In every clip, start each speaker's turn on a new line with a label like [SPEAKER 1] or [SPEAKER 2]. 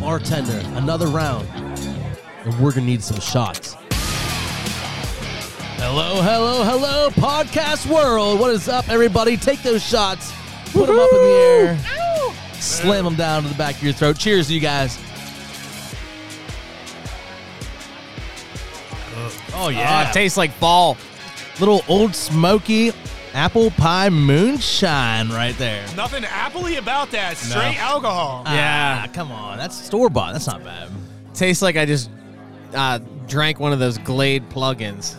[SPEAKER 1] bartender another round, and we're gonna need some shots. Hello, hello, hello, podcast world. What is up, everybody? Take those shots, put them up in the air, slam them down to the back of your throat. Cheers, you guys. Oh
[SPEAKER 2] Ah,
[SPEAKER 1] yeah,
[SPEAKER 2] it tastes like fall.
[SPEAKER 1] little old smoky apple pie moonshine right there.
[SPEAKER 3] Nothing appley about that. Straight alcohol.
[SPEAKER 2] Yeah.
[SPEAKER 1] Ah, come on, that's store bought. That's not bad.
[SPEAKER 2] Tastes like I just uh, drank one of those Glade plugins.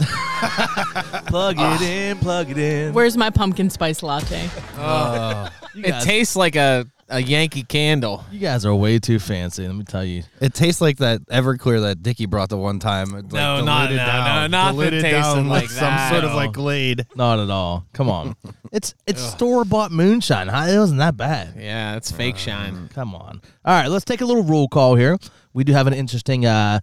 [SPEAKER 1] Plug it in, plug it in.
[SPEAKER 4] Where's my pumpkin spice latte?
[SPEAKER 1] You
[SPEAKER 2] it
[SPEAKER 1] guys-
[SPEAKER 2] tastes like a, a Yankee candle.
[SPEAKER 1] You guys are way too fancy. Let me tell you.
[SPEAKER 5] It tastes like that Everclear that Dickie brought the one time. It's
[SPEAKER 2] No,
[SPEAKER 5] like
[SPEAKER 2] not-
[SPEAKER 5] diluted
[SPEAKER 2] no,
[SPEAKER 5] down,
[SPEAKER 2] no, not the
[SPEAKER 5] Diluted
[SPEAKER 2] tasting
[SPEAKER 5] down
[SPEAKER 2] like
[SPEAKER 5] with
[SPEAKER 2] that.
[SPEAKER 5] some sort of
[SPEAKER 2] No.
[SPEAKER 5] like Glade.
[SPEAKER 1] Not at all. Come on. it's it's store bought moonshine. Huh? It wasn't that bad.
[SPEAKER 2] Yeah, it's fake shine.
[SPEAKER 1] Come on. All right, let's take a little roll call here. We do have an interesting uh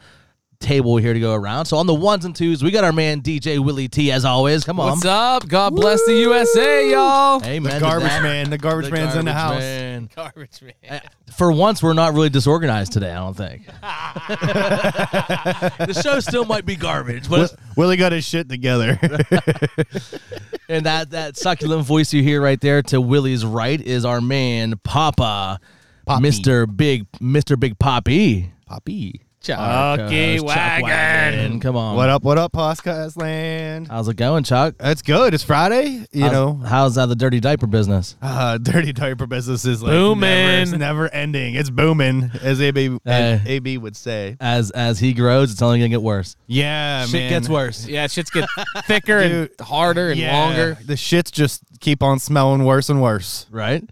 [SPEAKER 1] table here to go around. So on the ones and twos, we got our man DJ Willie T as always. Come on.
[SPEAKER 2] What's up? God bless the USA, y'all.
[SPEAKER 1] Amen.
[SPEAKER 5] The
[SPEAKER 1] to
[SPEAKER 5] garbage
[SPEAKER 1] that.
[SPEAKER 5] man. The
[SPEAKER 1] The
[SPEAKER 5] garbage man's in the
[SPEAKER 1] garbage
[SPEAKER 5] house.
[SPEAKER 1] man.
[SPEAKER 2] Garbage man.
[SPEAKER 1] Uh, For once, we're not really disorganized today. I don't think the show still might be garbage, but it's-
[SPEAKER 5] Willie got his shit together.
[SPEAKER 1] And that that succulent voice you hear right there to Willie's right is our man Papa,
[SPEAKER 5] Poppy.
[SPEAKER 1] Mr. Big Mr. Big Poppy.
[SPEAKER 5] Poppy.
[SPEAKER 2] Uh,
[SPEAKER 1] Our
[SPEAKER 2] Chucky
[SPEAKER 1] co-host, Chuck
[SPEAKER 2] Wagon.
[SPEAKER 1] Come on.
[SPEAKER 5] Um, What up? What up, Podcast Land?
[SPEAKER 1] How's it going, Chuck?
[SPEAKER 5] Uh, It's good. It's Friday. You
[SPEAKER 1] how's,
[SPEAKER 5] know,
[SPEAKER 1] how's uh, the dirty diaper business?
[SPEAKER 5] uh, dirty diaper business is like Never,
[SPEAKER 2] Booming.
[SPEAKER 5] it's never ending. It's booming, as AB
[SPEAKER 1] Hey.
[SPEAKER 5] AB would say.
[SPEAKER 1] As as he grows, it's only gonna get worse.
[SPEAKER 5] Yeah, man.
[SPEAKER 1] Shit gets worse.
[SPEAKER 2] Yeah, shits get thicker and
[SPEAKER 5] Dude.
[SPEAKER 2] harder and
[SPEAKER 5] Yeah.
[SPEAKER 2] longer.
[SPEAKER 5] The shits just keep on smelling worse and worse.
[SPEAKER 1] Right.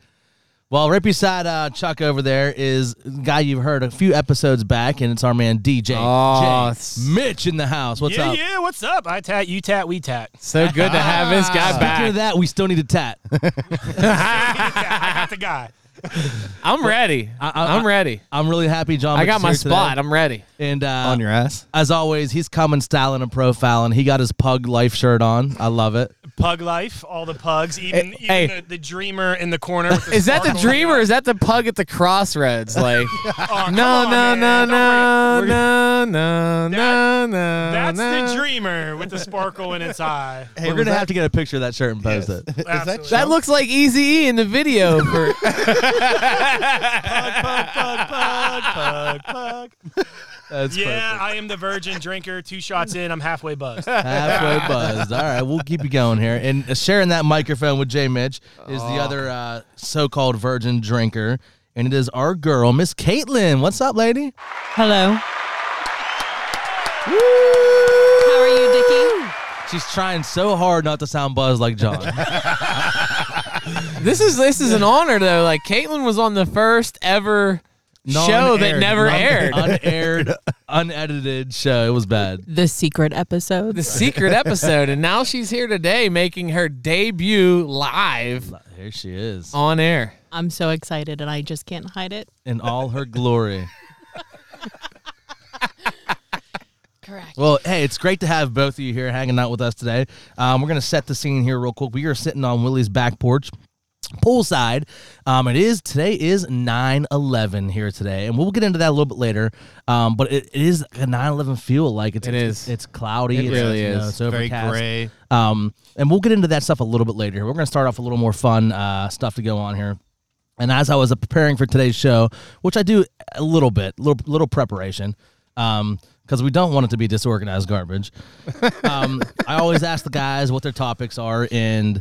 [SPEAKER 1] Well, right beside uh, Chuck over there is a guy you've heard a few episodes back, and it's our man DJ
[SPEAKER 2] Oh,
[SPEAKER 1] Jay
[SPEAKER 2] it's-
[SPEAKER 1] Mitch in the house. What's
[SPEAKER 3] yeah,
[SPEAKER 1] up?
[SPEAKER 3] yeah. What's up? I tat, you tat, we tat.
[SPEAKER 2] So good to have this guy
[SPEAKER 1] Speaking of
[SPEAKER 2] back.
[SPEAKER 1] that, we still need a tat.
[SPEAKER 3] I got the guy.
[SPEAKER 2] I'm ready.
[SPEAKER 1] I-
[SPEAKER 2] I'm ready.
[SPEAKER 1] I'm really happy, John.
[SPEAKER 2] I
[SPEAKER 1] Mitch
[SPEAKER 2] got
[SPEAKER 1] is
[SPEAKER 2] my
[SPEAKER 1] here today.
[SPEAKER 2] spot. I'm ready.
[SPEAKER 1] And uh,
[SPEAKER 5] on your ass.
[SPEAKER 1] as always, he's coming styling and profiling. He got his pug life shirt on. I love it.
[SPEAKER 3] Pug life, all the pugs, even, even
[SPEAKER 2] Hey.
[SPEAKER 3] the, the dreamer in the corner. with
[SPEAKER 2] Is that the
[SPEAKER 3] sparkle in
[SPEAKER 2] dream or is that the pug at the crossroads? Like,
[SPEAKER 3] eye. Oh, come
[SPEAKER 2] no,
[SPEAKER 3] on,
[SPEAKER 2] no,
[SPEAKER 3] man.
[SPEAKER 2] no,
[SPEAKER 3] Don't worry.
[SPEAKER 2] no, no, no, no, no.
[SPEAKER 3] That's
[SPEAKER 2] no.
[SPEAKER 3] the dreamer with the sparkle in its eye.
[SPEAKER 5] Hey,
[SPEAKER 1] We're
[SPEAKER 5] was
[SPEAKER 1] gonna
[SPEAKER 5] that-
[SPEAKER 1] have to get a picture of that shirt and post it.
[SPEAKER 3] Absolutely.
[SPEAKER 2] That looks like Easy E in the video for
[SPEAKER 1] That's
[SPEAKER 3] yeah, I am the virgin drinker. Two shots in, I'm halfway buzzed.
[SPEAKER 1] perfect. Halfway buzzed. All right, we'll keep you going here. And uh, sharing that microphone with Jay Mitch is the other uh, so-called virgin drinker, and it is our girl, Miss Caitlin. What's up, lady?
[SPEAKER 4] Hello. How are you, Dickie?
[SPEAKER 1] She's trying so hard not to sound buzzed like John.
[SPEAKER 2] this is this is an honor though. Like Caitlin was on the first ever show that
[SPEAKER 5] Non-aired,
[SPEAKER 2] never
[SPEAKER 5] non-
[SPEAKER 2] aired.
[SPEAKER 1] Unaired, unedited show. It was bad.
[SPEAKER 4] The secret episode.
[SPEAKER 2] The secret episode, and now she's here today making her debut live
[SPEAKER 1] Here she is
[SPEAKER 2] on air.
[SPEAKER 4] I'm so excited and I just can't hide it.
[SPEAKER 1] in all her glory.
[SPEAKER 4] Correct.
[SPEAKER 1] Well, hey, it's great to have both of you here hanging out with us today. Um, we're going to set the scene here real quick. We are sitting on Willie's back porch, poolside. Um, it is today is 9-11 here today, and we'll get into that a little bit later. Um, but it, it is a 9-11 feel like it's
[SPEAKER 2] It
[SPEAKER 1] it's,
[SPEAKER 2] is.
[SPEAKER 1] it's cloudy.
[SPEAKER 2] It
[SPEAKER 1] it's,
[SPEAKER 2] really
[SPEAKER 1] you know,
[SPEAKER 2] is.
[SPEAKER 1] it's
[SPEAKER 5] Very
[SPEAKER 1] overcast.
[SPEAKER 5] gray.
[SPEAKER 1] Um, and we'll get into that stuff a little bit later. We're going to start off a little more fun uh, stuff to go on here. And as I was uh, preparing for today's show, which I do a little bit, little, little preparation, because we don't want it to be disorganized garbage. Um, I always ask the guys what their topics are, and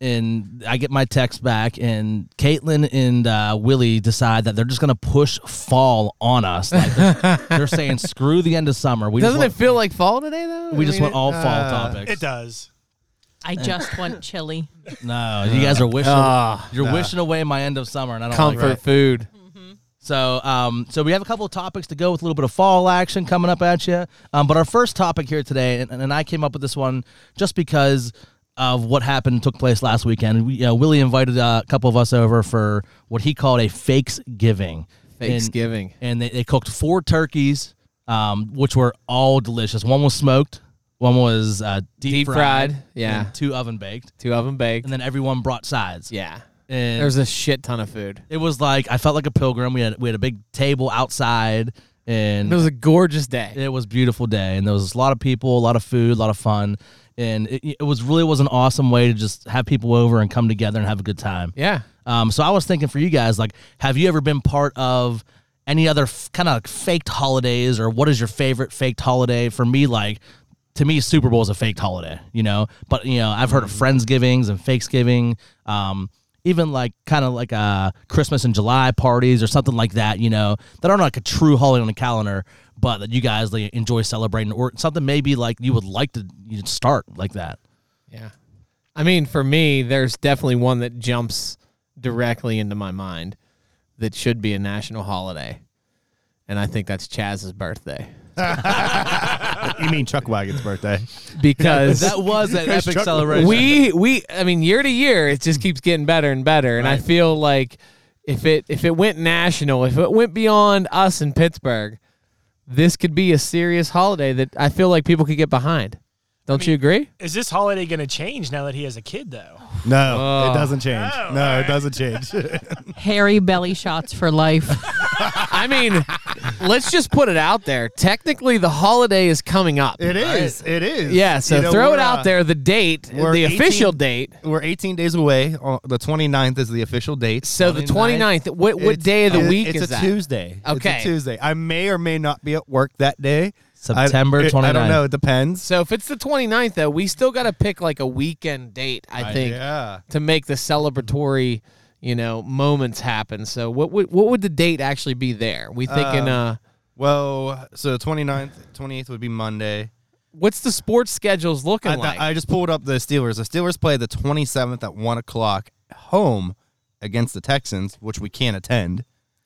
[SPEAKER 1] and I get my text back, and Caitlin and uh, Willie decide that they're just going to push fall on us. Like they're, they're saying, screw the end of summer. We
[SPEAKER 2] Doesn't it
[SPEAKER 1] just want,
[SPEAKER 2] feel like fall today though?
[SPEAKER 1] we just want all fall
[SPEAKER 5] uh,
[SPEAKER 1] topics.
[SPEAKER 3] It does.
[SPEAKER 4] I just want chili.
[SPEAKER 1] No, you guys are wishing
[SPEAKER 2] Ah,
[SPEAKER 1] you're wishing away my end of summer, and I don't
[SPEAKER 2] comfort
[SPEAKER 1] like that.
[SPEAKER 2] food.
[SPEAKER 1] So, um, so we have a couple of topics to go with a little bit of fall action coming up at you. Um, but our first topic here today, and, and I came up with this one just because of what happened took place last weekend. We, uh, Willie invited uh, a couple of us over for what he called a fakes giving.
[SPEAKER 2] Thanksgiving.
[SPEAKER 1] and they, they cooked four turkeys, um, which were all delicious. One was smoked, one was uh, deep,
[SPEAKER 2] Deep fried, yeah.
[SPEAKER 1] and two oven baked,
[SPEAKER 2] Two of them baked.
[SPEAKER 1] and then everyone brought sides.
[SPEAKER 2] Yeah.
[SPEAKER 1] And
[SPEAKER 2] There was a shit ton of food.
[SPEAKER 1] it was like I felt like a pilgrim. We had we had a big table outside, and
[SPEAKER 2] It was a gorgeous day.
[SPEAKER 1] It was a beautiful day, and there was a lot of people, a lot of food, a lot of fun, and it, it was really was an awesome way to just have people over and come together and have a good time.
[SPEAKER 2] Yeah.
[SPEAKER 1] Um, so I was thinking for you guys, like, have you ever been part of any other f- kind of faked holidays, or what is your favorite faked holiday? For me, like, to me, Super Bowl is a faked holiday, you know. But you know, I've heard
[SPEAKER 6] Mm.
[SPEAKER 1] of Friendsgivings and Fakesgiving, um, even like kind of like uh, Christmas and July parties or something like that, you know, that aren't like a true holiday on the calendar, but that you guys like, enjoy celebrating, or something maybe like you would like to you know, start like that.
[SPEAKER 2] Yeah. I mean, for me, there's definitely one that jumps directly into my mind that should be a national holiday. And I think that's Chaz's birthday.
[SPEAKER 6] you mean Chuck Wagon's birthday?
[SPEAKER 2] Because
[SPEAKER 1] That was an
[SPEAKER 6] Chris
[SPEAKER 1] epic
[SPEAKER 6] Chuck-
[SPEAKER 1] celebration.
[SPEAKER 2] we we I mean year to year it just keeps getting better and better and I feel like if it if it went national, if it went beyond us in Pittsburgh, this could be a serious holiday that I feel like people could get behind. Don't you agree?
[SPEAKER 3] Is this holiday going to change now that he has a kid, though?
[SPEAKER 6] No,
[SPEAKER 2] Oh.
[SPEAKER 6] it doesn't change.
[SPEAKER 3] Oh,
[SPEAKER 6] no,
[SPEAKER 3] all
[SPEAKER 6] it doesn't change.
[SPEAKER 4] Hairy belly shots for life.
[SPEAKER 2] I mean, let's just put it out there. Technically the holiday is coming up.
[SPEAKER 6] it is. It is.
[SPEAKER 2] yeah, so
[SPEAKER 6] You know,
[SPEAKER 2] throw it
[SPEAKER 6] we're,
[SPEAKER 2] out
[SPEAKER 6] uh,
[SPEAKER 2] there the date,
[SPEAKER 6] we're
[SPEAKER 2] the
[SPEAKER 6] 18
[SPEAKER 2] official date.
[SPEAKER 5] We're 18 days away. Uh, The 29th is the official date.
[SPEAKER 2] So the 29th, what what
[SPEAKER 6] it's-
[SPEAKER 2] day of the
[SPEAKER 6] it-
[SPEAKER 2] week
[SPEAKER 6] it's
[SPEAKER 2] is
[SPEAKER 6] a
[SPEAKER 2] that?
[SPEAKER 6] Tuesday.
[SPEAKER 2] Okay.
[SPEAKER 6] It's a Tuesday. I may or may not be at work that day.
[SPEAKER 1] September
[SPEAKER 6] I, it- I don't
[SPEAKER 1] 29th.
[SPEAKER 6] know. It depends.
[SPEAKER 2] So if it's the 29th though, we still got to pick like a weekend date, I think.
[SPEAKER 6] Yeah.
[SPEAKER 2] to make the celebratory, you know, moments happen. So what would what would the date actually be there? We thinking uh,
[SPEAKER 5] Well, so 29th, 28th would be Monday.
[SPEAKER 2] what's the sports schedules looking
[SPEAKER 5] I,
[SPEAKER 2] like?
[SPEAKER 5] I just pulled up the Steelers. The Steelers play the 27th at 1 o'clock home against the Texans, which we can't attend.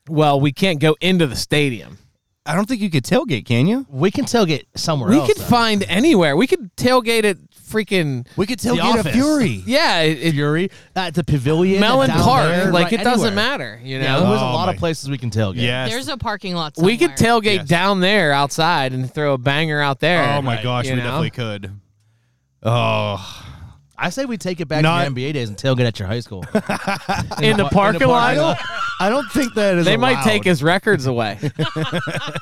[SPEAKER 2] well, we can't go into the stadium.
[SPEAKER 5] I don't think you could tailgate, can you?
[SPEAKER 1] we can tailgate somewhere.
[SPEAKER 2] We
[SPEAKER 1] else,
[SPEAKER 2] could
[SPEAKER 1] though.
[SPEAKER 2] find anywhere. We could tailgate at freaking
[SPEAKER 5] We could tailgate
[SPEAKER 1] Office.
[SPEAKER 5] a Fury.
[SPEAKER 2] yeah, it, it,
[SPEAKER 1] Fury at the Pavilion,
[SPEAKER 2] Mellon
[SPEAKER 1] down
[SPEAKER 2] Park.
[SPEAKER 1] there,
[SPEAKER 2] like
[SPEAKER 1] right,
[SPEAKER 2] it doesn't
[SPEAKER 1] anywhere.
[SPEAKER 2] matter, you
[SPEAKER 1] Yeah,
[SPEAKER 2] know.
[SPEAKER 1] there's a
[SPEAKER 6] Oh
[SPEAKER 1] lot of
[SPEAKER 6] my-
[SPEAKER 1] places we can tailgate.
[SPEAKER 6] Yes.
[SPEAKER 4] There's a parking lot.
[SPEAKER 2] we could
[SPEAKER 4] somewhere.
[SPEAKER 2] tailgate down there outside and throw a banger out there.
[SPEAKER 6] Oh my gosh,
[SPEAKER 2] you
[SPEAKER 6] we
[SPEAKER 2] know?
[SPEAKER 6] definitely could. Oh,
[SPEAKER 1] I say we take it back
[SPEAKER 6] Not-
[SPEAKER 1] to the NBA days and tailgate at your high school.
[SPEAKER 2] in the
[SPEAKER 1] par- in the
[SPEAKER 2] parking
[SPEAKER 1] parking
[SPEAKER 2] lot.
[SPEAKER 6] I don't think that is.
[SPEAKER 2] They might
[SPEAKER 6] allowed.
[SPEAKER 2] take his records away.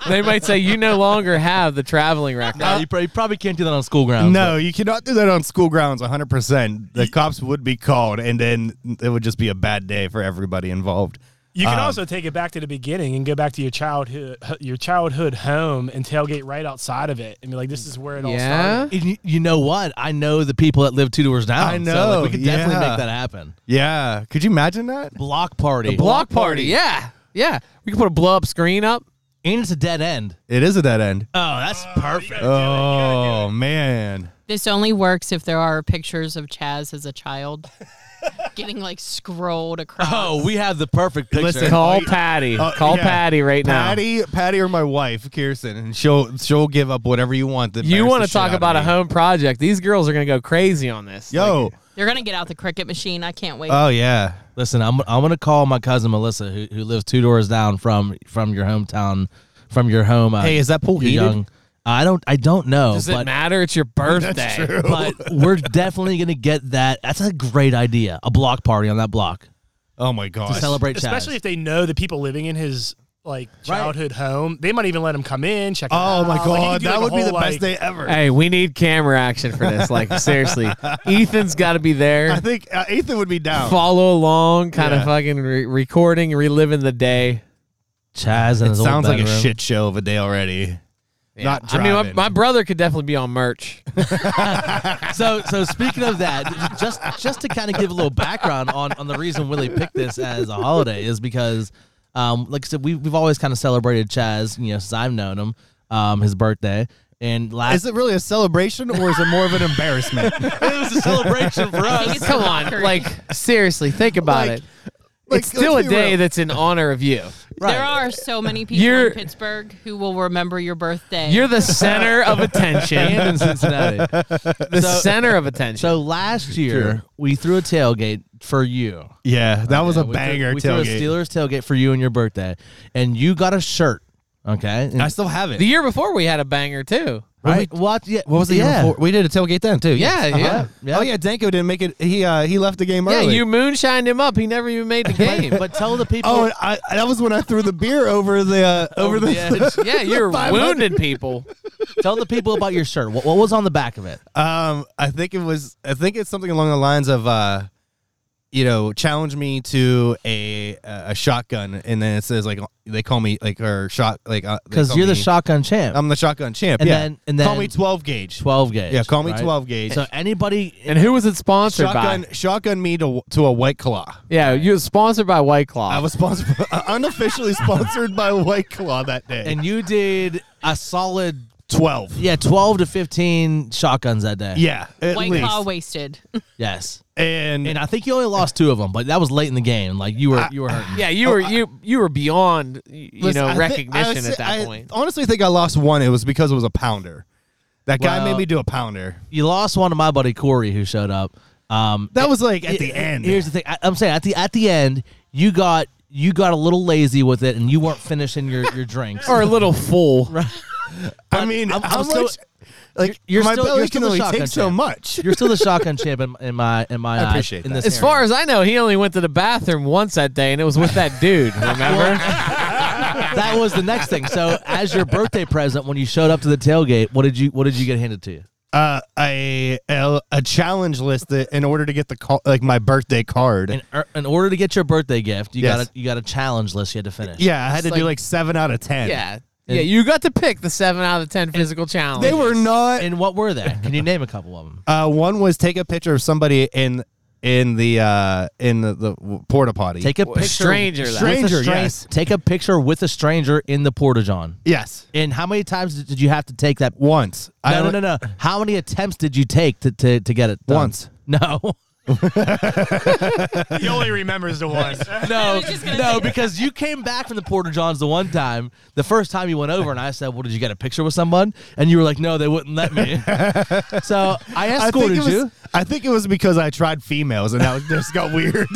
[SPEAKER 2] they might say you no longer have the traveling record.
[SPEAKER 1] Yeah, you, prob- you probably can't do that on school grounds.
[SPEAKER 6] No, you cannot do that on school grounds. 100. percent The cops would be called, and then it would just be a bad day for everybody involved.
[SPEAKER 3] You can
[SPEAKER 6] Um,
[SPEAKER 3] also take it back to the beginning and go back to your childhood, your childhood home, and tailgate right outside of it, and be like, "This is where it all
[SPEAKER 2] yeah.
[SPEAKER 3] started."
[SPEAKER 1] but- And you, you know what? I know the people that live two doors down.
[SPEAKER 6] I
[SPEAKER 1] So
[SPEAKER 6] know,
[SPEAKER 1] like, we could definitely
[SPEAKER 6] yeah.
[SPEAKER 1] make that happen.
[SPEAKER 6] Yeah, could you imagine that?
[SPEAKER 1] Block party.
[SPEAKER 2] block party. Yeah. Yeah. We can put a blow up screen up.
[SPEAKER 1] and it's a dead end.
[SPEAKER 6] It is a dead end.
[SPEAKER 1] Oh, that's perfect.
[SPEAKER 6] Oh man,
[SPEAKER 4] This only works if there are pictures of Chaz as a child getting like scrolled across.
[SPEAKER 1] Oh, we have the perfect picture.
[SPEAKER 6] Listen,
[SPEAKER 2] Call
[SPEAKER 6] Oh,
[SPEAKER 2] Patty.
[SPEAKER 6] uh,
[SPEAKER 2] Call
[SPEAKER 6] yeah.
[SPEAKER 2] Patty right
[SPEAKER 6] Patty, Patty, or my wife Kirsten, and she'll she'll give up whatever you want.
[SPEAKER 2] now. You
[SPEAKER 6] want
[SPEAKER 2] want to talk about a home project. These girls are going to go crazy on this.
[SPEAKER 6] Yo,
[SPEAKER 2] Like,
[SPEAKER 4] They're gonna get out the cricket machine. I can't
[SPEAKER 2] Uh,
[SPEAKER 4] wait.
[SPEAKER 6] oh yeah,
[SPEAKER 1] Listen, I'm I'm gonna call my cousin Melissa, who, who lives two doors down from from your hometown, from your home. Uh,
[SPEAKER 5] Hey, is that pool
[SPEAKER 1] your
[SPEAKER 5] heated?
[SPEAKER 1] young- I don't I don't know.
[SPEAKER 2] does
[SPEAKER 1] but
[SPEAKER 2] it matter? It's your birthday. That's true.
[SPEAKER 1] but we're definitely gonna get that. That's a great idea. A block party on that block
[SPEAKER 6] oh my gosh.
[SPEAKER 1] to celebrate. Chaz.
[SPEAKER 3] Especially if they know the people living in his like childhood home, they might even let him come in, check.
[SPEAKER 6] Oh my god, that would be the best day
[SPEAKER 3] thing.
[SPEAKER 6] ever.
[SPEAKER 2] Hey, we need camera action for this. Like, seriously. Ethan's got to be
[SPEAKER 6] I
[SPEAKER 2] there.
[SPEAKER 6] think uh, Ethan would be down.
[SPEAKER 2] Follow along, kind of
[SPEAKER 6] Yeah.
[SPEAKER 2] fucking re- recording, reliving the day.
[SPEAKER 1] Chaz and
[SPEAKER 6] It
[SPEAKER 1] his old
[SPEAKER 6] sounds like a
[SPEAKER 1] bedroom.
[SPEAKER 6] shit show of a day already. Not
[SPEAKER 2] I mean, my,
[SPEAKER 6] driving.
[SPEAKER 2] my brother could definitely be on merch.
[SPEAKER 1] So, so speaking of that, just just to kind of give a little background on on the reason Willie picked this as a holiday is because, um, like I said, we we've always kind of celebrated Chaz, you know, since I've known him, um, his birthday. And last
[SPEAKER 6] Is it really a celebration or is it more of an embarrassment?
[SPEAKER 1] was a celebration for
[SPEAKER 4] I think it's
[SPEAKER 2] Come
[SPEAKER 4] a
[SPEAKER 2] on.
[SPEAKER 4] mockery.
[SPEAKER 2] Like, seriously, think about
[SPEAKER 6] Like-
[SPEAKER 2] it.
[SPEAKER 6] Like,
[SPEAKER 2] it's still a
[SPEAKER 6] let's be
[SPEAKER 2] day
[SPEAKER 6] real.
[SPEAKER 2] that's in honor of you.
[SPEAKER 4] there are so many people
[SPEAKER 2] You're-
[SPEAKER 4] in Pittsburgh who will remember your birthday.
[SPEAKER 2] You're the center of attention.
[SPEAKER 1] and in Cincinnati.
[SPEAKER 2] the center of attention.
[SPEAKER 1] So last year we threw a tailgate for you.
[SPEAKER 6] yeah, that was
[SPEAKER 1] Yeah,
[SPEAKER 6] a
[SPEAKER 1] we threw-
[SPEAKER 6] banger
[SPEAKER 1] we
[SPEAKER 6] tailgate.
[SPEAKER 1] threw a Steelers tailgate for you and your birthday, and you got a shirt. Okay, And-
[SPEAKER 5] I still have it.
[SPEAKER 2] the year before we had a banger too.
[SPEAKER 1] Right? What? Yeah.
[SPEAKER 5] What was the
[SPEAKER 1] yeah.
[SPEAKER 5] year before? We did a tailgate then too.
[SPEAKER 2] Yeah,
[SPEAKER 6] uh-huh.
[SPEAKER 5] Yes.
[SPEAKER 2] yeah,
[SPEAKER 1] yeah.
[SPEAKER 5] Oh yeah, Danko didn't make it. He uh, he left the game
[SPEAKER 2] Yeah,
[SPEAKER 5] early.
[SPEAKER 2] you moonshined him up. He never even made the game.
[SPEAKER 1] But tell the people.
[SPEAKER 5] Oh, and I, that was when I threw the beer over the uh, over, the.
[SPEAKER 2] Oh, yeah, you're wounding people.
[SPEAKER 1] tell the people about your shirt. What, what was on the back of it?
[SPEAKER 5] Um, I think it was. I think it's something along the lines of, uh, you know, challenge me to a a shotgun, and then it says like they call me like or shot like uh,
[SPEAKER 1] Because you're the
[SPEAKER 5] shot.
[SPEAKER 1] shotgun champ.
[SPEAKER 5] I'm the shotgun champ.
[SPEAKER 1] And
[SPEAKER 5] yeah,
[SPEAKER 1] then- and
[SPEAKER 5] call
[SPEAKER 1] then-
[SPEAKER 5] me twelve gauge.
[SPEAKER 1] 12 gauge.
[SPEAKER 5] yeah, call me
[SPEAKER 1] right?
[SPEAKER 5] twelve gauge.
[SPEAKER 1] So anybody,
[SPEAKER 2] And who was it sponsored
[SPEAKER 5] shotgun,
[SPEAKER 2] by?
[SPEAKER 5] shotgun me to to a white claw.
[SPEAKER 2] Yeah, you was sponsored by White Claw.
[SPEAKER 5] I was sponsored, uh, unofficially sponsored by White Claw that day.
[SPEAKER 1] and you did a solid,
[SPEAKER 5] twelve.
[SPEAKER 1] yeah, 12 to 15 shotguns that day.
[SPEAKER 5] Yeah, at
[SPEAKER 4] White
[SPEAKER 5] least.
[SPEAKER 4] Claw wasted.
[SPEAKER 1] Yes.
[SPEAKER 5] and
[SPEAKER 1] And I think you only lost two of them, but that was late in the game. Like you were,
[SPEAKER 5] I-
[SPEAKER 1] you were hurting.
[SPEAKER 2] yeah, you were you you were beyond y- you
[SPEAKER 5] Listen,
[SPEAKER 2] know
[SPEAKER 5] I thi- I
[SPEAKER 2] recognition
[SPEAKER 5] would
[SPEAKER 2] at
[SPEAKER 5] say-
[SPEAKER 2] that
[SPEAKER 5] I
[SPEAKER 2] point.
[SPEAKER 5] Honestly, think I lost one. It was because it was a pounder. That guy
[SPEAKER 1] Well-
[SPEAKER 5] made me do a pounder.
[SPEAKER 1] You lost one to my buddy Corey who showed up. Um,
[SPEAKER 5] That was like at
[SPEAKER 1] Yeah,
[SPEAKER 5] the end.
[SPEAKER 1] Here's the thing. I, I'm saying at the at the end, you got you got a little lazy with it, and you weren't finishing your your drinks.
[SPEAKER 2] Or a little fool.
[SPEAKER 5] I mean,
[SPEAKER 1] I'm-
[SPEAKER 5] how
[SPEAKER 1] I'm still-
[SPEAKER 5] much? like
[SPEAKER 1] you're
[SPEAKER 5] my
[SPEAKER 1] still-
[SPEAKER 5] belly
[SPEAKER 1] you're
[SPEAKER 5] can
[SPEAKER 1] still the
[SPEAKER 5] only
[SPEAKER 1] shotgun
[SPEAKER 5] take so
[SPEAKER 1] champ.
[SPEAKER 5] much.
[SPEAKER 1] You're still the shotgun champ in, in my in my
[SPEAKER 5] I
[SPEAKER 1] eyes
[SPEAKER 5] appreciate
[SPEAKER 1] in
[SPEAKER 5] that.
[SPEAKER 1] this
[SPEAKER 2] As
[SPEAKER 1] area.
[SPEAKER 2] far as I know, he only went to the bathroom once that day, and it was with that dude. Remember?
[SPEAKER 1] that was the next thing. So as your birthday present, when you showed up to the tailgate, what did you what did you get handed to you?
[SPEAKER 5] Uh, a, a a challenge list that in order to get the call, like my birthday card.
[SPEAKER 1] In, er, in order to get your birthday gift, you
[SPEAKER 5] Yes.
[SPEAKER 1] got a, you got a challenge list you had to finish.
[SPEAKER 5] yeah, I had to
[SPEAKER 2] It's
[SPEAKER 5] do
[SPEAKER 2] like-
[SPEAKER 5] like seven out of ten.
[SPEAKER 2] yeah, yeah. You got to pick the seven out of ten physical challenge.
[SPEAKER 5] they were not.
[SPEAKER 1] And what were they? Can you name a couple of them?
[SPEAKER 5] Uh, one was take a picture of somebody in in the uh in the, the porta potty.
[SPEAKER 1] Take a
[SPEAKER 2] Well,
[SPEAKER 1] picture.
[SPEAKER 2] stranger,
[SPEAKER 1] with a
[SPEAKER 5] stranger,
[SPEAKER 1] stran-
[SPEAKER 5] yes.
[SPEAKER 1] Take a picture with a stranger in the porta john.
[SPEAKER 5] yes
[SPEAKER 1] And how many times did- did you have to take that
[SPEAKER 5] once. I
[SPEAKER 1] No,
[SPEAKER 5] don't-
[SPEAKER 1] no, no, no. How many attempts did you take to, to, to get it done?
[SPEAKER 5] Once.
[SPEAKER 1] No.
[SPEAKER 3] He only remembers the one.
[SPEAKER 1] No.
[SPEAKER 4] was just gonna
[SPEAKER 1] no,
[SPEAKER 4] say-
[SPEAKER 1] because you came back from the Porter Johns the one time, the first time you went over, and I said, Well, did you get a picture with someone? And you were like, No, they wouldn't let me. so I
[SPEAKER 5] I think,
[SPEAKER 1] escorted
[SPEAKER 5] it was,
[SPEAKER 1] you.
[SPEAKER 5] I think it was because I tried females and that was, just got weird.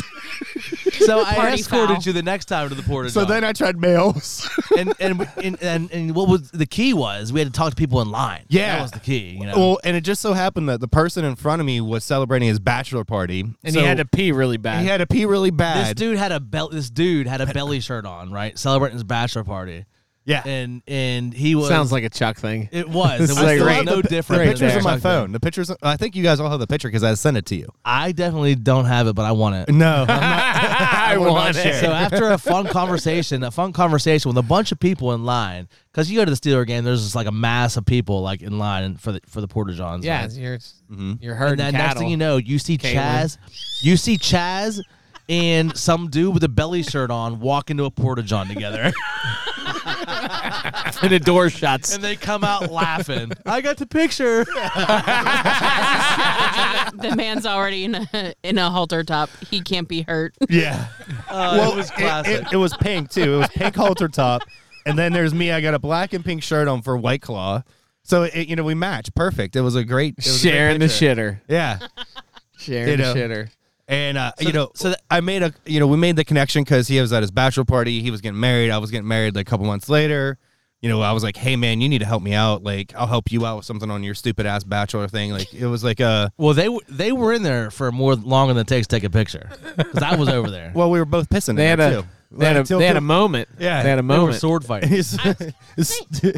[SPEAKER 1] So I
[SPEAKER 4] Party
[SPEAKER 1] escorted
[SPEAKER 4] foul.
[SPEAKER 1] you the next time to the Porter
[SPEAKER 5] so
[SPEAKER 1] Johns.
[SPEAKER 5] then I tried males.
[SPEAKER 1] and, and, we- and, and, and what was the key was we had to talk to people in line.
[SPEAKER 5] Yeah.
[SPEAKER 1] That was the key. You know?
[SPEAKER 5] well, and it just so happened that the person in front of me was celebrating his bachelor party,
[SPEAKER 2] and
[SPEAKER 5] so
[SPEAKER 2] he had to pee really bad.
[SPEAKER 5] he had to pee really
[SPEAKER 1] this
[SPEAKER 5] bad.
[SPEAKER 1] dude had a belt. This dude had a belly shirt on, right? Celebrating his bachelor party,
[SPEAKER 5] yeah,
[SPEAKER 1] and and he was
[SPEAKER 2] Sounds like a Chuck thing.
[SPEAKER 1] It was. It was
[SPEAKER 2] like
[SPEAKER 1] still
[SPEAKER 2] right-
[SPEAKER 1] no
[SPEAKER 5] the,
[SPEAKER 1] different.
[SPEAKER 5] The
[SPEAKER 1] than
[SPEAKER 5] pictures
[SPEAKER 1] that.
[SPEAKER 5] on my phone. The pictures. I think you guys all have the picture because I sent it to you.
[SPEAKER 1] I definitely don't have it, but I want it.
[SPEAKER 5] No, I'm not-
[SPEAKER 2] I,
[SPEAKER 5] will not
[SPEAKER 2] want
[SPEAKER 5] share.
[SPEAKER 2] it.
[SPEAKER 1] So after a fun conversation, a fun conversation with a bunch of people in line, because you go to the Steeler game, there's just like a mass of people like in line for the for the Porter Johns.
[SPEAKER 2] Yeah,
[SPEAKER 1] right?
[SPEAKER 2] you're
[SPEAKER 1] And
[SPEAKER 2] you're herding
[SPEAKER 1] then
[SPEAKER 2] cattle.
[SPEAKER 1] next thing you know, you see
[SPEAKER 2] Caitlin.
[SPEAKER 1] Chaz, you see Chaz, and some dude with a belly shirt on walk into a Porta John together,
[SPEAKER 2] and the door shuts.
[SPEAKER 1] and they come out laughing. I got the picture.
[SPEAKER 4] the man's already in a in a halter top. He can't be hurt.
[SPEAKER 5] yeah.
[SPEAKER 2] Oh,
[SPEAKER 1] Uh, it was classic.
[SPEAKER 5] It, it was pink too. It was pink halter top, and then there's me. I got a black and pink shirt on for White Claw. So it, you know we match perfect. It was a great it was a great
[SPEAKER 2] Sharing the
[SPEAKER 5] picture.
[SPEAKER 2] shitter.
[SPEAKER 5] Yeah,
[SPEAKER 2] Sharing
[SPEAKER 5] You
[SPEAKER 2] the
[SPEAKER 5] know.
[SPEAKER 2] shitter.
[SPEAKER 5] and uh, you know,
[SPEAKER 1] so
[SPEAKER 5] so
[SPEAKER 1] that-
[SPEAKER 5] I made a you know we made the connection because he was at his bachelor party. He was getting married. I was getting married like a couple months later. You know, I was like, "Hey man, you need to help me out. Like, I'll help you out with something on your stupid ass bachelor thing." Like, it was like uh, a
[SPEAKER 1] Well, they w- they were in there for more longer than it takes to take a picture because I was over there.
[SPEAKER 5] well, we were both pissing.
[SPEAKER 2] They
[SPEAKER 5] in
[SPEAKER 2] had
[SPEAKER 5] it,
[SPEAKER 2] a
[SPEAKER 5] too.
[SPEAKER 2] they had a,
[SPEAKER 5] Like, till-
[SPEAKER 2] they had a moment.
[SPEAKER 5] Yeah.
[SPEAKER 2] they had a
[SPEAKER 1] They were
[SPEAKER 2] moment.
[SPEAKER 1] sword fighting.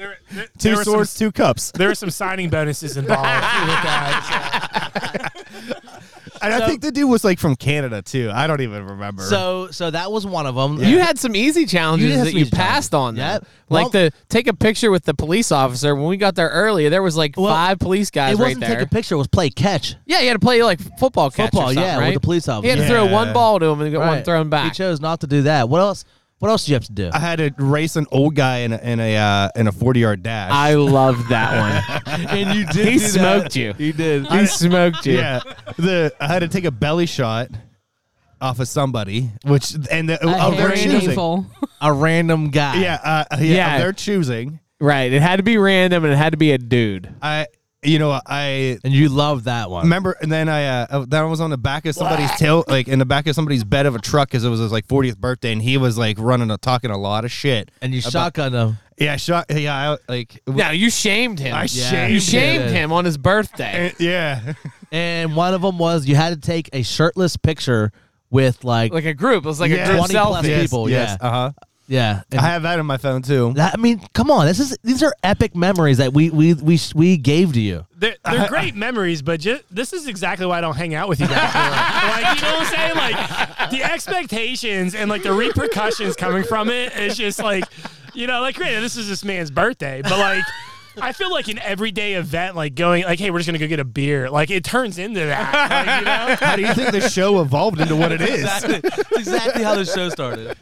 [SPEAKER 3] There,
[SPEAKER 5] two
[SPEAKER 3] were
[SPEAKER 5] swords,
[SPEAKER 3] Some,
[SPEAKER 5] two cups.
[SPEAKER 3] there were some signing bonuses involved. with that.
[SPEAKER 5] And I
[SPEAKER 1] So-
[SPEAKER 5] think the dude was like from Canada too. I don't even remember.
[SPEAKER 1] So so that was one of them.
[SPEAKER 2] You had some easy challenges
[SPEAKER 1] You did have
[SPEAKER 2] that
[SPEAKER 1] some
[SPEAKER 2] you
[SPEAKER 1] easy challenges.
[SPEAKER 2] passed on.
[SPEAKER 1] Yep.
[SPEAKER 2] That,
[SPEAKER 1] Well-
[SPEAKER 2] like the take a picture with the police officer. When we got there earlier, there was like
[SPEAKER 1] Well,
[SPEAKER 2] five police
[SPEAKER 1] it
[SPEAKER 2] guys right
[SPEAKER 1] wasn't
[SPEAKER 2] there.
[SPEAKER 1] take a picture. It was play catch.
[SPEAKER 2] yeah, you had to play like football catch. or
[SPEAKER 1] Football, yeah,
[SPEAKER 2] something,
[SPEAKER 1] with
[SPEAKER 2] right?
[SPEAKER 1] the police
[SPEAKER 2] He had
[SPEAKER 1] officer.
[SPEAKER 2] to throw
[SPEAKER 5] Yeah.
[SPEAKER 2] one ball to him and get one
[SPEAKER 1] Right.
[SPEAKER 2] thrown
[SPEAKER 1] He
[SPEAKER 2] back.
[SPEAKER 1] chose not to do that. What else? What else do you have to do?
[SPEAKER 5] I had to race an old guy in a in a, uh, in a forty yard dash.
[SPEAKER 2] I loved that one.
[SPEAKER 1] and you did.
[SPEAKER 2] he smoked you.
[SPEAKER 1] You did.
[SPEAKER 2] He smoked you.
[SPEAKER 5] yeah, the I had to take a belly shot off of somebody, which and the, of their choosing.
[SPEAKER 4] evil.
[SPEAKER 1] A random guy.
[SPEAKER 5] Yeah, uh, yeah,
[SPEAKER 2] Yeah.
[SPEAKER 5] of their choosing.
[SPEAKER 2] Right. It had to be random and it had to be a dude.
[SPEAKER 5] I, you know, I
[SPEAKER 1] And you loved that one.
[SPEAKER 5] remember, and then I uh, then I was on the back of somebody's tail, like in the back of somebody's bed of a truck, because it was his like fortieth birthday, and he was like running, a, talking a lot of shit.
[SPEAKER 1] and you
[SPEAKER 5] about-
[SPEAKER 1] shotgun them.
[SPEAKER 5] Yeah, I shot. Yeah, I, like. w-
[SPEAKER 2] No, you shamed him.
[SPEAKER 5] I shamed
[SPEAKER 2] you
[SPEAKER 5] him.
[SPEAKER 2] shamed him on his birthday.
[SPEAKER 5] Yeah.
[SPEAKER 1] And one of them was you had to take a shirtless picture with like,
[SPEAKER 2] Like a group. It was like
[SPEAKER 5] Yeah.
[SPEAKER 2] a group
[SPEAKER 1] 20 plus
[SPEAKER 2] selfie. uh-huh.
[SPEAKER 1] people. Well, yeah.
[SPEAKER 5] Uh huh.
[SPEAKER 1] yeah. And
[SPEAKER 5] I have that on my phone too.
[SPEAKER 1] that, I mean, come on, this is these are epic memories that we we we we gave to you.
[SPEAKER 3] They're, they're great memories, but ju- this is exactly why I don't hang out with you guys. anymore. like, you know what I'm saying? Like, the expectations and like the repercussions coming from it is just like, you know, like, granted, this is this man's birthday, but like, I feel like an everyday event, like going, like, hey, we're just gonna go get a beer. Like, it turns into that. Like, you know?
[SPEAKER 5] How do you think the show evolved into what it is?
[SPEAKER 1] That's exactly how the show started.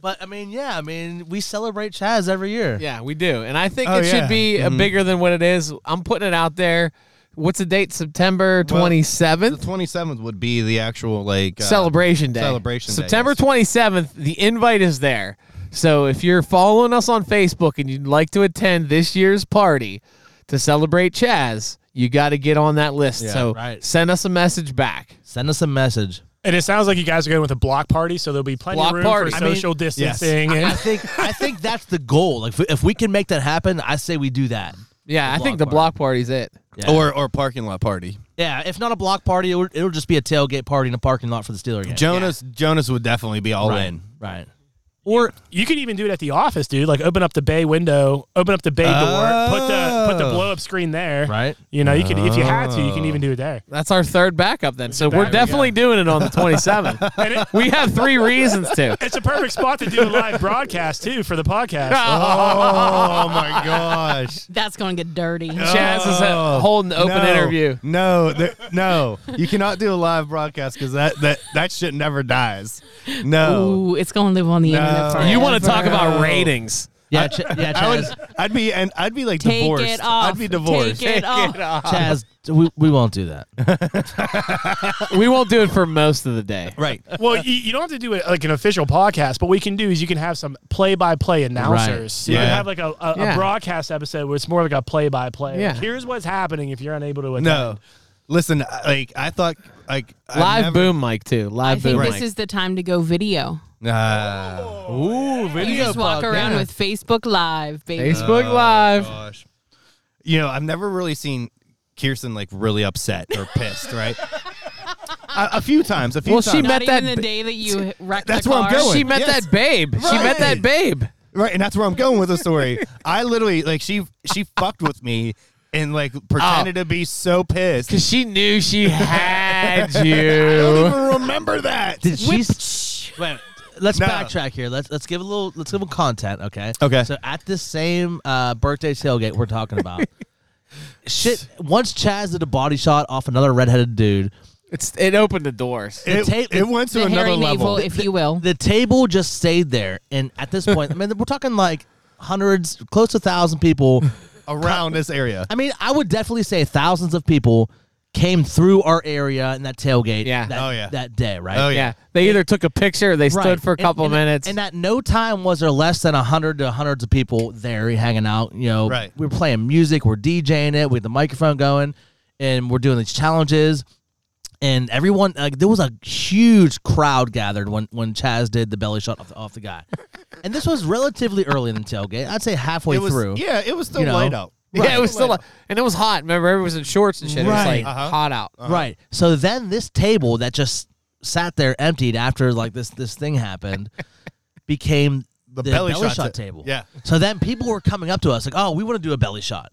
[SPEAKER 1] But I mean, yeah, I mean, we celebrate Chaz every year.
[SPEAKER 2] Yeah, we do. And I think
[SPEAKER 5] Oh,
[SPEAKER 2] it
[SPEAKER 5] yeah.
[SPEAKER 2] should be uh bigger than what it is. I'm putting it out there. What's the date? September
[SPEAKER 5] Well,
[SPEAKER 2] 27th?
[SPEAKER 5] Twenty seventh would be the actual like uh,
[SPEAKER 2] celebration day.
[SPEAKER 5] celebration day,
[SPEAKER 2] September
[SPEAKER 5] yes.
[SPEAKER 2] 27th, the invite is there. So if you're following us on Facebook and you'd like to attend this year's party to celebrate Chaz, you got to get on that list. so
[SPEAKER 1] right.
[SPEAKER 2] send us a message back.
[SPEAKER 1] Send us a message.
[SPEAKER 3] And it sounds like you guys are going with a block party, so there'll be plenty
[SPEAKER 2] Block
[SPEAKER 3] of room
[SPEAKER 2] party.
[SPEAKER 3] for
[SPEAKER 2] I mean,
[SPEAKER 3] social distancing.
[SPEAKER 1] I
[SPEAKER 3] and
[SPEAKER 1] think I think that's the goal. Like if, if we can make that happen, I say we do that.
[SPEAKER 2] Yeah, I think
[SPEAKER 1] block
[SPEAKER 2] the
[SPEAKER 1] party.
[SPEAKER 2] block party's it.
[SPEAKER 1] Yeah.
[SPEAKER 5] or or parking lot party.
[SPEAKER 1] Yeah, if not a block party, it'll, it'll just be a tailgate party in a parking lot for the Steeler game.
[SPEAKER 5] Jonas Jonas would definitely be all
[SPEAKER 1] right,
[SPEAKER 5] in.
[SPEAKER 1] right. Or
[SPEAKER 3] you could even do it at the office, dude. Like, open up the bay window, open up the bay door, put the put the
[SPEAKER 5] Oh.
[SPEAKER 3] blow up screen there.
[SPEAKER 1] right.
[SPEAKER 3] You know, you could if you had to, you can even do it there.
[SPEAKER 2] That's our third backup then. So
[SPEAKER 3] we
[SPEAKER 2] we're definitely doing it on the 27th.
[SPEAKER 3] And it,
[SPEAKER 2] we have three reasons to.
[SPEAKER 3] it's a perfect spot to do a live broadcast too for the podcast.
[SPEAKER 5] Oh my gosh. Oh.
[SPEAKER 4] That's going to get dirty.
[SPEAKER 2] Chaz is uh, holding the open
[SPEAKER 5] No.
[SPEAKER 2] interview.
[SPEAKER 5] No, there- no, you cannot do a live broadcast because that, that that shit never dies. Oh. No,
[SPEAKER 4] Ooh, it's going to live on the internet forever.
[SPEAKER 2] You want to talk about
[SPEAKER 5] No.
[SPEAKER 2] ratings.
[SPEAKER 1] Yeah, Ch- yeah,
[SPEAKER 5] I would,
[SPEAKER 1] Chaz.
[SPEAKER 5] I'd be and I'd be like
[SPEAKER 4] Take
[SPEAKER 5] divorced.
[SPEAKER 4] it off.
[SPEAKER 5] I'd be divorced.
[SPEAKER 4] Take it off.
[SPEAKER 1] Chaz, we, we won't do that.
[SPEAKER 2] We won't do it for most of the day.
[SPEAKER 5] Right.
[SPEAKER 3] Well, you, you don't have to do it like an official podcast, but what you can do is you can have some play-by-play announcers.
[SPEAKER 1] Right.
[SPEAKER 3] So you can
[SPEAKER 5] Yeah.
[SPEAKER 3] have like a, a,
[SPEAKER 2] Yeah.
[SPEAKER 3] a broadcast episode where it's more like a play-by-play.
[SPEAKER 2] Yeah.
[SPEAKER 3] Like, here's what's happening if you're unable to attend.
[SPEAKER 5] No, listen. I- Like I thought. Like I've
[SPEAKER 2] Live
[SPEAKER 5] never-
[SPEAKER 2] boom mic too.
[SPEAKER 4] I
[SPEAKER 2] Live
[SPEAKER 4] think
[SPEAKER 2] boom
[SPEAKER 4] this
[SPEAKER 2] mic.
[SPEAKER 4] is the time to go video.
[SPEAKER 5] Ah.
[SPEAKER 1] Ooh, video
[SPEAKER 4] you just walk around
[SPEAKER 1] podcast.
[SPEAKER 4] with Facebook Live, baby.
[SPEAKER 2] Facebook Live.
[SPEAKER 5] Gosh. You know, I've never really seen Kirsten like really upset or pissed. Right. a, a few times. A few
[SPEAKER 2] Well, she
[SPEAKER 5] times.
[SPEAKER 2] met-
[SPEAKER 4] Not
[SPEAKER 2] But that
[SPEAKER 4] even the
[SPEAKER 2] ba-
[SPEAKER 4] day that you wrecked
[SPEAKER 5] that's
[SPEAKER 4] the
[SPEAKER 5] where I'm
[SPEAKER 4] car.
[SPEAKER 5] going.
[SPEAKER 2] She met
[SPEAKER 5] Yes.
[SPEAKER 2] that babe. She met that
[SPEAKER 5] Right.
[SPEAKER 2] babe.
[SPEAKER 5] Right, and that's where I'm going with the story. I literally like she she fucked with me and like pretended to be so pissed.
[SPEAKER 2] Oh. Cause she knew she had
[SPEAKER 5] I
[SPEAKER 2] you.
[SPEAKER 5] don't even remember that.
[SPEAKER 1] Did she? s- Wait, let's
[SPEAKER 5] No.
[SPEAKER 1] backtrack here. Let's let's give a little. Let's give them content. Okay.
[SPEAKER 5] Okay.
[SPEAKER 1] So at this same uh, birthday tailgate we're talking about, shit. Once Chaz did a body shot off another redheaded dude,
[SPEAKER 2] It's it opened the doors.
[SPEAKER 5] it,
[SPEAKER 1] tape-
[SPEAKER 5] it went to
[SPEAKER 4] The
[SPEAKER 5] another
[SPEAKER 4] hairy navel,
[SPEAKER 5] level.
[SPEAKER 4] if you will.
[SPEAKER 1] the table just stayed there. And at this point, I mean, we're talking like hundreds, close to a thousand people.
[SPEAKER 5] around this area.
[SPEAKER 1] I mean, I would definitely say thousands of people came through our area in that tailgate.
[SPEAKER 2] Yeah.
[SPEAKER 1] That,
[SPEAKER 5] Oh, yeah.
[SPEAKER 1] That day, right?
[SPEAKER 5] Oh,
[SPEAKER 2] Yeah. They either took a picture or they stood
[SPEAKER 1] Right.
[SPEAKER 2] for a
[SPEAKER 1] And-
[SPEAKER 2] couple
[SPEAKER 1] and-
[SPEAKER 2] minutes.
[SPEAKER 1] And at no time was there less than 100 to hundreds of people there hanging out. You know,
[SPEAKER 5] Right.
[SPEAKER 1] we were playing music, we're DJing it, we had the microphone going, and we're doing these challenges. And everyone, like, there was a huge crowd gathered when, when Chaz did the belly shot off the, off the guy. and this was relatively early in the tailgate. I'd say halfway
[SPEAKER 5] It was
[SPEAKER 1] through.
[SPEAKER 5] yeah, it was still
[SPEAKER 1] You know.
[SPEAKER 5] light out.
[SPEAKER 2] Yeah, it was still, and it was hot. Remember, everyone was in shorts and shit. It was
[SPEAKER 1] Right.
[SPEAKER 2] like
[SPEAKER 5] Uh-huh.
[SPEAKER 2] hot out.
[SPEAKER 1] Right. So then this table that just sat there emptied after like this this thing happened became the, belly,
[SPEAKER 5] belly
[SPEAKER 1] shot,
[SPEAKER 5] shot ta-
[SPEAKER 1] table.
[SPEAKER 5] yeah.
[SPEAKER 1] So then people were coming up to us like, "Oh, we want to do a belly shot.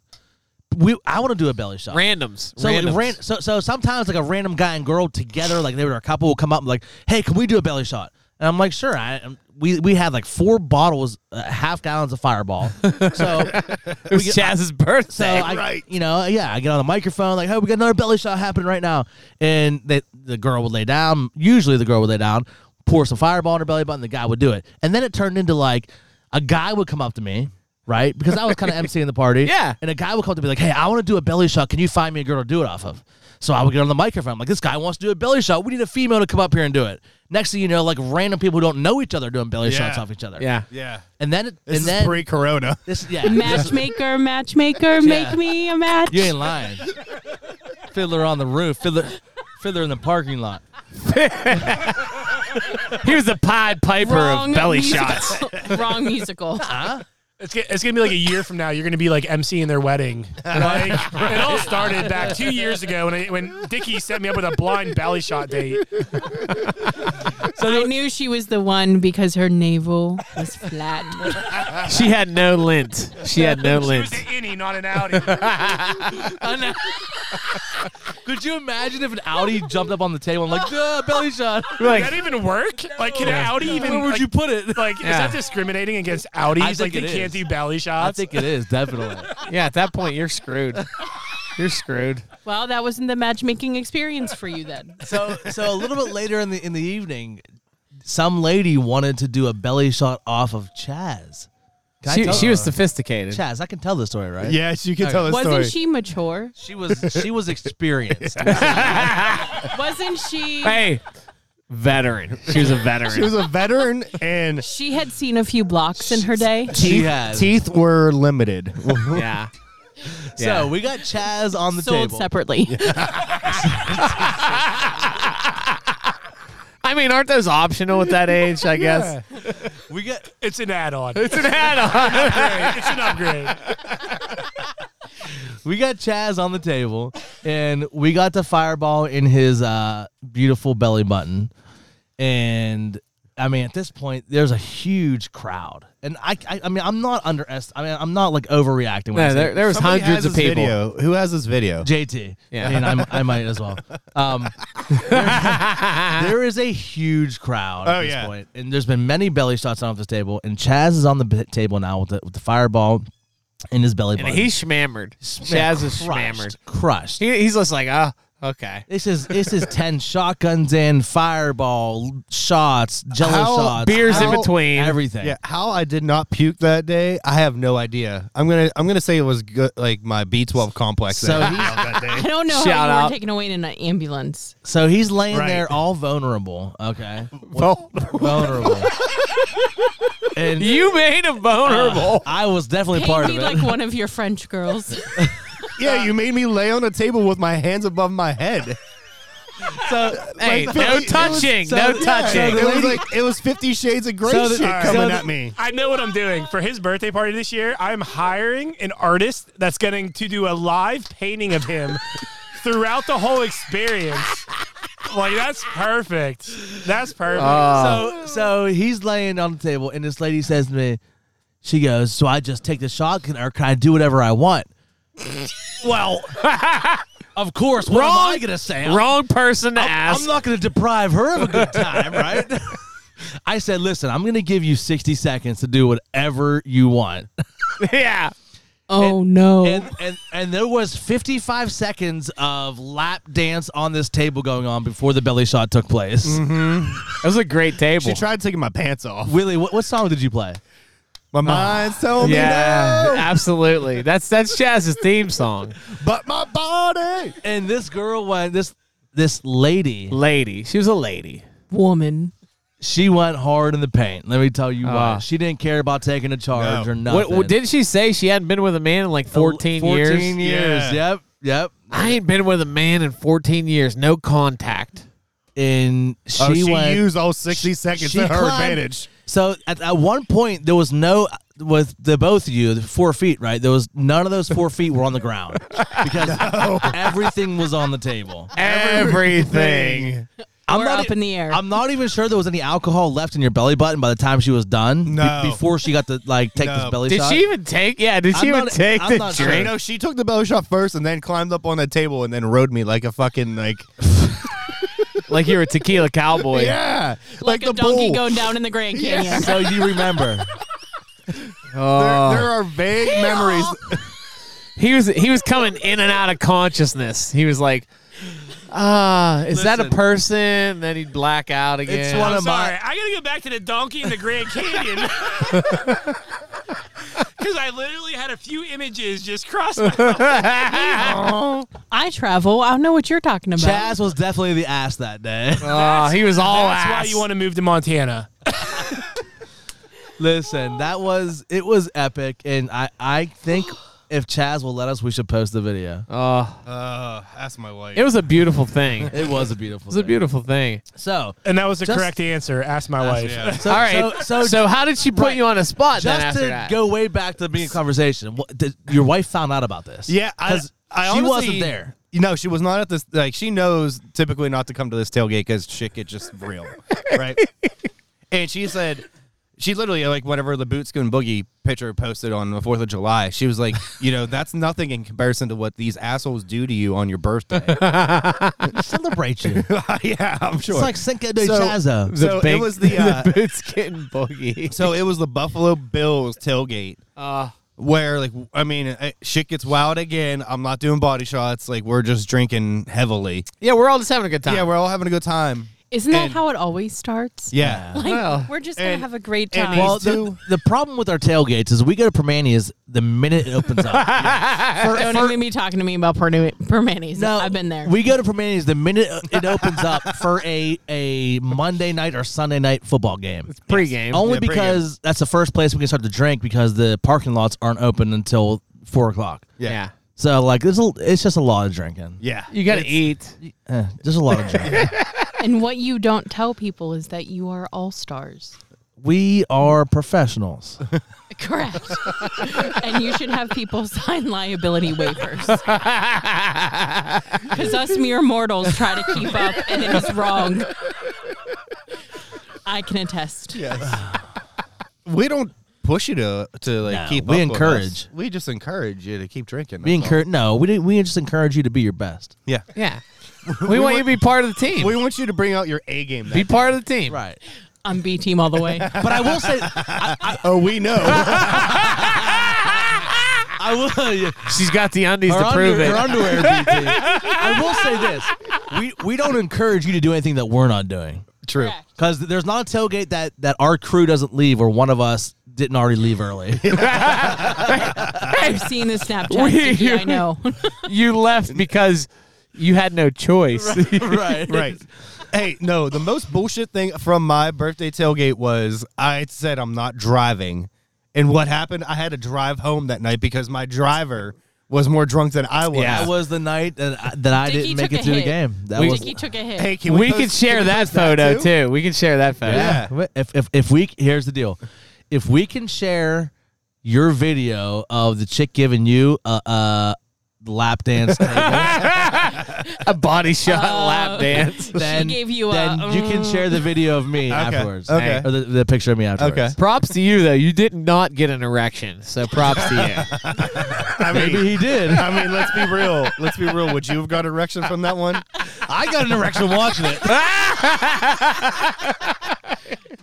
[SPEAKER 1] We I want to do a belly shot."
[SPEAKER 2] Randoms.
[SPEAKER 1] so like,
[SPEAKER 2] randoms.
[SPEAKER 1] ran, so so sometimes like a random guy and girl together like they were a couple will come up and like, "Hey, can we do a belly shot?" And I'm like, "Sure." I um, we we had like four bottles, uh, half gallons of Fireball. So
[SPEAKER 2] it was Chaz's birthday.
[SPEAKER 1] so I, you know, yeah, I get on the microphone like, "Hey, we got another belly shot happening right now," and they, the girl would lay down. Usually, the girl would lay down, pour some fireball in her belly button. The guy would do it, and then it turned into like a guy would come up to me, right? Because I was kind of emceeing the party,
[SPEAKER 2] Yeah.
[SPEAKER 1] And a guy would come up to me like, "Hey, I want to do a belly shot. Can you find me a girl to do it off of?" So I would get on the microphone like, "This guy wants to do a belly shot. We need a female to come up here and do it." Next thing you know, like random people who don't know each other doing belly
[SPEAKER 5] Yeah.
[SPEAKER 1] shots off each other,
[SPEAKER 2] yeah.
[SPEAKER 5] Yeah.
[SPEAKER 1] And then, it-
[SPEAKER 5] This
[SPEAKER 1] and
[SPEAKER 5] is
[SPEAKER 1] then
[SPEAKER 5] pre-corona.
[SPEAKER 1] this, yeah,
[SPEAKER 4] Matchmaker, matchmaker, make me a match.
[SPEAKER 1] You ain't lying. fiddler on the roof. Fiddler, fiddler in the parking lot.
[SPEAKER 2] Here's the Pied Piper
[SPEAKER 4] Wrong
[SPEAKER 2] of belly
[SPEAKER 4] musical.
[SPEAKER 2] shots.
[SPEAKER 4] Wrong musical.
[SPEAKER 3] It's, ge- it's gonna be like a year from now. You're gonna be like emceeing their wedding. Like it all started back two years ago when I, when Dickie set me up with a blind belly shot date.
[SPEAKER 4] I knew she was the one because her navel was flat.
[SPEAKER 2] She had no lint. She had no
[SPEAKER 3] It
[SPEAKER 2] lint.
[SPEAKER 3] was an innie, not an outie.
[SPEAKER 1] Could you imagine if an Audi jumped up on the table and like, duh, belly shot?
[SPEAKER 3] Did
[SPEAKER 2] Like
[SPEAKER 3] that even work? Like, can an outie even?
[SPEAKER 1] Where would
[SPEAKER 3] like,
[SPEAKER 1] you put it?
[SPEAKER 3] Like, is
[SPEAKER 2] Yeah.
[SPEAKER 3] that discriminating against outies?
[SPEAKER 1] think
[SPEAKER 3] Like, they
[SPEAKER 1] it is.
[SPEAKER 3] can't do belly
[SPEAKER 1] I
[SPEAKER 3] shots.
[SPEAKER 1] think it is definitely.
[SPEAKER 2] yeah, at that point you're screwed. You're screwed.
[SPEAKER 4] Well, that wasn't the matchmaking experience for you then.
[SPEAKER 1] so so a little bit later in the in the evening, some lady wanted to do a belly shot off of Chaz. Can I
[SPEAKER 2] She,
[SPEAKER 1] tell-
[SPEAKER 2] she was sophisticated.
[SPEAKER 1] Chaz. I can tell the story, right?
[SPEAKER 6] Yes, you can tell the
[SPEAKER 4] Wasn't
[SPEAKER 6] story.
[SPEAKER 4] she mature?
[SPEAKER 1] She was she was experienced.
[SPEAKER 4] Wasn't she?
[SPEAKER 2] Hey, veteran. She was a veteran.
[SPEAKER 6] She was a veteran, and
[SPEAKER 4] She had seen a few blocks in her day.
[SPEAKER 1] She has.
[SPEAKER 6] teeth were limited.
[SPEAKER 2] yeah.
[SPEAKER 1] So we got Chaz on the
[SPEAKER 4] Sold
[SPEAKER 1] table.
[SPEAKER 4] separately.
[SPEAKER 2] I mean, aren't those optional at that age? I guess
[SPEAKER 1] We got
[SPEAKER 3] It's an add-on. It's
[SPEAKER 2] it's an add-on.
[SPEAKER 3] an upgrade.
[SPEAKER 1] we got Chaz on the table, and we got the fireball in his uh, beautiful belly button. And I mean, at this point, there's a huge crowd, and I, I, I mean, I'm not underest. I mean, I'm not like overreacting. When I
[SPEAKER 2] No,
[SPEAKER 1] say
[SPEAKER 2] there, there was
[SPEAKER 6] Somebody has
[SPEAKER 2] hundreds of
[SPEAKER 6] this
[SPEAKER 2] people.
[SPEAKER 6] Video. Who has this video?
[SPEAKER 1] JT.
[SPEAKER 2] Yeah.
[SPEAKER 1] I mean, I'm, I might as well. Um, there- there is a huge crowd at
[SPEAKER 6] Oh,
[SPEAKER 1] this
[SPEAKER 6] yeah.
[SPEAKER 1] point, and there's been many belly shots on this table, and Chaz is on the b- table now with the, with the fireball in his belly
[SPEAKER 2] And
[SPEAKER 1] button.
[SPEAKER 2] he's shmammered. Chaz is shmammered.
[SPEAKER 1] crushed.
[SPEAKER 2] He, he's just like, oh, okay.
[SPEAKER 1] This is this is ten shotguns in, fireball shots, jello
[SPEAKER 6] How-
[SPEAKER 1] shots,
[SPEAKER 2] Beers in
[SPEAKER 6] How-
[SPEAKER 2] between.
[SPEAKER 1] everything.
[SPEAKER 6] Yeah, how I did not puke that day, I have no idea. I'm gonna I'm gonna say it was good, like my B12 complex.
[SPEAKER 1] So
[SPEAKER 6] that I
[SPEAKER 1] he-
[SPEAKER 6] had that day.
[SPEAKER 4] I don't know
[SPEAKER 2] Shout
[SPEAKER 4] how you
[SPEAKER 2] out.
[SPEAKER 4] were taken away in an ambulance.
[SPEAKER 1] So he's laying
[SPEAKER 6] Right.
[SPEAKER 1] there all vulnerable. Okay,
[SPEAKER 2] Well,
[SPEAKER 1] vulnerable. and
[SPEAKER 2] you made him vulnerable.
[SPEAKER 1] I was definitely
[SPEAKER 4] Paint
[SPEAKER 1] part of
[SPEAKER 4] me
[SPEAKER 1] it.
[SPEAKER 4] like one of your French girls.
[SPEAKER 6] Yeah, you made me lay on a table with my hands above my head.
[SPEAKER 1] so
[SPEAKER 2] hey,
[SPEAKER 6] Like,
[SPEAKER 2] no
[SPEAKER 6] it was-
[SPEAKER 2] touching.
[SPEAKER 1] so-
[SPEAKER 2] no
[SPEAKER 1] yeah,
[SPEAKER 2] touching.
[SPEAKER 6] it was like it was Fifty Shades of Grey
[SPEAKER 1] So
[SPEAKER 6] shit
[SPEAKER 1] the- so
[SPEAKER 6] coming
[SPEAKER 1] the-
[SPEAKER 6] at me.
[SPEAKER 3] I know what I'm doing. For his birthday party this year, I'm hiring an artist that's going to do a live painting of him throughout the whole experience. Like, that's perfect. That's perfect.
[SPEAKER 1] so so he's laying on the table, and this lady says to me, she goes, "So I just take the shotgun, or can I do whatever I want?" well, of course. What am I
[SPEAKER 2] Wrong-
[SPEAKER 1] gonna say? I'm
[SPEAKER 2] Wrong person to
[SPEAKER 1] I'm-
[SPEAKER 2] ask.
[SPEAKER 1] I'm not going to deprive her of a good time, right? I said, listen, I'm going to give you 60 seconds to do whatever you want.
[SPEAKER 2] yeah.
[SPEAKER 4] oh no.
[SPEAKER 1] And, and and there was 55 seconds of lap dance on this table going on before the belly shot took place.
[SPEAKER 2] That was a great table.
[SPEAKER 6] She tried taking my pants off.
[SPEAKER 1] Willie, what, what song did you play?
[SPEAKER 6] My mind's telling
[SPEAKER 2] Oh. yeah,
[SPEAKER 6] me no,
[SPEAKER 2] absolutely. That's that's Chaz's theme song.
[SPEAKER 6] but my body.
[SPEAKER 1] And this girl went this this lady,
[SPEAKER 2] Lady. She was a lady.
[SPEAKER 4] Woman.
[SPEAKER 1] she went hard in the paint. Let me tell you why.
[SPEAKER 2] Ah.
[SPEAKER 1] She didn't care about taking a charge
[SPEAKER 6] No.
[SPEAKER 1] or nothing. Oh,
[SPEAKER 2] What, what didn't she say she hadn't been with a man in like 14,
[SPEAKER 1] 14
[SPEAKER 2] years?
[SPEAKER 1] years.
[SPEAKER 6] Yeah.
[SPEAKER 1] Yep. Yep.
[SPEAKER 2] I ain't been with a man in 14 years. No contact.
[SPEAKER 1] And she,
[SPEAKER 6] oh, she
[SPEAKER 1] went
[SPEAKER 6] used all sixty seconds
[SPEAKER 1] she
[SPEAKER 6] to her
[SPEAKER 1] climbed-
[SPEAKER 6] advantage.
[SPEAKER 1] So at, at one point there was no with the both of you the four feet right there was none of those four feet were on the ground because everything was on the table.
[SPEAKER 6] Everything.
[SPEAKER 1] I'm
[SPEAKER 4] Or
[SPEAKER 1] not e-
[SPEAKER 4] up in the air.
[SPEAKER 1] I'm not even sure there was any alcohol left in your belly button by the time she was done. be-
[SPEAKER 6] No.
[SPEAKER 1] before she got to like take this
[SPEAKER 6] No.
[SPEAKER 1] belly
[SPEAKER 2] Did
[SPEAKER 1] shot.
[SPEAKER 2] she even take? Yeah, did she
[SPEAKER 1] I'm
[SPEAKER 2] even
[SPEAKER 1] not-
[SPEAKER 2] take
[SPEAKER 1] I'm
[SPEAKER 2] the
[SPEAKER 1] not
[SPEAKER 2] drink?
[SPEAKER 1] sure.
[SPEAKER 6] You know, she took the belly shot first and then climbed up on a table and then rode me like a fucking like
[SPEAKER 2] Like you're a tequila cowboy.
[SPEAKER 6] yeah, like,
[SPEAKER 4] Like, a
[SPEAKER 6] the
[SPEAKER 4] donkey
[SPEAKER 6] bull.
[SPEAKER 4] going down in the Grand Canyon.
[SPEAKER 1] so you remember?
[SPEAKER 2] Oh.
[SPEAKER 1] Uh.
[SPEAKER 6] there are vague memories.
[SPEAKER 2] he was he was coming in and out of consciousness. He was like, ah, is that a
[SPEAKER 1] Listen.
[SPEAKER 2] person? And then he'd black out again.
[SPEAKER 1] It's one
[SPEAKER 3] I'm
[SPEAKER 1] of my-
[SPEAKER 3] sorry. I got to go back to the donkey in the Grand Canyon. Because I literally had a few images just cross my
[SPEAKER 4] I travel. I don't know what you're talking about.
[SPEAKER 1] Chaz was definitely the ass that day.
[SPEAKER 2] Oh, he was all
[SPEAKER 3] That's why
[SPEAKER 2] ass.
[SPEAKER 3] you want to move to Montana.
[SPEAKER 1] Listen, that was it was epic, and I I think if Chaz will let us, we should post the video.
[SPEAKER 2] Oh,
[SPEAKER 5] Uh, ask my wife.
[SPEAKER 2] it was a beautiful thing. It
[SPEAKER 1] It was a beautiful.
[SPEAKER 2] was a beautiful thing.
[SPEAKER 1] So,
[SPEAKER 3] And that was the
[SPEAKER 1] Just-
[SPEAKER 3] correct answer. Ask my wife.
[SPEAKER 5] yeah.
[SPEAKER 1] so
[SPEAKER 2] All right. So,
[SPEAKER 1] so,
[SPEAKER 2] so, how did she put you on a spot then
[SPEAKER 1] just
[SPEAKER 2] after
[SPEAKER 1] to
[SPEAKER 2] that?
[SPEAKER 1] go way back to being a conversation, what, did, your wife found out about this.
[SPEAKER 5] Yeah, I,
[SPEAKER 1] 'Cause
[SPEAKER 5] I
[SPEAKER 1] she
[SPEAKER 5] honestly-
[SPEAKER 1] wasn't there.
[SPEAKER 5] No, she was not at this. Like she knows typically not to come to this tailgate because shit gets just real, right? And she said, she literally like whatever the boot scoon boogie picture posted on the Fourth of July. She was like, you know, that's nothing in comparison to what these assholes do to you on your birthday.
[SPEAKER 1] Celebrate you.
[SPEAKER 5] yeah, I'm sure.
[SPEAKER 1] It's like Cinco de
[SPEAKER 5] So-
[SPEAKER 1] Chazo.
[SPEAKER 5] so it was the, uh,
[SPEAKER 2] the boots getting boogie.
[SPEAKER 5] so it was the Buffalo Bills tailgate.
[SPEAKER 2] Uh,
[SPEAKER 5] where like I mean eh, shit gets wild again. I'm not doing body shots. Like we're just drinking heavily.
[SPEAKER 2] yeah, we're all just having a good time.
[SPEAKER 5] Yeah, we're all having a good time.
[SPEAKER 4] Isn't that
[SPEAKER 5] And-
[SPEAKER 4] how it always starts?
[SPEAKER 5] Yeah.
[SPEAKER 4] Like,
[SPEAKER 2] Well,
[SPEAKER 4] we're just going to
[SPEAKER 5] and-
[SPEAKER 4] have a great
[SPEAKER 5] and
[SPEAKER 4] time.
[SPEAKER 5] these
[SPEAKER 1] Well, the,
[SPEAKER 5] two-
[SPEAKER 1] the problem with our tailgates is we go to Permania's the minute it opens up.
[SPEAKER 4] Don't even be talking to me about Perni- Permanis.
[SPEAKER 1] No,
[SPEAKER 4] I've been there.
[SPEAKER 1] We go to Permanis the minute it opens up for a a Monday night or Sunday night football game.
[SPEAKER 2] pregame.
[SPEAKER 1] Only
[SPEAKER 5] Yeah, pretty
[SPEAKER 1] because that's the first place we can start to drink because the parking lots aren't open until four o'clock.
[SPEAKER 5] Yeah.
[SPEAKER 2] yeah.
[SPEAKER 1] So like, there's a, it's just a lot of drinking.
[SPEAKER 5] Yeah.
[SPEAKER 2] You gotta eat.
[SPEAKER 1] Eh, just a lot of drinking.
[SPEAKER 4] and what you don't tell people is that you are all stars.
[SPEAKER 1] we are professionals.
[SPEAKER 4] Correct. and you should have people sign liability waivers. Because us mere mortals try to keep up and it is wrong. I can attest.
[SPEAKER 5] We don't push you to to like
[SPEAKER 1] No,
[SPEAKER 5] keep.
[SPEAKER 1] we
[SPEAKER 5] up with
[SPEAKER 1] encourage.
[SPEAKER 5] us. We just encourage you to keep drinking.
[SPEAKER 1] We
[SPEAKER 5] that's all.
[SPEAKER 1] encourage. No, we didn't, we just encourage you to be your best.
[SPEAKER 5] Yeah.
[SPEAKER 2] Yeah. We want you to be part of the team.
[SPEAKER 5] We want you to bring out your A game.
[SPEAKER 2] Be part of the team.
[SPEAKER 1] Right.
[SPEAKER 4] I'm B team all the way.
[SPEAKER 1] But I will say, I, I,
[SPEAKER 5] oh, we know.
[SPEAKER 1] I will.
[SPEAKER 2] She's got the undies to
[SPEAKER 1] Her
[SPEAKER 2] prove
[SPEAKER 1] under-
[SPEAKER 2] it.
[SPEAKER 1] her underwear DT. I will say this: we we don't encourage you to do anything that we're not doing.
[SPEAKER 5] True.
[SPEAKER 4] Correct.
[SPEAKER 1] Because there's not a tailgate that that our crew doesn't leave or one of us didn't already leave early.
[SPEAKER 4] I've seen the Snapchat.
[SPEAKER 2] We-
[SPEAKER 4] Vicky, I know.
[SPEAKER 2] you left because you had no choice.
[SPEAKER 1] right.
[SPEAKER 5] Right. hey, no. The most bullshit thing from my birthday tailgate was I said I'm not driving, and what happened? I had to drive home that night because my driver was more drunk than I was.
[SPEAKER 1] That was the night that I, that I
[SPEAKER 4] Dickie
[SPEAKER 1] didn't make
[SPEAKER 4] took
[SPEAKER 1] it
[SPEAKER 4] a
[SPEAKER 1] through the
[SPEAKER 4] hit.
[SPEAKER 1] game. That
[SPEAKER 2] We-
[SPEAKER 1] was.
[SPEAKER 4] Vicky took a hit.
[SPEAKER 5] Hey, can
[SPEAKER 2] we
[SPEAKER 5] we,
[SPEAKER 2] could
[SPEAKER 5] post-
[SPEAKER 2] share
[SPEAKER 5] can we
[SPEAKER 2] that
[SPEAKER 5] post that
[SPEAKER 2] photo
[SPEAKER 5] too?
[SPEAKER 2] too? We can share that photo.
[SPEAKER 5] Yeah.
[SPEAKER 1] Eh, If, if if we here's the deal, if we can share your video of the chick giving you a, a lap dance, table,
[SPEAKER 2] A body shot
[SPEAKER 5] Uh,
[SPEAKER 2] lap dance.
[SPEAKER 1] then
[SPEAKER 4] gave you a,
[SPEAKER 1] then you can share the video of me afterwards.
[SPEAKER 5] okay.
[SPEAKER 1] Or the, the picture of me afterwards.
[SPEAKER 5] Okay.
[SPEAKER 2] Props to you though. You did not get an erection. So props to you.
[SPEAKER 5] I mean,
[SPEAKER 1] Maybe he did.
[SPEAKER 5] I mean, let's be real. Let's be real. Would you have got erection from that one?
[SPEAKER 1] I got an erection watching it.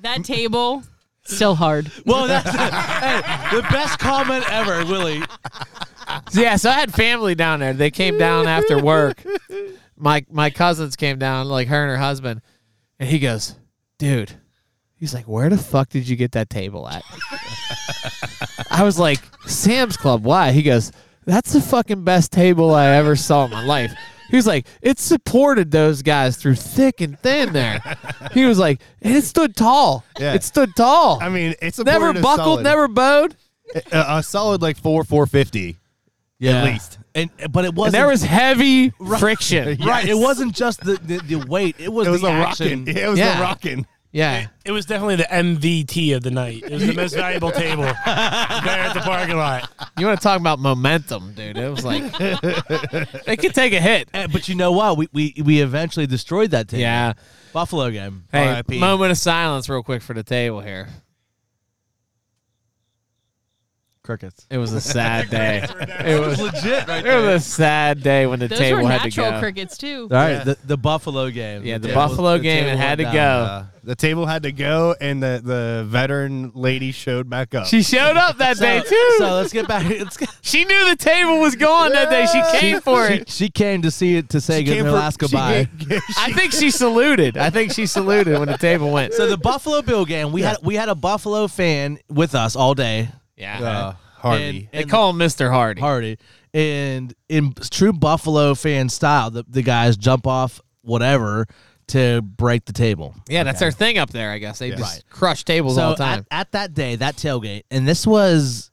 [SPEAKER 4] that table. Still hard.
[SPEAKER 1] Well, that's hey, the best comment ever, Willie.
[SPEAKER 2] yeah, so I had family down there. They came down after work. My my cousins came down, like her and her husband, and he goes, "Dude," he's like, "Where the fuck did you get that table at?" I was like, "Sam's Club." Why? He goes, "That's the fucking best table I ever saw in my life." He was like, "It supported those guys through thick and thin." There, he was like, and "It stood tall.
[SPEAKER 5] Yeah.
[SPEAKER 2] It stood tall.
[SPEAKER 5] I mean, it's a
[SPEAKER 2] never
[SPEAKER 5] board is
[SPEAKER 2] buckled,
[SPEAKER 5] solid.
[SPEAKER 2] never bowed."
[SPEAKER 5] a, a solid like four four fifty.
[SPEAKER 1] Yeah,
[SPEAKER 5] least.
[SPEAKER 1] And but it
[SPEAKER 2] And
[SPEAKER 1] wasn't.
[SPEAKER 2] there was heavy friction.
[SPEAKER 1] right. It wasn't just the, the, the weight. It was
[SPEAKER 5] It was
[SPEAKER 1] the
[SPEAKER 5] a
[SPEAKER 1] action.
[SPEAKER 5] rocking. It was
[SPEAKER 2] Yeah.
[SPEAKER 5] a rocking.
[SPEAKER 2] Yeah.
[SPEAKER 3] It was definitely the MVT of the night. It was the most valuable table there at the parking lot.
[SPEAKER 2] You want to talk about momentum, dude? It was like they could take a hit.
[SPEAKER 1] Eh, But you know what? We, we we eventually destroyed that team.
[SPEAKER 2] Yeah.
[SPEAKER 1] Buffalo game.
[SPEAKER 2] Hey,
[SPEAKER 5] RIP.
[SPEAKER 2] moment of silence, real quick for the table here.
[SPEAKER 1] Crickets.
[SPEAKER 2] It was a sad day. it was.
[SPEAKER 1] Legit, right?
[SPEAKER 2] It was a sad day when the
[SPEAKER 4] Those
[SPEAKER 2] table
[SPEAKER 4] were
[SPEAKER 2] had to
[SPEAKER 4] natural
[SPEAKER 2] go.
[SPEAKER 4] crickets too.
[SPEAKER 1] All right, the, the Buffalo game.
[SPEAKER 2] Yeah, the
[SPEAKER 1] table-
[SPEAKER 2] Buffalo game,
[SPEAKER 1] table
[SPEAKER 2] it had
[SPEAKER 1] went
[SPEAKER 2] to
[SPEAKER 1] down.
[SPEAKER 2] go.
[SPEAKER 5] Uh, the table had to go, and the, the veteran lady showed back up.
[SPEAKER 2] She showed up that day too.
[SPEAKER 1] So let's get back. Let's get,
[SPEAKER 2] she knew the table was gone that day. She came for
[SPEAKER 1] she,
[SPEAKER 2] it.
[SPEAKER 1] she came to see it to say good
[SPEAKER 5] came
[SPEAKER 1] her
[SPEAKER 5] for-
[SPEAKER 1] last
[SPEAKER 5] she
[SPEAKER 1] goodbye.
[SPEAKER 5] came-
[SPEAKER 2] I think she saluted. I think she saluted when the table went.
[SPEAKER 1] so the Buffalo Bill game, we had we had a Buffalo fan with us all day.
[SPEAKER 2] yeah.
[SPEAKER 5] uh, Harvey.
[SPEAKER 1] And-
[SPEAKER 2] they call him Mr. Hardy.
[SPEAKER 1] Hardy. And in true Buffalo fan style, the, the guys jump off whatever to break the table.
[SPEAKER 2] Yeah, that's their thing up there, I guess. They just
[SPEAKER 1] Right.
[SPEAKER 2] crush tables all
[SPEAKER 1] So
[SPEAKER 2] the time.
[SPEAKER 1] at, at that day, that tailgate, and this was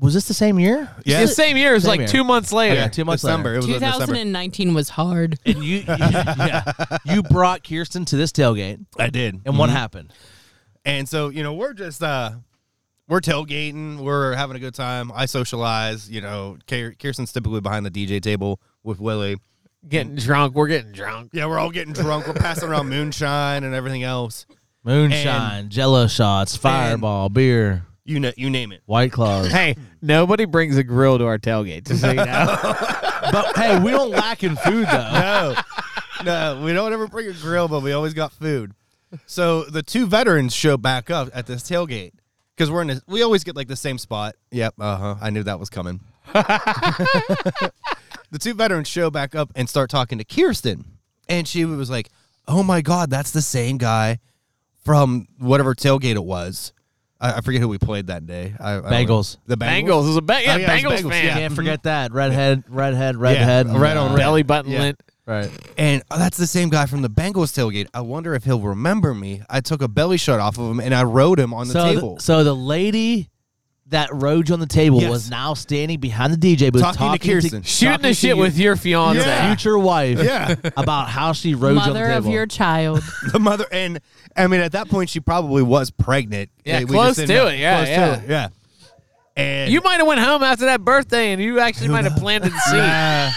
[SPEAKER 1] was this the same year?
[SPEAKER 5] Yeah.
[SPEAKER 2] The same year is
[SPEAKER 1] Same
[SPEAKER 2] like
[SPEAKER 1] year.
[SPEAKER 2] two months later.
[SPEAKER 1] Yeah, two months
[SPEAKER 5] December.
[SPEAKER 1] later.
[SPEAKER 5] It was in December.
[SPEAKER 4] 2019 was hard.
[SPEAKER 1] And you, yeah, you brought Kirsten to this tailgate, and
[SPEAKER 5] I did.
[SPEAKER 1] what happened?
[SPEAKER 5] And so, you know, we're just uh we're tailgating, we're having a good time. I socialize, you know, Kier- Kirsten's typically behind the DJ table with Willie.
[SPEAKER 2] Getting drunk. We're getting drunk.
[SPEAKER 5] Yeah, we're all getting drunk, we're passing around moonshine and everything else.
[SPEAKER 1] Moonshine, Jello shots, Fireball, beer,
[SPEAKER 5] You know, you name it.
[SPEAKER 1] White Claws.
[SPEAKER 2] Hey, nobody brings a grill to our tailgate. Just so you know. Oh,
[SPEAKER 1] but hey, we don't lack in food though.
[SPEAKER 5] No. no, we don't ever bring a grill, but we always got food. So the two veterans show back up at this tailgate because we're in. This, we always get like the same spot. Yep. Uh huh. I knew that was coming. the two veterans show back up and start talking to Kirsten, and she was like, "Oh my god, that's the same guy from whatever tailgate it was." I, I forget who we played that day. I, I don't know.
[SPEAKER 1] Bengals.
[SPEAKER 5] The Bengals.
[SPEAKER 2] Bengals is a ba- yeah,
[SPEAKER 5] Oh, yeah, it
[SPEAKER 2] Bengals
[SPEAKER 5] was Bengals,
[SPEAKER 2] fan.
[SPEAKER 5] yeah.
[SPEAKER 1] Can't forget that redhead, redhead, redhead,
[SPEAKER 5] Yeah, right on red.
[SPEAKER 2] Belly button
[SPEAKER 5] Yeah.
[SPEAKER 2] lint.
[SPEAKER 1] right.
[SPEAKER 5] And oh, that's the same guy from the Bengals tailgate. I wonder if he'll remember me. I took a belly shot off of him and I rode him on the
[SPEAKER 1] so,
[SPEAKER 5] table.
[SPEAKER 1] The, so the lady that rode you on the table
[SPEAKER 5] Yes.
[SPEAKER 1] was now standing behind the DJ booth
[SPEAKER 5] Talking to Kirsten.
[SPEAKER 2] Shooting the
[SPEAKER 1] talking to
[SPEAKER 2] shit
[SPEAKER 1] you-
[SPEAKER 2] with your fiance.
[SPEAKER 1] future wife
[SPEAKER 5] yeah,
[SPEAKER 1] about how she rode you on the
[SPEAKER 4] Mother
[SPEAKER 1] table.
[SPEAKER 4] of your child.
[SPEAKER 5] the mother and I mean at that point she probably was pregnant.
[SPEAKER 2] Yeah,
[SPEAKER 5] Hey, we
[SPEAKER 2] close
[SPEAKER 5] just didn't
[SPEAKER 2] to
[SPEAKER 5] know.
[SPEAKER 2] it. Yeah,
[SPEAKER 5] Close
[SPEAKER 2] yeah.
[SPEAKER 5] to it. Yeah. And
[SPEAKER 2] You might have went home after that birthday, and you actually might have planted the seed.
[SPEAKER 5] uh,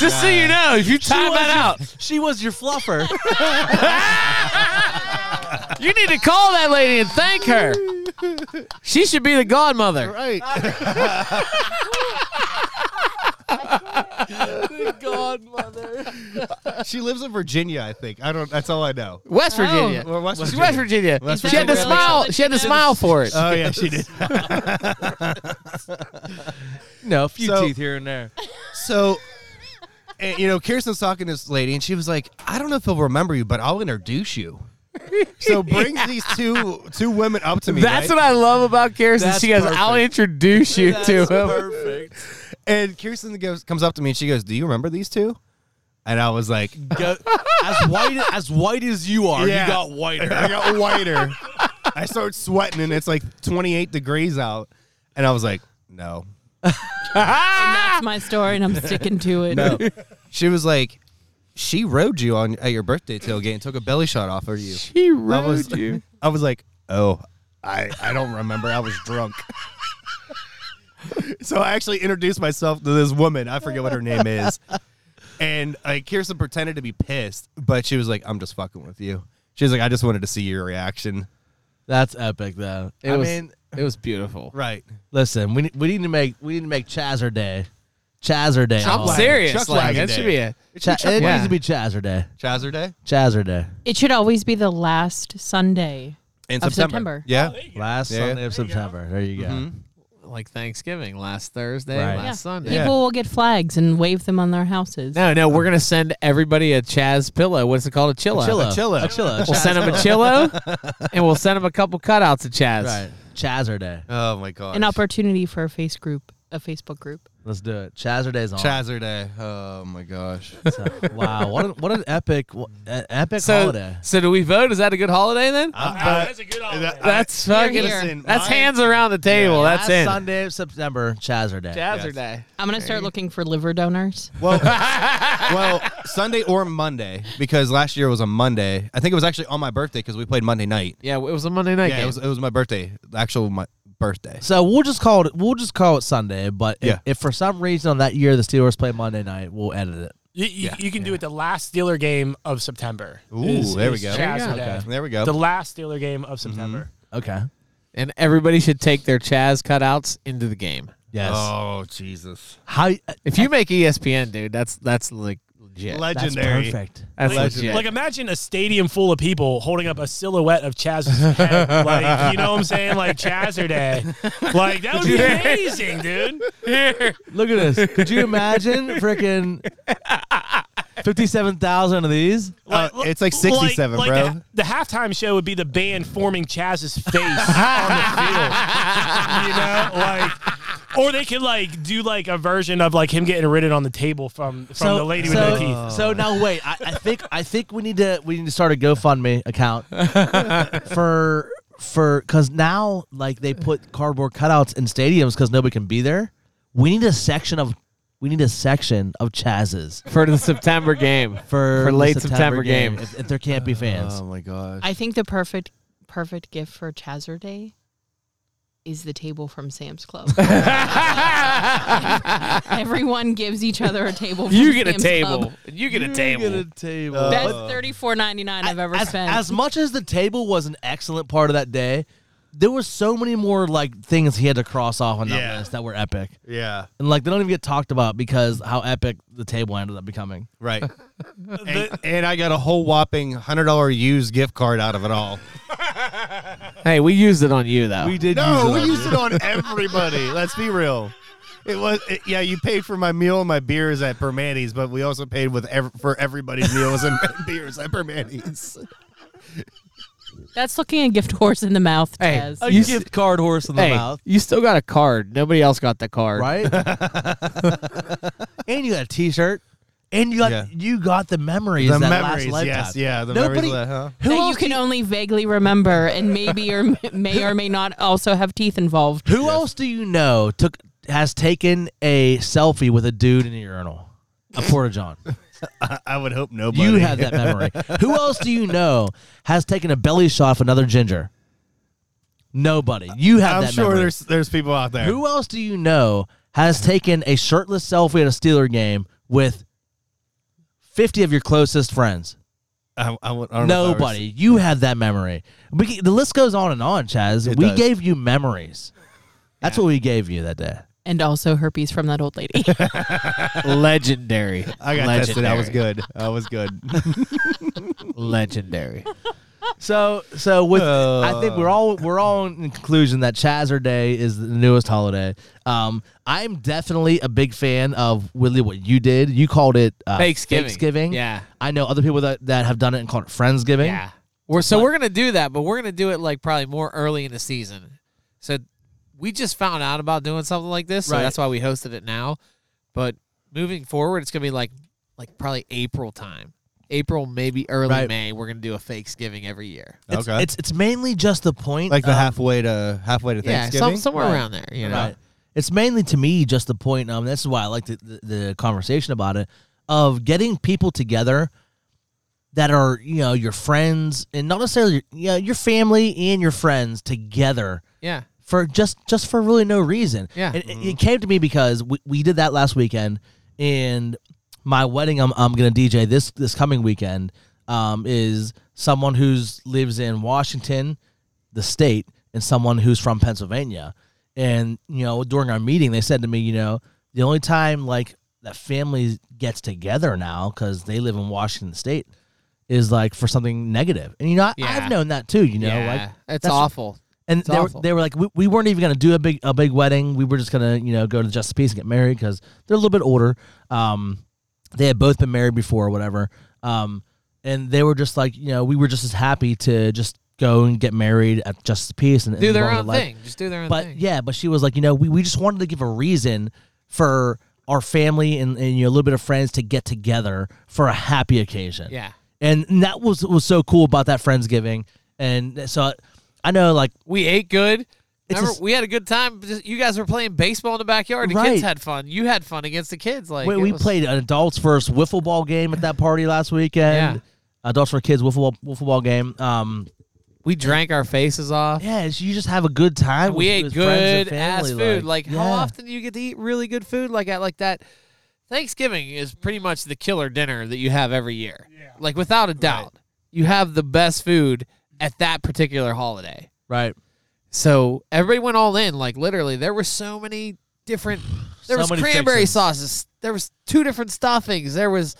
[SPEAKER 2] Just so you know, if you time that out,
[SPEAKER 1] she was your fluffer.
[SPEAKER 2] you need to call that lady and thank her. She should be the godmother.
[SPEAKER 5] right.
[SPEAKER 2] Godmother.
[SPEAKER 5] she lives in Virginia, I think. I don't that's all I know.
[SPEAKER 2] West Virginia.
[SPEAKER 5] Or West
[SPEAKER 2] She's
[SPEAKER 5] Virginia.
[SPEAKER 2] Oh. West Virginia.
[SPEAKER 5] West
[SPEAKER 2] she had to
[SPEAKER 4] Virginia.
[SPEAKER 2] smile. She had to smile for it.
[SPEAKER 1] Uh,
[SPEAKER 5] Oh yeah, she did.
[SPEAKER 1] no, a few
[SPEAKER 5] So-
[SPEAKER 1] teeth here and there.
[SPEAKER 5] So and, you know, Kirsten's talking to this lady and she was like, I don't know if he'll remember you, but I'll introduce you. So brings these two two women up to me.
[SPEAKER 2] That's
[SPEAKER 5] right?
[SPEAKER 2] what I love about Kirsten.
[SPEAKER 1] That's
[SPEAKER 2] She goes, "I'll
[SPEAKER 1] perfect.
[SPEAKER 2] introduce you to him."
[SPEAKER 5] And Kirsten goes, comes up to me and she goes, "Do you remember these two? And I was like,
[SPEAKER 1] Go, as white as white as you are,
[SPEAKER 5] Yeah.
[SPEAKER 1] you got whiter.
[SPEAKER 5] I got whiter. I start sweating and it's like 28 degrees out, and I was like, no,
[SPEAKER 4] That's my story, and I'm sticking to it.
[SPEAKER 5] no. she was like, she rode you on at your birthday tailgate and took a belly shot off of you.
[SPEAKER 2] He
[SPEAKER 5] I was,
[SPEAKER 2] rode you.
[SPEAKER 5] I was like, oh, I I don't remember. I was drunk. so I actually introduced myself to this woman. I forget what her name is. And like Kirsten pretended to be pissed, but she was like, I'm just fucking with you. She was like, I just wanted to see your reaction.
[SPEAKER 1] That's epic though.
[SPEAKER 2] It
[SPEAKER 5] I
[SPEAKER 2] was.
[SPEAKER 5] mean-
[SPEAKER 2] it was beautiful.
[SPEAKER 5] Right.
[SPEAKER 1] Listen, we need- we need to make we need to make Chazer Day. Chazer Day.
[SPEAKER 2] I'm
[SPEAKER 1] holiday.
[SPEAKER 2] serious.
[SPEAKER 5] Chuck
[SPEAKER 2] like
[SPEAKER 5] wagon
[SPEAKER 2] that
[SPEAKER 5] day.
[SPEAKER 2] should be a.
[SPEAKER 1] Cha- it
[SPEAKER 2] Yeah.
[SPEAKER 1] needs to be Chazer Day.
[SPEAKER 5] Chazer Day?
[SPEAKER 1] Chazer Day.
[SPEAKER 4] It should always be the last Sunday.
[SPEAKER 5] In
[SPEAKER 4] Of September.
[SPEAKER 5] Yeah.
[SPEAKER 1] Last
[SPEAKER 5] Yeah.
[SPEAKER 1] Sunday of September. There you go.
[SPEAKER 2] Mm-hmm. like Thanksgiving last Thursday,
[SPEAKER 1] Right.
[SPEAKER 2] last
[SPEAKER 1] Yeah.
[SPEAKER 2] Sunday.
[SPEAKER 4] People will get flags and wave them on their houses.
[SPEAKER 2] No, no, we're gonna send everybody a Chaz pillow. What's it called? A chilla.
[SPEAKER 1] Chilla.
[SPEAKER 5] chilla.
[SPEAKER 1] A chilla.
[SPEAKER 2] We'll send them a chillo, and we'll send them a couple cutouts of Chaz.
[SPEAKER 1] Right. Chazer Day.
[SPEAKER 5] Oh my god.
[SPEAKER 4] An opportunity for a face group, a Facebook group.
[SPEAKER 1] Let's do it. Chazer Day's on.
[SPEAKER 5] Chazer Day. Oh my gosh.
[SPEAKER 1] So, wow, what an, what an epic wha- an epic
[SPEAKER 2] So,
[SPEAKER 1] holiday.
[SPEAKER 2] so do we vote? Is that a good holiday then?
[SPEAKER 3] Ah, that's a good holiday.
[SPEAKER 2] that's fucking.
[SPEAKER 4] here.
[SPEAKER 5] Listen,
[SPEAKER 2] That's
[SPEAKER 5] mine-
[SPEAKER 2] hands around the table.
[SPEAKER 1] Last
[SPEAKER 2] that's it.
[SPEAKER 1] Sunday of September, Chazer Day.
[SPEAKER 2] Chaz
[SPEAKER 5] Yes.
[SPEAKER 2] day.
[SPEAKER 4] I'm gonna start looking for liver donors.
[SPEAKER 5] Well, well, Sunday or Monday because last year was a Monday. I think it was actually on my birthday because we played Monday night.
[SPEAKER 2] Yeah, it was a Monday night
[SPEAKER 5] Yeah,
[SPEAKER 2] game.
[SPEAKER 5] it was it was my birthday, the actual my birthday.
[SPEAKER 1] So we'll just call it we'll just call it Sunday. But if,
[SPEAKER 5] Yeah.
[SPEAKER 1] if for some reason on that year the Steelers play Monday night, we'll edit it.
[SPEAKER 3] You, you, you can do it the last Steeler game of September.
[SPEAKER 5] Ooh, there we go. There
[SPEAKER 3] Chaz
[SPEAKER 2] you go.
[SPEAKER 3] Day.
[SPEAKER 5] There we go.
[SPEAKER 3] The last Steeler game of September.
[SPEAKER 1] Okay.
[SPEAKER 2] and everybody should take their Chaz cutouts into the game.
[SPEAKER 1] Yes.
[SPEAKER 5] oh Jesus,
[SPEAKER 1] How
[SPEAKER 2] If you make E ESPN, dude, that's that's like legit.
[SPEAKER 1] that's
[SPEAKER 5] legendary.
[SPEAKER 1] perfect.
[SPEAKER 2] That's
[SPEAKER 3] Like,
[SPEAKER 2] legit.
[SPEAKER 3] like, imagine a stadium full of people holding up a silhouette of Chaz's head. like, you know what I'm saying? Like Chazzer Day. Like that would be amazing, dude.
[SPEAKER 1] Look at this. Could you imagine freaking fifty-seven thousand of these?
[SPEAKER 3] Like,
[SPEAKER 5] Uh, it's like 67, bro.
[SPEAKER 3] The, the halftime show would be the band forming Chaz's face on the field. You know, like. Or they could like do like a version of like him getting ridden on the table from from the lady with
[SPEAKER 1] so,
[SPEAKER 3] no teeth.
[SPEAKER 1] So now wait, I, I think I think we need to we need to start a GoFundMe account for for because now like they put cardboard cutouts in stadiums because nobody can be there. We need a section of we need a section of Chaz's
[SPEAKER 2] for the September game.
[SPEAKER 1] for
[SPEAKER 2] For
[SPEAKER 1] the
[SPEAKER 2] late September game. Uh,
[SPEAKER 1] if, if there can't be fans.
[SPEAKER 5] my god.
[SPEAKER 4] I think the perfect perfect gift for Chazzer Day is the table from Sam's Club. Everyone gives each other a table. From
[SPEAKER 2] you get a
[SPEAKER 4] Sam's
[SPEAKER 2] table.
[SPEAKER 4] Club.
[SPEAKER 2] You get a table.
[SPEAKER 1] table.
[SPEAKER 2] Uh,
[SPEAKER 4] That's thirty four ninety nine I've ever
[SPEAKER 1] as,
[SPEAKER 4] spent.
[SPEAKER 1] as much as the table was an excellent part of that day, there were so many more like things he had to cross off on that
[SPEAKER 5] Yeah.
[SPEAKER 1] list that were epic,
[SPEAKER 5] Yeah.
[SPEAKER 1] and like they don't even get talked about because how epic the table ended up becoming.
[SPEAKER 5] Right. and, and I got a whole whopping hundred dollar used gift card out of it all.
[SPEAKER 2] Hey, we used it on you though.
[SPEAKER 1] did
[SPEAKER 5] No, we used it on everybody. Let's be real. It was it- yeah. You paid for my meal and my beers at Permanis, but we also paid with ev- for everybody's meals and beers at Permanis.
[SPEAKER 4] That's looking a gift horse in the mouth,
[SPEAKER 2] Hey,
[SPEAKER 4] Chaz.
[SPEAKER 1] a
[SPEAKER 2] You
[SPEAKER 1] gift card horse in the
[SPEAKER 2] hey,
[SPEAKER 1] mouth,
[SPEAKER 2] you still got a card. Nobody else got the card.
[SPEAKER 1] right? and you got a T-shirt, and you got
[SPEAKER 5] Yeah.
[SPEAKER 1] you got the memories.
[SPEAKER 5] The
[SPEAKER 1] that
[SPEAKER 5] memories,
[SPEAKER 1] last lifetime.
[SPEAKER 5] yes, yeah. The
[SPEAKER 1] Nobody.
[SPEAKER 5] memories, of that, huh?
[SPEAKER 1] Who
[SPEAKER 4] that you
[SPEAKER 1] else
[SPEAKER 4] can only vaguely remember, and maybe or may or may not also have teeth involved.
[SPEAKER 1] Who else do you know took has taken a selfie with a dude in a urinal? A porta john.
[SPEAKER 5] I would hope nobody.
[SPEAKER 1] You have that memory. Who else do you know has taken a belly shot of another ginger? Nobody. You have
[SPEAKER 5] I'm
[SPEAKER 1] that
[SPEAKER 5] sure
[SPEAKER 1] memory.
[SPEAKER 5] there's there's people out there.
[SPEAKER 1] Who else do you know has taken a shirtless selfie at a Steeler game with fifty of your closest friends?
[SPEAKER 5] I, I, would- I don't know if I was-
[SPEAKER 1] Nobody. You had that memory. We, g- the list goes on and on, Chaz.
[SPEAKER 5] It
[SPEAKER 1] we
[SPEAKER 5] does.
[SPEAKER 1] gave you memories. That's what we gave you that day.
[SPEAKER 4] And also herpes from that old lady.
[SPEAKER 2] Legendary.
[SPEAKER 5] I got tested.
[SPEAKER 2] Legendary.
[SPEAKER 5] I was good. I was good.
[SPEAKER 2] Legendary.
[SPEAKER 1] So, so with
[SPEAKER 5] Uh.
[SPEAKER 1] I think we're all we're all in conclusion that Chazzer Day is the newest holiday. Um, I'm definitely a big fan of Willie. What you did, you called it uh,
[SPEAKER 2] Thanksgiving.
[SPEAKER 1] Thanksgiving.
[SPEAKER 2] Yeah.
[SPEAKER 1] I know other people that, that have done it and called it Friendsgiving.
[SPEAKER 2] Yeah. We're so we're gonna do that, but we're gonna do it like probably more early in the season. So we just found out about doing something like this, so
[SPEAKER 1] Right.
[SPEAKER 2] that's why we hosted it now. But moving forward, it's gonna be like like probably April time. April, maybe early
[SPEAKER 1] Right.
[SPEAKER 2] May, we're gonna do a Thanksgiving every year.
[SPEAKER 1] It's,
[SPEAKER 5] okay.
[SPEAKER 1] it's it's mainly just the point
[SPEAKER 5] like the
[SPEAKER 1] of-
[SPEAKER 5] halfway to halfway to
[SPEAKER 2] Yeah,
[SPEAKER 5] Thanksgiving.
[SPEAKER 2] some, somewhere
[SPEAKER 1] Right.
[SPEAKER 2] around there, you know.
[SPEAKER 1] Right. It's mainly to me just the point. Um, this is why I like the, the, the conversation about it of getting people together that are you know your friends and not necessarily yeah your family and your friends together
[SPEAKER 2] Yeah.
[SPEAKER 1] for just just for really no reason.
[SPEAKER 2] Yeah.
[SPEAKER 1] it, it- it came to me because we, we did that last weekend, and my wedding I'm I'm gonna DJ this this coming weekend um, is someone who's lives in Washington, the state, and someone who's from Pennsylvania, and you know during our meeting they said to me you know the only time like that family gets together now because they live in Washington state is like for something negative and you know I,
[SPEAKER 2] Yeah.
[SPEAKER 1] I've known that too you know
[SPEAKER 2] yeah.
[SPEAKER 1] like
[SPEAKER 2] it's
[SPEAKER 1] that's-
[SPEAKER 2] awful.
[SPEAKER 1] and
[SPEAKER 2] It's
[SPEAKER 1] they were,
[SPEAKER 2] awful.
[SPEAKER 1] they were like, we, we weren't even gonna do a big a big wedding. We were just gonna you know go to Just a Peace and get married because they're a little bit older. Um, they had both been married before or whatever. Um, and they were just like, you know, we were just as happy to just go and get married at Just a Peace and
[SPEAKER 2] do
[SPEAKER 1] and
[SPEAKER 2] their
[SPEAKER 1] live
[SPEAKER 2] own
[SPEAKER 1] life.
[SPEAKER 2] thing. Just do their own
[SPEAKER 1] But
[SPEAKER 2] thing.
[SPEAKER 1] yeah, but she was like, you know, we, we just wanted to give a reason for our family and, and you know, a little bit of friends to get together for a happy occasion
[SPEAKER 2] Yeah.
[SPEAKER 1] and that was was so cool about that friendsgiving and so I, I know like
[SPEAKER 2] We ate good.
[SPEAKER 1] It's
[SPEAKER 2] Remember,
[SPEAKER 1] just-
[SPEAKER 2] we had a good time. Just- You guys were playing baseball in the backyard. The
[SPEAKER 1] Right.
[SPEAKER 2] kids had fun. You had fun against the kids. Like
[SPEAKER 1] we,
[SPEAKER 2] it
[SPEAKER 1] we
[SPEAKER 2] was-
[SPEAKER 1] played an adults first wiffle ball game at that party last weekend.
[SPEAKER 2] Yeah.
[SPEAKER 1] Adults for kids wiffle ball, wiffle ball game. Um,
[SPEAKER 2] We drank our faces off.
[SPEAKER 1] yeah, it's- you just have a good time. with-
[SPEAKER 2] we ate
[SPEAKER 1] with friends
[SPEAKER 2] good
[SPEAKER 1] and
[SPEAKER 2] ass
[SPEAKER 1] family,
[SPEAKER 2] food. Like, how
[SPEAKER 1] yeah.
[SPEAKER 2] often do you get to eat really good food like at like that? Thanksgiving is pretty much the killer dinner that you have every year. Yeah. Like without a doubt, you have the best food at that particular holiday.
[SPEAKER 1] Right.
[SPEAKER 2] So everybody went all in. Like literally, there were so many different. There
[SPEAKER 1] So
[SPEAKER 2] was
[SPEAKER 1] many
[SPEAKER 2] cranberry
[SPEAKER 1] fixings.
[SPEAKER 2] sauces. There was two different stuffings. There was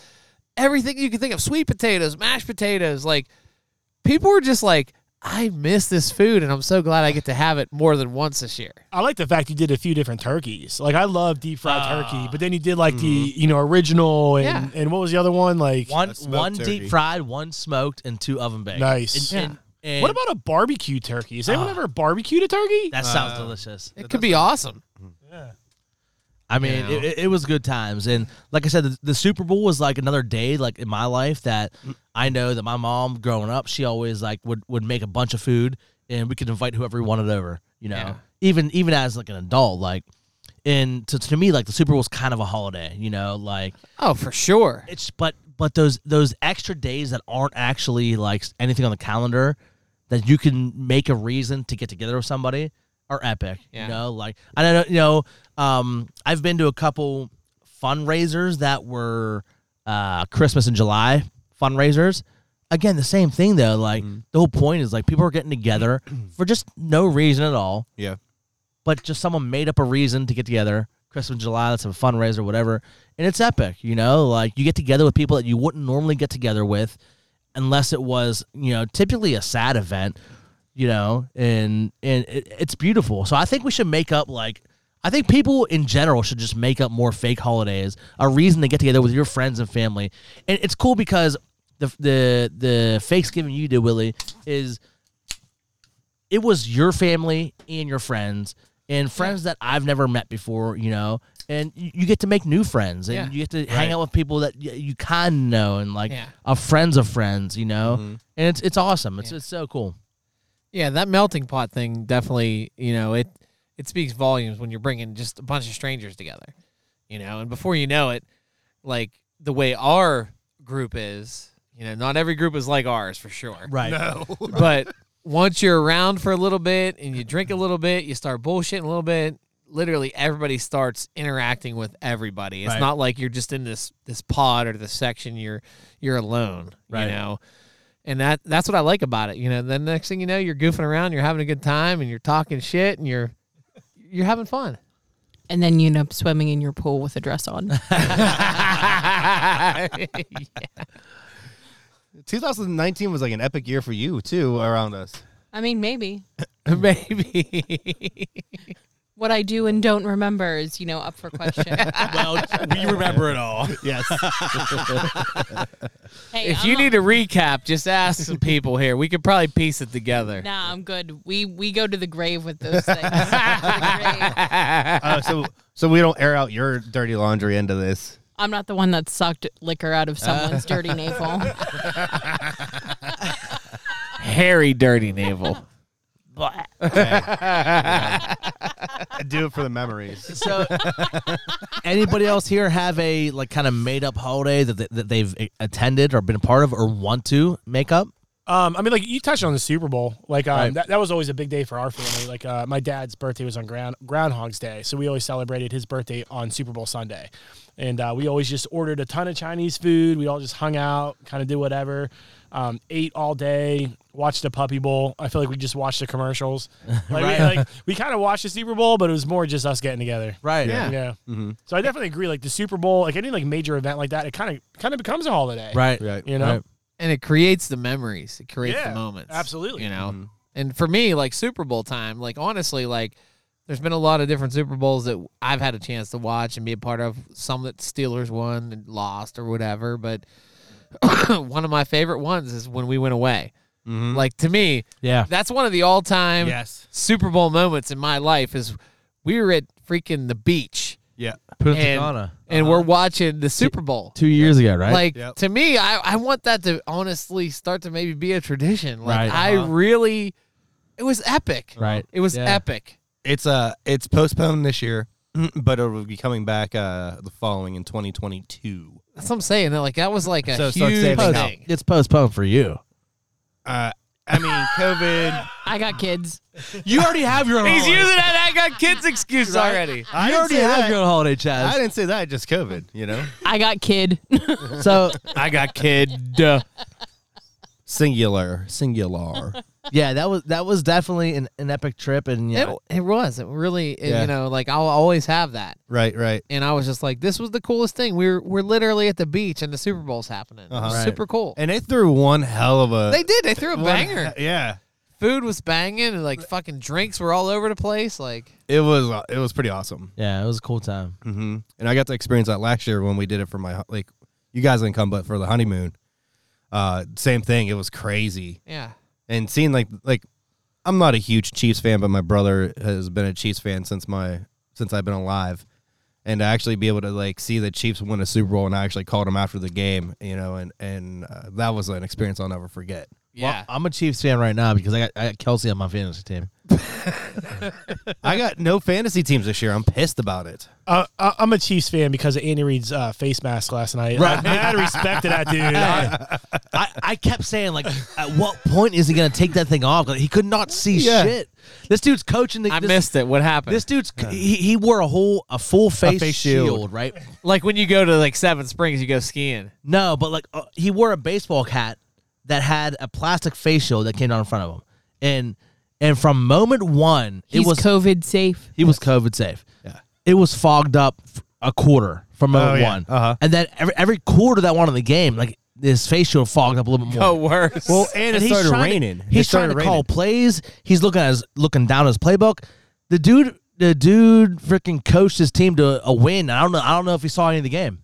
[SPEAKER 2] everything you could think of: sweet potatoes, mashed potatoes. Like people were just like, "I miss this food, and I'm so glad I get to have it more than once this year."
[SPEAKER 3] I like the fact you did a few different turkeys. Like I love deep fried
[SPEAKER 1] Ah.
[SPEAKER 3] turkey, but then you did like the
[SPEAKER 5] Mm-hmm.
[SPEAKER 3] you know original and
[SPEAKER 2] Yeah.
[SPEAKER 3] and what was the other one like?
[SPEAKER 1] One
[SPEAKER 5] smoked
[SPEAKER 1] one
[SPEAKER 5] turkey.
[SPEAKER 1] deep fried, one smoked, and two oven baked.
[SPEAKER 3] Nice.
[SPEAKER 1] And, and- and Ah.
[SPEAKER 3] what about a barbecue turkey? Has anyone ever barbecued a turkey?
[SPEAKER 1] that? Sounds
[SPEAKER 2] Uh,
[SPEAKER 1] delicious.
[SPEAKER 2] It could be awesome.
[SPEAKER 1] I mean,
[SPEAKER 2] You know.
[SPEAKER 1] it, it, it was good times, and like I said, the, the Super Bowl was like another day, like in my life that I know that my mom growing up, she always like would would make a bunch of food and we could invite whoever we wanted over. You know,
[SPEAKER 2] Yeah.
[SPEAKER 1] even even as like an adult, like. And to, to me, like the Super Bowl's kind of a holiday, you know, like
[SPEAKER 2] Oh, for sure.
[SPEAKER 1] it's but but those those extra days that aren't actually like anything on the calendar that you can make a reason to get together with somebody are epic.
[SPEAKER 2] Yeah.
[SPEAKER 1] You know, like I don't know, you know, um, I've been to a couple fundraisers that were uh, Christmas and July fundraisers. Again, the same thing though. Like
[SPEAKER 2] Mm-hmm.
[SPEAKER 1] the whole point is like people are getting together for just no reason at all
[SPEAKER 5] Yeah.
[SPEAKER 1] but just someone made up a reason to get together. Christmas, July, let's have a fundraiser, whatever. And it's epic, you know? Like you get together with people that you wouldn't normally get together with unless it was, you know, typically a sad event, you know, and and it, it's beautiful. So I think we should make up like I think people in general should just make up more fake holidays, a reason to get together with your friends and family. And it's cool because the the the Thanksgiving you did, Willie, is it was your family and your friends and friends that I've never met before, you know, and you you get to make new friends and
[SPEAKER 2] Yeah.
[SPEAKER 1] you get to hang out with people that y- you kind of know and like
[SPEAKER 2] Yeah.
[SPEAKER 1] are friends of friends, you know, and it's it's awesome. It's it's so cool.
[SPEAKER 2] Yeah, that melting pot thing definitely, you know, it it speaks volumes when you're bringing just a bunch of strangers together, you know, and before you know it, like the way our group is, you know, not every group is like ours for sure.
[SPEAKER 1] Right.
[SPEAKER 2] But once you're around for a little bit and you drink a little bit, you start bullshitting a little bit, literally everybody starts interacting with everybody. It's
[SPEAKER 1] Right.
[SPEAKER 2] not like you're just in this this pod or this section you're you're alone,
[SPEAKER 1] Right.
[SPEAKER 2] you know. And that that's what I like about it. You know, the next thing you know, you're goofing around, you're having a good time and you're talking shit and you're you're having fun.
[SPEAKER 4] And then you end up swimming in your pool with a dress on.
[SPEAKER 5] 2019 was like an epic year for you too around us.
[SPEAKER 4] I mean, maybe.
[SPEAKER 2] Maybe.
[SPEAKER 4] What I do and don't remember is, you know, up for question.
[SPEAKER 1] well, we remember it all.
[SPEAKER 5] Yes.
[SPEAKER 4] hey,
[SPEAKER 2] if
[SPEAKER 4] I'm
[SPEAKER 2] you
[SPEAKER 4] not-
[SPEAKER 2] need a recap, just ask some people here. We could probably piece it together.
[SPEAKER 4] Nah, I'm good. We we go to the grave with those things. The grave.
[SPEAKER 5] Uh, so so we don't air out your dirty laundry into this.
[SPEAKER 4] I'm not the one that sucked liquor out of someone's dirty navel.
[SPEAKER 2] Hairy, dirty navel.
[SPEAKER 5] Do it for the memories.
[SPEAKER 1] So, anybody else here have a like kind of made up holiday that, that, that they've a- attended or been a part of or want to make up?
[SPEAKER 3] Um, I mean, like you touched on the Super Bowl. Like um,
[SPEAKER 1] Right.
[SPEAKER 3] that, that was always a big day for our family. Like uh, my dad's birthday was on ground, Groundhog's Day, so we always celebrated his birthday on Super Bowl Sunday, and uh, we always just ordered a ton of Chinese food. We all just hung out, kind of did whatever, um, ate all day, watched a Puppy Bowl. I feel like we just watched the commercials. Like, we, like we kind of watched the Super Bowl, but it was more just us getting together.
[SPEAKER 1] Right.
[SPEAKER 2] Yeah.
[SPEAKER 3] Yeah.
[SPEAKER 1] Mm-hmm.
[SPEAKER 3] So I definitely agree. Like the Super Bowl, like any like major event like that, it kind of kind of becomes a holiday.
[SPEAKER 1] Right.
[SPEAKER 5] Right.
[SPEAKER 3] You know.
[SPEAKER 1] Right.
[SPEAKER 2] and it creates the memories. It creates
[SPEAKER 3] Yeah,
[SPEAKER 2] the moments.
[SPEAKER 3] absolutely.
[SPEAKER 2] You know. And for me, like Super Bowl time, like honestly, like there's been a lot of different Super Bowls that I've had a chance to watch and be a part of. Some that Steelers won and lost or whatever, but one of my favorite ones is when we went away. Like to me,
[SPEAKER 1] Yeah.
[SPEAKER 2] that's one of the all-time
[SPEAKER 5] Yes.
[SPEAKER 2] Super Bowl moments in my life. Is we were at freaking the beach
[SPEAKER 5] Yeah.
[SPEAKER 1] Punta
[SPEAKER 2] and,
[SPEAKER 1] Cana.
[SPEAKER 2] and we're watching the Super Bowl.
[SPEAKER 1] Two years ago, right?
[SPEAKER 2] Like
[SPEAKER 5] Yep.
[SPEAKER 2] to me, I, I want that to honestly start to maybe be a tradition. Like
[SPEAKER 1] Right.
[SPEAKER 2] I really, it was epic.
[SPEAKER 1] Right.
[SPEAKER 2] It was
[SPEAKER 1] Yeah.
[SPEAKER 2] epic.
[SPEAKER 5] It's uh it's postponed this year, but it will be coming back uh the following in 2022.
[SPEAKER 2] That's what I'm saying. Like that was like a
[SPEAKER 5] So start
[SPEAKER 2] huge
[SPEAKER 5] saving up.
[SPEAKER 2] thing.
[SPEAKER 1] it's postponed for you.
[SPEAKER 5] Uh I mean COVID.
[SPEAKER 4] I got kids.
[SPEAKER 1] You already have your own.
[SPEAKER 2] He's
[SPEAKER 1] holiday.
[SPEAKER 2] using that I got kids excuse already.
[SPEAKER 1] you
[SPEAKER 5] I didn't
[SPEAKER 1] already
[SPEAKER 5] say
[SPEAKER 1] have
[SPEAKER 5] that.
[SPEAKER 1] your own holiday,
[SPEAKER 5] I
[SPEAKER 1] Chaz.
[SPEAKER 5] didn't say that, just COVID, you know?
[SPEAKER 4] I got kid.
[SPEAKER 1] So
[SPEAKER 5] I got kid. Singular. Singular.
[SPEAKER 1] yeah, that was that was definitely an, an epic trip, and yeah,
[SPEAKER 2] It, it was. It really. it-
[SPEAKER 5] Yeah.
[SPEAKER 2] You know, like I'll always have that.
[SPEAKER 5] right, right.
[SPEAKER 2] And I was just like, this was the coolest thing. We're we're literally at the beach and the Super Bowl's happening. It was
[SPEAKER 5] Uh-huh.
[SPEAKER 2] Super cool.
[SPEAKER 5] And they threw one hell of a
[SPEAKER 2] they did. They threw a
[SPEAKER 5] one-
[SPEAKER 2] banger.
[SPEAKER 5] Yeah.
[SPEAKER 2] Food was banging and like fucking drinks were all over the place. Like
[SPEAKER 5] It was uh, it was pretty awesome.
[SPEAKER 1] yeah, it was a cool time.
[SPEAKER 5] hmm And I got to experience that last year when we did it for my like you guys didn't come, but for the honeymoon, uh, same thing. It was crazy
[SPEAKER 2] yeah.
[SPEAKER 5] and seeing like like I'm not a huge Chiefs fan, but my brother has been a Chiefs fan since my since I've been alive, and to actually be able to like see the Chiefs win a Super Bowl, and I actually called him after the game, you know, and and uh, that was an experience I'll never forget.
[SPEAKER 2] Yeah.
[SPEAKER 1] I'm a Chiefs fan right now because I got, I got Kelsey on my fantasy team.
[SPEAKER 5] I got no fantasy teams this year. I'm pissed about it.
[SPEAKER 3] Uh, I- I'm a Chiefs fan because of Andy Reid's uh, face mask last night. Right. I, man, I had to respect to that dude. I-
[SPEAKER 1] I, I kept saying like, at what point is he going to take that thing off? Like, he could not see
[SPEAKER 5] Yeah.
[SPEAKER 1] shit. This dude's coaching the.
[SPEAKER 2] I
[SPEAKER 1] this,
[SPEAKER 2] missed it. What happened?
[SPEAKER 1] This dude's he, he wore a whole a full face,
[SPEAKER 5] face
[SPEAKER 1] shield.
[SPEAKER 5] shield.
[SPEAKER 1] right?
[SPEAKER 2] like when you go to like Seven Springs, you go skiing.
[SPEAKER 1] No, but like uh, he wore a baseball hat that had a plastic face shield that came down in front of him, and and from moment one, it
[SPEAKER 4] He's
[SPEAKER 1] was
[SPEAKER 4] COVID safe.
[SPEAKER 1] He was COVID safe. Yeah. It was fogged up f- a quarter from moment
[SPEAKER 5] yeah.
[SPEAKER 1] one.
[SPEAKER 5] Uh-huh.
[SPEAKER 1] And then every, every quarter that one in the game, like his face shield fogged up a little bit more.
[SPEAKER 2] Oh, worse.
[SPEAKER 5] Well, and, it
[SPEAKER 1] he's
[SPEAKER 5] started
[SPEAKER 1] trying to-
[SPEAKER 5] raining.
[SPEAKER 1] he's
[SPEAKER 5] It
[SPEAKER 1] trying
[SPEAKER 5] started
[SPEAKER 1] to call plays. He's looking at his looking down his playbook. The dude, the dude, freaking coached his team to a win. I don't know. I don't know if he saw any of the game.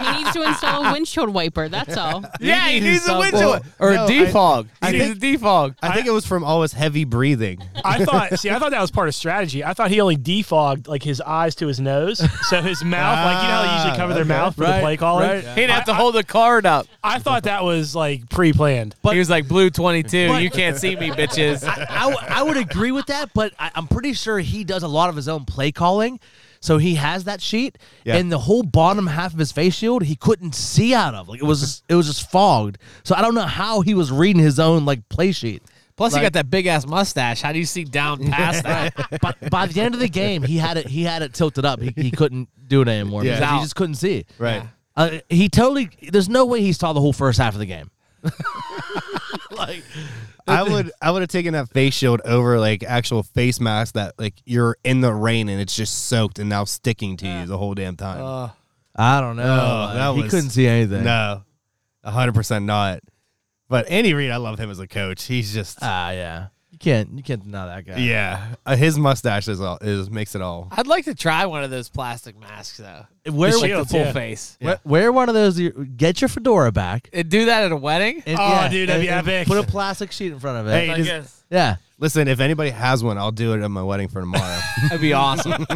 [SPEAKER 4] He needs to install a windshield wiper. That's all.
[SPEAKER 2] yeah, he needs a
[SPEAKER 5] something.
[SPEAKER 2] windshield or
[SPEAKER 5] No,
[SPEAKER 2] a
[SPEAKER 5] I-
[SPEAKER 2] defog.
[SPEAKER 5] I
[SPEAKER 2] he needs a defog.
[SPEAKER 5] I think it was from all his heavy breathing.
[SPEAKER 3] I thought, see, I thought that was part of strategy. I thought he only defogged like his eyes to his nose, so his mouth, like you know, how they usually
[SPEAKER 2] Ah,
[SPEAKER 3] cover their mouth for the play calling.
[SPEAKER 2] He'd have to hold the card up.
[SPEAKER 3] I thought that was like pre-planned.
[SPEAKER 2] he was like blue twenty two. You can't see me, bitches.
[SPEAKER 1] I, w- I would agree with that, but I, I'm pretty sure he does a lot of his own play calling. So he has that sheet,
[SPEAKER 5] Yeah.
[SPEAKER 1] and the whole bottom half of his face shield he couldn't see out of. Like it was, it was just fogged. So I don't know how he was reading his own like play sheet.
[SPEAKER 2] Plus, he got that big ass mustache. How do you see down past that?
[SPEAKER 1] But by the end of the game, he had it. He had it tilted up. He, he couldn't do it anymore.
[SPEAKER 5] Yeah.
[SPEAKER 1] because He
[SPEAKER 2] Out.
[SPEAKER 1] just couldn't see.
[SPEAKER 5] Right.
[SPEAKER 1] Uh, he totally. There's no way he saw the whole first half of the game. like
[SPEAKER 5] I would I would have taken that face shield over like actual face mask that like you're in the rain and it's just soaked and now sticking to you the whole damn time.
[SPEAKER 1] I don't know.
[SPEAKER 5] Oh, that
[SPEAKER 1] he
[SPEAKER 5] was-
[SPEAKER 1] couldn't see anything.
[SPEAKER 5] no, hundred percent not. But Andy Reid, I love him as a coach. He's just
[SPEAKER 1] Ah, yeah. You can't. You can't deny that guy.
[SPEAKER 5] yeah, Uh, his mustache is all is makes it all.
[SPEAKER 2] I'd like to try one of those plastic masks though.
[SPEAKER 1] Wear,
[SPEAKER 2] like the
[SPEAKER 3] shields,
[SPEAKER 2] full
[SPEAKER 3] yeah.
[SPEAKER 2] face.
[SPEAKER 1] wear, wear one of those. Get your fedora back.
[SPEAKER 2] And do that at a wedding.
[SPEAKER 1] And,
[SPEAKER 3] Oh, dude, that'd be epic.
[SPEAKER 1] Put a plastic sheet in front of it.
[SPEAKER 5] Hey, does-
[SPEAKER 2] guess.
[SPEAKER 1] Yeah.
[SPEAKER 5] listen, if anybody has one, I'll do it at my wedding for tomorrow.
[SPEAKER 2] That'd be awesome.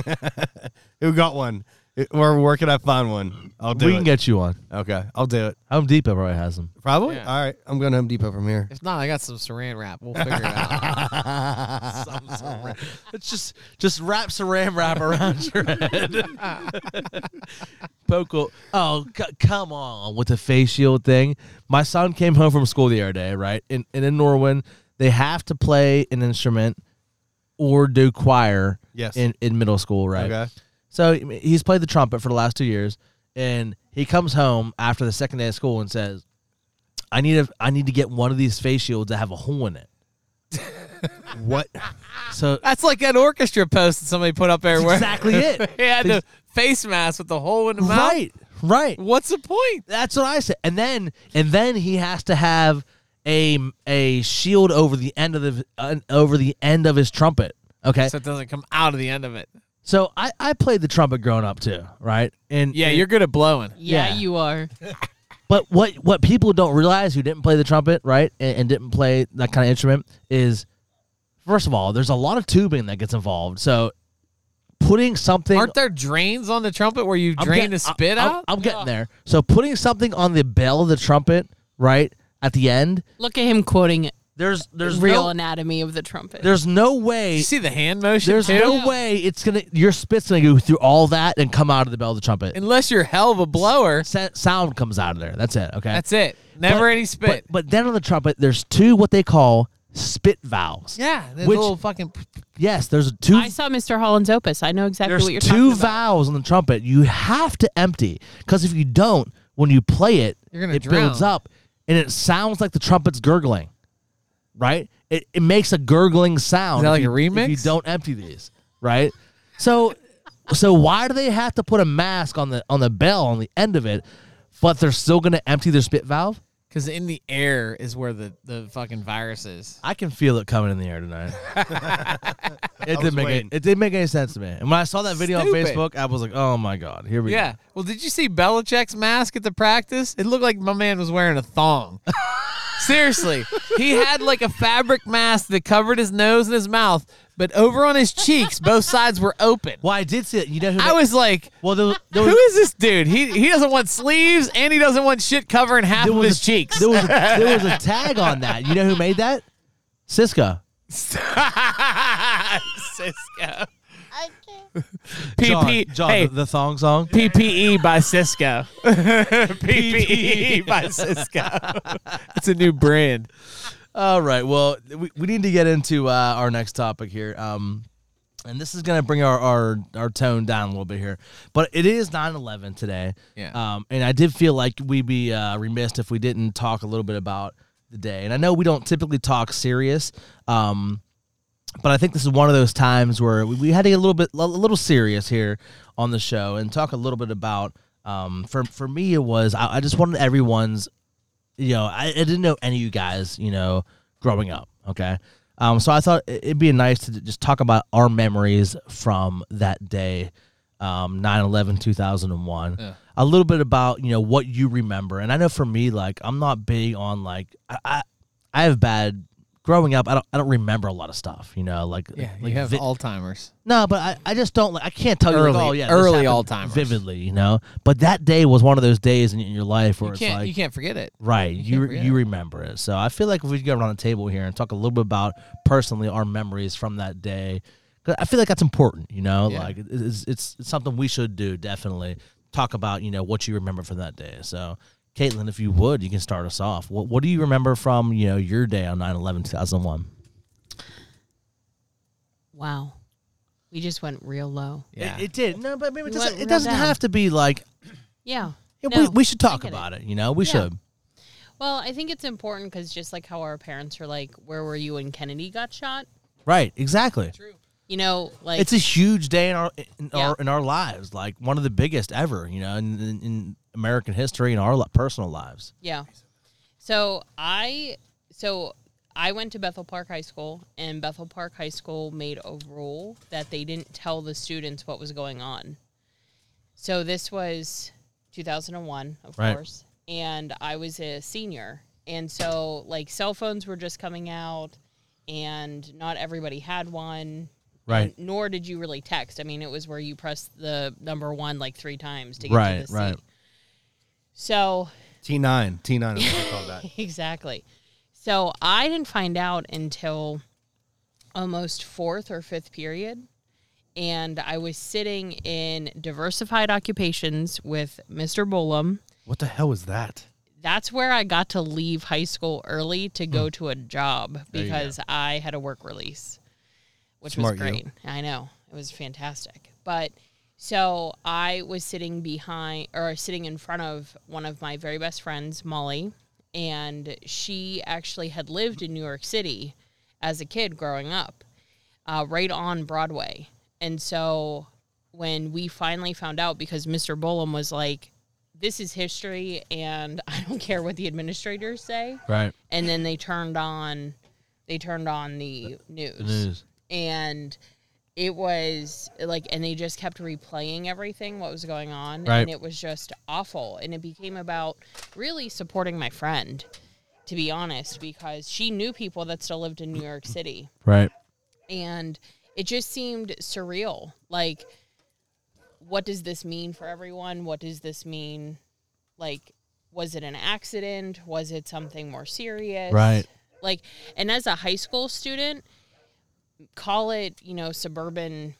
[SPEAKER 5] Who got one? It- Or where can I find one? I'll do
[SPEAKER 1] we
[SPEAKER 5] it.
[SPEAKER 1] can get you one.
[SPEAKER 5] okay, I'll do it.
[SPEAKER 1] Home Depot probably has them.
[SPEAKER 5] Probably.
[SPEAKER 2] Yeah.
[SPEAKER 5] All right, I'm going to Home Depot from here.
[SPEAKER 2] if not, I got some saran wrap. We'll figure it out. Some saran-
[SPEAKER 1] It's just just wrap saran wrap around your head. Poke. Oh, c- come on with the face shield thing. My son came home from school the other day, right? And, and in Norwin, they have to play an instrument or do choir.
[SPEAKER 5] Yes.
[SPEAKER 1] In, in middle school, right?
[SPEAKER 5] Okay.
[SPEAKER 1] So I mean, he's played the trumpet for the last two years, and he comes home after the second day of school and says, "I need a, I need to get one of these face shields that have a hole in it."
[SPEAKER 5] What?
[SPEAKER 1] So
[SPEAKER 2] That's like an orchestra post that somebody put up
[SPEAKER 1] that's
[SPEAKER 2] everywhere.
[SPEAKER 1] exactly it.
[SPEAKER 2] He had the face mask with the hole in the mouth.
[SPEAKER 1] Right, right.
[SPEAKER 2] What's the point?
[SPEAKER 1] That's what I said. And then and then he has to have a a shield over the end of the uh, over the end of his trumpet. Okay,
[SPEAKER 2] So
[SPEAKER 1] so,
[SPEAKER 2] it doesn't come out of the end of it.
[SPEAKER 1] I I played the trumpet growing up too, right? And
[SPEAKER 2] Yeah, you're good at blowing.
[SPEAKER 4] Yeah,
[SPEAKER 1] Yeah.
[SPEAKER 4] you are.
[SPEAKER 1] But what what people don't realize who didn't play the trumpet, right, and, and didn't play that kind of instrument is, first of all, there's a lot of tubing that gets involved. So putting something
[SPEAKER 2] Aren't there drains on the trumpet where you
[SPEAKER 1] I'm
[SPEAKER 2] drain
[SPEAKER 1] get-
[SPEAKER 2] the spit
[SPEAKER 1] I- I'm-
[SPEAKER 2] out?
[SPEAKER 1] I'm, getting there. So putting something on the bell of the trumpet, right, at the end,
[SPEAKER 4] Look at him quoting it.
[SPEAKER 1] there's there's
[SPEAKER 4] real
[SPEAKER 1] no,
[SPEAKER 4] anatomy of the trumpet.
[SPEAKER 1] there's no way
[SPEAKER 2] you see the hand motion
[SPEAKER 1] there's
[SPEAKER 2] too?
[SPEAKER 1] no way it's gonna your spit's gonna go through all that and come out of the bell of the trumpet.
[SPEAKER 2] Unless you're hell of a blower,
[SPEAKER 1] Sa- sound comes out of there. That's it. Okay.
[SPEAKER 2] that's it. Never
[SPEAKER 1] But-
[SPEAKER 2] any spit.
[SPEAKER 1] But, but then on the trumpet, there's two what they call spit valves.
[SPEAKER 2] yeah, there's
[SPEAKER 1] which-
[SPEAKER 2] little fucking.
[SPEAKER 1] Yes, there's two.
[SPEAKER 4] I saw Mr. Holland's opus. I know exactly
[SPEAKER 1] there's
[SPEAKER 4] what you're talking
[SPEAKER 1] two
[SPEAKER 4] about.
[SPEAKER 1] valves on the trumpet. You have to empty because if you don't, when you play it,
[SPEAKER 2] You're gonna
[SPEAKER 1] it builds
[SPEAKER 2] drown.
[SPEAKER 1] up, and it sounds like the trumpet's gurgling. Right? It, it makes a gurgling sound.
[SPEAKER 2] Is that
[SPEAKER 1] if
[SPEAKER 2] like a
[SPEAKER 1] you- If you
[SPEAKER 2] remix?
[SPEAKER 1] don't empty these, right? So, so why do they have to put a mask on the on the bell on the end of it, but they're still going to empty their spit valve?
[SPEAKER 2] Because in the air is where the, the fucking virus is.
[SPEAKER 1] I can feel it coming in the air tonight. it
[SPEAKER 5] was
[SPEAKER 1] didn't make any,
[SPEAKER 5] waiting.
[SPEAKER 1] it didn't make any sense to me. And when I saw that video
[SPEAKER 2] Stupid.
[SPEAKER 1] on Facebook, I was like, "Oh my god, here we go."
[SPEAKER 2] Yeah. Well, did you see Belichick's mask at the practice? It looked like my man was wearing a thong. Seriously, he had like a fabric mask that covered his nose and his mouth but over on his cheeks, both sides were open.
[SPEAKER 1] Well, I did see it. You know who?
[SPEAKER 2] I was like,
[SPEAKER 1] well, there, was- there
[SPEAKER 2] who
[SPEAKER 1] was,
[SPEAKER 2] is this dude? He he doesn't want sleeves and he doesn't want shit covering half of
[SPEAKER 1] was
[SPEAKER 2] his
[SPEAKER 1] a-
[SPEAKER 2] cheeks.
[SPEAKER 1] there was a, there was a tag on that. You know who made that? Cisco.
[SPEAKER 2] Cisco. PP,
[SPEAKER 1] John, John
[SPEAKER 2] hey,
[SPEAKER 1] the, the thong song.
[SPEAKER 2] PPE by Cisco. PPE by Cisco. E it's a new brand.
[SPEAKER 1] All right. Well, we, we need to get into uh, our next topic here. Um, and this is going to bring our, our, our tone down a little bit here. But it is 9 11 today.
[SPEAKER 2] Yeah.
[SPEAKER 1] Um, and I did feel like we'd be uh, remiss if we didn't talk a little bit about the day. And I know we don't typically talk serious. Um, but I think this is one of those times where we, we had to get a little bit a little serious here on the show and talk a little bit about. Um, for for me, it was I, I just wanted everyone's, you know, I, I didn't know any of you guys, you know, growing up. Okay, um, so I thought it- it'd be nice to just talk about our memories from that day, um, 9-11, 2001. A little bit about you know what you remember, and I know for me, like I'm not big on like I, I, I have bad growing up. I don't I don't remember a lot of stuff. You know, like like vi-
[SPEAKER 2] Alzheimer's.
[SPEAKER 1] no, but I, I just don't like I can't tell you
[SPEAKER 2] Early-
[SPEAKER 1] like, oh yeah this
[SPEAKER 2] early
[SPEAKER 1] happened
[SPEAKER 2] Alzheimer's.
[SPEAKER 1] vividly you know. But that day was one of those days in, in your life where
[SPEAKER 2] You
[SPEAKER 1] it's
[SPEAKER 2] can't
[SPEAKER 1] like
[SPEAKER 2] you can't forget it.
[SPEAKER 1] right you
[SPEAKER 2] can't
[SPEAKER 1] you,
[SPEAKER 2] forget it.
[SPEAKER 1] remember it. So I feel like if we could go around the table here and talk a little bit about personally our memories from that day, 'cause I feel like that's important. You know,
[SPEAKER 2] Yeah.
[SPEAKER 1] like it- it's, it's it's something we should do definitely talk about you know what you remember from that day. So. Caitlin, if you would, you can start us off. What, what do you remember from you know your day on 9-11, 2001?
[SPEAKER 4] Wow. We just went real low.
[SPEAKER 2] Yeah.
[SPEAKER 1] It, it did. No, but maybe it
[SPEAKER 4] We
[SPEAKER 1] doesn't,
[SPEAKER 4] went
[SPEAKER 1] it
[SPEAKER 4] real
[SPEAKER 1] doesn't
[SPEAKER 4] down.
[SPEAKER 1] have to be like
[SPEAKER 4] Yeah.
[SPEAKER 1] Yeah, we,
[SPEAKER 4] No,
[SPEAKER 1] we should
[SPEAKER 4] I
[SPEAKER 1] talk
[SPEAKER 4] get it.
[SPEAKER 1] about it. You know, we
[SPEAKER 4] Yeah.
[SPEAKER 1] should.
[SPEAKER 4] Well, I think it's important because just like how our parents are like, where were you when Kennedy got shot?
[SPEAKER 1] Right, exactly.
[SPEAKER 4] You know, like
[SPEAKER 1] It's a huge day in our in,
[SPEAKER 4] Yeah.
[SPEAKER 1] our in our lives, like one of the biggest ever. You know, in, in, in American history and our li- personal lives.
[SPEAKER 4] Yeah. So I so I went to Bethel Park High School and Bethel Park High School made a rule that they didn't tell the students what was going on. So this was 2001, of
[SPEAKER 1] Right.
[SPEAKER 4] course, and I was a senior. And so like cell phones were just coming out and not everybody had one.
[SPEAKER 1] Right.
[SPEAKER 4] And nor did you really text. I mean, it was where you press the number 1 like 3 times to get
[SPEAKER 1] Right,
[SPEAKER 4] to the seat.
[SPEAKER 1] right.
[SPEAKER 4] So
[SPEAKER 5] T nine, T nine is what they call that.
[SPEAKER 4] exactly. So I didn't find out until almost fourth or fifth period. And I was sitting in diversified occupations with Mr. Bolum.
[SPEAKER 5] What the hell is that?
[SPEAKER 4] That's where I got to leave high school early to
[SPEAKER 5] Hmm.
[SPEAKER 4] go to a job because I had a work release, which
[SPEAKER 5] Smart
[SPEAKER 4] was
[SPEAKER 5] you.
[SPEAKER 4] great. I know. It was fantastic. But so I was sitting behind or sitting in front of one of my very best friends, Molly, and she actually had lived in New York City as a kid growing up, uh, right on Broadway. And so when we finally found out, because Mr. Bolum was like, this is history, and I don't care what the administrators say.
[SPEAKER 1] Right.
[SPEAKER 4] And then they turned on, they turned on the news and it was like and they just kept replaying everything what was going on
[SPEAKER 1] Right.
[SPEAKER 4] and it was just awful and it became about really supporting my friend to be honest because she knew people that still lived in New York City
[SPEAKER 1] Right.
[SPEAKER 4] and it just seemed surreal like what does this mean for everyone what does this mean like was it an accident was it something more serious
[SPEAKER 1] Right.
[SPEAKER 4] like and as a high school student call it you know suburban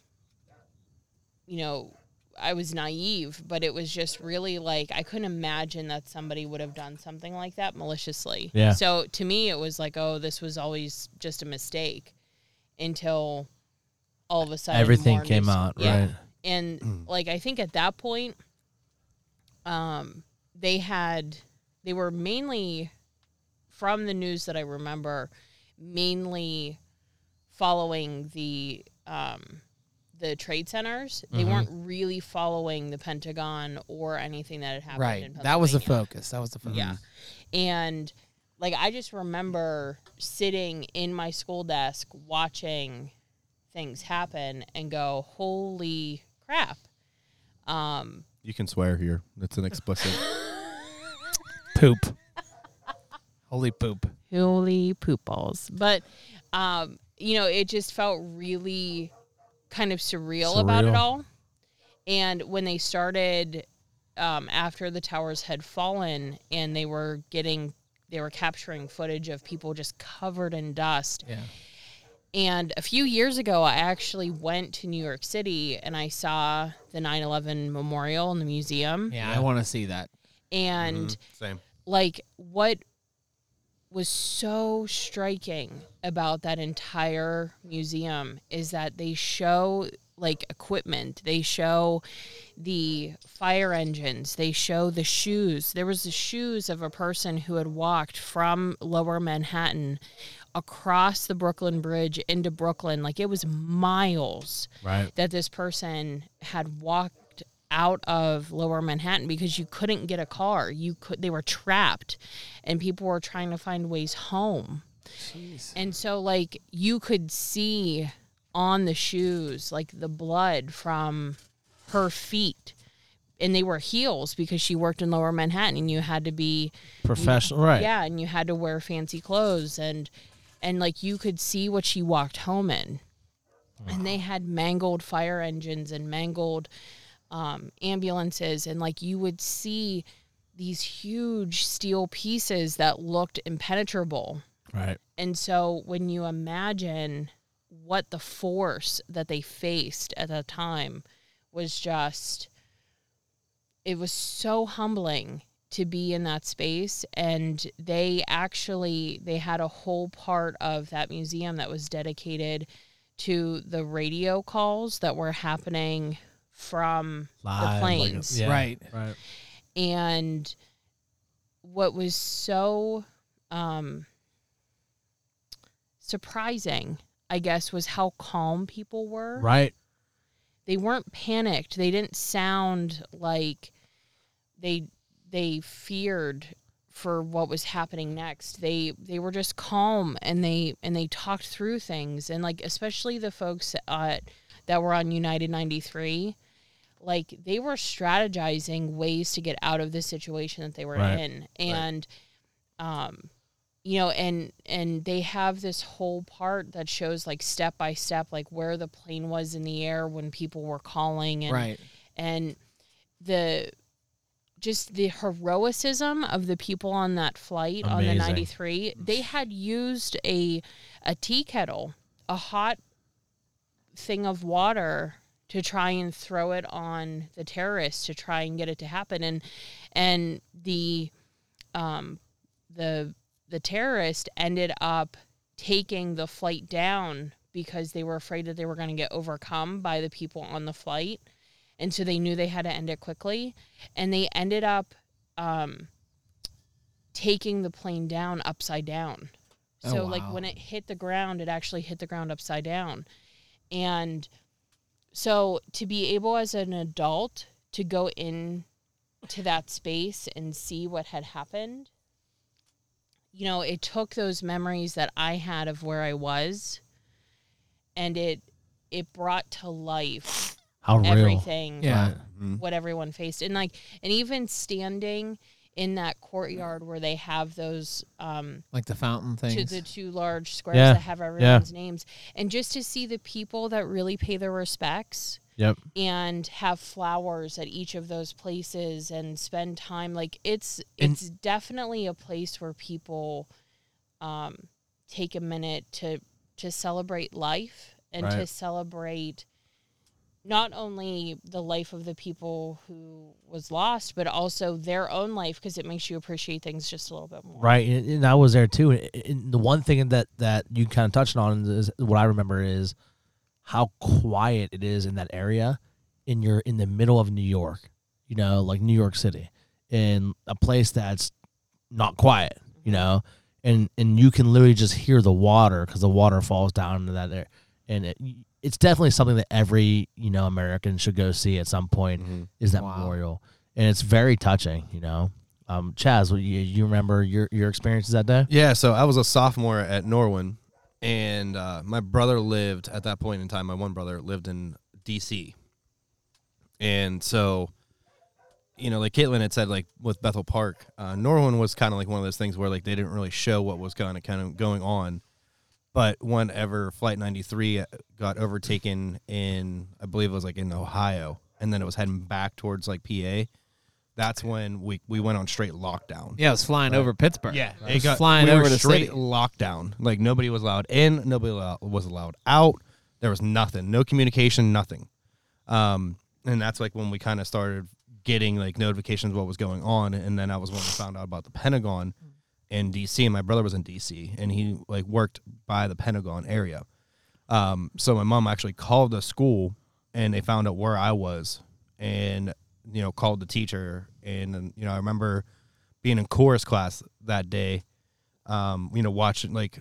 [SPEAKER 4] you know i was naive but it was just really like i couldn't imagine that somebody would have done something like that maliciously
[SPEAKER 1] Yeah.
[SPEAKER 4] so to me it was like oh this was always just a mistake until all of a sudden
[SPEAKER 1] Everything
[SPEAKER 4] more
[SPEAKER 1] came
[SPEAKER 4] news-
[SPEAKER 1] out, right.
[SPEAKER 2] Mm.
[SPEAKER 4] and like i think at that point um they had they were mainly from the news that i remember mainly following the um the trade centers
[SPEAKER 2] Mm-hmm.
[SPEAKER 4] they weren't really following the pentagon or anything that had happened
[SPEAKER 2] Right.
[SPEAKER 4] in
[SPEAKER 2] That was the
[SPEAKER 4] Pennsylvania.
[SPEAKER 2] focus. That was the focus.
[SPEAKER 4] Yeah. And like I just remember sitting in my school desk watching things happen and go, "Holy crap." Um
[SPEAKER 5] You can swear here. That's an explicit.
[SPEAKER 2] Poop. Holy poop.
[SPEAKER 4] holy poop balls. But um you know, it just felt really kind of surreal, about it
[SPEAKER 1] Surreal.
[SPEAKER 4] all. And when they started um, after the towers had fallen and they were getting, they were capturing footage of people just covered in dust.
[SPEAKER 2] Yeah.
[SPEAKER 4] And a few years ago, I actually went to New York City and I saw the 9 11 memorial in the museum.
[SPEAKER 2] Yeah, Mm-hmm. I want to see that.
[SPEAKER 4] And
[SPEAKER 5] Mm, Same.
[SPEAKER 4] like what was so striking about that entire museum is that they show like equipment they show the fire engines they show the shoes there was the shoes of a person who had walked from lower manhattan across the brooklyn bridge into brooklyn like it was miles
[SPEAKER 1] Right.
[SPEAKER 4] that this person had walked out of lower manhattan because you couldn't get a car you could they were trapped and people were trying to find ways home and so like you could see on the shoes like the blood from her feet and they were heels because she worked in lower manhattan and you had to be
[SPEAKER 1] Professional, right?
[SPEAKER 4] yeah and you had to wear fancy clothes and and like you could see what she walked home in and they had mangled fire engines and mangled um, ambulances and like you would see these huge steel pieces that looked impenetrable
[SPEAKER 1] Right.
[SPEAKER 4] and so when you imagine what the force that they faced at that time was just it was so humbling to be in that space and they actually they had a whole part of that museum that was dedicated to the radio calls that were happening from the
[SPEAKER 1] Live, like a-
[SPEAKER 4] planes
[SPEAKER 1] Yeah.
[SPEAKER 2] Right.
[SPEAKER 1] Right.
[SPEAKER 4] and what was so um, surprising i guess was how calm people were
[SPEAKER 1] Right.
[SPEAKER 4] they weren't panicked they didn't sound like they they feared for what was happening next they they were just calm and they and they talked through things and like especially the folks uh, that were on united 93 like they were strategizing ways to get out of the situation that they were
[SPEAKER 1] Right.
[SPEAKER 4] in and um you know and and they have this whole part that shows like step by step like where the plane was in the air when people were calling and
[SPEAKER 2] Right.
[SPEAKER 4] and the just the heroicism of the people on that flight on the
[SPEAKER 1] Amazing.
[SPEAKER 4] 93 they had used a a tea kettle a hot thing of water to try and throw it on the terrorists to try and get it to happen and and the um the the terrorist ended up taking the flight down because they were afraid that they were going to get overcome by the people on the flight and so they knew they had to end it quickly and they ended up um, taking the plane down upside down
[SPEAKER 2] Oh,
[SPEAKER 4] so like
[SPEAKER 2] wow.
[SPEAKER 4] when it hit the ground it actually hit the ground upside down and so to be able as an adult to go in to that space and see what had happened you know it took those memories that i had of where i was and it it brought to life
[SPEAKER 1] How real.
[SPEAKER 4] everything
[SPEAKER 2] Yeah.
[SPEAKER 4] what everyone faced and like and even standing in that courtyard where they have those um
[SPEAKER 2] Like the fountain things.
[SPEAKER 4] to the two large squares
[SPEAKER 1] Yeah.
[SPEAKER 4] that have everyone's names and just to see the people that really pay their respects
[SPEAKER 1] Yep.
[SPEAKER 4] and have flowers at each of those places and spend time like it's it's definitely a place where people um take a minute to to celebrate life and to
[SPEAKER 1] Right.
[SPEAKER 4] celebrate not only the life of the people who was lost but also their own life because it makes you appreciate things just a little bit more
[SPEAKER 1] Right, and, and I was there too. And, and the one thing that that you kind of touched on is what I remember is how quiet it is in that area. In you're in the middle of New York, you know, like New York City, in a place that's not quiet, you know, and and you can literally just hear the water because the water falls down into that there, and it, it's definitely something that every you know American should go see at some point. Is that
[SPEAKER 2] Wow.
[SPEAKER 1] memorial, and it's very touching, you know. Um, Chaz, what you, you remember your your experiences that day?
[SPEAKER 5] Yeah, so I was a sophomore at Norwin, and uh, my brother lived at that point in time. My one brother lived in D.C., and so you know, like Caitlin had said, like with Bethel Park, uh, Norwin was kind of like one of those things where like they didn't really show what was kind of kind of going on, But whenever Flight 93 got overtaken in, I believe it was like in Ohio, and then it was heading back towards like PA, that's when we, we went on straight lockdown.
[SPEAKER 2] Yeah, it was flying over Pittsburgh.
[SPEAKER 5] Yeah,
[SPEAKER 2] it was flying
[SPEAKER 5] we
[SPEAKER 2] over
[SPEAKER 5] were
[SPEAKER 2] the
[SPEAKER 5] straight
[SPEAKER 2] city.
[SPEAKER 5] lockdown. Like nobody was allowed in, nobody allow- was allowed out. There was nothing, no communication, nothing. Um, and that's like when we kind of started getting like notifications of what was going on, and then I was when we found out about the Pentagon in D.C. And my brother was in D.C. and he like worked by the Pentagon area. Um, so my mom actually called the school and they found out where I was and, you know, called the teacher. And, um, you know, I remember being in chorus class that day, um, you know, watching like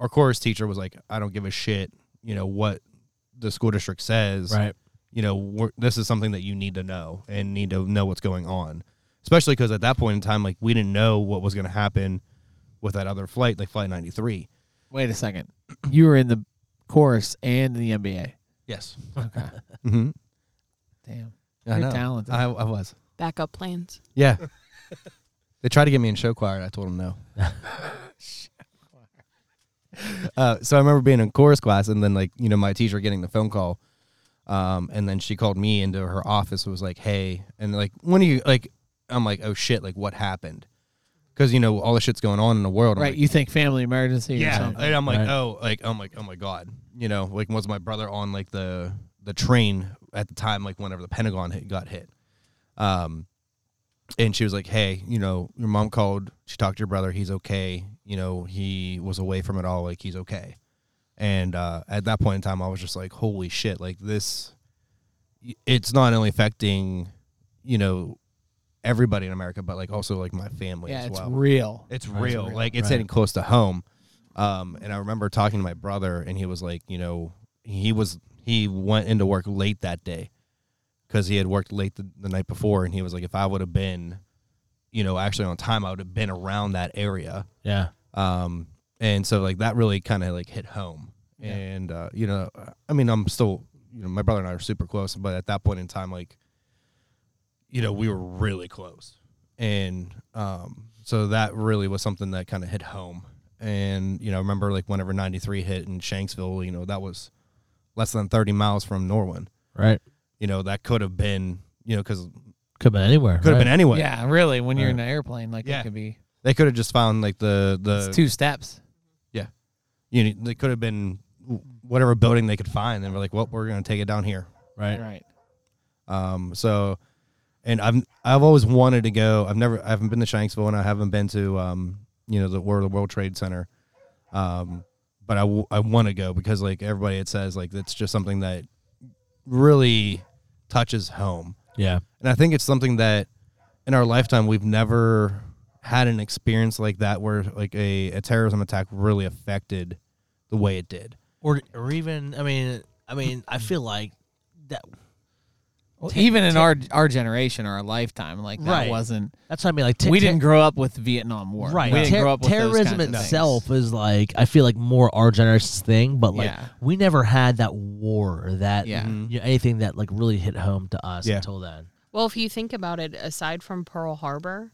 [SPEAKER 5] our chorus teacher was like, I don't give a shit, you know, what the school district says.
[SPEAKER 1] Right.
[SPEAKER 5] You know, we're, this is something that you need to know and need to know what's going on. Especially because at that point in time, like, we didn't know what was going to happen with that other flight, like Flight 93.
[SPEAKER 2] Wait a second. You were in the chorus and in the NBA.
[SPEAKER 5] Yes.
[SPEAKER 2] Okay.
[SPEAKER 5] hmm
[SPEAKER 2] Damn.
[SPEAKER 5] I
[SPEAKER 2] You're
[SPEAKER 5] know.
[SPEAKER 2] talented.
[SPEAKER 5] I, I was.
[SPEAKER 4] Backup plans.
[SPEAKER 5] Yeah. they tried to get me in show choir. and I told them no. uh, so I remember being in chorus class, and then like you know my teacher getting the phone call, um, and then she called me into her office. and Was like, hey, and like when are you like? I'm like, oh shit, like what happened? Because you know all the shit's going on in the world. I'm
[SPEAKER 2] Right.
[SPEAKER 5] like,
[SPEAKER 2] You think family emergency or
[SPEAKER 5] yeah,
[SPEAKER 2] something.
[SPEAKER 5] and I'm like,
[SPEAKER 1] Right.
[SPEAKER 5] oh, like I'm like, oh my god, you know, like was my brother on like the the train at the time, like whenever the Pentagon hit, got hit, um, and she was like, hey, you know, your mom called, she talked to your brother, he's okay, you know, he was away from it all, like he's okay, and uh, at that point in time, I was just like, holy shit, like this, it's not only affecting, you know, everybody in America, but like also like my family
[SPEAKER 2] Yeah,
[SPEAKER 5] as
[SPEAKER 2] it's
[SPEAKER 5] well.
[SPEAKER 2] real.
[SPEAKER 5] It's
[SPEAKER 1] Right, it's
[SPEAKER 5] real.
[SPEAKER 1] real,
[SPEAKER 5] Like it's
[SPEAKER 1] right.
[SPEAKER 5] hitting close to home. Um, and I remember talking to my brother, and he was like, you know, he was he went into work late that day because he had worked late the, the night before, and he was like, if I would have been, you know, actually on time, I would have been around that area.
[SPEAKER 1] Yeah.
[SPEAKER 5] Um, and so like that really kind of like hit home. And uh, you know, I mean, I'm still, you know, my brother and I are super close, but at that point in time, like, you know, we were really close, and um, so that really was something that kind of hit home. And you know, I remember like whenever '93 hit in Shanksville, you know, that was less than 30 miles from Norwin.
[SPEAKER 1] Right.
[SPEAKER 5] You know, that could have been, you know, because could
[SPEAKER 1] Could have been anywhere.
[SPEAKER 5] have been anywhere.
[SPEAKER 2] Yeah, really. When you're in an airplane, like
[SPEAKER 5] Yeah.
[SPEAKER 2] it could be
[SPEAKER 5] They could have just found like the the
[SPEAKER 2] it's two steps.
[SPEAKER 5] you know, they could have been whatever building they could find. And we're like, well, we're going to take it down here.
[SPEAKER 1] right.
[SPEAKER 2] Right.
[SPEAKER 5] Um, so, and I've, I've always wanted to go. I've never, I haven't been to Shanksville and I haven't been to, um, you know, the World, the World Trade Center. Um, but I, w- I want to go because like everybody, it says like, that's just something that really touches home.
[SPEAKER 1] Yeah.
[SPEAKER 5] And I think it's something that in our lifetime we've never had an experience like that where like a, a terrorism attack really affected the way it did.
[SPEAKER 1] Or or even I mean I mean I feel like that
[SPEAKER 2] Well, even in our our generation or our lifetime, like that
[SPEAKER 1] Right.
[SPEAKER 2] wasn't.
[SPEAKER 1] that's what I mean like
[SPEAKER 2] we didn't grow up with Vietnam War.
[SPEAKER 1] Right,
[SPEAKER 2] We didn't
[SPEAKER 1] Ter-
[SPEAKER 2] grow up with those
[SPEAKER 1] terrorism
[SPEAKER 2] kinds of things.
[SPEAKER 1] itself is like I feel like more our generation's thing, but like
[SPEAKER 2] Yeah.
[SPEAKER 1] we never had that war or that
[SPEAKER 2] Yeah.
[SPEAKER 1] you know, anything that like really hit home to us
[SPEAKER 5] Yeah.
[SPEAKER 1] until then.
[SPEAKER 4] Well, if you think about it, aside from Pearl Harbor,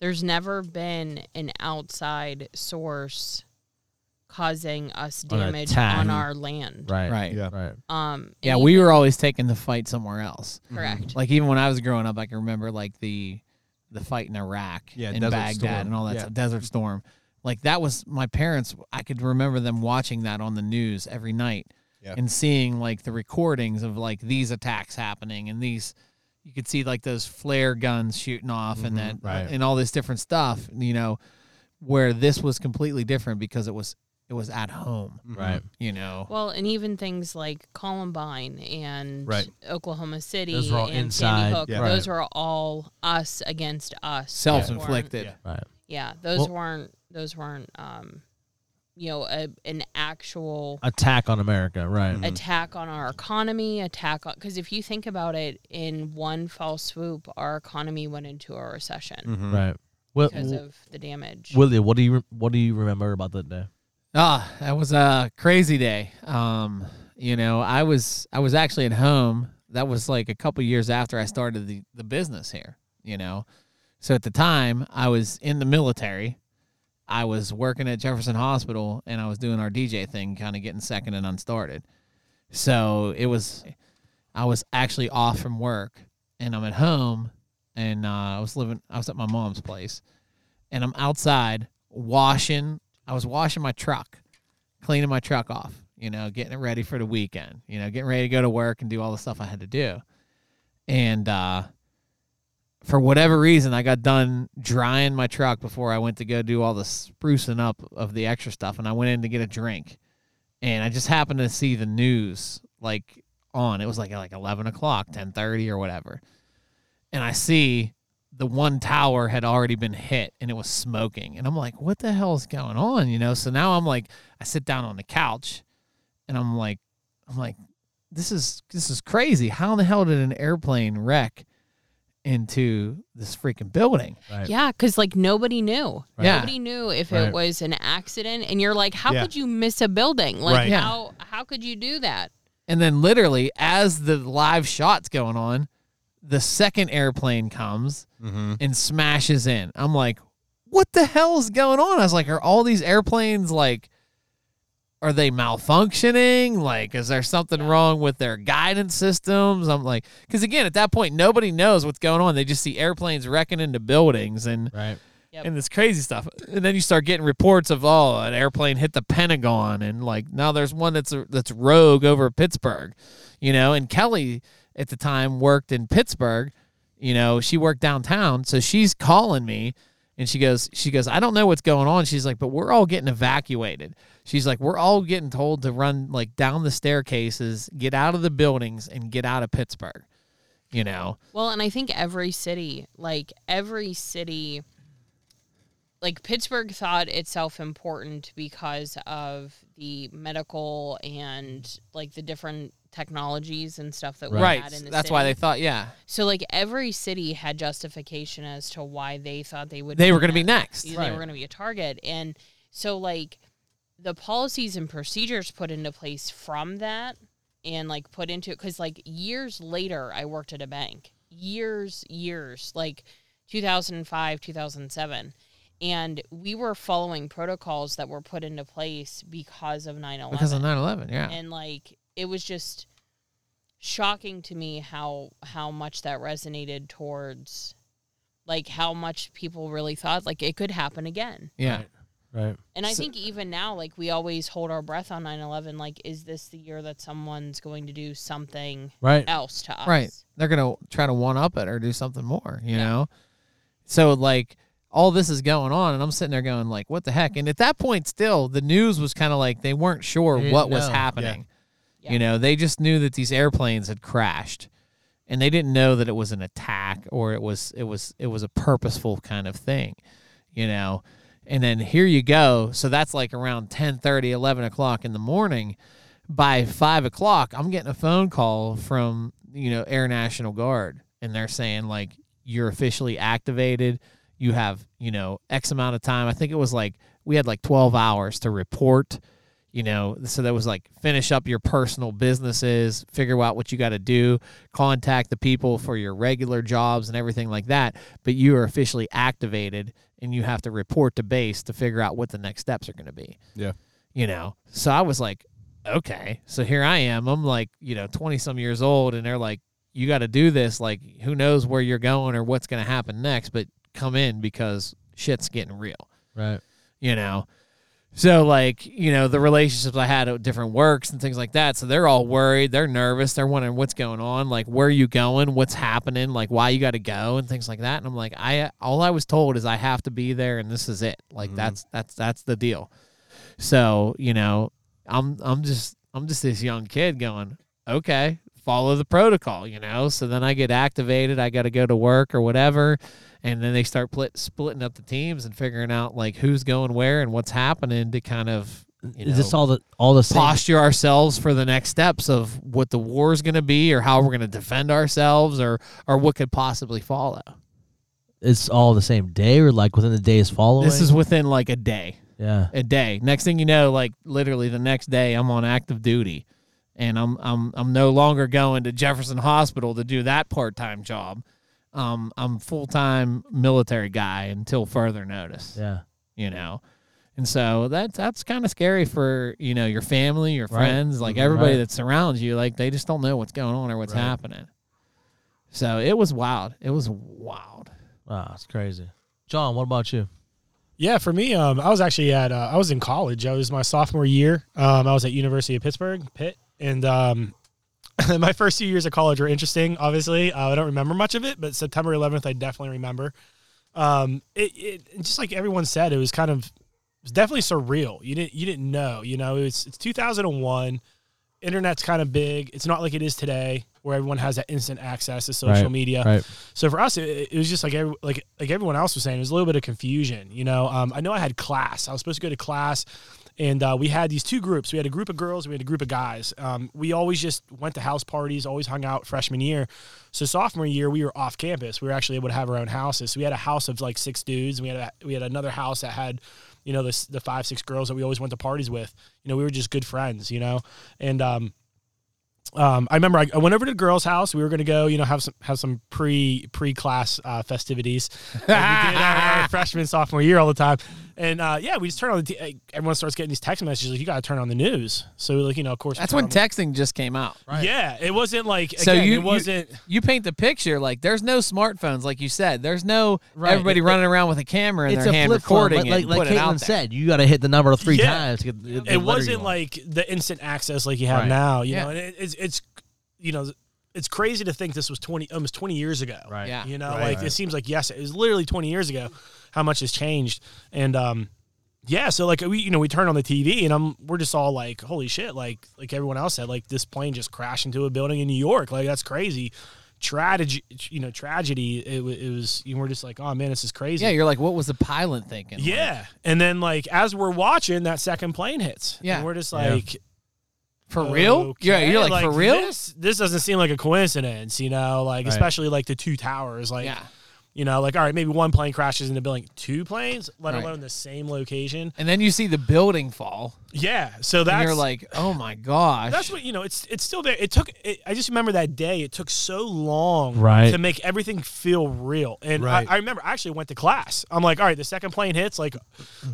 [SPEAKER 4] there's never been an outside source causing us
[SPEAKER 1] An
[SPEAKER 4] damage
[SPEAKER 1] attack.
[SPEAKER 4] on our land.
[SPEAKER 1] Right.
[SPEAKER 2] Right. Yeah.
[SPEAKER 1] Right.
[SPEAKER 4] Um, and
[SPEAKER 2] we were always taking the fight somewhere else.
[SPEAKER 4] correct.
[SPEAKER 2] Like even when I was growing up, I can remember like the the fight in Iraq
[SPEAKER 5] Yeah,
[SPEAKER 2] and
[SPEAKER 5] Desert
[SPEAKER 2] Baghdad
[SPEAKER 5] Storm.
[SPEAKER 2] and all that
[SPEAKER 5] Yeah.
[SPEAKER 2] stuff, Desert Storm. Like that was my parents. I could remember them watching that on the news every night
[SPEAKER 5] Yeah.
[SPEAKER 2] and seeing like the recordings of like these attacks happening and these. You could see like those flare guns shooting off and that
[SPEAKER 5] Mm-hmm.
[SPEAKER 2] uh,
[SPEAKER 1] right.
[SPEAKER 2] and all this different stuff. You know, where this was completely different because it was it was at home.
[SPEAKER 1] Right.
[SPEAKER 2] You know.
[SPEAKER 4] Well, and even things like Columbine and
[SPEAKER 5] Right.
[SPEAKER 4] Oklahoma City
[SPEAKER 1] Those were all
[SPEAKER 4] and
[SPEAKER 1] inside,
[SPEAKER 4] Sandy Hook,
[SPEAKER 5] yeah.
[SPEAKER 4] those were all us against us.
[SPEAKER 2] Self
[SPEAKER 4] Those
[SPEAKER 2] inflicted.
[SPEAKER 5] Yeah.
[SPEAKER 1] Right.
[SPEAKER 4] weren't- Yeah, those
[SPEAKER 1] Well-
[SPEAKER 4] weren't those weren't um, you know, a, an actual
[SPEAKER 1] Attack on America. Right.
[SPEAKER 4] Mm-hmm. attack on our economy, attack on because if you think about it, in one fell swoop, our economy went into a recession
[SPEAKER 5] Mm. Mm-hmm.
[SPEAKER 1] Right. What,
[SPEAKER 4] because of the damage.
[SPEAKER 1] Willie, what do you what do you remember about that day?
[SPEAKER 2] Ah, that was a crazy day. Um, you know, I was I was actually at home. That was like a couple years after I started the, the business here, you know. So at the time I was in the military I was working at Jefferson Hospital and I was doing our DJ thing, kind of getting second and unstarted. So it was, I was actually off from work and I'm at home and uh, I was living, I was at my mom's place and I'm outside washing, I was washing my truck, cleaning my truck off, you know, getting it ready for the weekend, you know, getting ready to go to work and do all the stuff I had to do. And uh, for whatever reason, I got done drying my truck before I went to go do all the sprucing up of the extra stuff. And I went in to get a drink, and I just happened to see the news like on. It was like like eleven o'clock, ten thirty, or whatever. And I see the one tower had already been hit, and it was smoking. And I'm like, what the hell is going on? You know. So now I'm like, I sit down on the couch, and I'm like, I'm like, this is this is crazy. How in the hell did an airplane wreck? into this freaking building.
[SPEAKER 4] Yeah, because like nobody knew.
[SPEAKER 2] Yeah.
[SPEAKER 4] Nobody knew if
[SPEAKER 1] Right.
[SPEAKER 4] it was an accident, and you're like, how
[SPEAKER 6] Yeah.
[SPEAKER 4] could you miss a building? Like,
[SPEAKER 6] Right.
[SPEAKER 2] Yeah.
[SPEAKER 4] how how could you do that?
[SPEAKER 2] And then literally as the live shot's going on, the second airplane comes and smashes in. I'm like, what the hell is going on? I was like, are all these airplanes like are they malfunctioning? Like, is there something wrong with their guidance systems? I'm like, because again, at that point, nobody knows what's going on. They just see airplanes wrecking into buildings and
[SPEAKER 1] Right.
[SPEAKER 4] Yep.
[SPEAKER 2] and this crazy stuff. And then you start getting reports of oh, an airplane hit the Pentagon, and like now there's one that's that's rogue over Pittsburgh, you know. And Kelly at the time worked in Pittsburgh, you know. She worked downtown, so she's calling me, and she goes, she goes, I don't know what's going on. She's like, but we're all getting evacuated. She's like, we're all getting told to run like down the staircases, get out of the buildings, and get out of Pittsburgh, you know.
[SPEAKER 4] Well, and I think every city, like every city, like Pittsburgh thought itself important because of the medical and like the different technologies and stuff that we
[SPEAKER 2] Right.
[SPEAKER 4] had in the
[SPEAKER 2] That's why
[SPEAKER 4] city.
[SPEAKER 2] they thought, yeah,
[SPEAKER 4] So like every city had justification as to why they thought they would
[SPEAKER 2] they were going to be next.
[SPEAKER 4] they were going to be a target and so like the policies and procedures put into place from that and like put into because like years later i worked at a bank years years like 2005 2007 and we were following protocols that were put into place because of 9-11
[SPEAKER 2] Because of 9-11, yeah.
[SPEAKER 4] and like it was just shocking to me how how much that resonated towards like how much people really thought like it could happen again
[SPEAKER 2] yeah.
[SPEAKER 1] Right.
[SPEAKER 4] and i
[SPEAKER 2] So-
[SPEAKER 4] think even now like we always hold our breath on 9-11 like is this the year that someone's going to do something
[SPEAKER 1] Right.
[SPEAKER 4] else to us
[SPEAKER 2] Right. They're going to try to one up it or do something more, you know? So, like, all this is going on, and I'm sitting there going, like, what the heck? And at that point, still, the news was kind of like they weren't sure
[SPEAKER 1] They didn't
[SPEAKER 2] what was
[SPEAKER 1] know.
[SPEAKER 2] happening.
[SPEAKER 4] Yeah.
[SPEAKER 2] You know, they just knew that these airplanes had crashed. And they didn't know that it was an attack or it was it was it was a purposeful kind of thing, you know. And then here you go. So that's like around 10, 11 o'clock in the morning. by five o'clock, I'm getting a phone call from you know Air National Guard, and they're saying like you're officially activated. You have you know X amount of time. I think it was like we had like 12 hours to report. You know, so that was like finish up your personal businesses, figure out what you got to do, contact the people for your regular jobs and everything like that. But you are officially activated, and you have to report to base to figure out what the next steps are going to be you know so i was like okay so here i am i'm like you know 20 some years old and they're like you got to do this like who knows where you're going or what's going to happen next but come in because shit's getting real
[SPEAKER 1] Right.
[SPEAKER 2] you know so like you know the relationships i had at different works and things like that so they're all worried they're nervous they're wondering what's going on like where are you going what's happening like why you got to go and things like that and i'm like i all i was told is i have to be there and this is it like that's that's that's the deal so you know i'm i'm just i'm just this young kid going okay follow the protocol you know so then i get activated i got to go to work or whatever and then they start pl- splitting up the teams and figuring out like who's going where and what's happening to kind of you know,
[SPEAKER 1] Is this all the all the same?
[SPEAKER 2] posture ourselves for the next steps of what the war is going to be or how we're going to defend ourselves or or what could possibly follow.
[SPEAKER 1] It's all the same day, or like within the days following.
[SPEAKER 2] This is within like a day,
[SPEAKER 1] yeah.
[SPEAKER 2] a day. Next thing you know, like literally the next day, I'm on active duty, and I'm I'm I'm no longer going to Jefferson Hospital to do that part time job. Um, I'm full time military guy until further notice.
[SPEAKER 1] Yeah.
[SPEAKER 2] you know. And so that that's kind of scary for you know your family, your friends, like everybody that surrounds you. Like they just don't know what's going on or what's happening. So it was wild. It was wild.
[SPEAKER 1] Wow, it's crazy. John, what about you?
[SPEAKER 3] Yeah, for me, um, I was actually at uh, I was in college. I was my sophomore year. Um, I was at University of Pittsburgh, Pitt, and um, my first few years of college were interesting. Obviously, uh, I don't remember much of it, but September 11th, I definitely remember. Um, it, it just like everyone said, it was kind of it was definitely surreal. You didn't you didn't know. You know, it's it's 2001. Internet's kind of big. It's not like it is today, where everyone has that instant access to social
[SPEAKER 1] Right,
[SPEAKER 3] media.
[SPEAKER 1] right.
[SPEAKER 3] So for us, it, it was just like every, like like everyone else was saying, it was a little bit of confusion. You know, um, I know I had class. I was supposed to go to class, and uh, we had these two groups. We had a group of girls, we had a group of guys. Um, we always just went to house parties, always hung out freshman year. So sophomore year, we were off campus. We were actually able to have our own houses. So we had a house of like six dudes, and we had a, we had another house that had you know the s- the five six girls that we always went to parties with. You know, we were just good friends. You know, and um, um, I remember I, I went over to the girls' house. We were going to go, you know, have some have some pre pre class uh, festivities. like we did our, our freshman sophomore year all the time, and uh, yeah, we just turn on the. T- like, everyone starts getting these text messages like you got to turn on the news. So like you know, of course, we
[SPEAKER 2] That's
[SPEAKER 3] turn
[SPEAKER 2] when
[SPEAKER 3] on-
[SPEAKER 2] texting just came out.
[SPEAKER 3] Yeah, it wasn't like
[SPEAKER 2] So
[SPEAKER 3] again,
[SPEAKER 2] you- you-
[SPEAKER 3] it wasn't.
[SPEAKER 2] You paint the picture like there's no smartphones, like you said. There's no everybody
[SPEAKER 1] It-
[SPEAKER 2] running around with a camera in
[SPEAKER 1] it's
[SPEAKER 2] their
[SPEAKER 1] a
[SPEAKER 2] hand
[SPEAKER 1] flip phone,
[SPEAKER 2] recording
[SPEAKER 1] but
[SPEAKER 2] it.
[SPEAKER 1] like,
[SPEAKER 2] and
[SPEAKER 1] like
[SPEAKER 2] put
[SPEAKER 1] Caitlin
[SPEAKER 2] it out there.
[SPEAKER 1] said, you got to hit the number three
[SPEAKER 3] Yeah.
[SPEAKER 1] times to get the, the letter
[SPEAKER 3] it
[SPEAKER 1] you
[SPEAKER 3] wasn't
[SPEAKER 1] want.
[SPEAKER 3] like the instant access like you have
[SPEAKER 1] Right.
[SPEAKER 3] now. You
[SPEAKER 2] Yeah.
[SPEAKER 3] know, and it, it's it's you know it's crazy to think this was twenty almost twenty years ago.
[SPEAKER 1] right.
[SPEAKER 2] Yeah.
[SPEAKER 3] You know, like it seems like yes, it was literally 20 years ago. How much has changed? And um, yeah, so like we, you know, we turn on the TV and I'm we're just all like, holy shit! Like like everyone else said, like this plane just crashed into a building in New York. Like that's crazy. Tragedy, you know, tragedy. It, wa- it was. You know, we're just like, oh man, this is crazy.
[SPEAKER 2] Yeah, you're like, what was the pilot thinking?
[SPEAKER 3] yeah. And then like as we're watching, that second plane hits.
[SPEAKER 2] Yeah.
[SPEAKER 3] And we're just like,
[SPEAKER 2] For real? Yeah,
[SPEAKER 3] okay,
[SPEAKER 2] you're like, for real?
[SPEAKER 3] This, this doesn't seem like a coincidence, you know. Like
[SPEAKER 1] Right.
[SPEAKER 3] especially like the two towers. Like
[SPEAKER 2] yeah.
[SPEAKER 3] you know, like all right, maybe one plane crashes into building, two planes, let
[SPEAKER 2] Right.
[SPEAKER 3] alone the same location.
[SPEAKER 2] And then you see the building fall,
[SPEAKER 3] Yeah, so
[SPEAKER 2] and
[SPEAKER 3] that's
[SPEAKER 2] you're like, oh my gosh.
[SPEAKER 3] that's what you know. It's it's still there. It took. It, I just remember that day. It took so long,
[SPEAKER 1] Right.
[SPEAKER 3] to make everything feel real. And
[SPEAKER 5] Right.
[SPEAKER 3] I, I remember I actually went to class. I'm like, all right, the second plane hits. Like,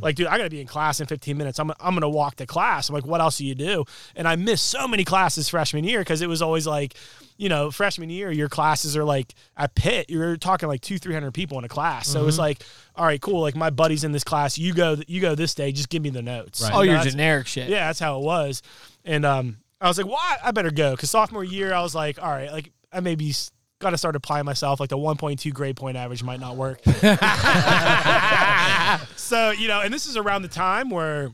[SPEAKER 3] like dude, I gotta be in class in 15 minutes. I'm I'm gonna walk to class. I'm like, what else do you do? And I missed so many classes freshman year because it was always like, you know, freshman year your classes are like at Pitt. You're talking like two, three hundred people in a class. So
[SPEAKER 1] Mm-hmm.
[SPEAKER 3] it's like, all right, cool. Like my buddy's in this class. You go, you go this day. Just give me the notes.
[SPEAKER 1] Right.
[SPEAKER 2] oh,
[SPEAKER 3] You know,
[SPEAKER 2] your
[SPEAKER 3] that's-
[SPEAKER 2] generic shit.
[SPEAKER 3] yeah, that's how it was. And um, I was like, well, I, I better go because sophomore year, I was like, all right, like I maybe got to start applying myself. Like the 1.2 grade point average might not work. so you know, and this is around the time where.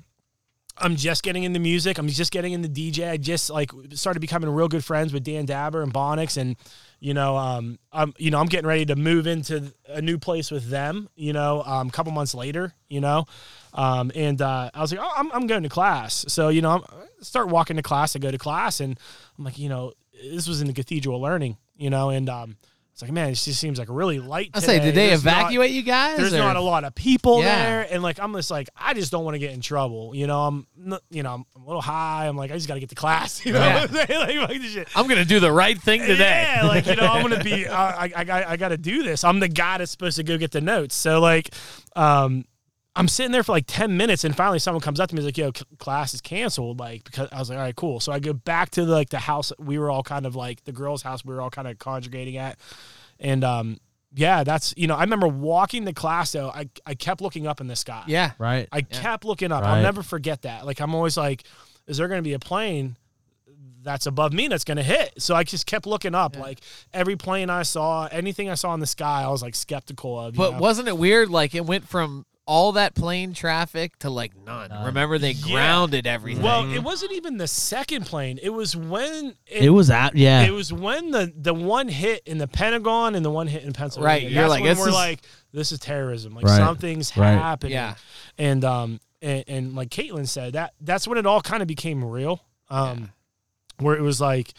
[SPEAKER 3] I'm just getting into music. I'm just getting into DJ. I just like started becoming real good friends with Dan Dabber and Bonix, and you know, um, I'm you know I'm getting ready to move into a new place with them. You know, um, a couple months later, you know, um, and uh, I was like, oh, I'm, I'm going to class. So you know, I'm, I start walking to class. I go to class, and I'm like, you know, this was in the Cathedral of Learning, you know, and um, it's like, man, it just seems like really light.
[SPEAKER 2] I say, did they
[SPEAKER 3] There's not-
[SPEAKER 2] evacuate you guys?
[SPEAKER 3] there's
[SPEAKER 2] or-
[SPEAKER 3] not a lot of people
[SPEAKER 2] Yeah.
[SPEAKER 3] there, and like I'm just like I just don't want to get in trouble. You know, I'm n- you know I'm a little high. I'm like I just got to get to class. You know,
[SPEAKER 2] Yeah.
[SPEAKER 3] what I'm saying? like, fuck this shit.
[SPEAKER 2] I'm gonna do the right thing today.
[SPEAKER 3] Yeah, like you know, I'm gonna be. uh, I I- I got I got to do this. I'm the guy that's supposed to go get the notes. So like, um, I'm sitting there for like ten minutes, and finally someone comes up to me and is like, "Yo, c- class is canceled." Like because I was like, "All right, cool." So I go back to the, like the house we were all kind of like the girls' house we were all kind of congregating at, and um. Yeah, that's you know. I remember walking to class though. I, I kept looking up in the sky.
[SPEAKER 2] Yeah.
[SPEAKER 1] right.
[SPEAKER 3] I kept looking up.
[SPEAKER 1] Right.
[SPEAKER 3] I'll never forget that. Like I'm always like, is there going to be a plane that's above me that's going to hit? So I just kept looking up. Like every plane I saw, anything I saw in the sky, I was like skeptical of. you
[SPEAKER 2] But
[SPEAKER 3] know?
[SPEAKER 2] wasn't it weird? Like it went from all that plane traffic to like none. Remember they grounded everything.
[SPEAKER 3] well, it wasn't even the second plane. It was when
[SPEAKER 1] it was at yeah.
[SPEAKER 3] It was when the the one hit in the Pentagon and the one hit in Pennsylvania.
[SPEAKER 2] Right, you're
[SPEAKER 3] That's
[SPEAKER 2] like,
[SPEAKER 3] when
[SPEAKER 2] this
[SPEAKER 3] we're
[SPEAKER 2] is-
[SPEAKER 3] like, this is terrorism. Like
[SPEAKER 1] Right,
[SPEAKER 3] something's
[SPEAKER 1] right.
[SPEAKER 3] happening.
[SPEAKER 2] Yeah.
[SPEAKER 3] And um and, and like Caitlin said, that that's when it all kind of became real. Um where it was like,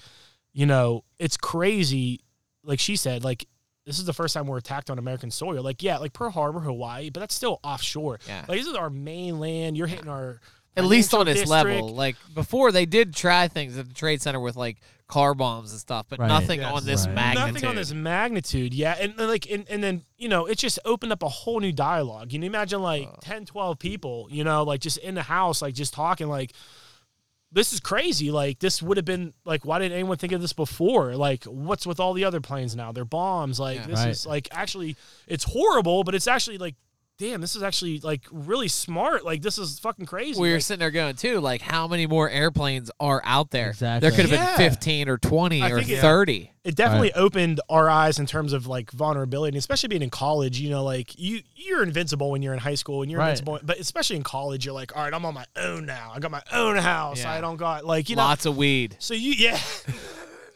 [SPEAKER 3] you know, it's crazy. Like she said, like this is the first time we're attacked on American soil. Like, yeah, like Pearl Harbor, Hawaii, but that's still offshore.
[SPEAKER 2] Yeah.
[SPEAKER 3] Like this is our mainland. You're hitting our
[SPEAKER 2] at least on its
[SPEAKER 3] Financial
[SPEAKER 2] level.
[SPEAKER 3] district.
[SPEAKER 2] Like before, they did try things at the trade center with like car bombs and stuff, but
[SPEAKER 1] Right.
[SPEAKER 2] nothing
[SPEAKER 1] Yes.
[SPEAKER 2] on this
[SPEAKER 1] Right.
[SPEAKER 2] magnitude.
[SPEAKER 3] Nothing on this magnitude, yeah. And, and like and, and then, you know, it just opened up a whole new dialogue. You know, imagine like 10, 12 people, you know, like just in the house, like just talking like this is crazy. Like this would have been like why didn't anyone think of this before? Like what's with all the other planes now? They're bombs. Like
[SPEAKER 2] Yeah.
[SPEAKER 3] this
[SPEAKER 1] Right.
[SPEAKER 3] is like actually it's horrible, but it's actually like damn, this is actually like really smart. Like this is fucking crazy.
[SPEAKER 2] we were
[SPEAKER 3] Like,
[SPEAKER 2] sitting there going too, like how many more airplanes are out there?
[SPEAKER 1] Exactly.
[SPEAKER 2] There could have
[SPEAKER 3] Yeah.
[SPEAKER 2] been fifteen or twenty
[SPEAKER 3] I
[SPEAKER 2] or
[SPEAKER 3] think it-
[SPEAKER 2] thirty.
[SPEAKER 3] it definitely opened our eyes in terms of like vulnerability, and especially being in college. You know, like you you're invincible when you're in high school, and you're
[SPEAKER 1] Right.
[SPEAKER 3] invincible, but especially in college, you're like, all right, I'm on my own now. I got my own house.
[SPEAKER 2] Yeah.
[SPEAKER 3] I don't got like you know.
[SPEAKER 2] Lots of weed.
[SPEAKER 3] So you yeah.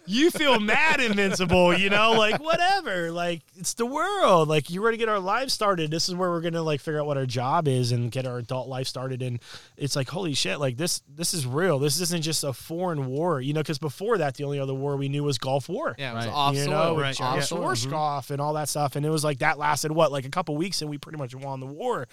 [SPEAKER 3] You feel mad invincible, you know, like whatever. Like it's the world. Like you were to get our lives started. This is where we're gonna like figure out what our job is and get our adult life started. And it's like holy shit, like this this is real. This isn't just a foreign war, you know, because before that the only other war we knew was Gulf War.
[SPEAKER 2] Yeah, it was
[SPEAKER 1] Right.
[SPEAKER 2] offshore.
[SPEAKER 3] You know,
[SPEAKER 2] right.
[SPEAKER 3] with Josh Orshkoff and all that stuff. And it was like that lasted what, like a couple weeks, and we pretty much won the war.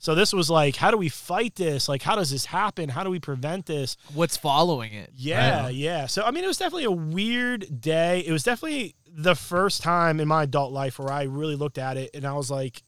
[SPEAKER 3] So this was like, how do we fight this? Like, how does this happen? How do we prevent this?
[SPEAKER 2] What's following it?
[SPEAKER 3] Yeah, yeah. So I mean, it was definitely a weird day. It was definitely the first time in my adult life where I really looked at it and I was like,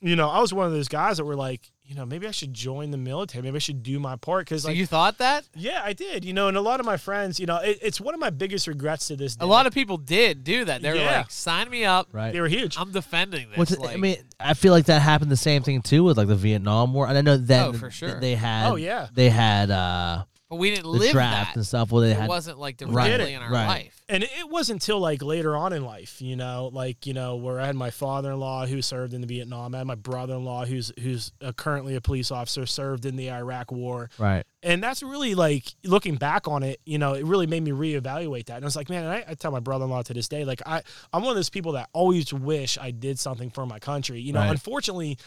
[SPEAKER 3] you know, I was one of those guys that were like, you know, maybe I should join the military. Maybe I should do my part because,
[SPEAKER 2] So
[SPEAKER 3] like,
[SPEAKER 2] you thought that?
[SPEAKER 3] yeah, I did. You know, and a lot of my friends, you know, it, it's one of my biggest regrets to this day.
[SPEAKER 2] A lot of people did do that. They were
[SPEAKER 3] Yeah.
[SPEAKER 2] like, "Sign me up.
[SPEAKER 1] Right.
[SPEAKER 3] they were huge.
[SPEAKER 2] I'm defending this."
[SPEAKER 1] What's it-
[SPEAKER 2] like,
[SPEAKER 1] I mean, I feel like that happened the same thing too with like the Vietnam War, and I know that
[SPEAKER 2] Oh, for sure.
[SPEAKER 1] they had.
[SPEAKER 3] Oh, yeah.
[SPEAKER 1] they had uh,
[SPEAKER 2] but we didn't
[SPEAKER 1] the
[SPEAKER 2] live
[SPEAKER 1] draft
[SPEAKER 2] that.
[SPEAKER 1] and stuff. Well, they
[SPEAKER 2] it
[SPEAKER 1] had
[SPEAKER 2] wasn't like
[SPEAKER 1] Right.
[SPEAKER 2] directly
[SPEAKER 1] Did it.
[SPEAKER 2] in our
[SPEAKER 1] Right.
[SPEAKER 2] life.
[SPEAKER 3] and it wasn't until like later on in life, you know, like you know, where I had my father-in-law who served in the Vietnam, I had my brother-in-law who's who's uh, currently a police officer, served in the Iraq War,
[SPEAKER 1] right.
[SPEAKER 3] and that's really like looking back on it, you know, it really made me reevaluate that. And I was like, man, and I, I tell my brother-in-law to this day, like I, I'm one of those people that always wish I did something for my country. You know,
[SPEAKER 1] Right.
[SPEAKER 3] unfortunately,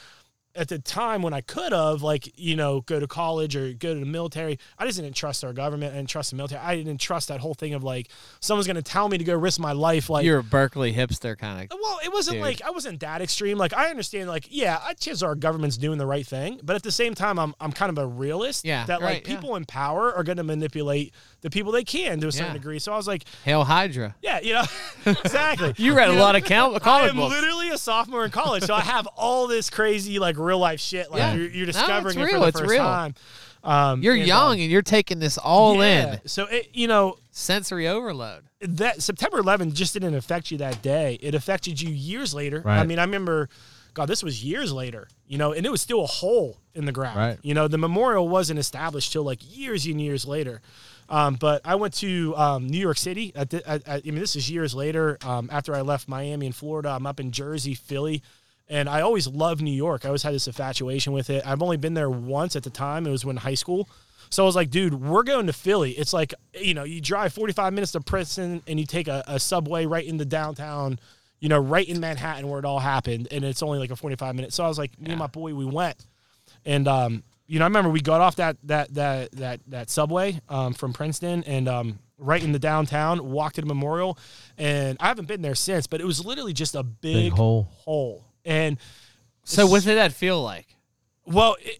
[SPEAKER 3] at the time when I could have, like, you know, go to college or go to the military, I just didn't trust our government. I didn't trust the military. I didn't trust that whole thing of like someone's going to tell me to go risk my life. Like,
[SPEAKER 2] You're a Berkeley hipster kind of.
[SPEAKER 3] well, it wasn't
[SPEAKER 2] Dude.
[SPEAKER 3] like I wasn't that extreme. Like I understand, like yeah, I chances are our government's doing the right thing, but at the same time, I'm I'm kind of a realist.
[SPEAKER 2] Yeah,
[SPEAKER 3] that
[SPEAKER 2] right,
[SPEAKER 3] like people in power are going to manipulate the people they can to a certain
[SPEAKER 2] Yeah.
[SPEAKER 3] degree. So I was like,
[SPEAKER 2] Hail Hydra.
[SPEAKER 3] yeah, you know, exactly.
[SPEAKER 2] You read a
[SPEAKER 3] know,
[SPEAKER 2] lot of cal-
[SPEAKER 3] I
[SPEAKER 2] comic
[SPEAKER 3] am
[SPEAKER 2] books.
[SPEAKER 3] literally a sophomore in college, so I have all this crazy like real life shit. Like
[SPEAKER 2] Yeah.
[SPEAKER 3] you're, you're
[SPEAKER 2] No, it's
[SPEAKER 3] discovering it for
[SPEAKER 2] real,
[SPEAKER 3] the
[SPEAKER 2] it's
[SPEAKER 3] first
[SPEAKER 2] real.
[SPEAKER 3] time. Um,
[SPEAKER 2] You're
[SPEAKER 3] and,
[SPEAKER 2] young
[SPEAKER 3] um,
[SPEAKER 2] and you're taking this all
[SPEAKER 3] yeah.
[SPEAKER 2] in.
[SPEAKER 3] So it, you know,
[SPEAKER 2] Sensory overload.
[SPEAKER 3] that September 11 just didn't affect you that day. It affected you years later. I
[SPEAKER 1] Right.
[SPEAKER 3] mean, I remember, God, this was years later, you know, and it was still a hole in the ground.
[SPEAKER 1] Right.
[SPEAKER 3] You know, the memorial wasn't established till like years and years later. Um, but I went to um, New York City. At the, at, at- I mean, this is years later. Um, after I left Miami and Florida, I'm up in Jersey, Philly. And I always loved New York. I always had this infatuation with it. I've only been there once at the time. It was when high school. So I was like, dude, we're going to Philly. It's like, you know, you drive 45 minutes to Princeton and you take a, a subway right into downtown, you know, right in Manhattan where it all happened. And it's only like a 45 minute. So I was like, me and my boy, we went. And, um, you know, I remember we got off that, that, that, that, that subway, um, from Princeton and, um, right in the downtown, walked to the memorial. And I haven't been there since, but it was literally just a big,
[SPEAKER 1] Big hole.
[SPEAKER 3] hole. And,
[SPEAKER 2] So what did that feel like?
[SPEAKER 3] well, it,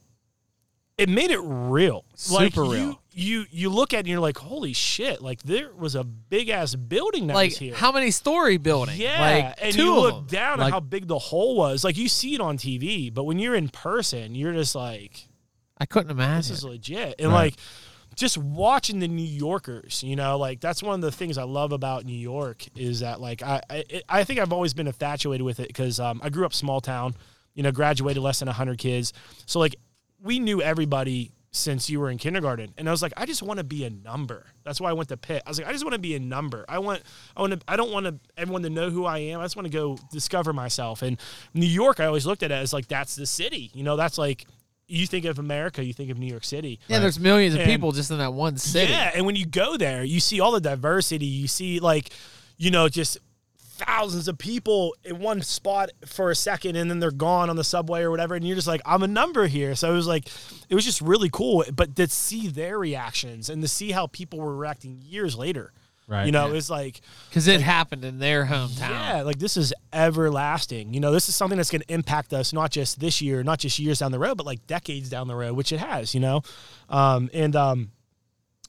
[SPEAKER 3] it made it real. like,
[SPEAKER 2] Super
[SPEAKER 3] you,
[SPEAKER 2] real.
[SPEAKER 3] You you look at it and you're like, holy shit! Like there was a big ass building that
[SPEAKER 2] Like
[SPEAKER 3] was here.
[SPEAKER 2] how many story building?
[SPEAKER 3] yeah,
[SPEAKER 2] like,
[SPEAKER 3] and
[SPEAKER 2] two
[SPEAKER 3] you
[SPEAKER 2] of
[SPEAKER 3] look
[SPEAKER 2] them.
[SPEAKER 3] down
[SPEAKER 1] Like-
[SPEAKER 3] at how big the hole was. Like you see it on TV, but when you're in person, you're just like,
[SPEAKER 2] I couldn't
[SPEAKER 3] this
[SPEAKER 2] imagine.
[SPEAKER 3] is legit. And
[SPEAKER 1] Right.
[SPEAKER 3] like just watching the New Yorkers, you know, like that's one of the things I love about New York is that like I I, I think I've always been infatuated with it because um, I grew up small town, you know, graduated less than hundred kids, so like we knew everybody since you were in kindergarten and i was like i just want to be a number that's why i went to pitt i was like i just want to be a number i want i want to i don't want to everyone to know who i am i just want to go discover myself and new york i always looked at it as like that's the city you know that's like you think of America, you think of New York City.
[SPEAKER 2] yeah, there's millions of
[SPEAKER 3] And-
[SPEAKER 2] people just in that one city.
[SPEAKER 3] Yeah, and when you go there, you see all the diversity. You see like, you know, just thousands of people in one spot for a second and then they're gone on the subway or whatever and you're just like I'm a number here so it was like it was just really cool but to see their reactions and to see how people were reacting years later
[SPEAKER 1] Right.
[SPEAKER 3] You know, it's like
[SPEAKER 2] because it happened in their hometown.
[SPEAKER 3] yeah, like this is everlasting. You know, this is something that's going to impact us not just this year, not just years down the road, but like decades down the road, which it has. You know, um, and um,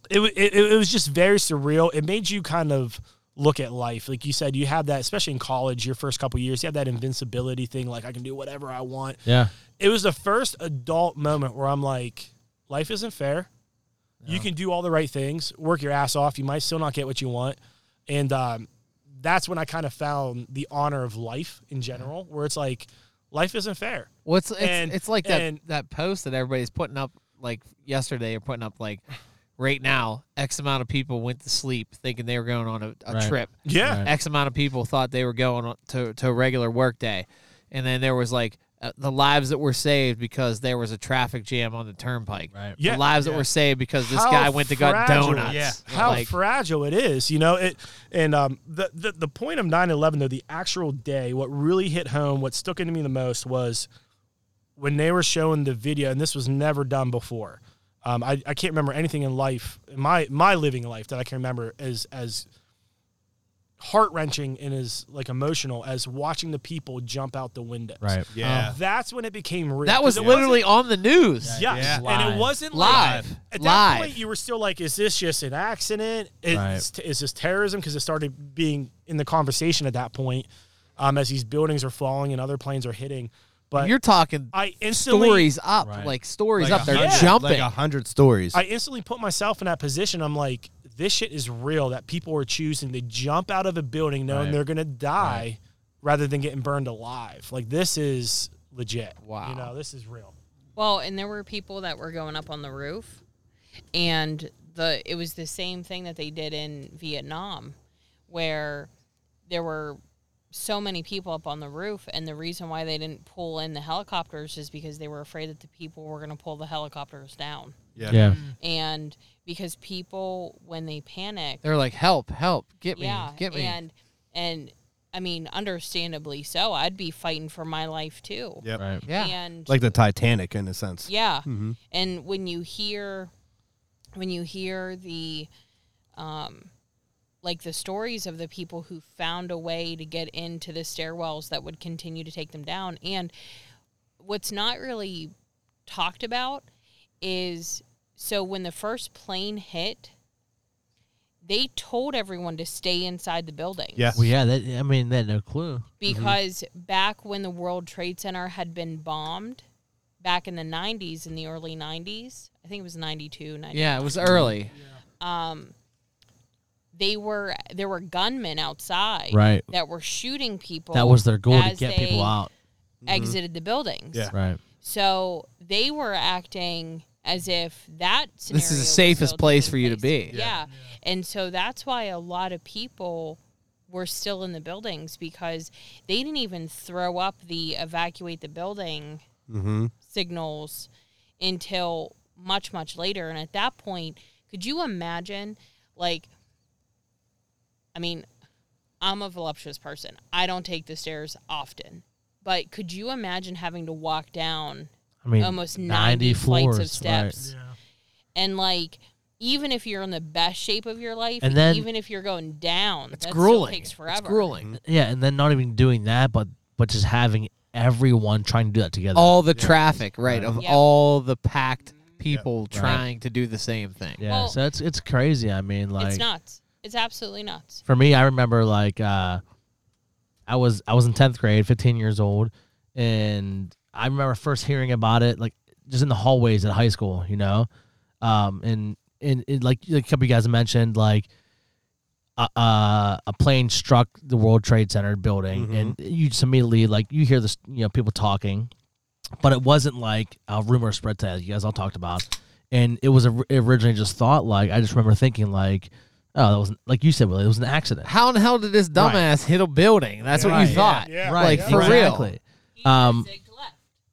[SPEAKER 3] it, wa- it it was just very surreal. It made you kind of look at life, like you said. You have that, especially in college, your first couple years, you have that invincibility thing. Like I can do whatever I want.
[SPEAKER 1] Yeah.
[SPEAKER 3] It was the first adult moment where I'm like, life isn't fair. You can do all the right things, work your ass off. You might still not get what you want, and um, that's when I kind of found the honor of life in general, where it's like life isn't fair.
[SPEAKER 2] What's it's,
[SPEAKER 3] And-
[SPEAKER 2] it's like that
[SPEAKER 3] and-
[SPEAKER 2] that post that everybody's putting up like yesterday or putting up like right now. X amount of people went to sleep thinking they were going on a, a
[SPEAKER 1] Right.
[SPEAKER 2] trip.
[SPEAKER 3] Yeah,
[SPEAKER 1] Right.
[SPEAKER 2] X amount of people thought they were going on to to a regular work day, and then there was like uh, the lives that were saved because there was a traffic jam on the turnpike.
[SPEAKER 1] Right.
[SPEAKER 3] Yeah,
[SPEAKER 2] the lives
[SPEAKER 3] yeah.
[SPEAKER 2] that were saved because this
[SPEAKER 3] How
[SPEAKER 2] guy went to got
[SPEAKER 3] fragile-
[SPEAKER 2] donuts.
[SPEAKER 5] Yeah.
[SPEAKER 3] how
[SPEAKER 2] Like,
[SPEAKER 3] fragile it is, you know. It and um, the, the the point of 9-11, though, the actual day, what really hit home, what stuck into me the most was when they were showing the video, and this was never done before. Um, I, I can't remember anything in life, in my my living life that I can remember as as heart wrenching and as like emotional as watching the people jump out the windows.
[SPEAKER 2] Um,
[SPEAKER 1] Right.
[SPEAKER 5] Yeah.
[SPEAKER 3] That's when it became real.
[SPEAKER 2] that was
[SPEAKER 3] 'Cause it
[SPEAKER 2] literally on the news.
[SPEAKER 3] wasn't- yes,
[SPEAKER 1] Yeah.
[SPEAKER 3] and
[SPEAKER 1] Live.
[SPEAKER 3] it wasn't like-
[SPEAKER 2] Live,
[SPEAKER 3] at that
[SPEAKER 2] live.
[SPEAKER 3] point, you were still like, "Is this just an accident? Is,
[SPEAKER 1] Right.
[SPEAKER 3] is this terrorism?" Because it started being in the conversation at that point, um, as these buildings are falling and other planes are hitting. But
[SPEAKER 2] You're talking
[SPEAKER 3] I instantly,
[SPEAKER 2] stories up,
[SPEAKER 1] Right.
[SPEAKER 2] like stories
[SPEAKER 5] Like
[SPEAKER 2] up.
[SPEAKER 5] a
[SPEAKER 2] They're
[SPEAKER 5] hundred-
[SPEAKER 2] jumping.
[SPEAKER 5] Like a hundred stories.
[SPEAKER 3] I instantly put myself in that position. I'm like, "This shit is real." That people are choosing to jump out of a building knowing
[SPEAKER 1] Right.
[SPEAKER 3] they're gonna die, rather than getting burned alive. Like this is legit.
[SPEAKER 2] Wow.
[SPEAKER 3] you know, this is real.
[SPEAKER 4] Well, and there were people that were going up on the roof, and the it was the same thing that they did in Vietnam, where there were so many people up on the roof, and the reason why they didn't pull in the helicopters is because they were afraid that the people were going to pull the helicopters down,
[SPEAKER 1] Yeah.
[SPEAKER 2] Hmm.
[SPEAKER 4] and because people when they panic,
[SPEAKER 2] They're like, help, help, get me,
[SPEAKER 4] yeah,
[SPEAKER 2] get me.
[SPEAKER 4] and and I mean, understandably so, I'd be fighting for my life too,
[SPEAKER 5] Yep.
[SPEAKER 1] Right.
[SPEAKER 2] yeah.
[SPEAKER 4] and
[SPEAKER 5] Like the Titanic in a sense.
[SPEAKER 4] Yeah.
[SPEAKER 1] Mm-hmm.
[SPEAKER 4] And when you hear when you hear the um like the stories of the people who found a way to get into the stairwells that would continue to take them down and what's not really talked about is so when the first plane hit they told everyone to stay inside the building
[SPEAKER 5] Yeah.
[SPEAKER 1] Well, yeah. That I mean, they had no clue.
[SPEAKER 4] because back when the World Trade Center had been bombed back in the 90s in the early 90s I think it was 92 90,
[SPEAKER 2] Yeah, it was early.
[SPEAKER 4] they were there were gunmen outside
[SPEAKER 1] Right.
[SPEAKER 4] that were shooting people
[SPEAKER 1] That was mm-hmm. their goal to
[SPEAKER 4] as
[SPEAKER 1] get
[SPEAKER 4] they
[SPEAKER 1] people out.
[SPEAKER 4] exited the buildings
[SPEAKER 5] Yeah.
[SPEAKER 1] Right.
[SPEAKER 4] so they were acting as if that scenario
[SPEAKER 2] This is the
[SPEAKER 4] was
[SPEAKER 2] safest
[SPEAKER 4] still
[SPEAKER 2] place
[SPEAKER 4] taking
[SPEAKER 2] for you to
[SPEAKER 4] place.
[SPEAKER 2] be.
[SPEAKER 4] yeah. and so that's why a lot of people were still in the buildings because they didn't even throw up the evacuate the building
[SPEAKER 5] Mm-hmm.
[SPEAKER 4] signals until much much later and at that point could you imagine like i mean i'm a voluptuous person i don't take the stairs often but could you imagine having to walk down
[SPEAKER 1] I mean,
[SPEAKER 4] almost
[SPEAKER 1] 90
[SPEAKER 4] 90 flights of
[SPEAKER 1] floors, right.
[SPEAKER 4] steps and like even if you're in the best shape of your life
[SPEAKER 1] And then-
[SPEAKER 4] even if you're going down
[SPEAKER 2] It's
[SPEAKER 4] that still
[SPEAKER 2] grueling.
[SPEAKER 4] takes
[SPEAKER 2] It's
[SPEAKER 4] forever
[SPEAKER 2] grueling.
[SPEAKER 1] Yeah, and then not even doing that, but but just having everyone trying to do that together.
[SPEAKER 4] Oh,
[SPEAKER 2] All the traffic, right, of
[SPEAKER 4] Yeah.
[SPEAKER 2] all the packed people trying to do the same thing.
[SPEAKER 1] yeah,
[SPEAKER 4] Well-
[SPEAKER 1] so it's it's crazy. I mean, like
[SPEAKER 4] it's nuts it's absolutely nuts
[SPEAKER 1] for me, I remember like uh, I was I was in tenth grade, fifteen years old, and I remember first hearing about it like just in the hallways at high school, you know, um, and and it, like a couple of you guys mentioned, like a, uh, a plane struck the World Trade Center building, and you just immediately like you hear this, you know, people talking, but it wasn't like a rumor spread to you guys all talked about, and it was or- originally just thought like I just remember thinking like, oh, that was like you said, Willie, it was an accident,
[SPEAKER 2] How in the hell did this dumbass hit a building? That's what you
[SPEAKER 1] Right.
[SPEAKER 2] thought.
[SPEAKER 3] Yeah.
[SPEAKER 2] Like for real.
[SPEAKER 1] Exactly. Um,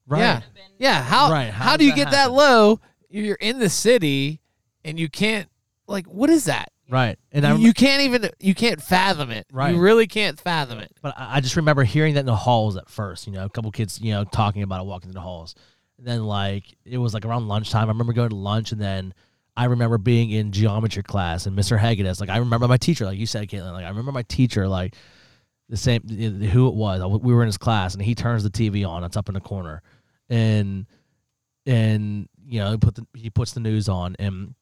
[SPEAKER 1] Right.
[SPEAKER 2] Yeah. Yeah. How
[SPEAKER 1] Right, how
[SPEAKER 2] how
[SPEAKER 1] does
[SPEAKER 2] do you
[SPEAKER 1] that
[SPEAKER 2] get that
[SPEAKER 1] happen?
[SPEAKER 2] low? You're in the city and you can't like what is that?
[SPEAKER 1] Right. And I
[SPEAKER 2] You,
[SPEAKER 1] rem-
[SPEAKER 2] you can't even you can't fathom it.
[SPEAKER 1] Right.
[SPEAKER 2] You really can't fathom it.
[SPEAKER 1] but I I just remember hearing that in the halls at first, you know, a couple kids, you know, talking about it walking through the halls. And then like it was like around lunchtime. I remember going to lunch and then I remember being in geometry class and Mr. Hagedis. Like I remember my teacher, like you said, Caitlin. Like I remember my teacher, like the same who it was. I- We were in his class and he turns the TV on. It's up in the corner, and and you know he put the, he puts the news on and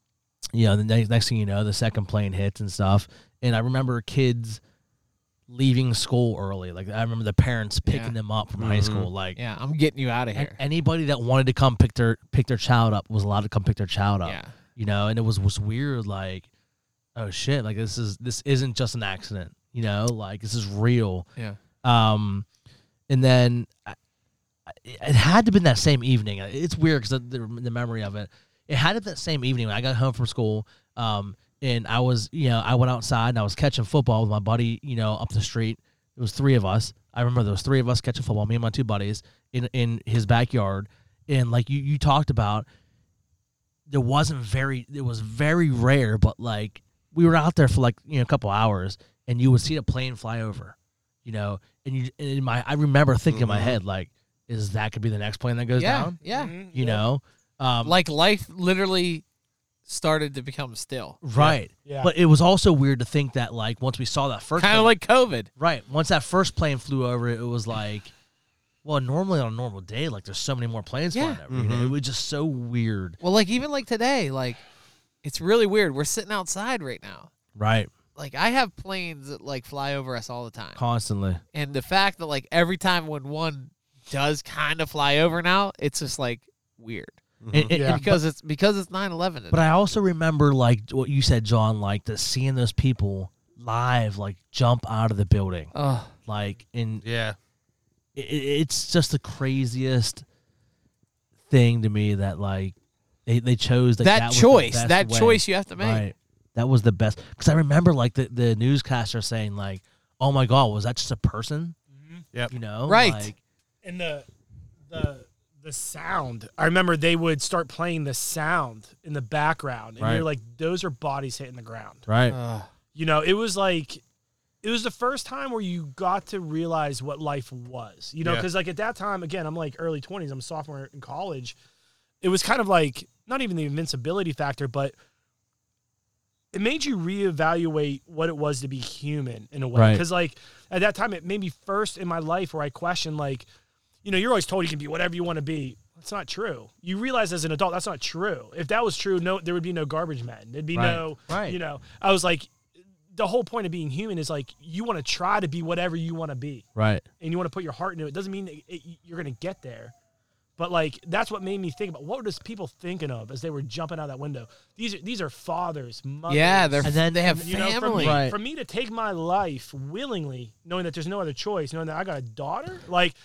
[SPEAKER 1] you know the next, next thing you know the second plane hits and stuff. And I remember kids leaving school early. Like I remember the parents picking
[SPEAKER 2] Yeah. Mm-hmm.
[SPEAKER 1] them up from high school. Like
[SPEAKER 2] Yeah, I'm getting you out of
[SPEAKER 1] and
[SPEAKER 2] here.
[SPEAKER 1] anybody that wanted to come pick their pick their child up was allowed to come pick their child up.
[SPEAKER 2] Yeah.
[SPEAKER 1] You know, and it was was weird like oh shit, like this is this isn't just an accident, you know? Like this is real.
[SPEAKER 2] Yeah.
[SPEAKER 1] Um and then I, I- it had to been that same evening. It's weird cuz the, the the memory of it. It had it that same evening when I got home from school. Um and I was, you know, I went outside and I was catching football with my buddy, you know, up the street. It was three of us. I remember there was three of us catching football, me and my two buddies in in his backyard. And like you you talked about, there wasn't very it was very rare, but like we were out there for like, you know, a couple hours and you would see a plane fly over, you know, and you and in my I remember thinking in my head, like, is that could be the next plane that goes
[SPEAKER 2] Yeah.
[SPEAKER 1] down? Mm.
[SPEAKER 2] Yeah.
[SPEAKER 3] Mm-hmm.
[SPEAKER 1] You know? Um
[SPEAKER 2] Like life literally started to become still.
[SPEAKER 1] Right.
[SPEAKER 3] Yeah.
[SPEAKER 1] But it was also weird to think that like once we saw that first
[SPEAKER 2] Kind
[SPEAKER 1] plane-
[SPEAKER 2] of like COVID.
[SPEAKER 1] Right. Once that first plane flew over, it was like, well, normally on a normal day, like there's so many more planes flying
[SPEAKER 2] Yeah.
[SPEAKER 1] over. You know? It was just so weird.
[SPEAKER 2] Well, like even like today, like it's really weird. We're sitting outside right now.
[SPEAKER 1] Right.
[SPEAKER 2] Like I have planes that like fly over us all the time.
[SPEAKER 1] Constantly.
[SPEAKER 2] and the fact that like every time when one does kind of fly over now, it's just like weird
[SPEAKER 1] And- and-
[SPEAKER 3] Yeah.
[SPEAKER 1] and-
[SPEAKER 2] because it's because it's 9/11.
[SPEAKER 1] but I also remember like what you said, John, like the seeing those people live, like jump out of the building,
[SPEAKER 2] oh,
[SPEAKER 1] like in
[SPEAKER 5] Yeah.
[SPEAKER 1] it, it's just the craziest thing to me that like they, they chose like,
[SPEAKER 2] that,
[SPEAKER 1] was the
[SPEAKER 2] choice,
[SPEAKER 1] best
[SPEAKER 2] that
[SPEAKER 1] way.
[SPEAKER 2] choice you have to make.
[SPEAKER 1] Right. That was the best because I remember like the the newscaster saying like, "Oh my god, was that just a person?"
[SPEAKER 5] Yep.
[SPEAKER 1] You know,
[SPEAKER 2] Right.
[SPEAKER 1] Like,
[SPEAKER 3] and the the the sound. I remember they would start playing the sound in the background, and
[SPEAKER 1] Right.
[SPEAKER 3] you're like, those are bodies hitting the ground.
[SPEAKER 1] right.
[SPEAKER 3] You know, it was like it was the first time where you got to realize what life was. You know,
[SPEAKER 5] Yeah.
[SPEAKER 3] because like at that time, again, I'm like early 20s. I'm a sophomore in college. It was kind of like not even the invincibility factor, but it made you reevaluate what it was to be human in a way.
[SPEAKER 1] Right.
[SPEAKER 3] Because like at that time, it made me first in my life where I questioned like, you know, you're always told you can be whatever you want to be. That's not true. You realize as an adult that's not true. If that was true, no, there would be no garbage men. There'd be
[SPEAKER 1] Right.
[SPEAKER 3] no,
[SPEAKER 1] Right.
[SPEAKER 3] you know. I was like, the whole point of being human is like you want to try to be whatever you want to be,
[SPEAKER 1] right.
[SPEAKER 3] and you want to put your heart into it. Doesn't mean that it, you're going to get there, but like that's what made me think about what were those people thinking of as they were jumping out that window. These are these are fathers, mothers.
[SPEAKER 2] Yeah, they're
[SPEAKER 1] And then-
[SPEAKER 2] they have
[SPEAKER 1] and,
[SPEAKER 3] you know, for
[SPEAKER 2] family.
[SPEAKER 3] me,
[SPEAKER 1] Right.
[SPEAKER 3] for me to take my life willingly, knowing that there's no other choice, knowing that I got a daughter, like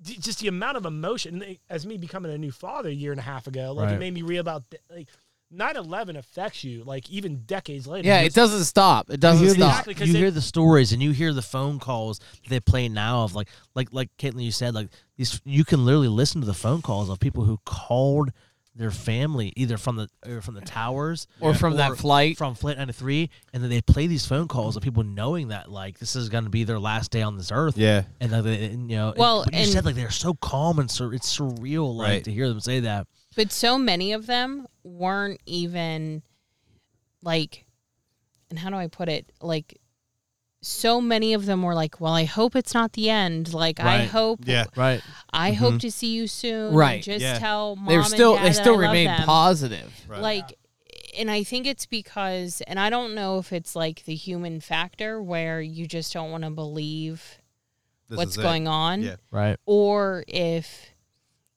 [SPEAKER 3] d- just the amount of emotion and they- as me becoming a new father a year and a half ago, like
[SPEAKER 1] Right.
[SPEAKER 3] it made me real about th- like 9-11 affects you like even decades later.
[SPEAKER 2] Yeah,
[SPEAKER 3] You
[SPEAKER 2] it
[SPEAKER 3] still-
[SPEAKER 2] doesn't stop. It doesn't
[SPEAKER 1] you hear,
[SPEAKER 2] stop.
[SPEAKER 3] Exactly,
[SPEAKER 1] the,
[SPEAKER 3] 'cause
[SPEAKER 1] you
[SPEAKER 3] they-
[SPEAKER 1] hear the stories and you hear the phone calls that they play now of like like like Caitlin, you said like these you can literally listen to the phone calls of people who called their family either from the or from the towers
[SPEAKER 2] Or from that flight.
[SPEAKER 1] from Flight 93 and then they play these phone calls of people knowing that like this is going to be their last day on this earth
[SPEAKER 5] Yeah.
[SPEAKER 1] and like, they- and, you know
[SPEAKER 4] Well,
[SPEAKER 1] and, but you
[SPEAKER 4] and-
[SPEAKER 1] said like they're so calm and so it's surreal like
[SPEAKER 5] Right.
[SPEAKER 1] to hear them say that
[SPEAKER 4] But so many of them weren't even like, and how do I put it? Like, so many of them were like, "Well, I hope it's not the end. Like, I
[SPEAKER 1] Right.
[SPEAKER 4] hope,
[SPEAKER 5] Yeah.
[SPEAKER 1] right
[SPEAKER 4] I hope to see you soon.
[SPEAKER 2] Mm-hmm. Right.
[SPEAKER 4] Just
[SPEAKER 5] Yeah.
[SPEAKER 4] tell mom
[SPEAKER 2] They were still
[SPEAKER 4] and dad
[SPEAKER 2] they still
[SPEAKER 4] that I love
[SPEAKER 2] remain
[SPEAKER 4] them."
[SPEAKER 2] positive.
[SPEAKER 4] Like, and I think it's because, and I don't know if it's like the human factor where you just don't want to believe
[SPEAKER 5] This
[SPEAKER 4] what's
[SPEAKER 5] is it.
[SPEAKER 4] going on
[SPEAKER 5] Yeah.
[SPEAKER 1] right
[SPEAKER 4] or if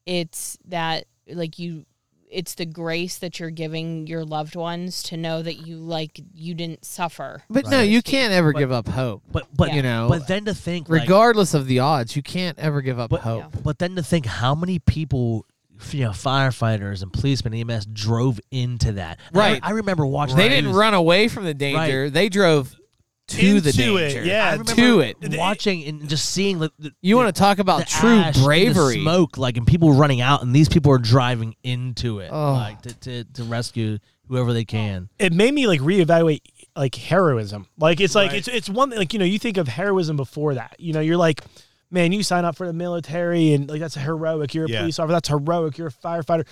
[SPEAKER 4] it's that like you it's the grace that you're giving your loved ones to know that you like you didn't suffer
[SPEAKER 2] But no, you can't ever give up hope.
[SPEAKER 1] but but
[SPEAKER 4] You
[SPEAKER 2] know,
[SPEAKER 1] but then to think like,
[SPEAKER 2] Regardless of the odds, you can't ever give up
[SPEAKER 1] But-
[SPEAKER 2] hope.
[SPEAKER 1] But then to think how many people, f- you know, firefighters and policemen, EMS drove into that. And I-
[SPEAKER 2] Right.
[SPEAKER 1] I, remember watching.
[SPEAKER 2] They
[SPEAKER 1] the
[SPEAKER 2] didn't
[SPEAKER 1] news.
[SPEAKER 2] run away from the danger. They drove to the
[SPEAKER 3] Into it,
[SPEAKER 2] danger.
[SPEAKER 3] yeah. I
[SPEAKER 2] to
[SPEAKER 3] remember-
[SPEAKER 2] it.
[SPEAKER 1] Watching and just seeing the, the,
[SPEAKER 2] You want to talk about
[SPEAKER 1] the
[SPEAKER 2] true
[SPEAKER 1] ash and the
[SPEAKER 2] bravery?
[SPEAKER 1] smoke, like and people running out, and these people are driving into it,
[SPEAKER 2] Oh.
[SPEAKER 1] like to, to to rescue whoever they can.
[SPEAKER 3] it made me like reevaluate like heroism. Like it's like it's it's one like you know you think of heroism before that. You know you're like, man, you sign up for the military and like that's heroic. You're a
[SPEAKER 5] Yeah.
[SPEAKER 3] police officer. That's heroic. You're a firefighter.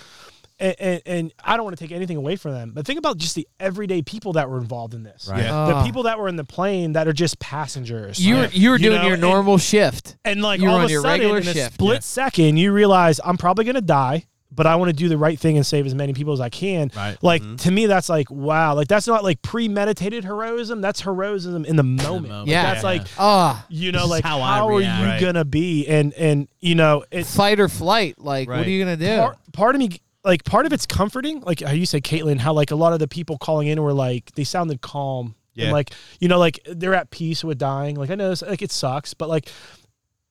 [SPEAKER 3] and, and, and I don't want to take anything away from them, but think about just the everyday people that were involved in this.
[SPEAKER 5] Right.
[SPEAKER 2] Yeah.
[SPEAKER 3] The people that were in the plane that are just passengers.
[SPEAKER 2] Ah. You were you were
[SPEAKER 3] You
[SPEAKER 2] doing
[SPEAKER 3] know,
[SPEAKER 2] your
[SPEAKER 3] and-
[SPEAKER 2] normal shift.
[SPEAKER 3] and like
[SPEAKER 2] you were
[SPEAKER 3] all
[SPEAKER 2] on
[SPEAKER 3] of a
[SPEAKER 2] your
[SPEAKER 3] sudden,
[SPEAKER 2] regular
[SPEAKER 3] in a
[SPEAKER 2] shift.
[SPEAKER 3] split second, you realize I'm probably gonna die, but I want to do the right thing and save as many people as I can.
[SPEAKER 5] Right.
[SPEAKER 3] Like
[SPEAKER 1] Mm-hmm.
[SPEAKER 3] to me, that's like wow. Like that's not like premeditated heroism. That's heroism in the moment.
[SPEAKER 1] moment.
[SPEAKER 2] Yeah.
[SPEAKER 3] That's like
[SPEAKER 2] Ah,
[SPEAKER 3] you know,
[SPEAKER 1] This is
[SPEAKER 3] like
[SPEAKER 1] how
[SPEAKER 3] how,
[SPEAKER 1] I
[SPEAKER 3] are you
[SPEAKER 1] react.
[SPEAKER 5] Right.
[SPEAKER 3] gonna be? And and you know, it's
[SPEAKER 2] fight or flight. Like, what
[SPEAKER 5] Right.
[SPEAKER 2] are you gonna do?
[SPEAKER 3] part, part of me. Like part of it's comforting, like how you say, Caitlin, how like a lot of the people calling in were like they sounded calm,
[SPEAKER 5] Yeah.
[SPEAKER 3] and like you know, like they're at peace with dying. Like I know, this, like it sucks, but like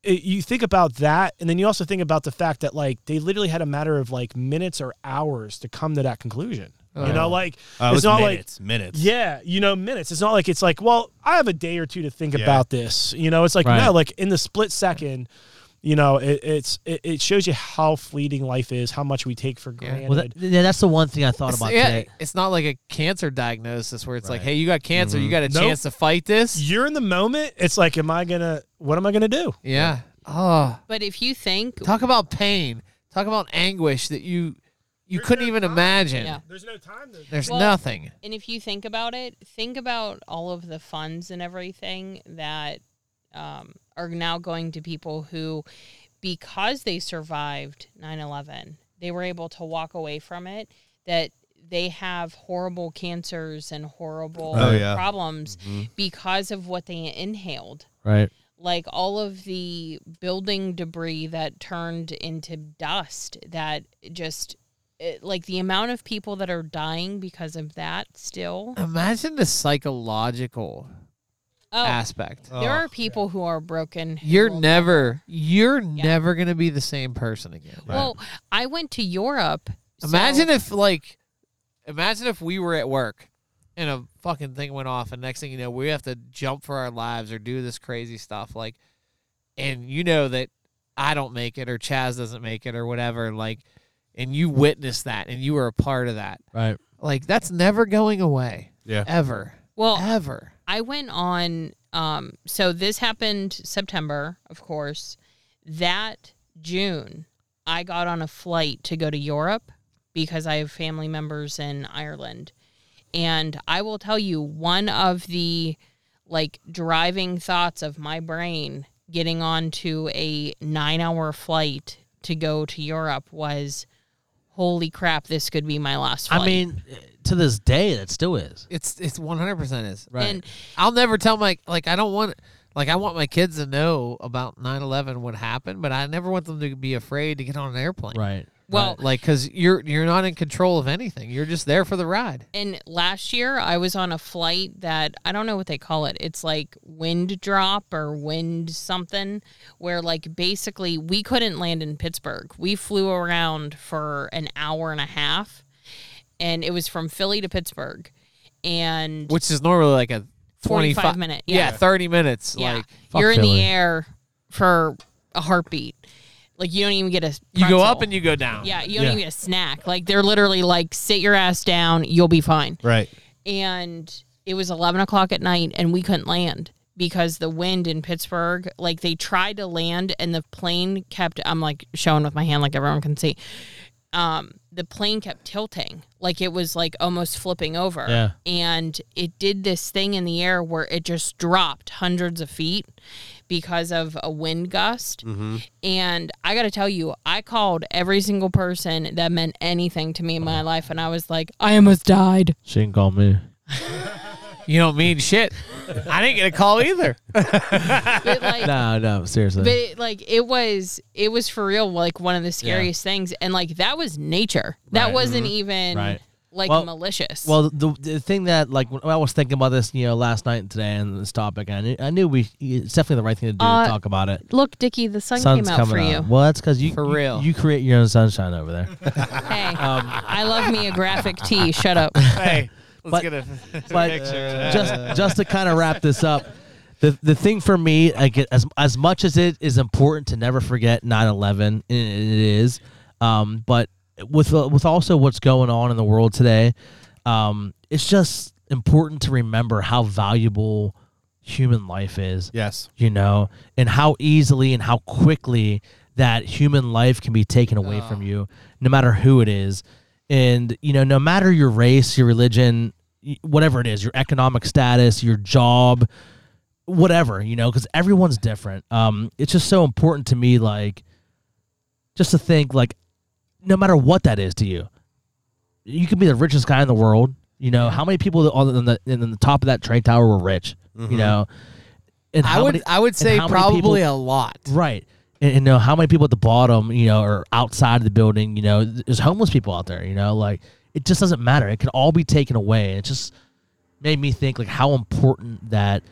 [SPEAKER 3] it, you think about that, and then you also think about the fact that like they literally had a matter of like minutes or hours to come to that conclusion. You know, like
[SPEAKER 5] Uh, it
[SPEAKER 3] it's
[SPEAKER 5] was
[SPEAKER 3] not like
[SPEAKER 5] minutes, minutes.
[SPEAKER 3] yeah, you know, minutes. It's not like it's like, well, I have a day or two to think about this. You know, it's like
[SPEAKER 1] Right.
[SPEAKER 3] no, like in the split second, you know, it, it's it, it shows you how fleeting life is, how much we take for
[SPEAKER 2] Yeah.
[SPEAKER 3] granted.
[SPEAKER 1] Well, that, yeah, that's the one thing I thought
[SPEAKER 2] It's,
[SPEAKER 1] about
[SPEAKER 2] yeah,
[SPEAKER 1] today.
[SPEAKER 2] it's not like a cancer diagnosis where it's like, hey, you got cancer,
[SPEAKER 1] Mm-hmm.
[SPEAKER 2] you got a
[SPEAKER 3] Nope.
[SPEAKER 2] chance to fight this.
[SPEAKER 3] You're in the moment. It's like, am I gonna? What am I gonna do?
[SPEAKER 2] Yeah. Oh,
[SPEAKER 4] But if you think
[SPEAKER 2] talk about pain. Talk about anguish that you you couldn't even imagine.
[SPEAKER 4] Yeah.
[SPEAKER 3] There's no time. To-
[SPEAKER 2] There's
[SPEAKER 4] Well-
[SPEAKER 2] nothing.
[SPEAKER 4] And if you think about it, think about all of the funds and everything that um, are now going to people who, because they survived 9 11, they were able to walk away from it, that they have horrible cancers and horrible
[SPEAKER 5] Oh, yeah.
[SPEAKER 4] problems
[SPEAKER 5] Mm-hmm.
[SPEAKER 4] because of what they inhaled
[SPEAKER 1] Right.
[SPEAKER 4] like all of the building debris that turned into dust that just it, like the amount of people that are dying because of that still
[SPEAKER 2] Imagine the psychological
[SPEAKER 4] oh
[SPEAKER 2] aspect.
[SPEAKER 4] there are people who are broken who
[SPEAKER 2] You're
[SPEAKER 4] will-
[SPEAKER 2] never you're never gonna be the same person again.
[SPEAKER 4] well i went to europe so-
[SPEAKER 2] Imagine if like imagine if we were at work and a fucking thing went off and next thing you know we have to jump for our lives or do this crazy stuff like and you know that I don't make it or Chaz doesn't make it or whatever like and you witness that and you were a part of that.
[SPEAKER 1] Right.
[SPEAKER 2] Like that's never going away.
[SPEAKER 5] Yeah.
[SPEAKER 2] Ever.
[SPEAKER 4] well
[SPEAKER 2] ever.
[SPEAKER 4] I went on. Um, so this happened September, of course. That June, I got on a flight to go to Europe because I have family members in Ireland, and I will tell you one of the like driving thoughts of my brain getting onto a nine-hour flight to go to Europe was, "Holy crap, this could be my last." Flight.
[SPEAKER 1] I mean, to this day, that still is.
[SPEAKER 2] It's it's 100% is.
[SPEAKER 1] Right.
[SPEAKER 4] and
[SPEAKER 2] I'll never tell my like I don't want like I want my kids to know about 9/11 what happened, but I never want them to be afraid to get on an airplane.
[SPEAKER 1] right.
[SPEAKER 4] well,
[SPEAKER 2] Like cuz you're you're not in control of anything. You're just there for the ride.
[SPEAKER 4] And last year, I was on a flight that I don't know what they call it. It's like wind drop or wind something, where like basically we couldn't land in Pittsburgh. We flew around for an hour and a half, and it was from Philly to Pittsburgh. And
[SPEAKER 2] Which is normally like a
[SPEAKER 4] 45
[SPEAKER 2] 25
[SPEAKER 4] minute,
[SPEAKER 2] Yeah,
[SPEAKER 4] yeah.
[SPEAKER 2] 30 minutes
[SPEAKER 4] yeah,
[SPEAKER 2] like
[SPEAKER 4] you're in
[SPEAKER 1] Philly.
[SPEAKER 4] the air for a heartbeat. Like you don't even get a.
[SPEAKER 2] you go up
[SPEAKER 4] pretzel.
[SPEAKER 2] and you go down.
[SPEAKER 4] yeah, you don't even get a snack. Like they're literally like sit your ass down, you'll be fine.
[SPEAKER 5] Right.
[SPEAKER 4] and it was 11 o'clock at night and we couldn't land because the wind in pittsburgh like they tried to land and the plane kept i'm like showing with my hand like everyone can see um, the plane kept tilting like it was like almost flipping over
[SPEAKER 1] Yeah.
[SPEAKER 4] and it did this thing in the air where it just dropped hundreds of feet because of a wind gust and i gotta tell you i called every single person that meant anything to me in my life and i was like i almost died
[SPEAKER 1] She didn't call me.
[SPEAKER 2] You don't mean shit. I didn't get a call either.
[SPEAKER 4] but like
[SPEAKER 1] No, no, seriously.
[SPEAKER 4] but it, like it was it was for real like one of the scariest things and like that was nature that wasn't even
[SPEAKER 1] Mm-hmm. Right.
[SPEAKER 4] like
[SPEAKER 1] Well-
[SPEAKER 4] malicious
[SPEAKER 1] Well, the, the thing that like when I was thinking about this, you know, last night and today, and this topic, and I knew, I knew we it's definitely the right thing to do
[SPEAKER 4] Uh,
[SPEAKER 1] to talk about it.
[SPEAKER 4] look dickie the sun
[SPEAKER 1] Sun's
[SPEAKER 4] came out for
[SPEAKER 1] coming
[SPEAKER 4] you
[SPEAKER 1] out. Well, that's because you
[SPEAKER 2] For
[SPEAKER 1] you-
[SPEAKER 2] real.
[SPEAKER 1] you, create your own sunshine over there.
[SPEAKER 4] hey
[SPEAKER 1] Um,
[SPEAKER 4] i love me a graphic tee shut up
[SPEAKER 2] hey, let's
[SPEAKER 1] But-
[SPEAKER 2] get a,
[SPEAKER 1] but
[SPEAKER 2] picture.
[SPEAKER 1] just just to kind of wrap this up, the the thing for me, I get as as much as it is important to never forget 9-11, and it is, um, but with with also what's going on in the world today, um, it's just important to remember how valuable human life is
[SPEAKER 5] Yes.
[SPEAKER 1] you know, and how easily and how
[SPEAKER 2] Ah.
[SPEAKER 1] quickly that human life can be taken away from you, no matter who it is. And, you know, no matter your race, your religion, y- whatever it is, your economic status, your job, whatever, you know, because everyone's different. Um, it's just so important to me, like, just to think, like, no matter what that is to you, you could be the richest guy in the world. You know, how many people on the, in the top of that trade tower were rich? You know, and
[SPEAKER 2] Mm-hmm. I
[SPEAKER 1] how
[SPEAKER 2] would
[SPEAKER 1] many-
[SPEAKER 2] I would
[SPEAKER 1] and
[SPEAKER 2] say
[SPEAKER 1] how many people-
[SPEAKER 2] probably a lot.
[SPEAKER 1] Right. And, and know how many people at the bottom, you know, or outside the building, you know, there's homeless people out there, you know, like it just doesn't matter. It can all be taken away. It just made me think like how important that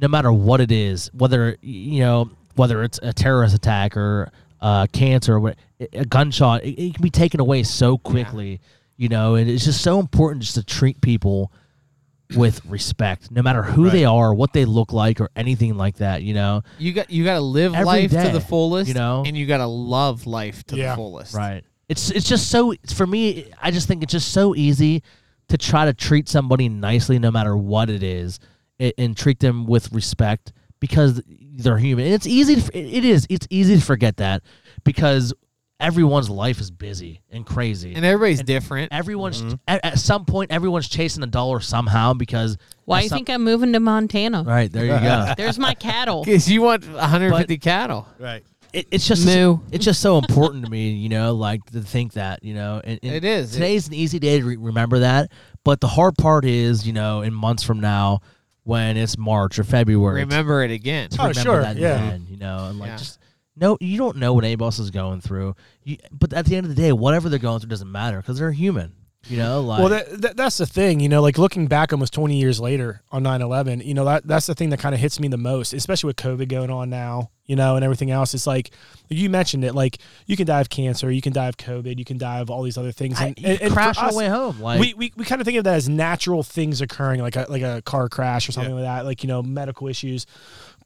[SPEAKER 1] no matter what it is, whether, you know, whether it's a terrorist attack or uh, cancer or what, a gunshot, it, it can be taken away so quickly, you know, and it's just so important just to treat people with respect, no matter who they are, what they look like, or anything like that, you know?
[SPEAKER 2] You got you got to live
[SPEAKER 1] Every
[SPEAKER 2] life
[SPEAKER 1] day,
[SPEAKER 2] to the fullest,
[SPEAKER 1] you know?
[SPEAKER 2] and you got to love life to
[SPEAKER 3] Yeah.
[SPEAKER 2] the fullest.
[SPEAKER 1] Right. It's it's just so for me. I just think it's just so easy to try to treat somebody nicely, no matter what it is, and, and treat them with respect because they're human. And it's easy. To, it is. It's easy to forget that because everyone's life is busy and crazy.
[SPEAKER 2] And everybody's different.
[SPEAKER 1] everyone's at, at some point everyone's chasing a dollar somehow because
[SPEAKER 4] Why
[SPEAKER 1] at
[SPEAKER 4] do you
[SPEAKER 1] some-
[SPEAKER 4] think I'm moving to Montana?
[SPEAKER 1] Right there you go.
[SPEAKER 4] There's my cattle.
[SPEAKER 2] Because you want 150 cattle.
[SPEAKER 5] Right.
[SPEAKER 1] it, it's just
[SPEAKER 2] Moo.
[SPEAKER 1] it's just so important to me, you know, like to think that, you know, and, and
[SPEAKER 2] It is.
[SPEAKER 1] Today's an easy day to re- remember that, but the hard part is, you know, in months from now, when it's March or February, to-
[SPEAKER 2] Remember it again.
[SPEAKER 1] to
[SPEAKER 3] Oh,
[SPEAKER 1] remember
[SPEAKER 3] sure,
[SPEAKER 1] that
[SPEAKER 3] yeah.
[SPEAKER 1] then, you know, and like
[SPEAKER 2] Yeah.
[SPEAKER 1] just no, you don't know what anybody else is going through. You, but at the end of the day, whatever they're going through doesn't matter because they're human, you know. Like
[SPEAKER 3] Well, that, that, that's the thing, you know, like looking back almost 20 years later on 9 11, you know, that, that's the thing that kind of hits me the most, especially with COVID going on now, you know, and everything else. It's like, you mentioned it, like you can die of cancer, you can die of COVID, you can die of all these other things.
[SPEAKER 1] I,
[SPEAKER 3] And,
[SPEAKER 1] you
[SPEAKER 3] and, and for
[SPEAKER 1] crash on
[SPEAKER 3] us-
[SPEAKER 1] the way home, like
[SPEAKER 3] we, we, we kind of think of that as natural things occurring, like a, like a car crash or something like that, like, you know, medical issues.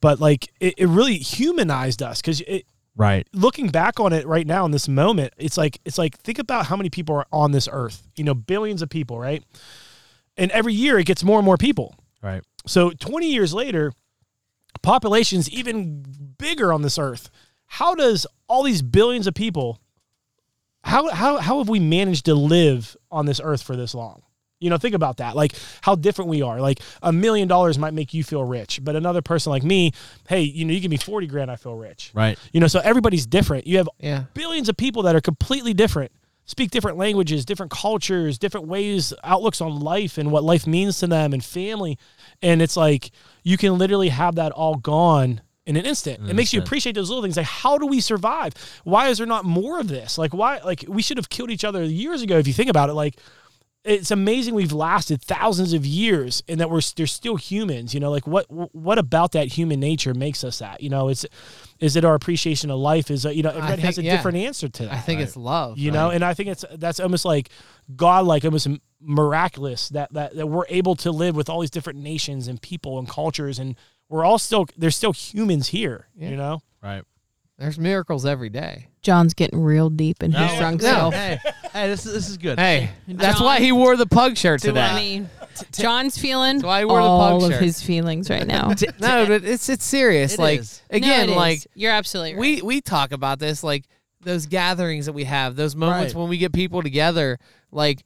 [SPEAKER 3] But like it, it really humanized us because it,
[SPEAKER 1] right,
[SPEAKER 3] looking back on it right now in this moment, it's like it's like think about how many people are on this earth. You know, billions of people, right? And every year it gets more and more people.
[SPEAKER 1] right,
[SPEAKER 3] So 20 years later, population's even bigger on this earth. How does all these billions of people how how how have we managed to live on this earth for this long? You know, think about that. Like how different we are. Like a million dollars might make you feel rich, but another person like me, hey, you know, you give me 40 grand, I feel rich.
[SPEAKER 1] right,
[SPEAKER 3] You know, so everybody's different. You have
[SPEAKER 2] Yeah.
[SPEAKER 3] billions of people that are completely different, speak different languages, different cultures, different ways, outlooks on life and what life means to them and family. And it's like you can literally have that all gone in an instant. it makes you appreciate those little things. Like, how do we survive? Why is there not more of this? Like, why? Like, we should have killed each other years ago if you think about it. Like, it's amazing we've lasted thousands of years and that we're they're still humans you know like what what about that human nature makes us that you know it's is it our appreciation of life is it, you know everybody has a
[SPEAKER 2] think- yeah.
[SPEAKER 3] different answer to that
[SPEAKER 2] I think it's love.
[SPEAKER 3] you know and i think it's that's almost like godlike almost m- miraculous that, that that we're able to live with all these different nations and people and cultures and we're all still there's still humans here you know
[SPEAKER 1] right.
[SPEAKER 2] There's miracles every day.
[SPEAKER 4] John's getting real deep in his
[SPEAKER 1] No,
[SPEAKER 4] drunk
[SPEAKER 2] no.
[SPEAKER 4] self.
[SPEAKER 1] Hey, hey, this is this is good.
[SPEAKER 2] Hey, that's
[SPEAKER 4] John,
[SPEAKER 2] why he wore the pug shirt
[SPEAKER 4] Do you know what I
[SPEAKER 2] today.
[SPEAKER 4] mean, John's feeling
[SPEAKER 2] why I wore the pug
[SPEAKER 4] all of
[SPEAKER 2] shirt.
[SPEAKER 4] his feelings right now.
[SPEAKER 2] No, but it's it's serious.
[SPEAKER 1] It
[SPEAKER 2] like
[SPEAKER 1] is.
[SPEAKER 2] again,
[SPEAKER 4] No, it
[SPEAKER 2] like
[SPEAKER 4] is. you're absolutely right.
[SPEAKER 2] we we talk about this like those gatherings that we have, those moments
[SPEAKER 1] Right.
[SPEAKER 2] when we get people together, like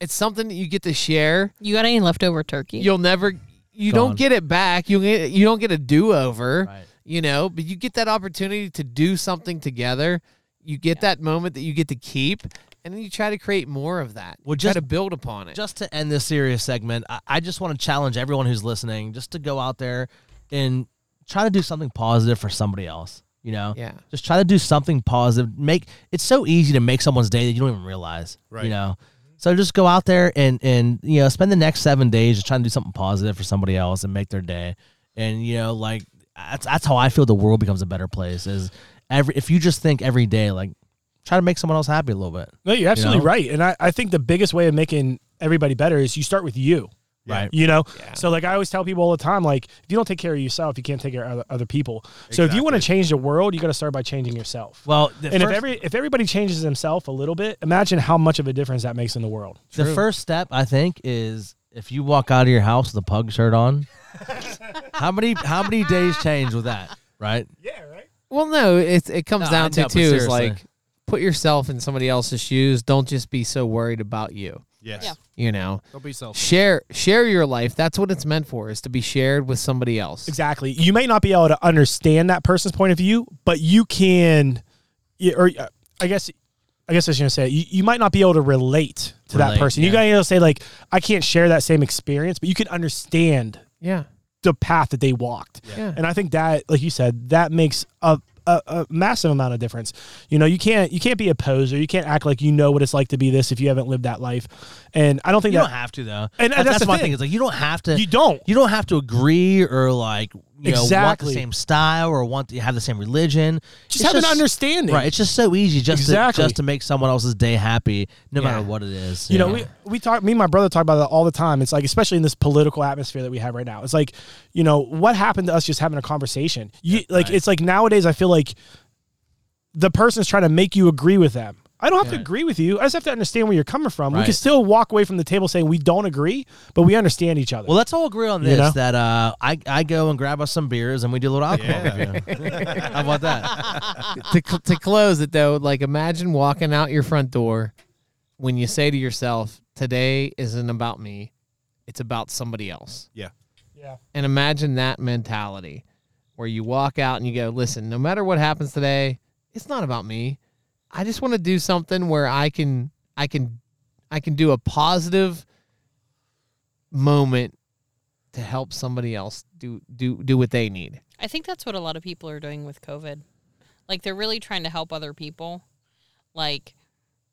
[SPEAKER 2] it's something that you get to share.
[SPEAKER 4] you got any leftover turkey?
[SPEAKER 2] You'll never you
[SPEAKER 1] Gone.
[SPEAKER 2] don't get it back. You get, you don't get a do-over,
[SPEAKER 1] Right.
[SPEAKER 2] you know, but you get that opportunity to do something together. You get that moment that you get to keep and then you try to create more of that.
[SPEAKER 1] Well,
[SPEAKER 2] you try
[SPEAKER 1] just-
[SPEAKER 2] to build upon it.
[SPEAKER 1] just to end this serious segment, I, I just want to challenge everyone who's listening just to go out there and try to do something positive for somebody else. You know,
[SPEAKER 2] Yeah.
[SPEAKER 1] Just try to do something positive. Make it's so easy to make someone's day that you don't even realize. Right. You know, so just go out there and and you know spend the next seven days just trying to do something positive for somebody else and make their day. And you know, like that's that's how I feel the world becomes a better place. Is every if you just think every day like try to make someone else happy a little bit.
[SPEAKER 3] no you're absolutely
[SPEAKER 1] know?
[SPEAKER 3] right and I, I think the biggest way of making everybody better is you start with you
[SPEAKER 1] Right.
[SPEAKER 3] You know, so like I always tell people all the time, like if you don't take care of yourself, you can't take care of other, other people. So if you want to change the world, you got to start by changing yourself.
[SPEAKER 1] Well, the
[SPEAKER 3] and if
[SPEAKER 1] first-
[SPEAKER 3] every if everybody changes themselves a little bit, imagine how much of a difference that makes in the world.
[SPEAKER 1] The first step, I think, is if you walk out of your house with a pug shirt on. how many how many days change with that? Right?
[SPEAKER 3] Yeah, right.
[SPEAKER 2] Well, no, it it comes
[SPEAKER 1] No, I
[SPEAKER 2] down to
[SPEAKER 1] know, but
[SPEAKER 2] too is
[SPEAKER 1] seriously.
[SPEAKER 2] like put yourself in somebody else's shoes. Don't just be so worried about you.
[SPEAKER 5] Yes.
[SPEAKER 4] Yeah.
[SPEAKER 2] You know,
[SPEAKER 5] Don't be selfish.
[SPEAKER 2] share share your life. That's what it's meant for is to be shared with somebody else.
[SPEAKER 3] Exactly. You may not be able to understand that person's point of view, but you can, y- or uh, I guess, I guess I was going to say, you, you might not be able to relate to that
[SPEAKER 1] Relate,
[SPEAKER 3] person. You
[SPEAKER 1] yeah.
[SPEAKER 3] got to be able to say like, I can't share that same experience, but you can understand
[SPEAKER 2] Yeah.
[SPEAKER 3] the path that they walked.
[SPEAKER 2] Yeah.
[SPEAKER 3] And I think that, like you said, that makes a, a, a massive amount of difference. You know, you can't you can't be a poser. You can't act like you know what it's like to be this if you haven't lived that life. And I don't think
[SPEAKER 1] You don't
[SPEAKER 3] that
[SPEAKER 1] have to though,
[SPEAKER 3] And
[SPEAKER 1] That-
[SPEAKER 3] that's the
[SPEAKER 1] my
[SPEAKER 3] thing.
[SPEAKER 1] thing. It's like you don't have to.
[SPEAKER 3] you don't.
[SPEAKER 1] you don't have to agree or like you know want the
[SPEAKER 3] Exactly.
[SPEAKER 1] same style or want to have the same religion.
[SPEAKER 3] Just
[SPEAKER 1] It's
[SPEAKER 3] have an understanding.
[SPEAKER 1] right? It's just so easy just
[SPEAKER 3] Exactly.
[SPEAKER 1] to, just to make someone else's day happy, no
[SPEAKER 2] Yeah.
[SPEAKER 1] matter what it is.
[SPEAKER 3] You know,
[SPEAKER 1] yeah.
[SPEAKER 3] we, we talk, me and my brother talk about that all the time. It's like, especially in this political atmosphere that we have right now, it's like, you know, what happened to us just having a conversation? You, like, it's like nowadays, I feel like the person's trying to make you agree with them. I don't have to agree with you. I just have to understand where you're coming from. We
[SPEAKER 1] Right.
[SPEAKER 3] can still walk away from the table saying we don't agree, but we understand each other.
[SPEAKER 1] Well, let's all agree on
[SPEAKER 3] You
[SPEAKER 1] this
[SPEAKER 3] know?
[SPEAKER 1] that uh, I, I go and grab us some beers and we do a little alcohol review. How about that?
[SPEAKER 2] to, cl- to close it though, like imagine walking out your front door when you say to yourself, "Today isn't about me; it's about somebody else."
[SPEAKER 5] Yeah.
[SPEAKER 3] Yeah.
[SPEAKER 2] And imagine that mentality, where you walk out and you go, "Listen, no matter what happens today, it's not about me. I just want to do something where I can, I can, I can do a positive moment to help somebody else do do do what they need."
[SPEAKER 4] I think that's what a lot of people are doing with COVID. Like they're really trying to help other people. Like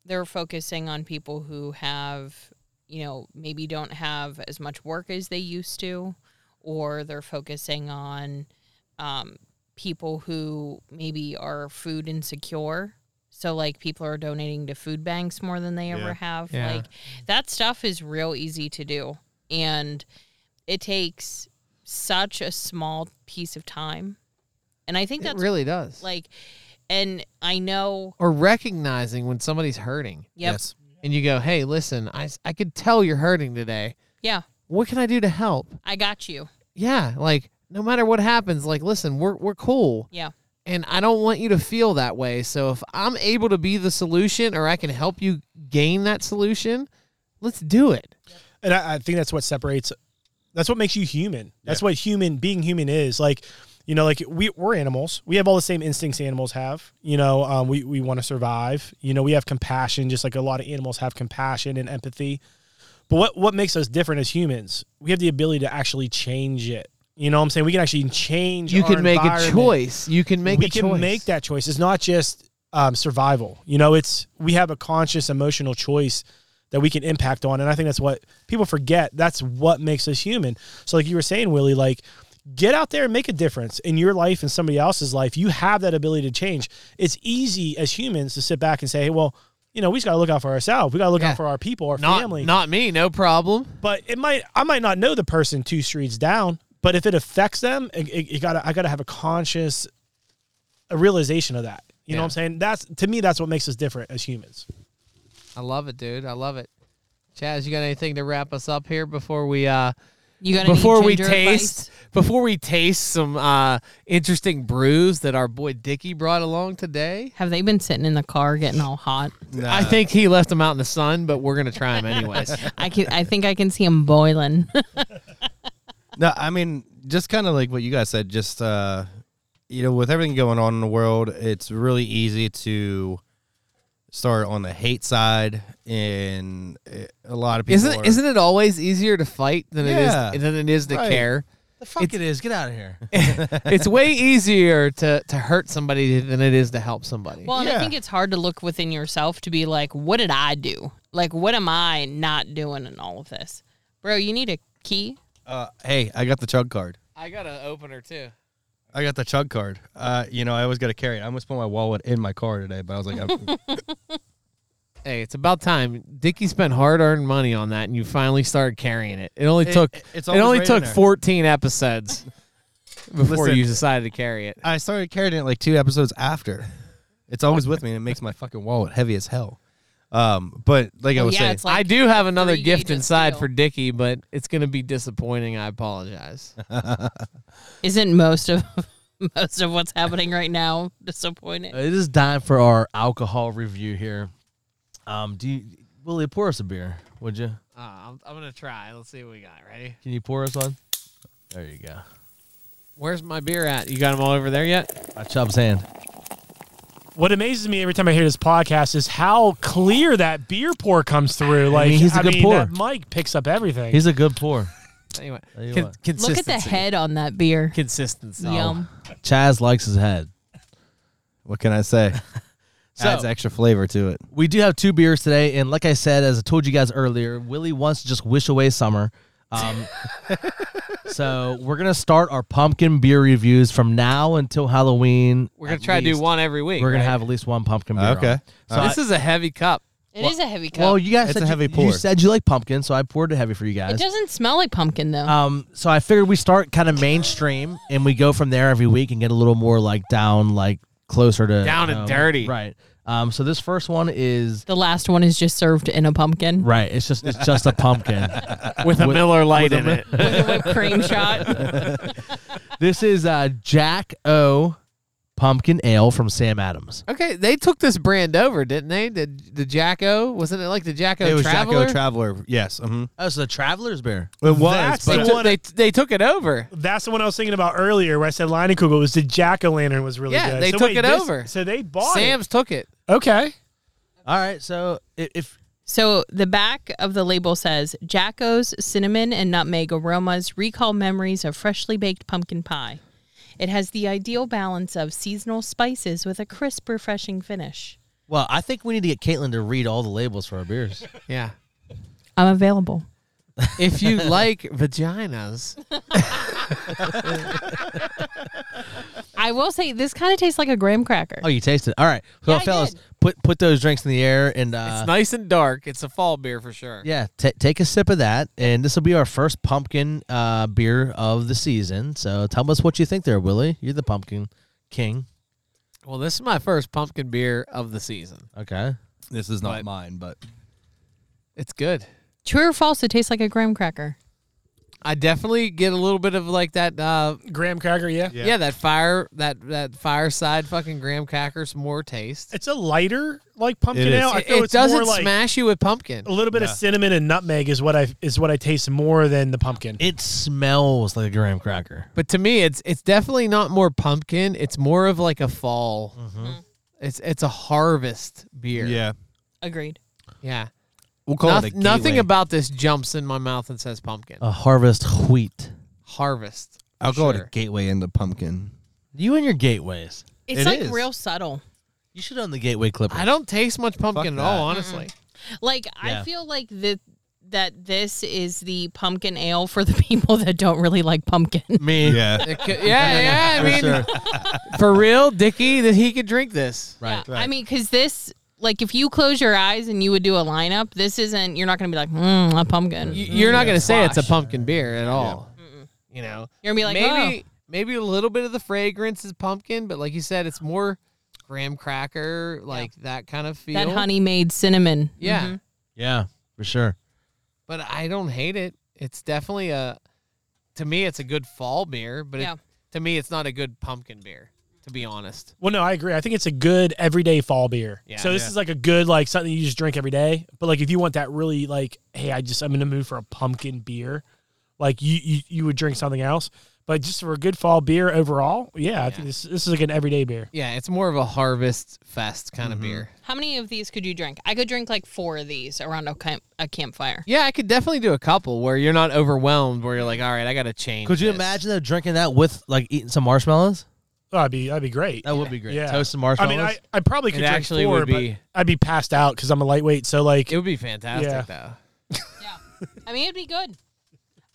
[SPEAKER 4] they're focusing on people who have, you know, maybe don't have as much work as they used to, or they're focusing on um, people who maybe are food insecure. So like people are donating to food banks more than they ever have.
[SPEAKER 2] Yeah.
[SPEAKER 4] Like that stuff is real easy to do, and it takes such a small piece of time. And I think
[SPEAKER 2] It
[SPEAKER 4] that's
[SPEAKER 2] really does.
[SPEAKER 4] like, and I know,
[SPEAKER 2] or recognizing when somebody's hurting
[SPEAKER 4] yep,
[SPEAKER 2] and you go, hey, listen, I, s- I could tell you're hurting today.
[SPEAKER 4] yeah,
[SPEAKER 2] What can I do to help?
[SPEAKER 4] I got you.
[SPEAKER 2] Yeah, like no matter what happens, like, listen, we're, we're cool.
[SPEAKER 4] Yeah.
[SPEAKER 2] And I don't want you to feel that way. So if I'm able to be the solution or I can help you gain that solution, let's do it.
[SPEAKER 3] and I, I think that's what separates that's what makes you human that's what human being human is like you know like we, we're animals we have all the same instincts animals have you know um, we, we want to survive you know we have compassion just like a lot of animals have compassion and empathy but what, what makes us different as humans we have the ability to actually change it you know what i'm saying we can actually change
[SPEAKER 2] You
[SPEAKER 3] our
[SPEAKER 2] can make a
[SPEAKER 3] environment.
[SPEAKER 2] choice. You can make
[SPEAKER 3] we
[SPEAKER 2] a
[SPEAKER 3] can
[SPEAKER 2] choice.
[SPEAKER 3] make that choice it's not just um, survival you know it's we have a conscious emotional choice that we can impact on. And I think that's what people forget. That's what makes us human. So, like you were saying, Willie, like get out there and make a difference in your life and somebody else's life. You have that ability to change. It's easy as humans to sit back and say, hey, well, you know, we just got to look out for ourselves. We got to look
[SPEAKER 2] Yeah.
[SPEAKER 3] out for our people, our
[SPEAKER 2] Not,
[SPEAKER 3] family.
[SPEAKER 2] not me, no problem.
[SPEAKER 3] but it might, I might not know the person two streets down, but if it affects them, it, it, you gotta, I got to have a conscious a realization of that. You know
[SPEAKER 2] Yeah.
[SPEAKER 3] what I'm saying? That's to me, that's what makes us different as humans.
[SPEAKER 2] I love it, dude. I love it. Chaz, you got anything to wrap us up here before we uh,
[SPEAKER 4] You got
[SPEAKER 2] before we taste before we taste some uh, interesting brews that our boy Dickie brought along today.
[SPEAKER 4] Have they been sitting in the car getting all hot?
[SPEAKER 5] Uh,
[SPEAKER 2] I think he left them out in the sun, but we're gonna try them anyways.
[SPEAKER 4] I can, I think I can see them boiling.
[SPEAKER 5] No, I mean, just kind of like what you guys said, just, uh, you know, with everything going on in the world, it's really easy to start on the hate side. And uh, a lot of people.
[SPEAKER 2] isn't
[SPEAKER 5] are-
[SPEAKER 2] isn't it always easier to fight than
[SPEAKER 5] Yeah.
[SPEAKER 2] it is than it is to
[SPEAKER 5] Right.
[SPEAKER 2] care?
[SPEAKER 1] The fuck it is. Get out of here.
[SPEAKER 2] It's way easier to to hurt somebody than it is to help somebody.
[SPEAKER 4] Well, and I
[SPEAKER 5] Yeah.
[SPEAKER 4] think it's hard to look within yourself to be like, what did I do? Like, what am I not doing in all of this? Bro, you need a key.
[SPEAKER 5] Uh, hey, I got the chug card.
[SPEAKER 2] I got an opener too.
[SPEAKER 5] I got the chug card. Uh, you know, I always got to carry it. I almost put my wallet in my car today, but I was like, I,
[SPEAKER 2] Hey, it's about time. Dickie spent hard earned money on that, and you finally started carrying it. It only
[SPEAKER 5] It-
[SPEAKER 2] took
[SPEAKER 5] it's
[SPEAKER 2] it
[SPEAKER 5] always
[SPEAKER 2] only
[SPEAKER 5] right in
[SPEAKER 2] took
[SPEAKER 5] there.
[SPEAKER 2] fourteen episodes before
[SPEAKER 5] Listen.
[SPEAKER 2] you decided to carry it.
[SPEAKER 5] I started carrying it like two episodes after. It's always with me, and it makes my fucking wallet heavy as hell. Um, but like I
[SPEAKER 4] Well,
[SPEAKER 5] was
[SPEAKER 4] yeah,
[SPEAKER 5] saying,
[SPEAKER 4] it's like
[SPEAKER 2] I do have another
[SPEAKER 4] three
[SPEAKER 2] gift
[SPEAKER 4] gauges
[SPEAKER 2] inside
[SPEAKER 4] steel.
[SPEAKER 2] for Dickie, Uh, but it's going to be disappointing. I apologize.
[SPEAKER 4] Isn't most of most of what's happening right now. Disappointed.
[SPEAKER 1] It is time for our alcohol review here. Um, do you, Willie, pour us a beer, would you?
[SPEAKER 2] Uh, I'm, I'm gonna try. Let's see what we got. Ready?
[SPEAKER 1] Can you pour us one? There you go.
[SPEAKER 2] Where's my beer at? You got them all over there yet?
[SPEAKER 1] Uh, Chubb's hand.
[SPEAKER 3] What amazes me every time I hear this podcast is how clear that beer pour comes through. Like, I mean,
[SPEAKER 1] he's a good pour.
[SPEAKER 3] That mic picks up everything.
[SPEAKER 1] He's a good pour.
[SPEAKER 2] Anyway,
[SPEAKER 1] Tell you
[SPEAKER 2] con-
[SPEAKER 1] what.
[SPEAKER 4] Look at the
[SPEAKER 2] consistency.
[SPEAKER 4] head on that beer.
[SPEAKER 2] Consistency.
[SPEAKER 4] Yum.
[SPEAKER 1] Chaz likes his head.
[SPEAKER 5] What can I say?
[SPEAKER 1] So-
[SPEAKER 5] Adds extra flavor to it.
[SPEAKER 1] We do have two beers today, and like I said, as I told you guys earlier, Willie wants to just wish away summer. Um, so we're gonna start our pumpkin beer reviews from now until Halloween.
[SPEAKER 2] We're gonna
[SPEAKER 1] At
[SPEAKER 2] try to do
[SPEAKER 1] least.
[SPEAKER 2] one every week.
[SPEAKER 1] We're gonna
[SPEAKER 2] right?
[SPEAKER 1] have at least one pumpkin beer.
[SPEAKER 5] Okay.
[SPEAKER 1] on. So
[SPEAKER 2] this is a heavy cup.
[SPEAKER 4] It is a heavy cup.
[SPEAKER 1] well, you guys
[SPEAKER 5] It's
[SPEAKER 1] said
[SPEAKER 5] a heavy
[SPEAKER 1] you, you
[SPEAKER 5] pour.
[SPEAKER 1] said you like pumpkin, so I poured it heavy for you
[SPEAKER 4] it
[SPEAKER 1] guys.
[SPEAKER 4] doesn't smell like pumpkin though.
[SPEAKER 1] Um, so I figured we start kind of mainstream, and we go from there every week and get a little more like down, like closer to
[SPEAKER 2] Down and
[SPEAKER 1] um,
[SPEAKER 2] dirty.
[SPEAKER 1] right? Um, so this first one is
[SPEAKER 4] the last one is just served in a pumpkin
[SPEAKER 1] right. It's just it's just a pumpkin.
[SPEAKER 2] with a Miller Light in it.
[SPEAKER 4] with a whipped cream shot.
[SPEAKER 1] This is uh, Jack O. Pumpkin Ale from Sam Adams.
[SPEAKER 2] Okay, they took this brand over, didn't they? The, the Jacko wasn't it like the Jacko
[SPEAKER 5] it was
[SPEAKER 2] Traveler?
[SPEAKER 5] Jacko Traveler. Yes. Mm-hmm.
[SPEAKER 1] Oh, so the Traveler's Beer.
[SPEAKER 5] It was.
[SPEAKER 3] That's
[SPEAKER 5] but
[SPEAKER 2] they, took, they, they took it over.
[SPEAKER 3] That's the one I was thinking about earlier where I said Leinenkugel was the jack o' lantern was really
[SPEAKER 2] Yeah,
[SPEAKER 3] good.
[SPEAKER 2] they
[SPEAKER 3] so
[SPEAKER 2] took
[SPEAKER 3] wait,
[SPEAKER 2] it
[SPEAKER 3] this-
[SPEAKER 2] over.
[SPEAKER 3] So they bought
[SPEAKER 2] Sam's took it.
[SPEAKER 3] it. Okay.
[SPEAKER 1] All right, so i- if
[SPEAKER 4] So the back of the label says Jacko's cinnamon and nutmeg aromas recall memories of freshly baked pumpkin pie. It has the ideal balance of seasonal spices with a crisp, refreshing finish.
[SPEAKER 1] well, I think we need to get Caitlin to read all the labels for our beers.
[SPEAKER 2] Yeah.
[SPEAKER 4] I'm available.
[SPEAKER 2] If you like vaginas,
[SPEAKER 4] I will say this kind of tastes like a graham cracker.
[SPEAKER 1] Oh, you tasted. it. All right, so
[SPEAKER 4] Yeah, I
[SPEAKER 1] fellas,
[SPEAKER 4] did.
[SPEAKER 1] put put those drinks in the air and uh,
[SPEAKER 2] it's nice and dark. It's a fall beer for sure.
[SPEAKER 1] yeah, ta take a sip of that. And this will be our first pumpkin uh, beer of the season. So tell us what you think there, Willie. You're the pumpkin king.
[SPEAKER 2] Well, this is my first pumpkin beer of the season.
[SPEAKER 1] Okay.
[SPEAKER 5] this is not
[SPEAKER 2] But-
[SPEAKER 5] mine, but
[SPEAKER 2] It's good.
[SPEAKER 4] True or false? It tastes like a graham cracker.
[SPEAKER 2] I definitely get a little bit of like that uh
[SPEAKER 3] Graham cracker, yeah.
[SPEAKER 2] yeah, that fire that that fireside fucking graham cracker s'more taste. It,
[SPEAKER 3] It's a lighter like pumpkin
[SPEAKER 5] It is.
[SPEAKER 3] ale. I feel
[SPEAKER 2] it
[SPEAKER 3] it's
[SPEAKER 2] doesn't
[SPEAKER 3] more like
[SPEAKER 2] smash you with pumpkin.
[SPEAKER 3] a little bit of cinnamon and nutmeg is what I is what I taste more than the pumpkin.
[SPEAKER 1] It smells like a graham cracker.
[SPEAKER 2] But to me it's it's definitely not more pumpkin, it's more of like a fall.
[SPEAKER 3] Mm-hmm.
[SPEAKER 2] It's it's a harvest beer.
[SPEAKER 5] yeah.
[SPEAKER 4] Agreed.
[SPEAKER 2] Yeah.
[SPEAKER 5] We'll call
[SPEAKER 2] Noth-
[SPEAKER 5] it a
[SPEAKER 2] nothing
[SPEAKER 5] gateway.
[SPEAKER 2] about this jumps in my mouth and says pumpkin.
[SPEAKER 1] A harvest wheat.
[SPEAKER 2] harvest.
[SPEAKER 5] I'll call it
[SPEAKER 2] Sure.
[SPEAKER 5] a gateway into pumpkin.
[SPEAKER 1] You and your gateways.
[SPEAKER 4] It's
[SPEAKER 5] It
[SPEAKER 4] like
[SPEAKER 5] is.
[SPEAKER 4] real subtle.
[SPEAKER 1] You should own the gateway clipper.
[SPEAKER 2] I don't taste much pumpkin at all,
[SPEAKER 5] that.
[SPEAKER 2] honestly.
[SPEAKER 4] Like
[SPEAKER 1] Yeah.
[SPEAKER 4] I feel like the that this is the pumpkin ale for the people that don't really like pumpkin.
[SPEAKER 1] Me.
[SPEAKER 5] Yeah.
[SPEAKER 2] It could- yeah, yeah. I mean, for real, Dickie, that he could drink this.
[SPEAKER 1] Right.
[SPEAKER 4] Yeah, I mean, because this, like, if you close your eyes and you would do a lineup, this isn't. You're not going to be like, mm, a pumpkin.
[SPEAKER 2] Y- You're not going to say it's a
[SPEAKER 4] Squash.
[SPEAKER 2] pumpkin beer at all. You know,
[SPEAKER 4] You're going to be like, "Oh,
[SPEAKER 2] maybe maybe a little bit of the fragrance is pumpkin, but like you said, it's more graham cracker, like that kind of
[SPEAKER 4] oh,
[SPEAKER 2] feel.
[SPEAKER 4] that honey made cinnamon.
[SPEAKER 2] Yeah,
[SPEAKER 4] Mhm.
[SPEAKER 1] Yeah, for sure.
[SPEAKER 2] but I don't hate it. It's definitely a, to me, it's a good fall beer, but it-
[SPEAKER 4] Yeah.
[SPEAKER 2] to me, it's not a good pumpkin beer. To be honest,
[SPEAKER 3] Well, no, I agree. I think it's a good everyday fall beer.
[SPEAKER 2] Yeah.
[SPEAKER 3] so this is like a good like something you just drink every day. But like if you want that really like, hey, I just I'm in the mood for a pumpkin beer, like you you, you would drink something else. But just for a good fall beer overall, yeah, I think this this is like an everyday beer.
[SPEAKER 2] yeah, it's more of a harvest fest kind of beer.
[SPEAKER 4] How many of these could you drink? I could drink like four of these around a, camp- a campfire.
[SPEAKER 2] Yeah, I could definitely do a couple where you're not overwhelmed, where you're like, all right, I got to change.
[SPEAKER 1] Could you
[SPEAKER 2] this."
[SPEAKER 1] imagine though drinking that with like eating some marshmallows?
[SPEAKER 3] Oh, that'd be that'd be great.
[SPEAKER 1] That would be great.
[SPEAKER 3] Yeah.
[SPEAKER 1] Toast some
[SPEAKER 3] I
[SPEAKER 1] marshmallows.
[SPEAKER 3] mean, I, I probably could
[SPEAKER 2] It
[SPEAKER 3] drink
[SPEAKER 2] actually
[SPEAKER 3] four,
[SPEAKER 2] would be-
[SPEAKER 3] but I'd be passed out because I'm a lightweight. So like,
[SPEAKER 2] It would be fantastic, though.
[SPEAKER 4] Yeah. I mean, it'd be good.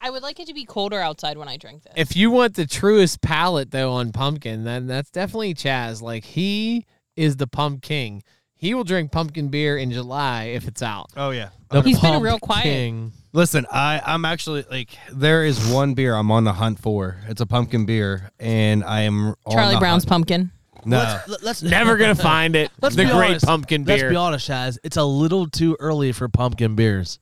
[SPEAKER 4] I would like it to be colder outside when I drink this.
[SPEAKER 2] If you want the truest palate, though, on pumpkin, then that's definitely Chaz. Like, he is the pump king. He will drink pumpkin beer in July if it's out.
[SPEAKER 5] Oh yeah.
[SPEAKER 1] The
[SPEAKER 4] He's been real
[SPEAKER 1] Pump
[SPEAKER 4] quiet.
[SPEAKER 1] King.
[SPEAKER 5] Listen, I I'm actually like there is one beer I'm on the hunt for. It's a pumpkin beer, and I am on
[SPEAKER 4] Charlie
[SPEAKER 5] the
[SPEAKER 4] Brown's
[SPEAKER 5] hunt.
[SPEAKER 4] pumpkin.
[SPEAKER 5] No,
[SPEAKER 1] Let- Let's
[SPEAKER 2] Never going to find it.
[SPEAKER 1] Let's
[SPEAKER 2] the
[SPEAKER 1] be
[SPEAKER 2] great
[SPEAKER 1] honest.
[SPEAKER 2] pumpkin
[SPEAKER 1] Let's
[SPEAKER 2] beer.
[SPEAKER 1] be honest, Shaz. It's a little too early for pumpkin beers.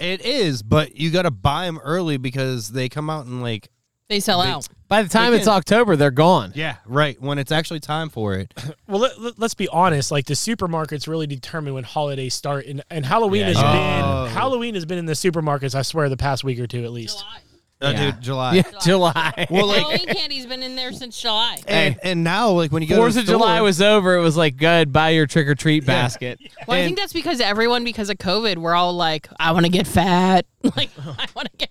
[SPEAKER 5] it is, but you got to buy them early because they come out in like
[SPEAKER 4] They sell out.
[SPEAKER 2] By the time it's October, they're gone.
[SPEAKER 5] Yeah, right. When it's actually time for it.
[SPEAKER 3] Well, let, let, us be honest. Like the supermarkets really determine when holidays start, and, and Halloween has
[SPEAKER 5] Oh.
[SPEAKER 3] been Halloween has been in the supermarkets. I swear, the past week or two at least.
[SPEAKER 4] July.
[SPEAKER 5] Uh,
[SPEAKER 2] Yeah.
[SPEAKER 5] Dude, July.
[SPEAKER 2] Yeah, July.
[SPEAKER 5] Well, like,
[SPEAKER 4] Halloween candy's been in there since July.
[SPEAKER 5] and, and now, like, when you go
[SPEAKER 2] Fourth
[SPEAKER 5] to
[SPEAKER 2] of
[SPEAKER 5] the store-
[SPEAKER 2] July was over. It was like, good, buy your trick or treat basket.
[SPEAKER 4] Well, I think that's because everyone, because of COVID, we're all like, I want to get fat. Like, I want to get,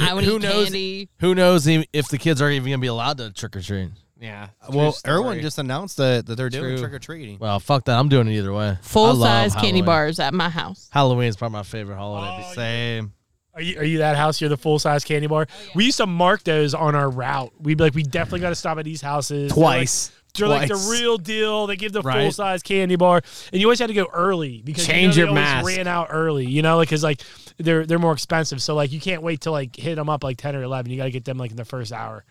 [SPEAKER 4] I want to
[SPEAKER 1] who
[SPEAKER 4] eat
[SPEAKER 1] knows?
[SPEAKER 4] candy.
[SPEAKER 1] Who knows e- if the kids are even going to be allowed to trick or treat?
[SPEAKER 2] Yeah.
[SPEAKER 5] Well,
[SPEAKER 2] true
[SPEAKER 5] Erwin
[SPEAKER 2] story.
[SPEAKER 5] just announced that, that they're doing
[SPEAKER 2] True.
[SPEAKER 5] trick or treating.
[SPEAKER 1] Well, fuck that. I'm doing it either way. I
[SPEAKER 4] Full
[SPEAKER 1] love
[SPEAKER 4] size candy
[SPEAKER 1] Halloween.
[SPEAKER 4] bars at my house.
[SPEAKER 1] Halloween is probably my favorite holiday.
[SPEAKER 5] Same.
[SPEAKER 3] Are you, are you that house? You're the full size candy bar. We used to mark those on our route. We'd be like, we definitely got to stop at these houses They're like-
[SPEAKER 2] Twice.
[SPEAKER 3] They're like,
[SPEAKER 2] Twice.
[SPEAKER 3] the real deal. They give the
[SPEAKER 1] Right.
[SPEAKER 3] full size candy bar, and you always had to go early because you know
[SPEAKER 2] Change
[SPEAKER 3] they
[SPEAKER 2] your
[SPEAKER 3] always
[SPEAKER 2] mask.
[SPEAKER 3] Ran out early, you know, because like they're they're more expensive. So like you can't wait to like hit them up like ten or eleven. You got to get them like in the first hour.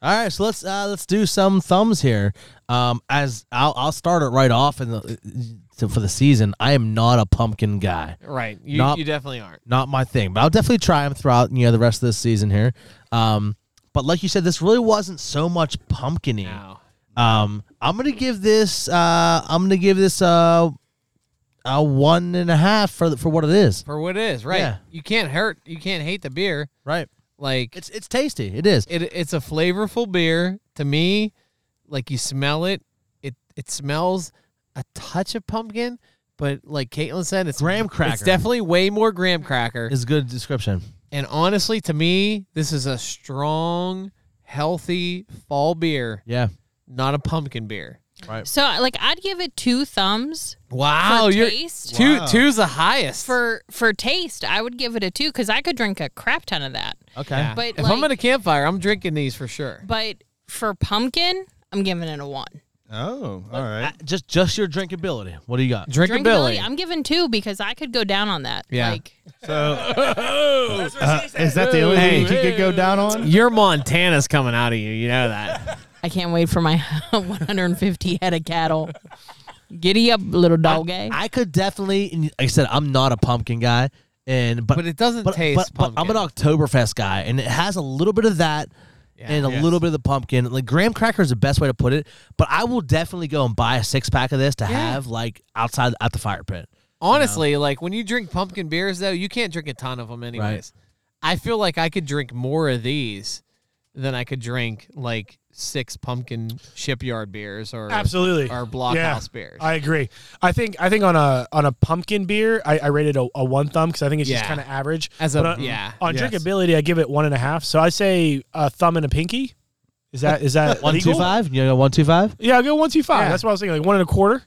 [SPEAKER 1] All right, so let's uh, let's do some thumbs here. Um, as I'll, I'll start it right off in the, to, for the season. I am not a pumpkin guy,
[SPEAKER 2] Right. You,
[SPEAKER 1] Not-
[SPEAKER 2] you definitely aren't.
[SPEAKER 1] not my thing. But I'll definitely try them throughout you know the rest of this season here. Um, but like you said, this really wasn't so much pumpkiny.
[SPEAKER 2] No.
[SPEAKER 1] Um, I'm gonna give this. Uh, I'm gonna give this uh, a one and a half for the- for what it is.
[SPEAKER 2] For what it is, right?
[SPEAKER 1] Yeah.
[SPEAKER 2] You can't hurt. You can't hate the beer.
[SPEAKER 1] Right.
[SPEAKER 2] Like
[SPEAKER 1] It's it's tasty. It is.
[SPEAKER 2] it, it's a flavorful beer to me. Like you smell it, it it smells a touch of pumpkin, but like Caitlin said, it's
[SPEAKER 1] Graham cracker.
[SPEAKER 2] It's definitely way more graham cracker.
[SPEAKER 1] Is a good description.
[SPEAKER 2] And honestly, to me, this is a strong, healthy fall beer,
[SPEAKER 1] Yeah.
[SPEAKER 2] not a pumpkin beer.
[SPEAKER 4] So, like, I'd give it two thumbs
[SPEAKER 2] Wow,
[SPEAKER 4] for
[SPEAKER 2] Oh, you're
[SPEAKER 4] taste.
[SPEAKER 2] two two's the highest.
[SPEAKER 4] For for taste, I would give it a two because I could drink a crap ton of that.
[SPEAKER 1] Okay.
[SPEAKER 2] Yeah.
[SPEAKER 4] But,
[SPEAKER 2] if I'm
[SPEAKER 4] like-
[SPEAKER 2] at a campfire, I'm drinking these for sure.
[SPEAKER 4] But for pumpkin, I'm giving it a one.
[SPEAKER 5] Oh, all right.
[SPEAKER 1] Uh, just just your drinkability. What do you got?
[SPEAKER 2] Drinkability.
[SPEAKER 4] I'm giving two because I could go down on that.
[SPEAKER 2] Yeah.
[SPEAKER 4] Like,
[SPEAKER 5] Uh, is that the only thing he could go down on?
[SPEAKER 2] Your Montana's coming out of you. You know that.
[SPEAKER 4] I can't wait for my 150 head of cattle. Giddy up, little dog. eh?
[SPEAKER 1] I could definitely. and Like I said, I'm not a pumpkin guy, and but
[SPEAKER 2] But it doesn't
[SPEAKER 1] but,
[SPEAKER 2] taste
[SPEAKER 1] but- but
[SPEAKER 2] pumpkin.
[SPEAKER 1] I'm an Oktoberfest guy, and it has a little bit of that. and a
[SPEAKER 2] yes.
[SPEAKER 1] little bit of the pumpkin. Like graham cracker is the best way to put it, but I will definitely go and buy a six pack of this to have like outside at the fire pit.
[SPEAKER 2] Honestly, like when you drink pumpkin beers, though, you can't drink a ton of them anyways. I feel like I could drink more of these than I could drink like six pumpkin shipyard beers or
[SPEAKER 3] Absolutely.
[SPEAKER 2] or blockhouse beers.
[SPEAKER 3] I agree. I think I think on a on a pumpkin beer, I, I rated a, a one thumb because I think it's just
[SPEAKER 2] Yeah.
[SPEAKER 3] kind of average.
[SPEAKER 2] As a-
[SPEAKER 3] But on,
[SPEAKER 2] yeah.
[SPEAKER 3] on
[SPEAKER 5] Yes.
[SPEAKER 3] drinkability, I give it one and a half. So I say a thumb and a pinky. Is that is that
[SPEAKER 1] One two
[SPEAKER 3] legal?
[SPEAKER 1] five, you know, one two five.
[SPEAKER 3] Yeah, I'll go one two five.
[SPEAKER 2] Yeah.
[SPEAKER 3] That's what I was thinking. Like one and a quarter.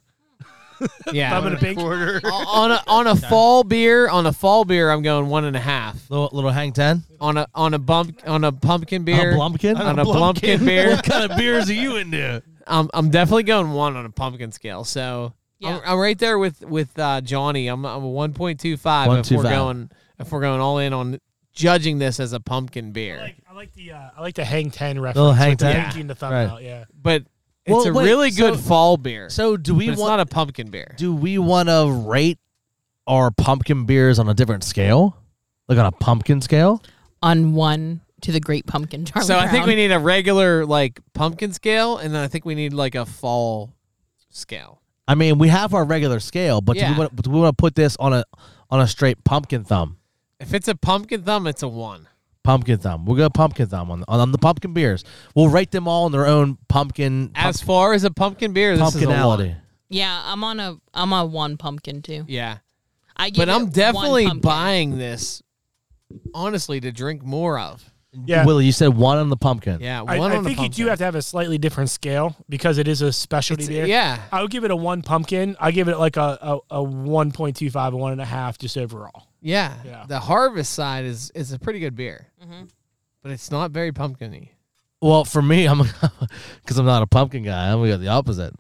[SPEAKER 2] yeah,
[SPEAKER 3] Thumb and a pinky.
[SPEAKER 5] Quarter.
[SPEAKER 2] on a on a fall beer on a fall beer I'm going one and a half
[SPEAKER 1] Little little hang ten.
[SPEAKER 2] on a on a bump on a pumpkin beer
[SPEAKER 1] blumpkin?
[SPEAKER 2] on a pumpkin beer
[SPEAKER 1] what kind of beers are you into?
[SPEAKER 2] I'm I'm definitely going one on a pumpkin scale so
[SPEAKER 4] Yeah.
[SPEAKER 2] I'm, I'm right there with with uh, Johnny I'm I'm a one point two five if
[SPEAKER 1] 1.25.
[SPEAKER 2] we're going if we're going all in on judging this as a pumpkin beer
[SPEAKER 3] I like the uh, I like the hang ten reference.
[SPEAKER 1] Little hang
[SPEAKER 3] with the
[SPEAKER 1] 10?
[SPEAKER 3] pinky and the thumb
[SPEAKER 1] Right.
[SPEAKER 3] out. Yeah.
[SPEAKER 2] but it's
[SPEAKER 1] Well,
[SPEAKER 2] a
[SPEAKER 1] wait,
[SPEAKER 2] really good
[SPEAKER 1] so-
[SPEAKER 2] fall beer
[SPEAKER 1] So do we
[SPEAKER 2] but it's
[SPEAKER 1] want
[SPEAKER 2] not a pumpkin beer
[SPEAKER 1] do we want to rate our pumpkin beers on a different scale? Like on a pumpkin scale?
[SPEAKER 4] on one to the great pumpkin. Charlie
[SPEAKER 2] so I think
[SPEAKER 4] Brown.
[SPEAKER 2] we need a regular like pumpkin scale and then I think we need like a fall scale.
[SPEAKER 1] I mean, we have our regular scale, but do
[SPEAKER 2] Yeah.
[SPEAKER 1] we want do we want to put this on a on a straight pumpkin thumb?
[SPEAKER 2] If it's a pumpkin thumb, it's a one.
[SPEAKER 1] Pumpkin thumb. We'll go pumpkin thumb on on the pumpkin beers. We'll rate them all in their own pumpkin
[SPEAKER 2] As far as a pumpkin beer, this is a one.
[SPEAKER 1] pumpkinality.
[SPEAKER 4] Yeah, I'm on a I'm on one pumpkin too.
[SPEAKER 2] Yeah,
[SPEAKER 4] I give
[SPEAKER 2] but
[SPEAKER 4] it
[SPEAKER 2] I'm
[SPEAKER 4] one
[SPEAKER 2] definitely
[SPEAKER 4] pumpkin.
[SPEAKER 2] buying this honestly to drink more of.
[SPEAKER 3] Yeah.
[SPEAKER 1] Willie, you said one on the pumpkin.
[SPEAKER 2] Yeah,
[SPEAKER 3] I,
[SPEAKER 2] one
[SPEAKER 3] I
[SPEAKER 2] on the
[SPEAKER 3] think you
[SPEAKER 2] pumpkin.
[SPEAKER 3] do have to have a slightly different scale because it is a specialty
[SPEAKER 2] It's-
[SPEAKER 3] beer.
[SPEAKER 2] yeah.
[SPEAKER 3] I would give it a one pumpkin. I give it like a, a, a one point two five, a one and a half, just overall.
[SPEAKER 2] yeah.
[SPEAKER 3] Yeah.
[SPEAKER 2] The harvest side is is a pretty good beer,
[SPEAKER 4] Mm-hmm.
[SPEAKER 2] but it's not very pumpkiny.
[SPEAKER 1] Well, for me, I'm because I'm not a pumpkin guy. I'm gonna go the opposite.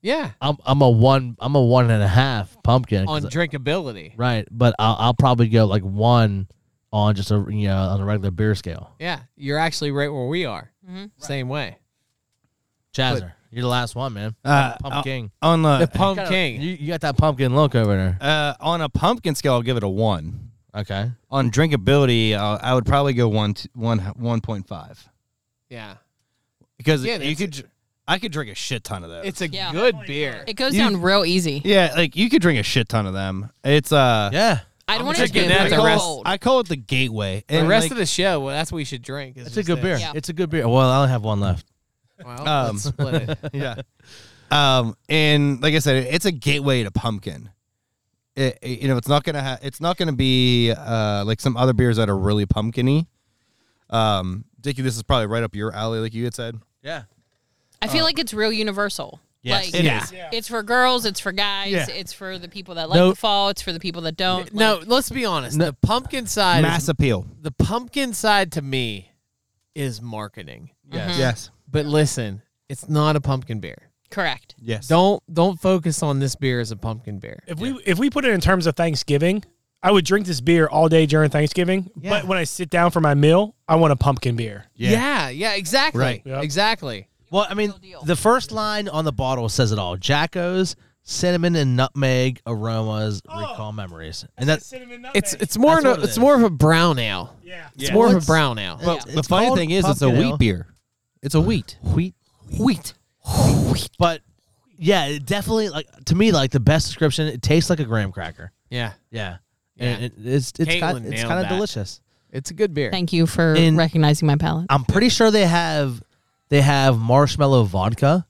[SPEAKER 2] Yeah,
[SPEAKER 1] I'm I'm a one. I'm a one and a half pumpkin. 'cause
[SPEAKER 2] on drinkability.
[SPEAKER 1] I- right, but I'll, I'll probably go like one on just a you know on a regular beer scale.
[SPEAKER 2] Yeah, you're actually right where we are.
[SPEAKER 4] Mm-hmm.
[SPEAKER 2] Same way.
[SPEAKER 1] Chazzer, you're the last one, man.
[SPEAKER 5] Uh,
[SPEAKER 1] Pumpkin.
[SPEAKER 5] on
[SPEAKER 2] The
[SPEAKER 5] the
[SPEAKER 2] pumpkin.
[SPEAKER 1] You, you got that pumpkin look over there.
[SPEAKER 5] uh, on a pumpkin scale, I'll give it a one.
[SPEAKER 1] Okay.
[SPEAKER 5] On drinkability, uh, I would probably go one t- one one point five
[SPEAKER 2] Yeah,
[SPEAKER 5] because
[SPEAKER 2] Yeah,
[SPEAKER 5] you
[SPEAKER 2] that's-
[SPEAKER 5] could. dr- I could drink a shit ton of those.
[SPEAKER 2] it's a
[SPEAKER 4] Yeah.
[SPEAKER 2] good beer.
[SPEAKER 4] It goes
[SPEAKER 5] You-
[SPEAKER 4] down real easy.
[SPEAKER 5] yeah, like you could drink a shit ton of them. It's uh,
[SPEAKER 1] Yeah.
[SPEAKER 4] I don't want to
[SPEAKER 2] drinking
[SPEAKER 4] drink
[SPEAKER 2] that
[SPEAKER 4] it.
[SPEAKER 2] with the
[SPEAKER 4] It's
[SPEAKER 2] rest-
[SPEAKER 4] cold.
[SPEAKER 5] I call it the gateway.
[SPEAKER 2] the
[SPEAKER 5] And,
[SPEAKER 2] rest
[SPEAKER 5] like,
[SPEAKER 2] of the show, well, that's what we should drink. is
[SPEAKER 1] It's a
[SPEAKER 2] just
[SPEAKER 1] good beer.
[SPEAKER 2] this.
[SPEAKER 4] Yeah.
[SPEAKER 1] It's a good beer. Well, I only have one left.
[SPEAKER 2] Well,
[SPEAKER 5] Um,
[SPEAKER 2] let's split it.
[SPEAKER 5] yeah. Um, and like I said, it's a gateway to pumpkin. It, it- you know, it's not gonna ha- it's not gonna be uh, like some other beers that are really pumpkiny. Um, Dickie, this is probably right up your alley, like you had said.
[SPEAKER 1] Yeah.
[SPEAKER 4] I
[SPEAKER 2] Oh.
[SPEAKER 4] feel like it's real universal.
[SPEAKER 1] Yes.
[SPEAKER 4] like,
[SPEAKER 5] It
[SPEAKER 2] Yeah.
[SPEAKER 5] is.
[SPEAKER 4] It's for girls. It's for guys.
[SPEAKER 5] Yeah.
[SPEAKER 4] It's for the people that like
[SPEAKER 1] No-
[SPEAKER 4] the fall. It's for the people that don't. like-
[SPEAKER 2] No, let's be honest.
[SPEAKER 1] No.
[SPEAKER 2] The pumpkin side, is-
[SPEAKER 5] mass appeal.
[SPEAKER 2] the pumpkin side to me, is marketing.
[SPEAKER 1] Yes.
[SPEAKER 5] Yes,
[SPEAKER 4] Mm-hmm.
[SPEAKER 2] But listen, it's not a pumpkin beer.
[SPEAKER 4] correct.
[SPEAKER 5] yes.
[SPEAKER 2] Don't don't focus on this beer as a pumpkin beer.
[SPEAKER 3] If we if we put it in terms of Thanksgiving, I would drink this beer all day during Thanksgiving. But when I sit down for my meal, I want a pumpkin beer.
[SPEAKER 2] Yeah, yeah, exactly.
[SPEAKER 5] Right.
[SPEAKER 3] Yep.
[SPEAKER 2] Exactly.
[SPEAKER 1] Well, I mean,
[SPEAKER 4] deal.
[SPEAKER 1] the first line on the bottle says it all. Jacko's cinnamon and nutmeg aromas recall memories, and that
[SPEAKER 3] Cinnamon
[SPEAKER 2] It's it's more
[SPEAKER 1] That's
[SPEAKER 2] of,
[SPEAKER 1] what it
[SPEAKER 2] a- it's
[SPEAKER 1] is.
[SPEAKER 2] more of a brown ale.
[SPEAKER 3] yeah.
[SPEAKER 2] It's more
[SPEAKER 1] Well,
[SPEAKER 2] of a brown ale.
[SPEAKER 5] But
[SPEAKER 1] Yeah.
[SPEAKER 5] the
[SPEAKER 1] It's
[SPEAKER 5] funny
[SPEAKER 1] called
[SPEAKER 5] thing is, it's a
[SPEAKER 1] pumpkin
[SPEAKER 5] wheat
[SPEAKER 1] ale.
[SPEAKER 5] beer. It's a wheat.
[SPEAKER 1] wheat.
[SPEAKER 5] Wheat.
[SPEAKER 1] But yeah, it definitely like to me like the best description. It tastes like a graham cracker.
[SPEAKER 2] yeah,
[SPEAKER 1] Yeah,
[SPEAKER 2] Yeah.
[SPEAKER 1] and it, it's it's
[SPEAKER 2] Caitlin
[SPEAKER 1] kind it's
[SPEAKER 2] nailed
[SPEAKER 1] kind of
[SPEAKER 2] that.
[SPEAKER 1] delicious.
[SPEAKER 2] it's a good beer.
[SPEAKER 4] Thank you for
[SPEAKER 1] In-
[SPEAKER 4] recognizing my palate.
[SPEAKER 1] I'm pretty sure they have they have marshmallow vodka.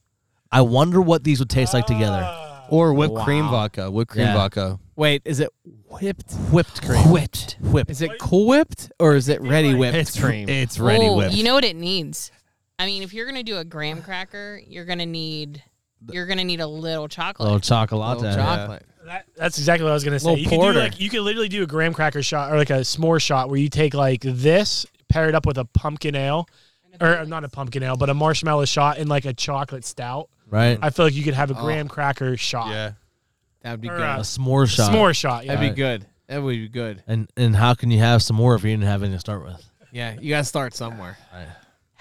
[SPEAKER 1] I wonder what these would taste like together.
[SPEAKER 5] Or whipped cream
[SPEAKER 2] Wow.
[SPEAKER 5] vodka. Whipped cream
[SPEAKER 1] Yeah.
[SPEAKER 5] vodka.
[SPEAKER 2] Wait, is it whipped?
[SPEAKER 1] Whipped cream. Whipped. Whipped.
[SPEAKER 2] Is it cool whipped or is it ready whipped cream?
[SPEAKER 5] It's ready
[SPEAKER 4] Oh,
[SPEAKER 5] whipped.
[SPEAKER 4] You know what it needs? I mean, if you're gonna do a graham cracker, you're gonna need you're gonna need a little chocolate.
[SPEAKER 1] Little
[SPEAKER 2] Little
[SPEAKER 1] chocolate.
[SPEAKER 2] chocolate.
[SPEAKER 3] That, that's exactly what I was gonna say.
[SPEAKER 2] Little
[SPEAKER 3] You could do
[SPEAKER 2] porter.
[SPEAKER 3] like you could literally do a graham cracker shot or like a s'more shot where you take like this paired up with a pumpkin ale, or not a pumpkin ale, but a marshmallow shot and like a chocolate stout.
[SPEAKER 1] Right.
[SPEAKER 3] I feel like you could have a graham cracker shot.
[SPEAKER 2] That would be
[SPEAKER 3] Or,
[SPEAKER 2] good.
[SPEAKER 1] A
[SPEAKER 3] uh,
[SPEAKER 1] s'more shot.
[SPEAKER 3] S'more shot. Yeah.
[SPEAKER 2] That'd be good. That would be good.
[SPEAKER 1] And and how can you have some more if you didn't have any to start with?
[SPEAKER 2] Yeah, you gotta start somewhere.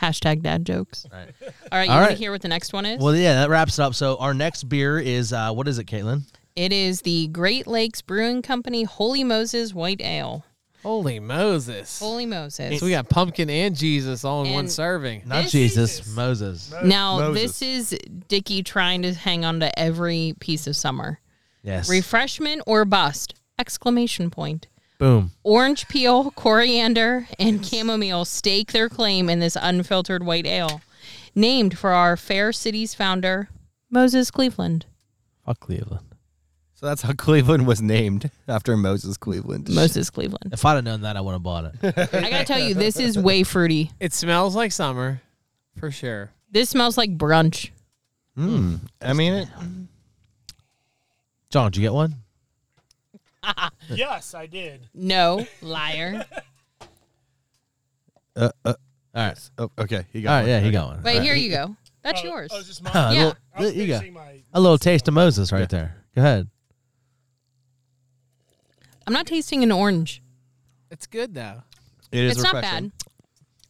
[SPEAKER 4] Hashtag dad jokes.
[SPEAKER 1] Right.
[SPEAKER 4] All right, you
[SPEAKER 1] All
[SPEAKER 4] want
[SPEAKER 1] right.
[SPEAKER 4] to hear what the next one is?
[SPEAKER 1] Well, yeah, that wraps it up. So our next beer is uh, what is it, Caitlin?
[SPEAKER 4] it is the Great Lakes Brewing Company Holy Moses White Ale.
[SPEAKER 2] Holy Moses!
[SPEAKER 4] Holy Moses.
[SPEAKER 2] so we got pumpkin and Jesus all in one
[SPEAKER 4] And-
[SPEAKER 2] serving.
[SPEAKER 1] Not
[SPEAKER 4] This
[SPEAKER 1] Jesus, Moses.
[SPEAKER 4] now
[SPEAKER 5] Moses.
[SPEAKER 4] this is Dickie trying to hang on to every piece of summer.
[SPEAKER 1] Yes.
[SPEAKER 4] Refreshment or bust! Exclamation point.
[SPEAKER 1] Boom.
[SPEAKER 4] Orange peel, coriander, and chamomile stake their claim in this unfiltered white ale, named for our fair city's founder, Moses Cleveland.
[SPEAKER 1] Fuck Cleveland.
[SPEAKER 5] So that's how Cleveland was named after Moses Cleveland.
[SPEAKER 4] Moses Cleveland.
[SPEAKER 1] If I'd have known that, I would have bought it.
[SPEAKER 4] I gotta tell you, this is way fruity.
[SPEAKER 2] It smells like summer, for sure.
[SPEAKER 4] This smells like brunch.
[SPEAKER 5] I mean, it,
[SPEAKER 1] John, did you get one?
[SPEAKER 3] Yes, I did.
[SPEAKER 4] No, liar.
[SPEAKER 1] All right.
[SPEAKER 5] Oh, okay. He
[SPEAKER 1] All
[SPEAKER 5] got
[SPEAKER 1] right.
[SPEAKER 5] one.
[SPEAKER 1] Yeah, he
[SPEAKER 5] Okay.
[SPEAKER 1] got one.
[SPEAKER 4] Wait, here you go. That's yours.
[SPEAKER 3] I was Oh, just
[SPEAKER 1] Uh,
[SPEAKER 3] mocking.
[SPEAKER 1] a
[SPEAKER 4] Yeah.
[SPEAKER 1] little-
[SPEAKER 3] I was
[SPEAKER 1] there you go.
[SPEAKER 3] fixing my-
[SPEAKER 1] A little taste of Moses right there. Go ahead.
[SPEAKER 4] I'm not tasting an orange.
[SPEAKER 2] It's good though.
[SPEAKER 5] It is
[SPEAKER 4] It's not
[SPEAKER 5] refreshing.
[SPEAKER 4] bad.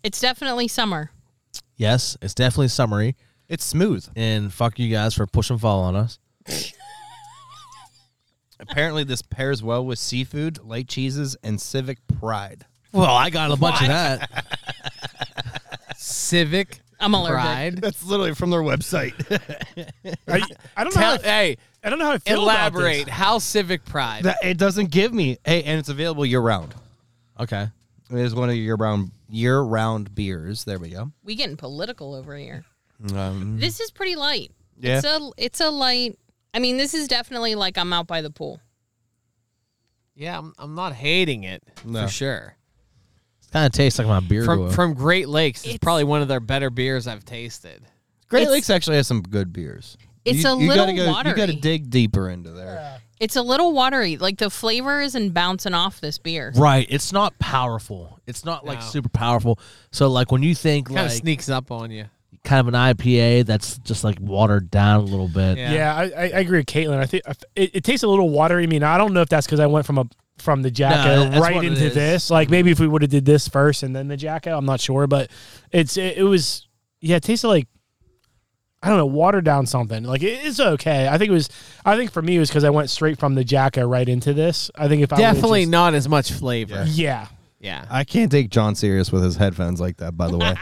[SPEAKER 4] It's definitely summer.
[SPEAKER 1] Yes, it's definitely summery.
[SPEAKER 5] It's smooth.
[SPEAKER 1] And fuck you guys for push and fall on us.
[SPEAKER 5] Apparently, this pairs well with seafood, light cheeses, and civic pride.
[SPEAKER 1] Well, I got a bunch of that.
[SPEAKER 2] Civic
[SPEAKER 4] I'm allergic.
[SPEAKER 2] pride.
[SPEAKER 5] That's literally from their website.
[SPEAKER 3] I, I don't know. How I,
[SPEAKER 2] Tell, hey,
[SPEAKER 3] I don't know how I feel about this.
[SPEAKER 2] elaborate. How civic pride?
[SPEAKER 5] it doesn't give me. Hey, and it's available year round.
[SPEAKER 1] Okay.
[SPEAKER 5] It is one of your year round year round beers. There we go.
[SPEAKER 4] We getting political over here.
[SPEAKER 5] Um,
[SPEAKER 4] This is pretty light.
[SPEAKER 5] Yeah.
[SPEAKER 4] It's a it's a light. I mean, this is definitely like I'm out by the pool.
[SPEAKER 2] Yeah, I'm, I'm not hating it
[SPEAKER 5] No.
[SPEAKER 2] for sure.
[SPEAKER 1] Kind of tastes like my beer.
[SPEAKER 2] From
[SPEAKER 1] glue.
[SPEAKER 2] from Great Lakes, it's,
[SPEAKER 4] It's-
[SPEAKER 2] probably one of their better beers I've tasted.
[SPEAKER 5] Great
[SPEAKER 4] It's-
[SPEAKER 5] Lakes actually has some good beers.
[SPEAKER 4] It's a
[SPEAKER 5] gotta
[SPEAKER 4] little
[SPEAKER 5] go- You got to
[SPEAKER 4] watery.
[SPEAKER 5] dig deeper into there.
[SPEAKER 4] It's a little watery. Like the flavor isn't bouncing off this beer.
[SPEAKER 1] right. It's not powerful. It's not like
[SPEAKER 2] No.
[SPEAKER 1] super powerful. So like when you think
[SPEAKER 2] Kind of
[SPEAKER 1] like
[SPEAKER 2] sneaks up on you.
[SPEAKER 1] kind of an IPA that's just like watered down a little bit.
[SPEAKER 2] Yeah.
[SPEAKER 3] Yeah, I, I I agree with Caitlin. I think I f- it, it tastes a little watery. I mean, I don't know if that's because I went from a from the
[SPEAKER 1] No,
[SPEAKER 3] Jacko
[SPEAKER 1] that's
[SPEAKER 3] right
[SPEAKER 1] what it
[SPEAKER 3] into
[SPEAKER 1] is.
[SPEAKER 3] this. Like maybe if we would have did this first and then the Jacko, I'm not sure, but it's it, it was yeah, it tasted like I don't know, watered down something. Like it- it's okay. I think it was. I think for me it was because I went straight from the Jacka right into this. I think if
[SPEAKER 2] Definitely
[SPEAKER 3] I would've
[SPEAKER 2] not as much flavor.
[SPEAKER 3] just, yeah,
[SPEAKER 2] Yeah.
[SPEAKER 5] I can't take John serious with his headphones like that. By the way,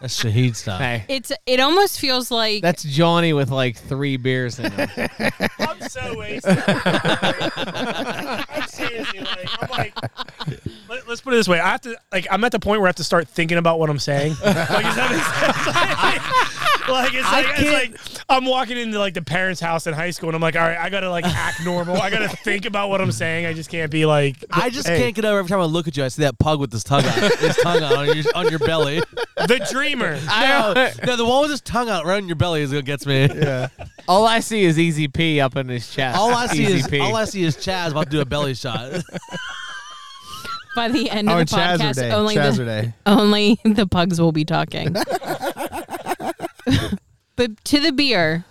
[SPEAKER 1] That's Shahid stuff.
[SPEAKER 2] Hey,
[SPEAKER 4] It's it almost feels like
[SPEAKER 2] that's Johnny with like three beers in him.
[SPEAKER 3] I'm so wasted. I'm seriously like, I'm like, let, us put it this way. I have to, like, I'm at the point where I have to start thinking about what I'm saying. Like, does that make sense? Like, it's like, it's like, I'm walking into like the parents' house in high school, and I'm like, all right, I gotta like act normal. I gotta think about what I'm saying. I just can't be like,
[SPEAKER 1] I just
[SPEAKER 3] Hey.
[SPEAKER 1] can't get over every time I look at you. I see that pug with his tongue out, his tongue out on your on your belly.
[SPEAKER 3] the dreamer.
[SPEAKER 1] No, no, the one with his tongue out around your belly is what gets me.
[SPEAKER 2] All I see is Easy P up in his chest.
[SPEAKER 1] All I see
[SPEAKER 2] Easy
[SPEAKER 1] is
[SPEAKER 2] P.
[SPEAKER 1] all I see is Chaz about to do a belly shot.
[SPEAKER 4] by the end of
[SPEAKER 5] oh, and
[SPEAKER 4] the podcast,
[SPEAKER 5] Chazzer Day,
[SPEAKER 4] only
[SPEAKER 5] Chazzer
[SPEAKER 4] the,
[SPEAKER 5] Day.
[SPEAKER 4] only the pugs will be talking. but to the beer,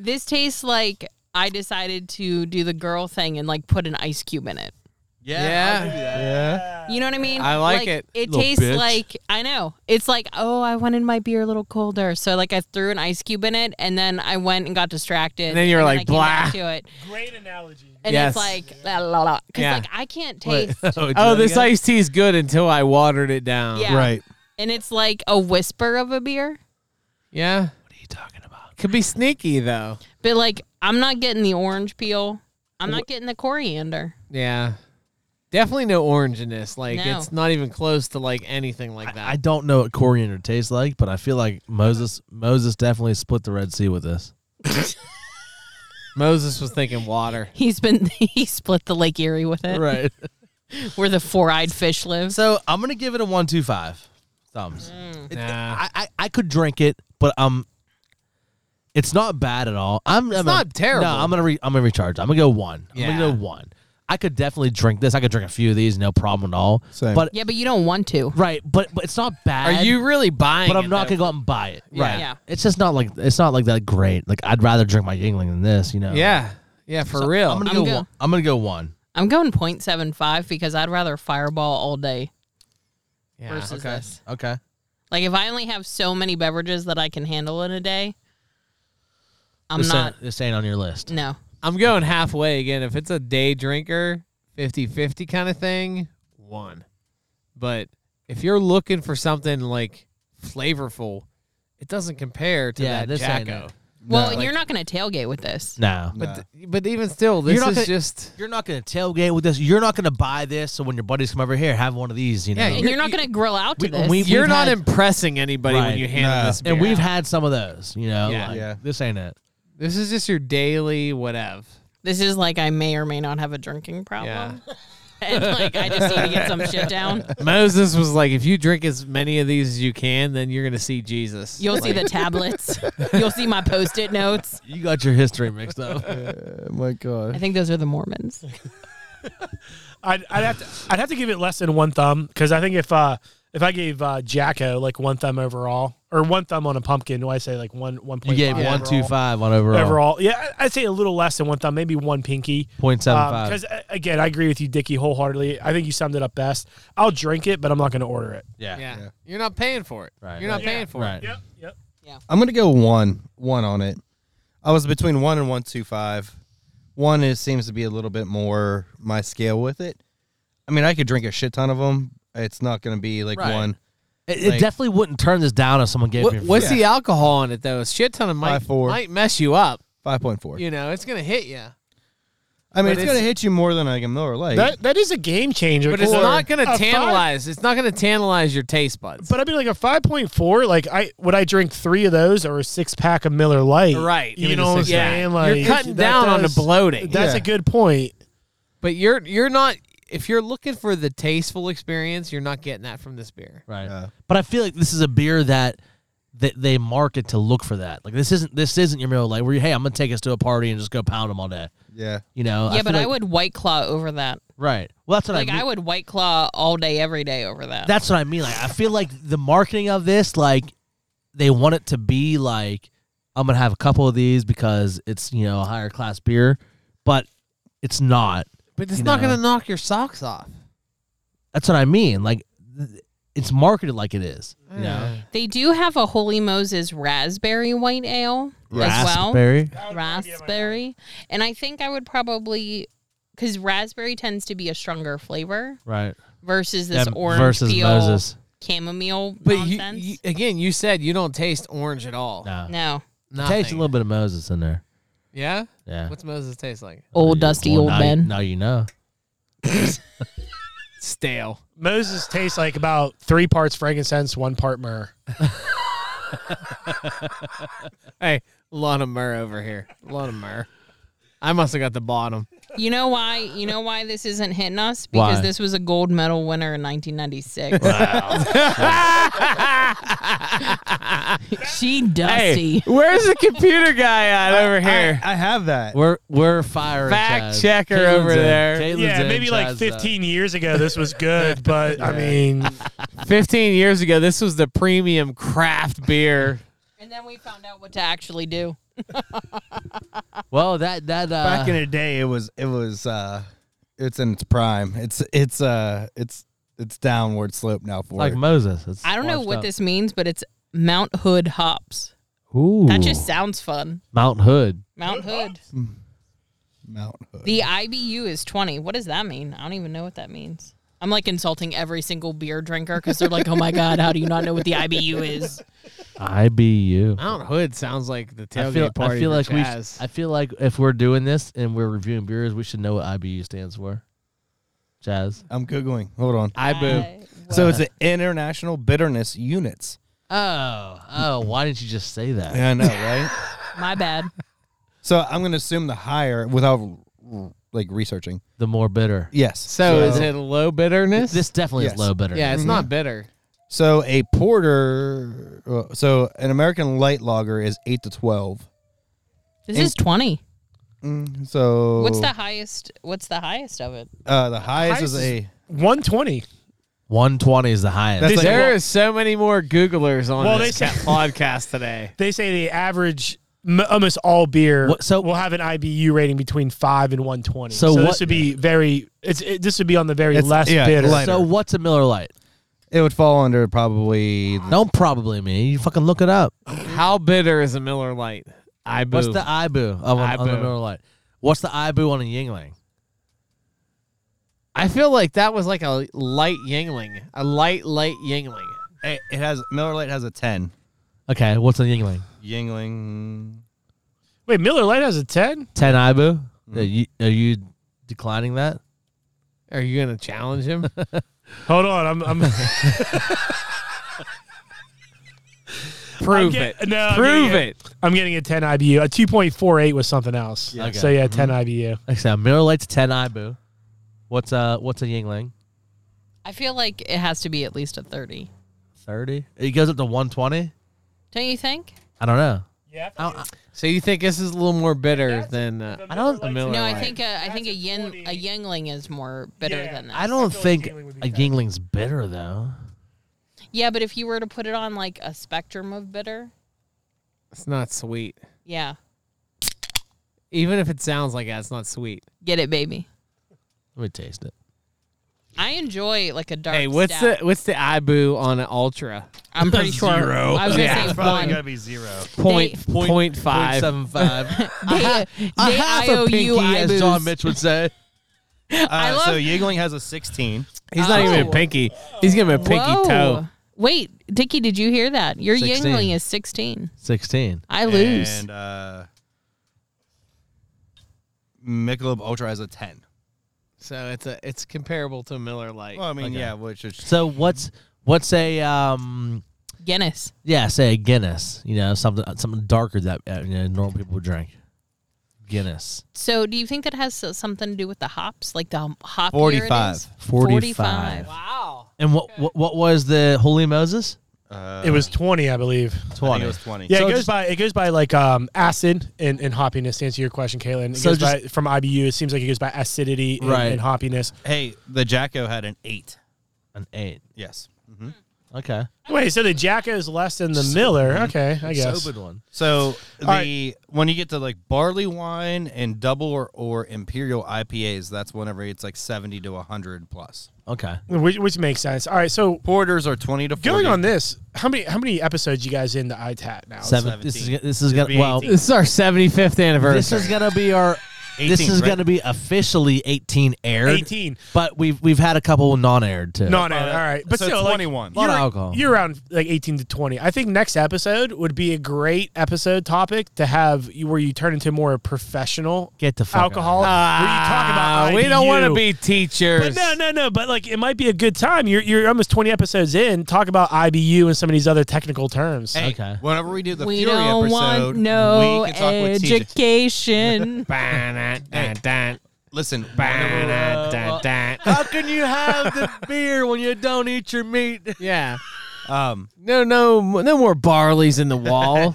[SPEAKER 4] this tastes like I decided to do the girl thing and like put an ice cube in it.
[SPEAKER 2] yeah.
[SPEAKER 4] You know what I mean?
[SPEAKER 2] I like it.
[SPEAKER 4] It
[SPEAKER 1] Little
[SPEAKER 4] tastes
[SPEAKER 1] bitch.
[SPEAKER 4] like I know. It's like oh, I wanted my beer a little colder, so like I threw an ice cube in it, and then I went and got distracted.
[SPEAKER 2] And then you were like,
[SPEAKER 4] I came back
[SPEAKER 2] "Blah."
[SPEAKER 4] to it,
[SPEAKER 3] Great analogy.
[SPEAKER 4] and
[SPEAKER 2] Yes.
[SPEAKER 4] it's like la la la, because
[SPEAKER 2] Yeah.
[SPEAKER 4] like I can't taste.
[SPEAKER 2] Oh, this iced tea's good until I watered it down.
[SPEAKER 4] Yeah.
[SPEAKER 5] Right.
[SPEAKER 4] And it's like a whisper of a beer.
[SPEAKER 2] Yeah. What are you talking about? Could be sneaky though.
[SPEAKER 4] But like, I'm not getting the orange peel. I'm not getting the coriander.
[SPEAKER 2] Yeah. Definitely no orange in this. Like
[SPEAKER 4] No.
[SPEAKER 2] it's not even close to like anything like that.
[SPEAKER 1] I don't know what coriander tastes like, but I feel like Moses Moses definitely split the Red Sea with this.
[SPEAKER 2] Moses was thinking water.
[SPEAKER 4] He's been he split the Lake Erie with it,
[SPEAKER 1] Right.
[SPEAKER 4] where the four-eyed fish lives.
[SPEAKER 1] So I'm gonna give it a one two five thumbs. It-
[SPEAKER 2] Nah.
[SPEAKER 1] I, I I could drink it, but um, it's not bad at all. I'm I'm a-
[SPEAKER 2] not terrible.
[SPEAKER 1] No, I'm gonna re, I'm gonna recharge. I'm gonna go one. I'm
[SPEAKER 2] Yeah.
[SPEAKER 1] gonna go one. I could definitely drink this. I could drink a few of these, no problem at all.
[SPEAKER 5] Same.
[SPEAKER 1] But
[SPEAKER 4] yeah, but you don't want to.
[SPEAKER 1] right, but but it's not
[SPEAKER 2] Are
[SPEAKER 1] bad.
[SPEAKER 2] you really buying?
[SPEAKER 1] But
[SPEAKER 2] it,
[SPEAKER 1] I'm not
[SPEAKER 2] though?
[SPEAKER 1] gonna go out and buy it.
[SPEAKER 2] Yeah.
[SPEAKER 1] Right.
[SPEAKER 4] Yeah.
[SPEAKER 1] It's just not like it's not like that great. Like I'd rather drink my Yingling than this. You know.
[SPEAKER 2] Yeah. Yeah, for real.
[SPEAKER 1] I'm gonna go.
[SPEAKER 4] I'm go-
[SPEAKER 1] One. I'm gonna go one.
[SPEAKER 4] I'm going 0.75 because I'd rather fireball all day
[SPEAKER 2] yeah.
[SPEAKER 4] versus this.
[SPEAKER 1] Okay.
[SPEAKER 4] Like if I only have so many beverages that I can handle in a day, I'm
[SPEAKER 1] this
[SPEAKER 4] not.
[SPEAKER 1] Ain't, this ain't on your
[SPEAKER 2] Mm.
[SPEAKER 1] list.
[SPEAKER 4] No,
[SPEAKER 2] I'm going halfway again. If it's a day drinker, 50-50 kind of thing, one. But if you're looking for something like flavorful, it doesn't compare to
[SPEAKER 1] Yeah,
[SPEAKER 2] that
[SPEAKER 1] this ain't
[SPEAKER 2] Jacko.
[SPEAKER 1] it.
[SPEAKER 4] well, and
[SPEAKER 2] like-
[SPEAKER 4] you're not going to tailgate with this.
[SPEAKER 1] No.
[SPEAKER 2] But th- but even still,
[SPEAKER 1] You're
[SPEAKER 2] this
[SPEAKER 1] not
[SPEAKER 2] is
[SPEAKER 1] gonna-
[SPEAKER 2] just
[SPEAKER 1] You're not gonna tailgate with this. You're not gonna buy this. So when your buddies come over here, have one of these. You know.
[SPEAKER 2] Yeah,
[SPEAKER 4] And
[SPEAKER 2] You're-
[SPEAKER 4] you're not going to grill out to
[SPEAKER 1] We-
[SPEAKER 4] this.
[SPEAKER 1] we-
[SPEAKER 2] you're
[SPEAKER 1] we've
[SPEAKER 2] not
[SPEAKER 1] had-
[SPEAKER 2] impressing anybody when
[SPEAKER 1] Right.
[SPEAKER 2] you hand them
[SPEAKER 5] No.
[SPEAKER 2] this beer.
[SPEAKER 1] and we've had some of those. You know.
[SPEAKER 2] Uh, Yeah.
[SPEAKER 1] like,
[SPEAKER 5] Yeah.
[SPEAKER 1] This ain't it.
[SPEAKER 2] this is just your daily whatever.
[SPEAKER 4] this is like I may or may not have a drinking
[SPEAKER 2] Yeah.
[SPEAKER 4] problem. and like I just need to get some shit down.
[SPEAKER 2] Moses was like, if you drink as many of these as you can, then you're gonna see Jesus.
[SPEAKER 4] You'll see the tablets. You'll see my post-it notes.
[SPEAKER 1] You got your history mixed up.
[SPEAKER 5] Oh my
[SPEAKER 4] I
[SPEAKER 5] god.
[SPEAKER 4] think those are the Mormons.
[SPEAKER 3] I'd, I'd have to I'd have to give it less than one thumb because I think if uh if I gave uh, Jacko like one thumb overall or one thumb on a pumpkin, do I say like one one
[SPEAKER 1] you
[SPEAKER 3] point
[SPEAKER 1] gave
[SPEAKER 3] five
[SPEAKER 1] one two
[SPEAKER 3] overall?
[SPEAKER 1] five on overall.
[SPEAKER 3] overall. Yeah, I- I'd say a little less than one thumb, maybe one pinky.
[SPEAKER 1] Point seven five.
[SPEAKER 3] Because again, I agree with you, Dickie, wholeheartedly. I think you summed it up best. I'll drink it, but I'm not going to order it.
[SPEAKER 1] Yeah.
[SPEAKER 2] yeah. You're not paying for it.
[SPEAKER 1] Right.
[SPEAKER 2] You're not
[SPEAKER 3] Yeah.
[SPEAKER 2] paying for
[SPEAKER 1] Right.
[SPEAKER 2] it.
[SPEAKER 3] Yep, yep.
[SPEAKER 5] I'm gonna go one, one on it. I was between one and one two five. One is seems to be a little bit more my scale with it. I mean, I could drink a shit ton of them. It's not gonna be like
[SPEAKER 1] Right.
[SPEAKER 5] one
[SPEAKER 1] It, it
[SPEAKER 5] Like-
[SPEAKER 1] definitely wouldn't turn this down if someone gave
[SPEAKER 2] What,
[SPEAKER 1] me. a
[SPEAKER 2] what's
[SPEAKER 1] free-
[SPEAKER 2] the alcohol on it though? A shit ton of might
[SPEAKER 5] Five, four.
[SPEAKER 2] might mess you up.
[SPEAKER 5] five point four.
[SPEAKER 2] You know, it's gonna hit you,
[SPEAKER 5] I
[SPEAKER 2] But
[SPEAKER 5] mean, it's,
[SPEAKER 2] it's-
[SPEAKER 5] gonna hit you more than like a Miller Lite.
[SPEAKER 3] That that is a game changer.
[SPEAKER 2] but it's
[SPEAKER 3] Or
[SPEAKER 2] not gonna
[SPEAKER 3] a Five,
[SPEAKER 2] tantalize. It's not gonna tantalize your taste buds.
[SPEAKER 3] but I mean, like a five point four. Like I would I drink three of those or a six pack of Miller Lite.
[SPEAKER 2] Right.
[SPEAKER 3] You
[SPEAKER 2] Even
[SPEAKER 3] know
[SPEAKER 2] a
[SPEAKER 3] what I'm
[SPEAKER 2] six pack.
[SPEAKER 3] saying?
[SPEAKER 2] You're
[SPEAKER 3] Like
[SPEAKER 2] cutting
[SPEAKER 3] that
[SPEAKER 2] down on the
[SPEAKER 3] does-
[SPEAKER 2] bloating.
[SPEAKER 3] That's
[SPEAKER 5] Yeah.
[SPEAKER 3] a good point.
[SPEAKER 2] But you're you're not if you're looking for the tasteful experience, you're not getting that from this beer.
[SPEAKER 1] Right.
[SPEAKER 5] Yeah.
[SPEAKER 1] But I feel like this is a beer that that they market to look for that. Like this isn't this isn't your meal like where you, hey I'm gonna take us to a party and just go pound them all day.
[SPEAKER 5] yeah.
[SPEAKER 1] You know.
[SPEAKER 4] Yeah, but
[SPEAKER 1] feel
[SPEAKER 4] I
[SPEAKER 1] like-
[SPEAKER 4] would white claw over that.
[SPEAKER 1] Right. Well, that's what
[SPEAKER 4] Like
[SPEAKER 1] I. Mean.
[SPEAKER 4] I would white claw all day, every day over that.
[SPEAKER 1] That's what I mean. Like I feel like the marketing of this, like they want it to be like I'm gonna have a couple of these because it's you know a higher class beer, but it's not.
[SPEAKER 2] But it's
[SPEAKER 1] You
[SPEAKER 2] not
[SPEAKER 1] know.
[SPEAKER 2] gonna knock your socks off.
[SPEAKER 1] That's what I mean. Like th- it's marketed like it is. You know?
[SPEAKER 4] They do have a Holy Moses raspberry white ale as well.
[SPEAKER 1] Raspberry.
[SPEAKER 4] raspberry. And I think I would probably because raspberry tends to be a stronger flavor
[SPEAKER 1] Right.
[SPEAKER 4] versus this
[SPEAKER 1] Yeah,
[SPEAKER 4] orange
[SPEAKER 1] versus
[SPEAKER 4] peel
[SPEAKER 1] Moses.
[SPEAKER 4] chamomile
[SPEAKER 2] But you,
[SPEAKER 4] nonsense.
[SPEAKER 2] you- again, you said you don't taste orange at all.
[SPEAKER 1] No.
[SPEAKER 4] no,
[SPEAKER 2] Nothing.
[SPEAKER 1] Taste a little bit of Moses in there.
[SPEAKER 2] Yeah.
[SPEAKER 1] Yeah.
[SPEAKER 2] What's Moses taste like?
[SPEAKER 4] old dusty
[SPEAKER 1] Well,
[SPEAKER 4] old
[SPEAKER 1] now you-
[SPEAKER 4] man.
[SPEAKER 1] Now you know.
[SPEAKER 2] Stale.
[SPEAKER 3] Moses tastes like about three parts frankincense, one part myrrh.
[SPEAKER 2] Hey, Lana Murr over here. Lana Murr. I must have got the bottom.
[SPEAKER 4] You know why? You know why this isn't hitting us?
[SPEAKER 1] Why?
[SPEAKER 4] Because this was a gold medal winner in 1996. she dusty.
[SPEAKER 2] Hey, where's the computer guy at over here?
[SPEAKER 5] I, I have that.
[SPEAKER 1] We're we're firing.
[SPEAKER 2] Fact
[SPEAKER 1] Chaz.
[SPEAKER 2] checker
[SPEAKER 1] Caitlin's
[SPEAKER 2] over
[SPEAKER 1] in.
[SPEAKER 2] there.
[SPEAKER 1] Caitlin's uh,
[SPEAKER 3] yeah,
[SPEAKER 1] in,
[SPEAKER 3] maybe
[SPEAKER 1] Chaz's
[SPEAKER 3] like
[SPEAKER 1] out.
[SPEAKER 3] 15 years ago, this was good, but I mean,
[SPEAKER 2] 15 years ago, this was the premium craft beer.
[SPEAKER 4] And then we found out what to actually do.
[SPEAKER 1] Well, that that uh,
[SPEAKER 5] Back in the day, it was it was uh, it's in its prime. It's it's uh it's it's downward slope now for
[SPEAKER 1] like
[SPEAKER 5] it.
[SPEAKER 1] Moses. It's
[SPEAKER 4] I don't know
[SPEAKER 1] washed
[SPEAKER 4] what
[SPEAKER 1] up.
[SPEAKER 4] this means, but it's Mount Hood hops.
[SPEAKER 1] Ooh,
[SPEAKER 4] That just sounds fun.
[SPEAKER 1] Mount Hood.
[SPEAKER 4] Mount Hood.
[SPEAKER 5] Mount Hood.
[SPEAKER 4] The IBU is 20. What does that mean? I don't even know what that means. I'm like insulting every single beer drinker because they're like, oh my God, how do you not know what the IBU is?
[SPEAKER 1] IBU.
[SPEAKER 2] Mount Hood sounds like the tailgate
[SPEAKER 1] I feel,
[SPEAKER 2] party.
[SPEAKER 1] I feel
[SPEAKER 2] for
[SPEAKER 1] like we.
[SPEAKER 2] Chaz.
[SPEAKER 1] Sh- I feel like if we're doing this and we're reviewing beers, we should know what IBU stands for. Jazz.
[SPEAKER 5] I'm googling. Hold on.
[SPEAKER 2] IBU.
[SPEAKER 4] I-
[SPEAKER 5] So it's the International Bitterness Units.
[SPEAKER 1] Oh, oh! Why didn't you just say that?
[SPEAKER 5] Yeah, I know, right?
[SPEAKER 4] my bad.
[SPEAKER 5] So I'm going to assume the higher without like researching.
[SPEAKER 1] The more bitter.
[SPEAKER 5] Yes.
[SPEAKER 2] So is it low bitterness?
[SPEAKER 1] This Mm-hmm. definitely
[SPEAKER 5] Yes.
[SPEAKER 1] is low bitter.
[SPEAKER 2] yeah, it's not bitter.
[SPEAKER 5] So a porter, uh, so an American light lager is eight to twelve.
[SPEAKER 4] This is 20.
[SPEAKER 5] So
[SPEAKER 4] What's the highest? What's the highest of it?
[SPEAKER 5] Uh, the highest is
[SPEAKER 3] Highest is-
[SPEAKER 5] a
[SPEAKER 3] 120.
[SPEAKER 1] One twenty is the highest.
[SPEAKER 5] That's
[SPEAKER 2] There
[SPEAKER 5] It's
[SPEAKER 2] is
[SPEAKER 5] like-
[SPEAKER 2] so many more Googlers on
[SPEAKER 3] Well,
[SPEAKER 2] this
[SPEAKER 3] they
[SPEAKER 2] ca-
[SPEAKER 3] said-
[SPEAKER 2] podcast today.
[SPEAKER 3] They say the average, m- almost all beer
[SPEAKER 1] What- so-
[SPEAKER 3] will have an IBU rating between 5 and 120.
[SPEAKER 1] So
[SPEAKER 3] So,
[SPEAKER 1] what-
[SPEAKER 3] this would be very, it's it, this would be on the very
[SPEAKER 5] It's-
[SPEAKER 3] less
[SPEAKER 5] yeah,
[SPEAKER 3] bitter.
[SPEAKER 5] light.
[SPEAKER 1] so what's a Miller Lite?
[SPEAKER 5] it would fall under probably
[SPEAKER 1] Don't probably me. You fucking look it up.
[SPEAKER 2] How bitter is a Miller Lite? IBU.
[SPEAKER 1] What's the IBU of a, on a
[SPEAKER 2] IBU.
[SPEAKER 1] Miller Lite? What's the IBU on a Yingling?
[SPEAKER 2] I feel like that was like a light Yingling, a light light Yingling.
[SPEAKER 5] it, it has Miller Lite has a ten.
[SPEAKER 1] Okay, what's a Yingling?
[SPEAKER 5] Yingling.
[SPEAKER 3] Wait, Miller Lite has a 10?
[SPEAKER 1] 10 IBU? Are, you, are you declining that?
[SPEAKER 2] Are you gonna challenge him?
[SPEAKER 3] Hold on, I'm, I'm, I'm
[SPEAKER 2] Prove
[SPEAKER 3] get-
[SPEAKER 2] it.
[SPEAKER 3] no, I'm
[SPEAKER 2] Prove
[SPEAKER 3] getting
[SPEAKER 2] it.
[SPEAKER 3] I'm getting a 10 IBU. A 2.48 was something else.
[SPEAKER 1] Yeah. Mm-hmm. Okay.
[SPEAKER 3] So yeah, 10 IBU.
[SPEAKER 1] Like I said, Miller Lite's 10 IBU. What's a, what's a Yingling?
[SPEAKER 4] I feel like it has to be at least a 30.
[SPEAKER 1] 30? It goes up to 120?
[SPEAKER 4] Don't you think?
[SPEAKER 1] I don't know.
[SPEAKER 3] Yeah.
[SPEAKER 1] I don't,
[SPEAKER 2] So you think this is a little more bitter than uh,
[SPEAKER 1] I don't,
[SPEAKER 2] a Miller
[SPEAKER 4] No, I
[SPEAKER 2] Lite?
[SPEAKER 4] think a, I think a
[SPEAKER 3] a
[SPEAKER 4] yin
[SPEAKER 3] 40.
[SPEAKER 4] a yingling is more bitter
[SPEAKER 3] Yeah.
[SPEAKER 4] than this.
[SPEAKER 1] I don't
[SPEAKER 3] feel like
[SPEAKER 1] think
[SPEAKER 3] Yingling would be
[SPEAKER 1] a
[SPEAKER 3] better.
[SPEAKER 1] Yingling's bitter, though.
[SPEAKER 4] Yeah, but if you were to put it on like a spectrum of bitter,
[SPEAKER 2] it's not sweet.
[SPEAKER 4] yeah,
[SPEAKER 2] Even if it sounds like that, it's not sweet.
[SPEAKER 4] get it, baby.
[SPEAKER 1] Let me taste it.
[SPEAKER 4] I enjoy like a dark.
[SPEAKER 2] Hey, what's
[SPEAKER 4] stout.
[SPEAKER 2] the what's the IBU on an Ultra?
[SPEAKER 4] I'm pretty sure. I was gonna
[SPEAKER 2] Yeah,
[SPEAKER 4] say one.
[SPEAKER 5] be zero.
[SPEAKER 2] Point
[SPEAKER 4] They-
[SPEAKER 2] point, point five.
[SPEAKER 1] 0.75.
[SPEAKER 4] They, uh, they
[SPEAKER 1] A half a pinky,
[SPEAKER 4] IOU
[SPEAKER 1] as John
[SPEAKER 4] IBUs.
[SPEAKER 1] Mitch would say.
[SPEAKER 5] Uh,
[SPEAKER 4] love-
[SPEAKER 5] so Yingling has a sixteen.
[SPEAKER 2] He's not even
[SPEAKER 4] Oh.
[SPEAKER 2] a pinky. He's giving him a pinky
[SPEAKER 4] Whoa.
[SPEAKER 2] toe.
[SPEAKER 4] Wait, Dickie, did you hear that? Your
[SPEAKER 1] 16.
[SPEAKER 4] yingling is 16.
[SPEAKER 1] 16.
[SPEAKER 4] I lose.
[SPEAKER 5] And uh, Michelob Ultra has a ten.
[SPEAKER 2] So it's a it's comparable to Miller Lite.
[SPEAKER 5] Well, I mean,
[SPEAKER 1] Okay.
[SPEAKER 5] yeah, which is
[SPEAKER 1] So what's what's a um
[SPEAKER 4] Guinness.
[SPEAKER 1] yeah say a Guinness you know something something darker that uh, you know, normal people would drink Guinness
[SPEAKER 4] So do you think that has so- something to do with the hops? Like the hop year it is?
[SPEAKER 5] 45.
[SPEAKER 1] 45.
[SPEAKER 2] Wow.
[SPEAKER 1] and what what, what was the Holy Moses
[SPEAKER 5] uh,
[SPEAKER 3] It was 20, I believe.
[SPEAKER 5] I think
[SPEAKER 1] 20
[SPEAKER 5] it was twenty.
[SPEAKER 3] Yeah,
[SPEAKER 1] So
[SPEAKER 3] it goes
[SPEAKER 1] just-
[SPEAKER 3] by it goes by like um, acid and, and hoppiness. To answer your question, Caitlin, it
[SPEAKER 1] So
[SPEAKER 3] goes
[SPEAKER 1] just-
[SPEAKER 3] by, from IBU. It seems like it goes by acidity and,
[SPEAKER 1] Right.
[SPEAKER 3] and hoppiness.
[SPEAKER 5] Hey, the Jacko had an eight.
[SPEAKER 1] an 8
[SPEAKER 5] Yes.
[SPEAKER 1] Okay.
[SPEAKER 3] Wait, so the Jacka is less than the Miller? Okay, I guess.
[SPEAKER 1] Sobered one.
[SPEAKER 5] So the
[SPEAKER 3] right.
[SPEAKER 5] when you get to like barley wine and double or, or imperial IPAs, that's whenever it's like seventy to hundred plus.
[SPEAKER 1] Okay.
[SPEAKER 3] Which, which makes sense. All right, so
[SPEAKER 5] Porters are twenty to 40.
[SPEAKER 3] going on this, how many how many episodes you guys into ITAT now?
[SPEAKER 1] Seven. This is
[SPEAKER 5] 17.
[SPEAKER 1] this is gonna
[SPEAKER 5] be
[SPEAKER 1] well.
[SPEAKER 5] 18.
[SPEAKER 2] This is our 75th anniversary.
[SPEAKER 1] This is gonna be our. this
[SPEAKER 5] 18,
[SPEAKER 1] is
[SPEAKER 5] right?
[SPEAKER 1] gonna be officially 18 aired.
[SPEAKER 3] 18.
[SPEAKER 1] But we've we've had a couple non-aired too.
[SPEAKER 3] No, no, all right, but
[SPEAKER 5] so
[SPEAKER 3] still, like,
[SPEAKER 5] 21.
[SPEAKER 1] lot of
[SPEAKER 3] you're,
[SPEAKER 1] alcohol.
[SPEAKER 3] You're around like 18 to 20. I think next episode would be a great episode topic to have you- where you turn into more professional
[SPEAKER 1] Get the fuck
[SPEAKER 3] alcohol. where you talk
[SPEAKER 2] Ah,
[SPEAKER 3] about
[SPEAKER 2] we don't want
[SPEAKER 3] want
[SPEAKER 2] to be teachers.
[SPEAKER 3] But no, no, no. But like, it might be a good time. You're you're almost 20 episodes in. Talk about IBU and some of these other technical terms.
[SPEAKER 5] Hey,
[SPEAKER 1] Okay.
[SPEAKER 5] Whenever we do the
[SPEAKER 4] we
[SPEAKER 5] Fury
[SPEAKER 4] don't
[SPEAKER 5] episode,
[SPEAKER 4] want no
[SPEAKER 5] we can talk with TJ.
[SPEAKER 4] education.
[SPEAKER 5] Listen, whenever, uh,
[SPEAKER 1] How can you have the beer when you don't eat your meat?
[SPEAKER 2] yeah.
[SPEAKER 5] um,
[SPEAKER 2] No, no, no more barley's in the wall.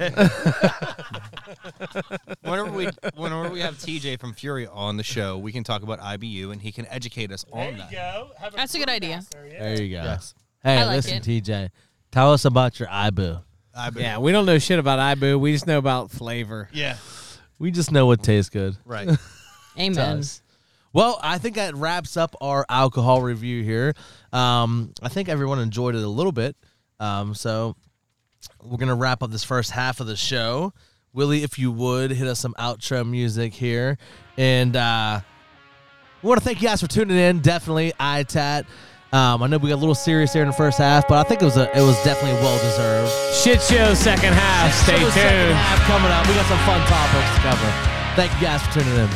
[SPEAKER 5] whenever we whenever we have TJ from Fury on the show, we can talk about IBU and he can educate us on that.
[SPEAKER 3] go. Have
[SPEAKER 4] That's a good idea.
[SPEAKER 1] There you go. Hey,
[SPEAKER 4] I like
[SPEAKER 1] listen,
[SPEAKER 4] it.
[SPEAKER 1] TJ. Tell us about your ibu.
[SPEAKER 5] IBU.
[SPEAKER 2] yeah, we don't know shit about IBU. We just know about flavor.
[SPEAKER 5] yeah,
[SPEAKER 1] We just know what tastes good.
[SPEAKER 5] right.
[SPEAKER 4] Amen.
[SPEAKER 1] Well, I think that wraps up our alcohol review here. Um, I think everyone enjoyed it a little bit. Um, so we're gonna wrap up this first half of the show. Willie, if you would hit us some outro music here, and uh, we want to thank you guys for tuning in. Definitely, ITAT. Um, I know we got a little serious here in the first half, but I think it was a, it was definitely well deserved.
[SPEAKER 2] Shit show second half. Ah, Stay
[SPEAKER 1] So the second
[SPEAKER 2] tuned.
[SPEAKER 1] half coming up. We got some fun topics to cover. Thank you guys for tuning in.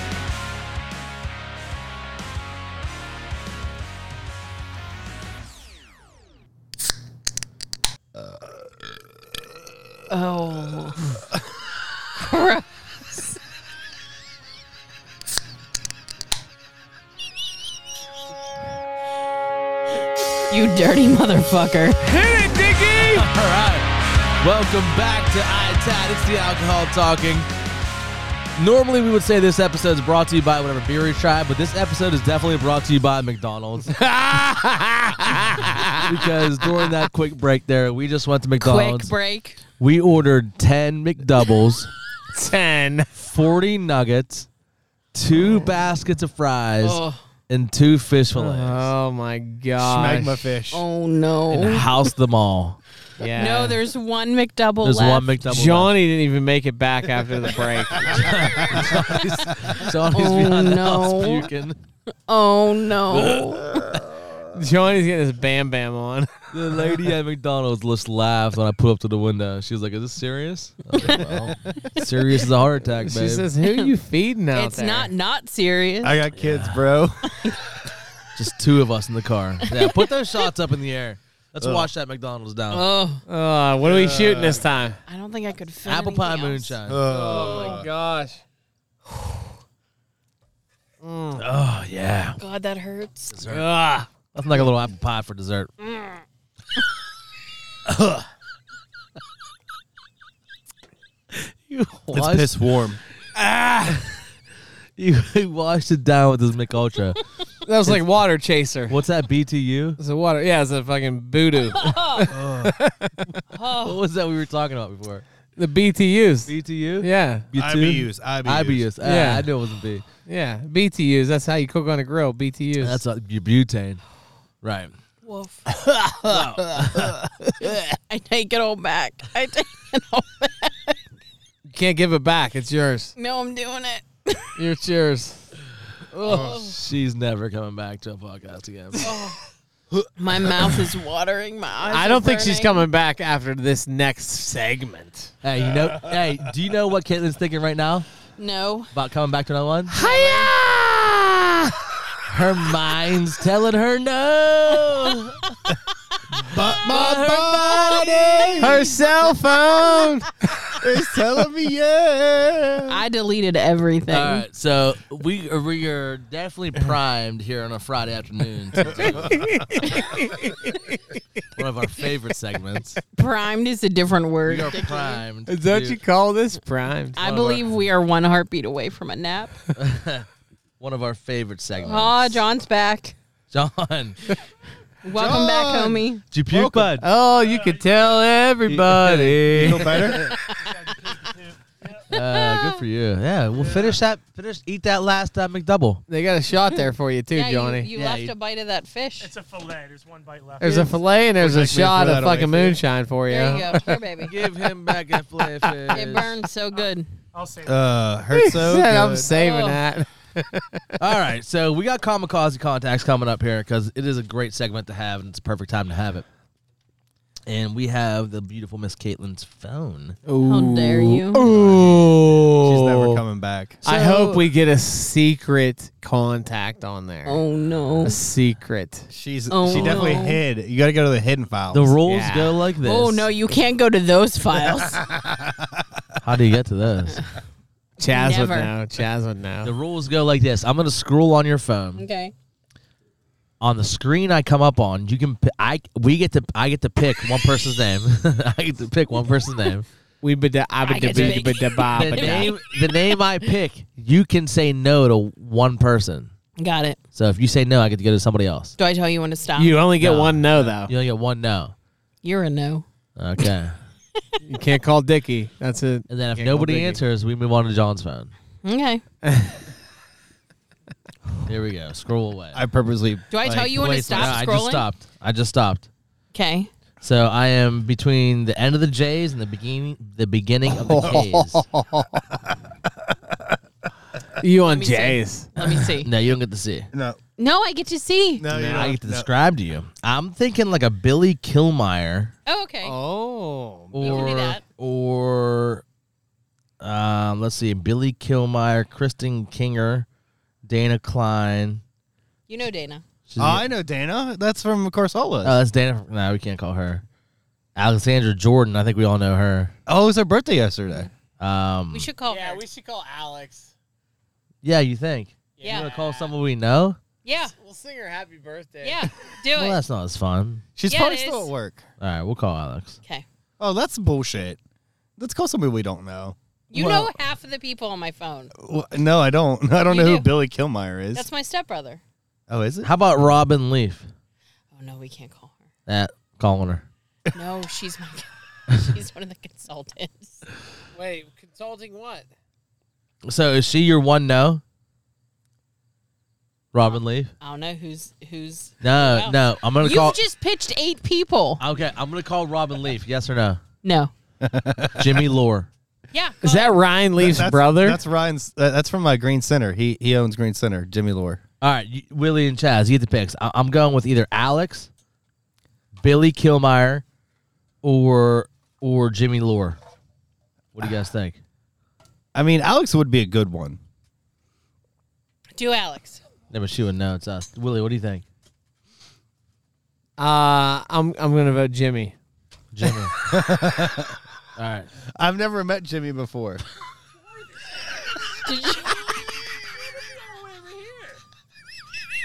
[SPEAKER 4] Oh. you dirty motherfucker.
[SPEAKER 2] Hit it, Dickie.
[SPEAKER 1] All right. Welcome back to ITAT. It's the alcohol talking. Normally, we would say this episode is brought to you by whatever beer you tried, but this episode is definitely brought to you by McDonald's. because during that quick break there, we just went to
[SPEAKER 4] Quick
[SPEAKER 1] McDonald's.
[SPEAKER 4] break.
[SPEAKER 1] we ordered 10 McDoubles,
[SPEAKER 2] Ten.
[SPEAKER 1] 40 nuggets, two baskets of fries,
[SPEAKER 4] Oh,
[SPEAKER 1] and two fish fillets.
[SPEAKER 2] Oh my god.
[SPEAKER 6] Magma fish.
[SPEAKER 4] oh
[SPEAKER 1] and
[SPEAKER 4] no.
[SPEAKER 1] house them all.
[SPEAKER 2] Yeah.
[SPEAKER 4] No, there's one McDouble
[SPEAKER 1] There's one
[SPEAKER 4] left.
[SPEAKER 1] McDouble.
[SPEAKER 2] Johnny didn't even make it back after the break.
[SPEAKER 1] left. Johnny's
[SPEAKER 4] Oh,
[SPEAKER 1] behind the
[SPEAKER 4] no.
[SPEAKER 1] house puking.
[SPEAKER 4] oh no.
[SPEAKER 2] Johnny's getting his bam bam on.
[SPEAKER 1] The lady at McDonald's just laughed when I put up to the window. She was like, "Is this serious?" I was like, well, serious is a heart attack, babe.
[SPEAKER 2] She says, "Who you feeding out
[SPEAKER 4] it's
[SPEAKER 2] there?"
[SPEAKER 4] not not serious.
[SPEAKER 6] I got kids, bro.
[SPEAKER 1] Just two of us in the car. Yeah, put those shots up in the air. Let's wash that McDonald's down.
[SPEAKER 4] oh,
[SPEAKER 2] Oh, what are we shooting
[SPEAKER 1] Uh,
[SPEAKER 2] this time?
[SPEAKER 4] I don't think I could fit
[SPEAKER 1] Apple pie
[SPEAKER 4] anything else.
[SPEAKER 1] moonshine. uh,
[SPEAKER 2] Oh my gosh.
[SPEAKER 1] oh yeah,
[SPEAKER 4] God, that hurts.
[SPEAKER 2] Ugh.
[SPEAKER 1] nothing like a little apple pie for dessert. you
[SPEAKER 5] It's
[SPEAKER 1] washed,
[SPEAKER 5] piss warm.
[SPEAKER 1] you washed it down with this McUltra.
[SPEAKER 2] That was like water chaser.
[SPEAKER 1] What's that BTU?
[SPEAKER 2] It's a water. Yeah, it's a fucking voodoo.
[SPEAKER 1] What was that we were talking about before?
[SPEAKER 2] the BTUs.
[SPEAKER 1] BTU?
[SPEAKER 2] Yeah,
[SPEAKER 1] You too?
[SPEAKER 5] IBUs, IBUs.
[SPEAKER 1] IBUs. Ah,
[SPEAKER 2] Yeah.
[SPEAKER 1] I knew it wasn't B.
[SPEAKER 2] yeah. BTUs. That's how you cook on a grill. BTUs.
[SPEAKER 1] That's a, your butane. Right.
[SPEAKER 4] Woof. I take it all back. I take it all back.
[SPEAKER 2] you can't give it back. It's yours.
[SPEAKER 4] No, I'm doing it.
[SPEAKER 2] Your yours.
[SPEAKER 1] She's never coming back to a podcast again.
[SPEAKER 4] My mouth is watering. My eyes.
[SPEAKER 2] I
[SPEAKER 4] are
[SPEAKER 2] don't think she's
[SPEAKER 4] burning.
[SPEAKER 2] coming back after this next segment.
[SPEAKER 1] hey, you know, hey, do you know what Caitlin's thinking right now
[SPEAKER 4] No.
[SPEAKER 1] about coming back to another one?
[SPEAKER 2] Hiya!
[SPEAKER 1] Her mind's telling her no.
[SPEAKER 6] but my
[SPEAKER 2] Her cell phone.
[SPEAKER 6] body is telling me yeah.
[SPEAKER 4] I deleted everything.
[SPEAKER 1] All right, so we we are definitely primed here on a Friday afternoon. to do One of our favorite segments.
[SPEAKER 4] Primed is a different
[SPEAKER 1] We
[SPEAKER 4] word.
[SPEAKER 1] are primed.
[SPEAKER 2] Is
[SPEAKER 1] to
[SPEAKER 2] that
[SPEAKER 1] do
[SPEAKER 2] you call this primed?
[SPEAKER 4] I
[SPEAKER 1] One of our-
[SPEAKER 4] believe we are one heartbeat away from a nap.
[SPEAKER 1] Oh, One of our favorite segments.
[SPEAKER 4] Ah, John's back.
[SPEAKER 1] John,
[SPEAKER 4] Welcome back,
[SPEAKER 5] John.
[SPEAKER 4] homie.
[SPEAKER 1] Did you puke, bud?
[SPEAKER 2] Oh, you could tell everybody.
[SPEAKER 5] Feel better?
[SPEAKER 1] Uh, good for you. Yeah, we'll finish that. Finish eat that last uh, McDouble.
[SPEAKER 2] They got a shot there for you too,
[SPEAKER 4] yeah,
[SPEAKER 2] Johnny.
[SPEAKER 4] you, you
[SPEAKER 1] Yeah,
[SPEAKER 4] left
[SPEAKER 1] you-
[SPEAKER 4] a bite of that fish.
[SPEAKER 3] It's a fillet. There's one bite left.
[SPEAKER 2] there's a fillet and there's a
[SPEAKER 5] Would you
[SPEAKER 2] shot
[SPEAKER 5] like me to throw
[SPEAKER 2] of
[SPEAKER 5] that away
[SPEAKER 2] fucking
[SPEAKER 5] for you?
[SPEAKER 2] moonshine for you.
[SPEAKER 4] there you go, here, baby.
[SPEAKER 1] Give him back that filet fish.
[SPEAKER 4] It burned so good.
[SPEAKER 3] I'll say
[SPEAKER 5] Uh, hurts so
[SPEAKER 2] Said, I'm
[SPEAKER 5] good.
[SPEAKER 2] saving
[SPEAKER 4] Oh.
[SPEAKER 2] that.
[SPEAKER 1] All right, so we got kamikaze contacts coming up here because it is a great segment to have, and it's a perfect time to have it. And we have the beautiful Miss Caitlin's phone.
[SPEAKER 4] How dare you?
[SPEAKER 5] She's never coming back.
[SPEAKER 2] I
[SPEAKER 1] So-
[SPEAKER 2] hope we get a secret contact on there.
[SPEAKER 4] Oh no.
[SPEAKER 2] A secret.
[SPEAKER 5] She's
[SPEAKER 4] Oh,
[SPEAKER 5] she definitely
[SPEAKER 4] no.
[SPEAKER 5] hid. You got to go to the hidden files.
[SPEAKER 1] The rules
[SPEAKER 2] Yeah.
[SPEAKER 1] go like this.
[SPEAKER 4] Oh no, you can't go to those files.
[SPEAKER 1] How do you get to those?
[SPEAKER 2] Chaz would
[SPEAKER 4] Never.
[SPEAKER 2] know. Chaz would know.
[SPEAKER 1] the rules go like this. I'm gonna scroll on your phone.
[SPEAKER 4] okay.
[SPEAKER 1] On the screen I come up on, you can. p- I we get to. I get to pick one person's name. I get to pick one person's name.
[SPEAKER 2] We bada I bada
[SPEAKER 4] get to
[SPEAKER 2] bada
[SPEAKER 4] make-
[SPEAKER 2] bada ba
[SPEAKER 1] The
[SPEAKER 2] bada.
[SPEAKER 1] name. The name I pick. You can say no to one person.
[SPEAKER 4] Got it.
[SPEAKER 1] So if you say no, I get to go to somebody else.
[SPEAKER 4] Do I tell you when to stop?
[SPEAKER 2] You only get
[SPEAKER 1] No.
[SPEAKER 2] one no though.
[SPEAKER 1] You only get one no.
[SPEAKER 4] You're a no.
[SPEAKER 1] Okay.
[SPEAKER 2] You can't call Dickie. That's it.
[SPEAKER 1] And then if
[SPEAKER 2] Can't go
[SPEAKER 1] nobody
[SPEAKER 2] digging.
[SPEAKER 1] answers, we move on to John's phone.
[SPEAKER 4] Okay.
[SPEAKER 1] Here we go. Scroll away.
[SPEAKER 5] I purposely.
[SPEAKER 4] Do I tell
[SPEAKER 5] like,
[SPEAKER 4] Oh, you when to
[SPEAKER 1] Wait,
[SPEAKER 4] stop
[SPEAKER 1] no, I just
[SPEAKER 4] scrolling?
[SPEAKER 1] stopped. I just stopped.
[SPEAKER 4] Okay.
[SPEAKER 1] So I am between the end of the J's and the beginning the beginning of the K's.
[SPEAKER 2] You on
[SPEAKER 4] me see.
[SPEAKER 2] Jay's.
[SPEAKER 4] Let me see.
[SPEAKER 1] no, you don't get to see.
[SPEAKER 5] No,
[SPEAKER 4] No, I get to see.
[SPEAKER 5] no, you
[SPEAKER 1] No, I
[SPEAKER 5] don't.
[SPEAKER 1] get to describe to you. I'm thinking like a Billy Kilmeyer
[SPEAKER 4] Oh, okay.
[SPEAKER 2] Oh.
[SPEAKER 4] You can do
[SPEAKER 1] or
[SPEAKER 4] that.
[SPEAKER 1] or um, let's see, Billy Kilmeyer, Kristen Kinger, Dana Klein.
[SPEAKER 4] You know Dana.
[SPEAKER 1] She's
[SPEAKER 5] Oh, I know Dana. That's from Corsola.
[SPEAKER 1] Oh, that's Dana. No, we can't call her. Alexandra Jordan. I think we all know her.
[SPEAKER 5] oh, it was her birthday yesterday.
[SPEAKER 1] Um,
[SPEAKER 4] We should
[SPEAKER 2] Oh.
[SPEAKER 4] call her.
[SPEAKER 2] should call Alex.
[SPEAKER 1] yeah, you think? You
[SPEAKER 4] yeah.
[SPEAKER 1] want to call someone we know?
[SPEAKER 4] Yeah.
[SPEAKER 2] We'll sing her happy birthday.
[SPEAKER 4] Yeah. Do
[SPEAKER 1] Well,
[SPEAKER 4] it.
[SPEAKER 1] that's not as fun.
[SPEAKER 5] She's
[SPEAKER 4] Yeah,
[SPEAKER 5] probably
[SPEAKER 4] it
[SPEAKER 5] still
[SPEAKER 4] is.
[SPEAKER 5] at work.
[SPEAKER 1] All right, we'll call Alex.
[SPEAKER 4] Okay.
[SPEAKER 5] Oh, that's bullshit. Let's call somebody we don't know.
[SPEAKER 4] You
[SPEAKER 5] Well-
[SPEAKER 4] know half of the people on my phone.
[SPEAKER 5] Well, no, I don't. I don't
[SPEAKER 4] You
[SPEAKER 5] know
[SPEAKER 4] do.
[SPEAKER 5] who Billy Kilmeyer is.
[SPEAKER 4] That's my stepbrother.
[SPEAKER 5] oh, is it?
[SPEAKER 1] How about Robin Leaf?
[SPEAKER 4] Oh no, we can't call her.
[SPEAKER 1] That calling her.
[SPEAKER 4] No, she's my. she's one of the consultants.
[SPEAKER 2] Wait, consulting what?
[SPEAKER 1] So is she your one no? Robin Leaf?
[SPEAKER 4] I don't know who's who's.
[SPEAKER 1] No,
[SPEAKER 4] Wow.
[SPEAKER 1] no. I'm gonna
[SPEAKER 4] You
[SPEAKER 1] call.
[SPEAKER 4] just pitched eight people.
[SPEAKER 1] okay, I'm gonna call Robin Leaf. Yes or no?
[SPEAKER 4] No.
[SPEAKER 1] Jimmy Lore.
[SPEAKER 4] Yeah.
[SPEAKER 2] Is
[SPEAKER 4] call
[SPEAKER 2] that Ryan Leaf's
[SPEAKER 5] that's,
[SPEAKER 2] brother?
[SPEAKER 5] That's Ryan's. Uh, that's from my Green Center. He he owns Green Center. Jimmy Lore.
[SPEAKER 1] All right, you, Willie and Chaz, you get the picks. I, I'm going with either Alex, Billy Kilmeyer, or or Jimmy Lore. What do you guys think?
[SPEAKER 5] I mean, Alex would be a good one.
[SPEAKER 4] it. Do Alex.
[SPEAKER 1] No, but she would know. It's us. Willie, what do you think?
[SPEAKER 2] uh, I'm I'm gonna vote Jimmy.
[SPEAKER 1] Jimmy. All right.
[SPEAKER 5] I've never met Jimmy before.
[SPEAKER 4] Did you?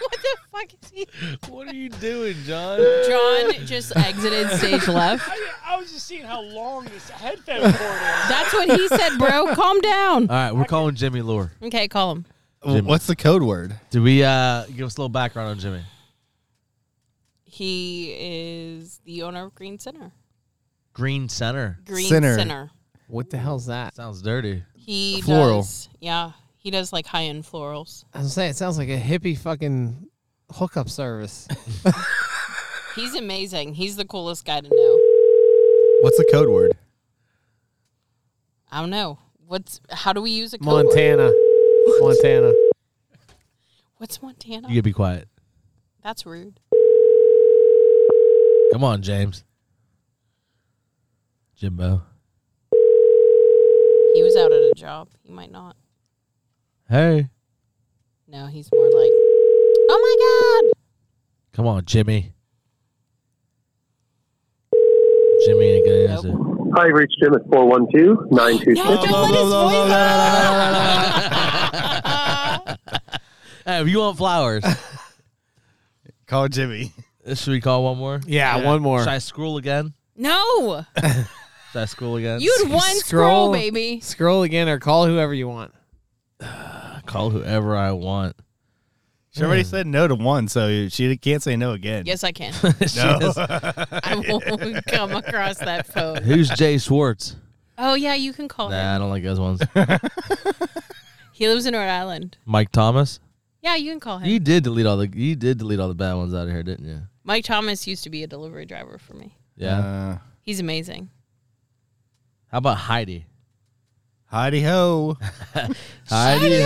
[SPEAKER 4] what the fuck is he?
[SPEAKER 1] What are you doing, John?
[SPEAKER 4] John just exited stage left.
[SPEAKER 3] I, I was just seeing how long this headphone cord is.
[SPEAKER 4] That's what he said, bro. Calm down.
[SPEAKER 1] All right, we're calling Jimmy Lore.
[SPEAKER 4] Okay, call him.
[SPEAKER 5] What's the code word?
[SPEAKER 1] Do we uh, give us a little background on Jimmy?
[SPEAKER 4] He is the owner of Green Center.
[SPEAKER 1] Green Center.
[SPEAKER 4] Green
[SPEAKER 5] Center.
[SPEAKER 4] Center.
[SPEAKER 2] What the hell's that?
[SPEAKER 1] Sounds dirty.
[SPEAKER 4] He
[SPEAKER 5] Floral.
[SPEAKER 4] does. Yeah, he does like high end florals.
[SPEAKER 2] I was saying it sounds like a hippie fucking hookup service.
[SPEAKER 4] He's amazing. He's the coolest guy to know.
[SPEAKER 5] What's the code word?
[SPEAKER 4] I don't know. What's how do we use a code word?
[SPEAKER 2] Montana. Montana.
[SPEAKER 4] What's Montana?
[SPEAKER 1] You gotta be quiet.
[SPEAKER 4] That's rude.
[SPEAKER 1] Come on, James. Jimbo.
[SPEAKER 4] He was out at a job. He might not.
[SPEAKER 1] Hey.
[SPEAKER 4] No, he's more like, oh my god.
[SPEAKER 1] Come on, Jimmy. Jimmy ain't gonna answer.
[SPEAKER 7] Hi, you've reached Jim at 412-922.
[SPEAKER 4] No, don't let his voice
[SPEAKER 1] Hey, if you want flowers,
[SPEAKER 5] Call Jimmy.
[SPEAKER 1] should we call one more?
[SPEAKER 2] Yeah, one more.
[SPEAKER 1] Should I scroll again?
[SPEAKER 4] No,
[SPEAKER 1] Should I scroll again?
[SPEAKER 4] you had one
[SPEAKER 2] Scroll.
[SPEAKER 4] scroll, baby.
[SPEAKER 2] Scroll again or call whoever you want.
[SPEAKER 1] call whoever I want.
[SPEAKER 6] She already said no to one, so she can't say no again.
[SPEAKER 4] Yes, I can.
[SPEAKER 6] no.
[SPEAKER 4] I won't come across that phone.
[SPEAKER 1] Who's Jay Schwartz?
[SPEAKER 4] Oh yeah, you can call him.
[SPEAKER 1] Nah, I don't like those ones.
[SPEAKER 4] He lives in Rhode Island.
[SPEAKER 1] Mike Thomas.
[SPEAKER 4] Yeah, you can call him.
[SPEAKER 1] You did delete all the you did delete all the bad ones out of here, didn't you?
[SPEAKER 4] Mike Thomas used to be a delivery driver for me.
[SPEAKER 1] Yeah.
[SPEAKER 6] Uh,
[SPEAKER 4] He's amazing.
[SPEAKER 1] How about Heidi?
[SPEAKER 6] Heidi ho.
[SPEAKER 1] Heidi,
[SPEAKER 4] Hey.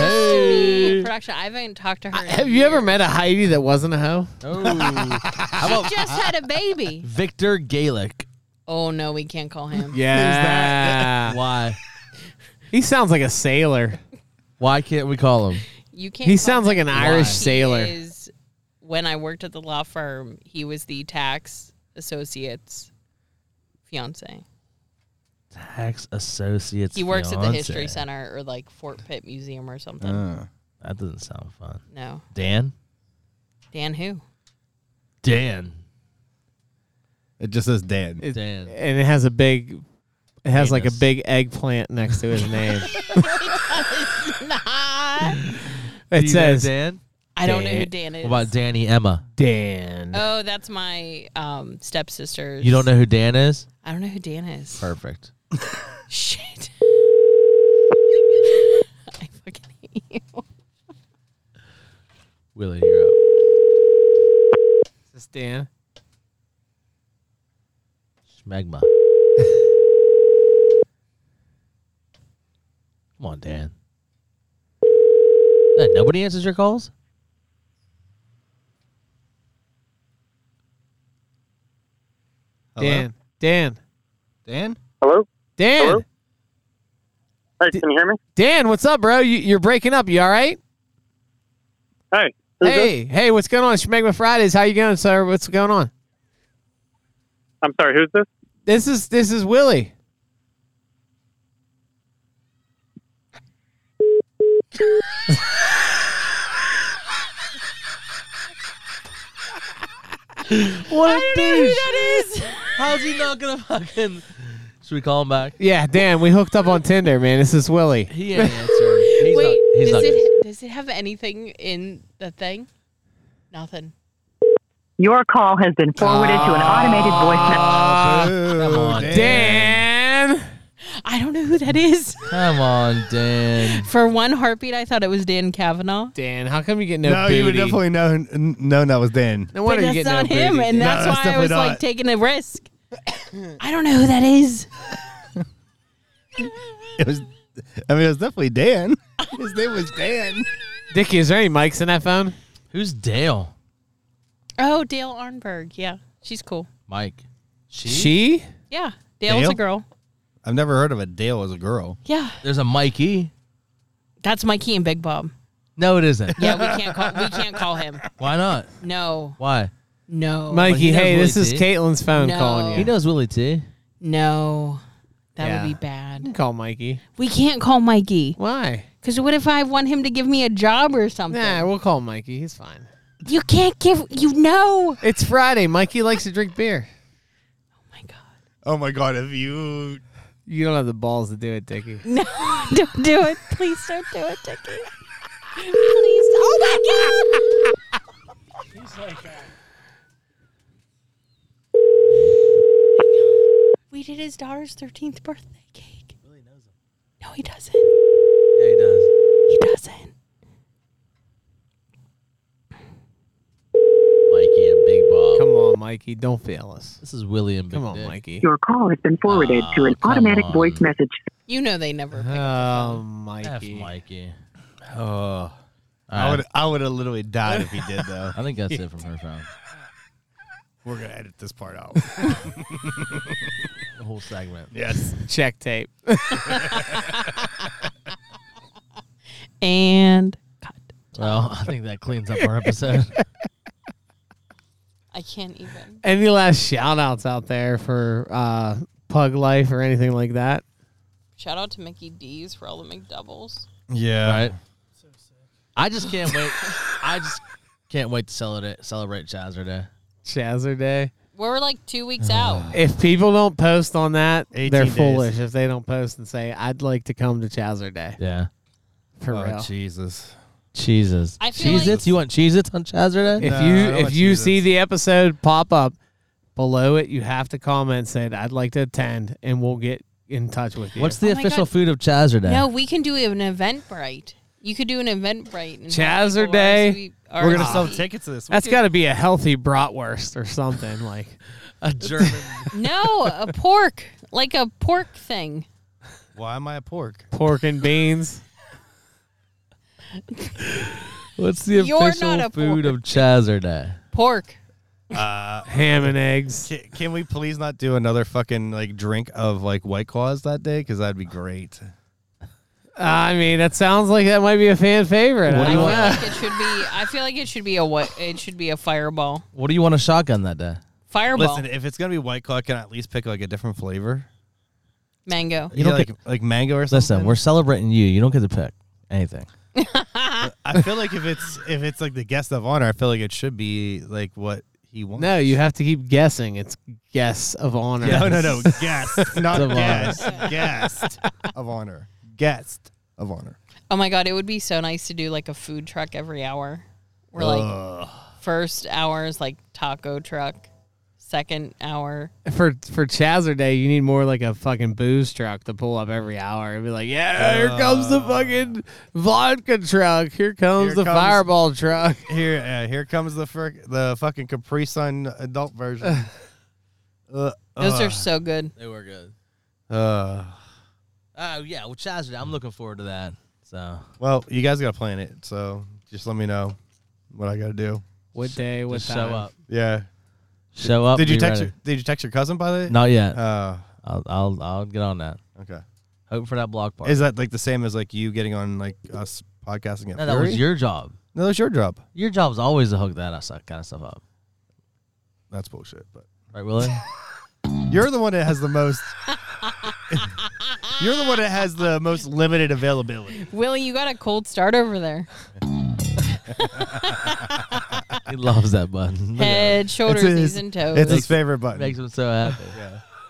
[SPEAKER 1] hey.
[SPEAKER 4] Production. I haven't talked to her. in
[SPEAKER 2] Have you ever met a Heidi that wasn't a hoe?
[SPEAKER 1] Oh. How
[SPEAKER 4] She
[SPEAKER 1] about
[SPEAKER 4] just had a baby.
[SPEAKER 1] Victor Gaelic?
[SPEAKER 4] Oh no, we can't call him.
[SPEAKER 2] Yeah.
[SPEAKER 1] Why?
[SPEAKER 2] he sounds like a sailor.
[SPEAKER 1] Why can't we call him?
[SPEAKER 4] You can't.
[SPEAKER 2] He
[SPEAKER 4] call
[SPEAKER 2] sounds
[SPEAKER 4] him.
[SPEAKER 2] like an Irish
[SPEAKER 4] He
[SPEAKER 2] sailor.
[SPEAKER 4] is- when I worked at the law firm, he was the tax associate's fiance.
[SPEAKER 1] Tax Associates.
[SPEAKER 4] He works at the
[SPEAKER 1] fiance.
[SPEAKER 4] History Center or like Fort Pitt Museum or something.
[SPEAKER 5] Uh.
[SPEAKER 6] Uh,
[SPEAKER 1] That doesn't sound fun.
[SPEAKER 4] no,
[SPEAKER 1] Dan?
[SPEAKER 4] Dan who?
[SPEAKER 1] Dan.
[SPEAKER 6] It just says Dan.
[SPEAKER 2] It-
[SPEAKER 1] Dan.
[SPEAKER 2] And it has a big, it has like a
[SPEAKER 1] Penis.
[SPEAKER 2] big eggplant next to his name.
[SPEAKER 4] I
[SPEAKER 1] Do
[SPEAKER 2] It
[SPEAKER 1] you know
[SPEAKER 2] says
[SPEAKER 1] Dan.
[SPEAKER 4] don't know who Dan is.
[SPEAKER 1] What about Danny Emma?
[SPEAKER 2] Dan.
[SPEAKER 4] Oh, that's my um, stepsister's.
[SPEAKER 1] You don't know who Dan is?
[SPEAKER 4] I don't know who Dan is.
[SPEAKER 1] Perfect.
[SPEAKER 4] Shit. I fucking hate you.
[SPEAKER 1] Willie, you're up.
[SPEAKER 2] Is this Dan?
[SPEAKER 1] Schmegma. Come on, Dan. Hey, nobody answers your calls?
[SPEAKER 6] Hello?
[SPEAKER 2] Dan. Dan.
[SPEAKER 6] Dan?
[SPEAKER 7] Hello?
[SPEAKER 2] Dan.
[SPEAKER 7] Hello? Hey, can you hear me?
[SPEAKER 2] Dan, what's up, bro? You, you're breaking up. You all right?
[SPEAKER 7] Hey. who's this?
[SPEAKER 2] Hey, hey, what's going on? Schmegma Fridays. How you going, sir? What's going on?
[SPEAKER 7] I'm sorry, who's this?
[SPEAKER 2] This is this is Willie.
[SPEAKER 1] What a douche.
[SPEAKER 4] That is.
[SPEAKER 1] How's he not gonna fucking Should we call him back?
[SPEAKER 2] Yeah, Dan, we hooked up on Tinder, man. This is Willie.
[SPEAKER 1] He ain't answering. He's
[SPEAKER 4] Wait,
[SPEAKER 1] not he's not
[SPEAKER 4] does it does it have anything in the thing? Nothing.
[SPEAKER 8] Your call has been forwarded to an automated voice message.
[SPEAKER 6] Oh,
[SPEAKER 1] Ah. come on,
[SPEAKER 2] Dan.
[SPEAKER 4] I don't know who that is.
[SPEAKER 1] Come on, Dan.
[SPEAKER 4] For one heartbeat, I thought it was Dan Kavanaugh.
[SPEAKER 2] Dan, how come you get no,
[SPEAKER 6] No, you would
[SPEAKER 2] booty?
[SPEAKER 6] definitely know n- known that was Dan.
[SPEAKER 2] no
[SPEAKER 4] But
[SPEAKER 2] wonder you
[SPEAKER 4] that's
[SPEAKER 2] get
[SPEAKER 4] not
[SPEAKER 2] no
[SPEAKER 4] him,
[SPEAKER 2] booty.
[SPEAKER 4] and that's
[SPEAKER 6] No,
[SPEAKER 4] why
[SPEAKER 6] that's
[SPEAKER 4] I was
[SPEAKER 6] definitely
[SPEAKER 4] like
[SPEAKER 6] not.
[SPEAKER 4] taking a risk. I don't know who that is.
[SPEAKER 6] It was I mean it was definitely Dan. His name was Dan.
[SPEAKER 2] Dickie, is there any mics in that phone?
[SPEAKER 1] Who's Dale?
[SPEAKER 4] Oh, Dale Arnberg. Yeah, she's cool.
[SPEAKER 1] Mike. She?
[SPEAKER 2] She?
[SPEAKER 4] Yeah, Dale's
[SPEAKER 6] Dale?
[SPEAKER 4] a girl.
[SPEAKER 6] I've never heard of a Dale as a girl.
[SPEAKER 4] Yeah,
[SPEAKER 1] There's a Mikey.
[SPEAKER 4] that's Mikey and Big Bob.
[SPEAKER 1] No, it isn't.
[SPEAKER 4] Yeah, we can't call. We can't call him.
[SPEAKER 1] Why not?
[SPEAKER 4] No,
[SPEAKER 1] Why?
[SPEAKER 4] no,
[SPEAKER 2] Mikey,
[SPEAKER 1] he knows
[SPEAKER 2] hey,
[SPEAKER 1] Willie
[SPEAKER 2] this is
[SPEAKER 1] T.
[SPEAKER 2] Caitlin's phone
[SPEAKER 4] No.
[SPEAKER 2] calling you.
[SPEAKER 1] He knows Willie T.
[SPEAKER 4] no. That
[SPEAKER 2] Yeah.
[SPEAKER 4] would be bad.
[SPEAKER 2] Call Mikey.
[SPEAKER 4] We can't call Mikey
[SPEAKER 2] Why?
[SPEAKER 4] because what if I want him to give me a job or something?
[SPEAKER 2] Nah, we'll call Mikey. He's fine.
[SPEAKER 4] You can't give. You know.
[SPEAKER 2] It's Friday. Mikey likes to drink beer.
[SPEAKER 4] Oh my god.
[SPEAKER 6] Oh my god, if you
[SPEAKER 2] You don't have the balls to do it, Dickie.
[SPEAKER 4] No, don't do it. Please don't do it, Dickie. Please. Oh my god. We did his daughter's 13th birthday cake. No, he doesn't.
[SPEAKER 1] Yeah, he does.
[SPEAKER 4] He doesn't.
[SPEAKER 1] Mikey and Big Bob.
[SPEAKER 2] Come on, Mikey. Don't fail us.
[SPEAKER 1] This is Willie and Big
[SPEAKER 2] Come on,
[SPEAKER 1] Dick.
[SPEAKER 2] Mikey.
[SPEAKER 8] Your call has been forwarded to an
[SPEAKER 1] Oh, come
[SPEAKER 8] automatic
[SPEAKER 1] on.
[SPEAKER 8] voice message.
[SPEAKER 4] You know they never pick
[SPEAKER 2] Oh,
[SPEAKER 1] F
[SPEAKER 2] Mikey.
[SPEAKER 1] Mikey.
[SPEAKER 6] Oh, I
[SPEAKER 1] All
[SPEAKER 6] would
[SPEAKER 1] right.
[SPEAKER 6] I would have literally died if he did though.
[SPEAKER 1] I think that's it from her phone.
[SPEAKER 6] We're gonna edit this part out.
[SPEAKER 1] The whole segment.
[SPEAKER 6] yes.
[SPEAKER 2] Check tape.
[SPEAKER 4] And cut.
[SPEAKER 1] Well, I think that cleans up our episode.
[SPEAKER 4] I can't even.
[SPEAKER 2] Any last shout outs out there for uh, Pug Life or anything like that?
[SPEAKER 4] Shout out to Mickey D's for all the McDoubles.
[SPEAKER 6] Yeah.
[SPEAKER 1] Right? I just can't wait. I just can't wait to celebrate celebrate Chazzer Day.
[SPEAKER 2] Chazzer Day.
[SPEAKER 4] We're like two weeks out.
[SPEAKER 2] If people don't post on that,
[SPEAKER 6] 18
[SPEAKER 2] they're
[SPEAKER 6] days.
[SPEAKER 2] foolish. If they don't post and say, I'd like to come to Chazzer Day.
[SPEAKER 1] Yeah.
[SPEAKER 2] For
[SPEAKER 6] Oh
[SPEAKER 2] real.
[SPEAKER 6] Jesus.
[SPEAKER 2] Jesus.
[SPEAKER 4] I feel
[SPEAKER 1] Cheez Its? You want Cheez Its on Saturday?
[SPEAKER 2] If
[SPEAKER 5] No, I don't
[SPEAKER 2] you if
[SPEAKER 5] want
[SPEAKER 2] you
[SPEAKER 5] Cheez-Its.
[SPEAKER 2] see the episode pop up below it, you have to comment saying I'd like to attend, and we'll get in touch with you.
[SPEAKER 1] What's the
[SPEAKER 4] Oh my
[SPEAKER 1] official
[SPEAKER 4] God.
[SPEAKER 1] food of Saturday?
[SPEAKER 4] No, we can do an event bright. You could do an event bright. and have
[SPEAKER 2] Chazzer
[SPEAKER 4] people
[SPEAKER 2] Day.
[SPEAKER 4] RSV
[SPEAKER 5] We're
[SPEAKER 6] Ah.
[SPEAKER 5] gonna sell
[SPEAKER 4] RSVP.
[SPEAKER 5] tickets to this.
[SPEAKER 2] that's got to be a healthy bratwurst or something like.
[SPEAKER 1] a German.
[SPEAKER 4] No, a pork, like a pork thing.
[SPEAKER 5] Why am I a pork?
[SPEAKER 2] pork and beans.
[SPEAKER 1] What's the
[SPEAKER 4] You're
[SPEAKER 1] official
[SPEAKER 4] not a
[SPEAKER 1] food of Saturday?
[SPEAKER 4] Pork.
[SPEAKER 2] ham and eggs.
[SPEAKER 5] Can, can we please not do another fucking like drink of like White Claws that day? Because that'd be great.
[SPEAKER 2] Uh, I mean, that sounds like that might be a fan favorite.
[SPEAKER 1] What do
[SPEAKER 4] I
[SPEAKER 1] you
[SPEAKER 4] feel
[SPEAKER 1] want?
[SPEAKER 4] like it should be. I feel like it should be a what? It should be a fireball.
[SPEAKER 1] What do you want to shotgun that day?
[SPEAKER 4] Fireball.
[SPEAKER 5] Listen, if it's gonna be White Claw, can I at least pick like a different flavor?
[SPEAKER 4] Mango.
[SPEAKER 1] You don't
[SPEAKER 5] Yeah, like
[SPEAKER 1] get-
[SPEAKER 5] like mango or something.
[SPEAKER 1] Listen, we're celebrating you. You don't get to pick anything.
[SPEAKER 5] I feel like if it's if it's like the guest of honor, I feel like it should be like what he wants.
[SPEAKER 2] No, you have to keep guessing. It's guess of honor.
[SPEAKER 5] No, no, no. Guest, not
[SPEAKER 1] Of honor.
[SPEAKER 5] guest. Guest of honor. Guest of honor.
[SPEAKER 4] Oh my god, it would be so nice to do like a food truck every hour. We're like first hour is like taco truck, second hour.
[SPEAKER 2] For for Chazzer Day, you need more like a fucking booze truck to pull up every hour and be like, yeah, here
[SPEAKER 1] Uh,
[SPEAKER 2] comes the fucking vodka truck. Here comes
[SPEAKER 5] Here
[SPEAKER 2] the
[SPEAKER 5] comes-
[SPEAKER 2] fireball truck.
[SPEAKER 5] Here, uh, here comes the fir- the fucking Capri Sun adult version. uh,
[SPEAKER 4] Those are so good.
[SPEAKER 1] They were good.
[SPEAKER 5] uh,
[SPEAKER 1] Oh yeah, well Saturday. I'm looking forward to that. So
[SPEAKER 5] well, you guys gotta plan it, so just let me know what I gotta do.
[SPEAKER 2] What day? What
[SPEAKER 1] just
[SPEAKER 2] time?
[SPEAKER 1] show up.
[SPEAKER 5] Yeah.
[SPEAKER 1] Show up.
[SPEAKER 5] Did you
[SPEAKER 1] be
[SPEAKER 5] text?
[SPEAKER 1] ready.
[SPEAKER 5] Your, did you text your cousin by the?
[SPEAKER 1] Not yet.
[SPEAKER 5] Uh,
[SPEAKER 1] I'll, I'll I'll get on that.
[SPEAKER 5] okay.
[SPEAKER 1] Hope for that block party.
[SPEAKER 5] Is that like the same as like you getting on like us podcasting at
[SPEAKER 1] no, that was
[SPEAKER 5] Fury?
[SPEAKER 1] your job.
[SPEAKER 5] no, that was your job.
[SPEAKER 1] Your job's always to hook that us- kind of stuff up,
[SPEAKER 5] That's bullshit. But
[SPEAKER 1] right, Willie?
[SPEAKER 5] You're the one that has the most. You're the one that has the most limited availability.
[SPEAKER 4] Willie, you got a cold start over there.
[SPEAKER 1] he loves that button. Look at him.
[SPEAKER 4] Head, shoulders,
[SPEAKER 5] his-
[SPEAKER 4] knees, and
[SPEAKER 2] Oh,
[SPEAKER 4] toes.
[SPEAKER 5] It's his favorite
[SPEAKER 1] Makes
[SPEAKER 5] button.
[SPEAKER 1] him so happy.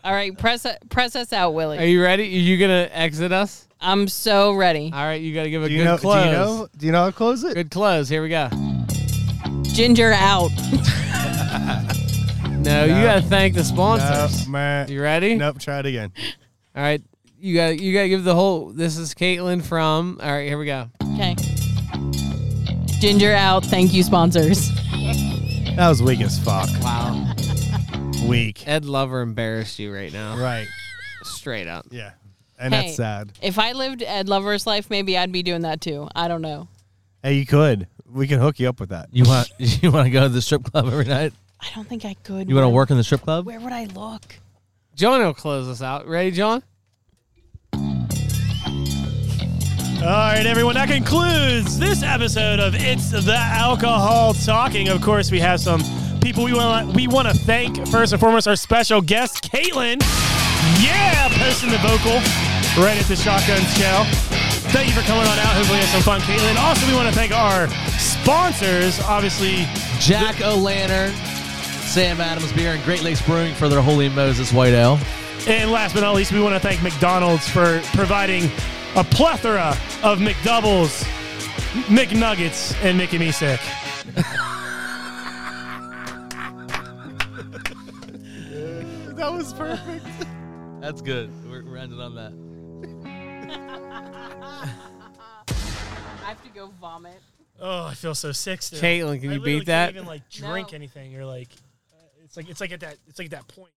[SPEAKER 4] All right, press uh, press us out,
[SPEAKER 2] Are
[SPEAKER 4] Willie.
[SPEAKER 2] you ready? Are you gonna exit us?
[SPEAKER 4] I'm so ready.
[SPEAKER 2] All right, you gotta give a
[SPEAKER 5] Do
[SPEAKER 2] good
[SPEAKER 5] you know? Do you
[SPEAKER 2] close.
[SPEAKER 5] know? Do you know how to close it?
[SPEAKER 2] Good close. Here we go.
[SPEAKER 4] Ginger out.
[SPEAKER 2] No, you gotta thank the sponsors.
[SPEAKER 5] man.
[SPEAKER 2] You ready?
[SPEAKER 5] Nope. Try it again.
[SPEAKER 2] All right, you got to you got to give the whole. This is Caitlin from. All right, here we go.
[SPEAKER 4] Okay. Ginger out. Thank you, sponsors.
[SPEAKER 5] That was weak as fuck.
[SPEAKER 2] Wow,
[SPEAKER 5] Weak.
[SPEAKER 2] Ed Lover embarrassed you right now,
[SPEAKER 5] Right.
[SPEAKER 2] straight up.
[SPEAKER 5] Yeah. And
[SPEAKER 4] Hey.
[SPEAKER 5] that's sad.
[SPEAKER 4] If I lived Ed Lover's life, maybe I'd be doing that too. I don't know.
[SPEAKER 5] Hey, you could. We can hook you up with that.
[SPEAKER 1] You want you want to go to the strip club every night?
[SPEAKER 4] I don't think I could.
[SPEAKER 1] You want to work in the strip club?
[SPEAKER 4] Where would I look?
[SPEAKER 2] John will close us out. Ready, John?
[SPEAKER 3] All right, everyone, that concludes this episode of It's the Alcohol Talking. Of course, we have some people we want we want to thank. First and foremost, our special guest, Caitlin. Yeah, posting the vocal right at the Shotgun Shell. Thank you for coming on out. Hopefully, you have some fun, Caitlin. Also, we want to thank our sponsors. Obviously,
[SPEAKER 1] Jack O'Lantern, Sam Adams Beer, and Great Lakes Brewing for their Holy Moses White Ale.
[SPEAKER 3] And last but not least, we want to thank McDonald's for providing a plethora of McDoubles, McNuggets, and making me sick.
[SPEAKER 5] That was perfect.
[SPEAKER 1] That's good. We're, we're ending on that.
[SPEAKER 4] I have to go vomit.
[SPEAKER 3] Oh, I feel so sick. Still.
[SPEAKER 2] Caitlin, can
[SPEAKER 3] I
[SPEAKER 2] you
[SPEAKER 3] literally
[SPEAKER 2] beat
[SPEAKER 3] can't
[SPEAKER 2] that?
[SPEAKER 3] Even like drink
[SPEAKER 4] No.
[SPEAKER 3] anything or like, uh, it's like it's like at that it's like at that point.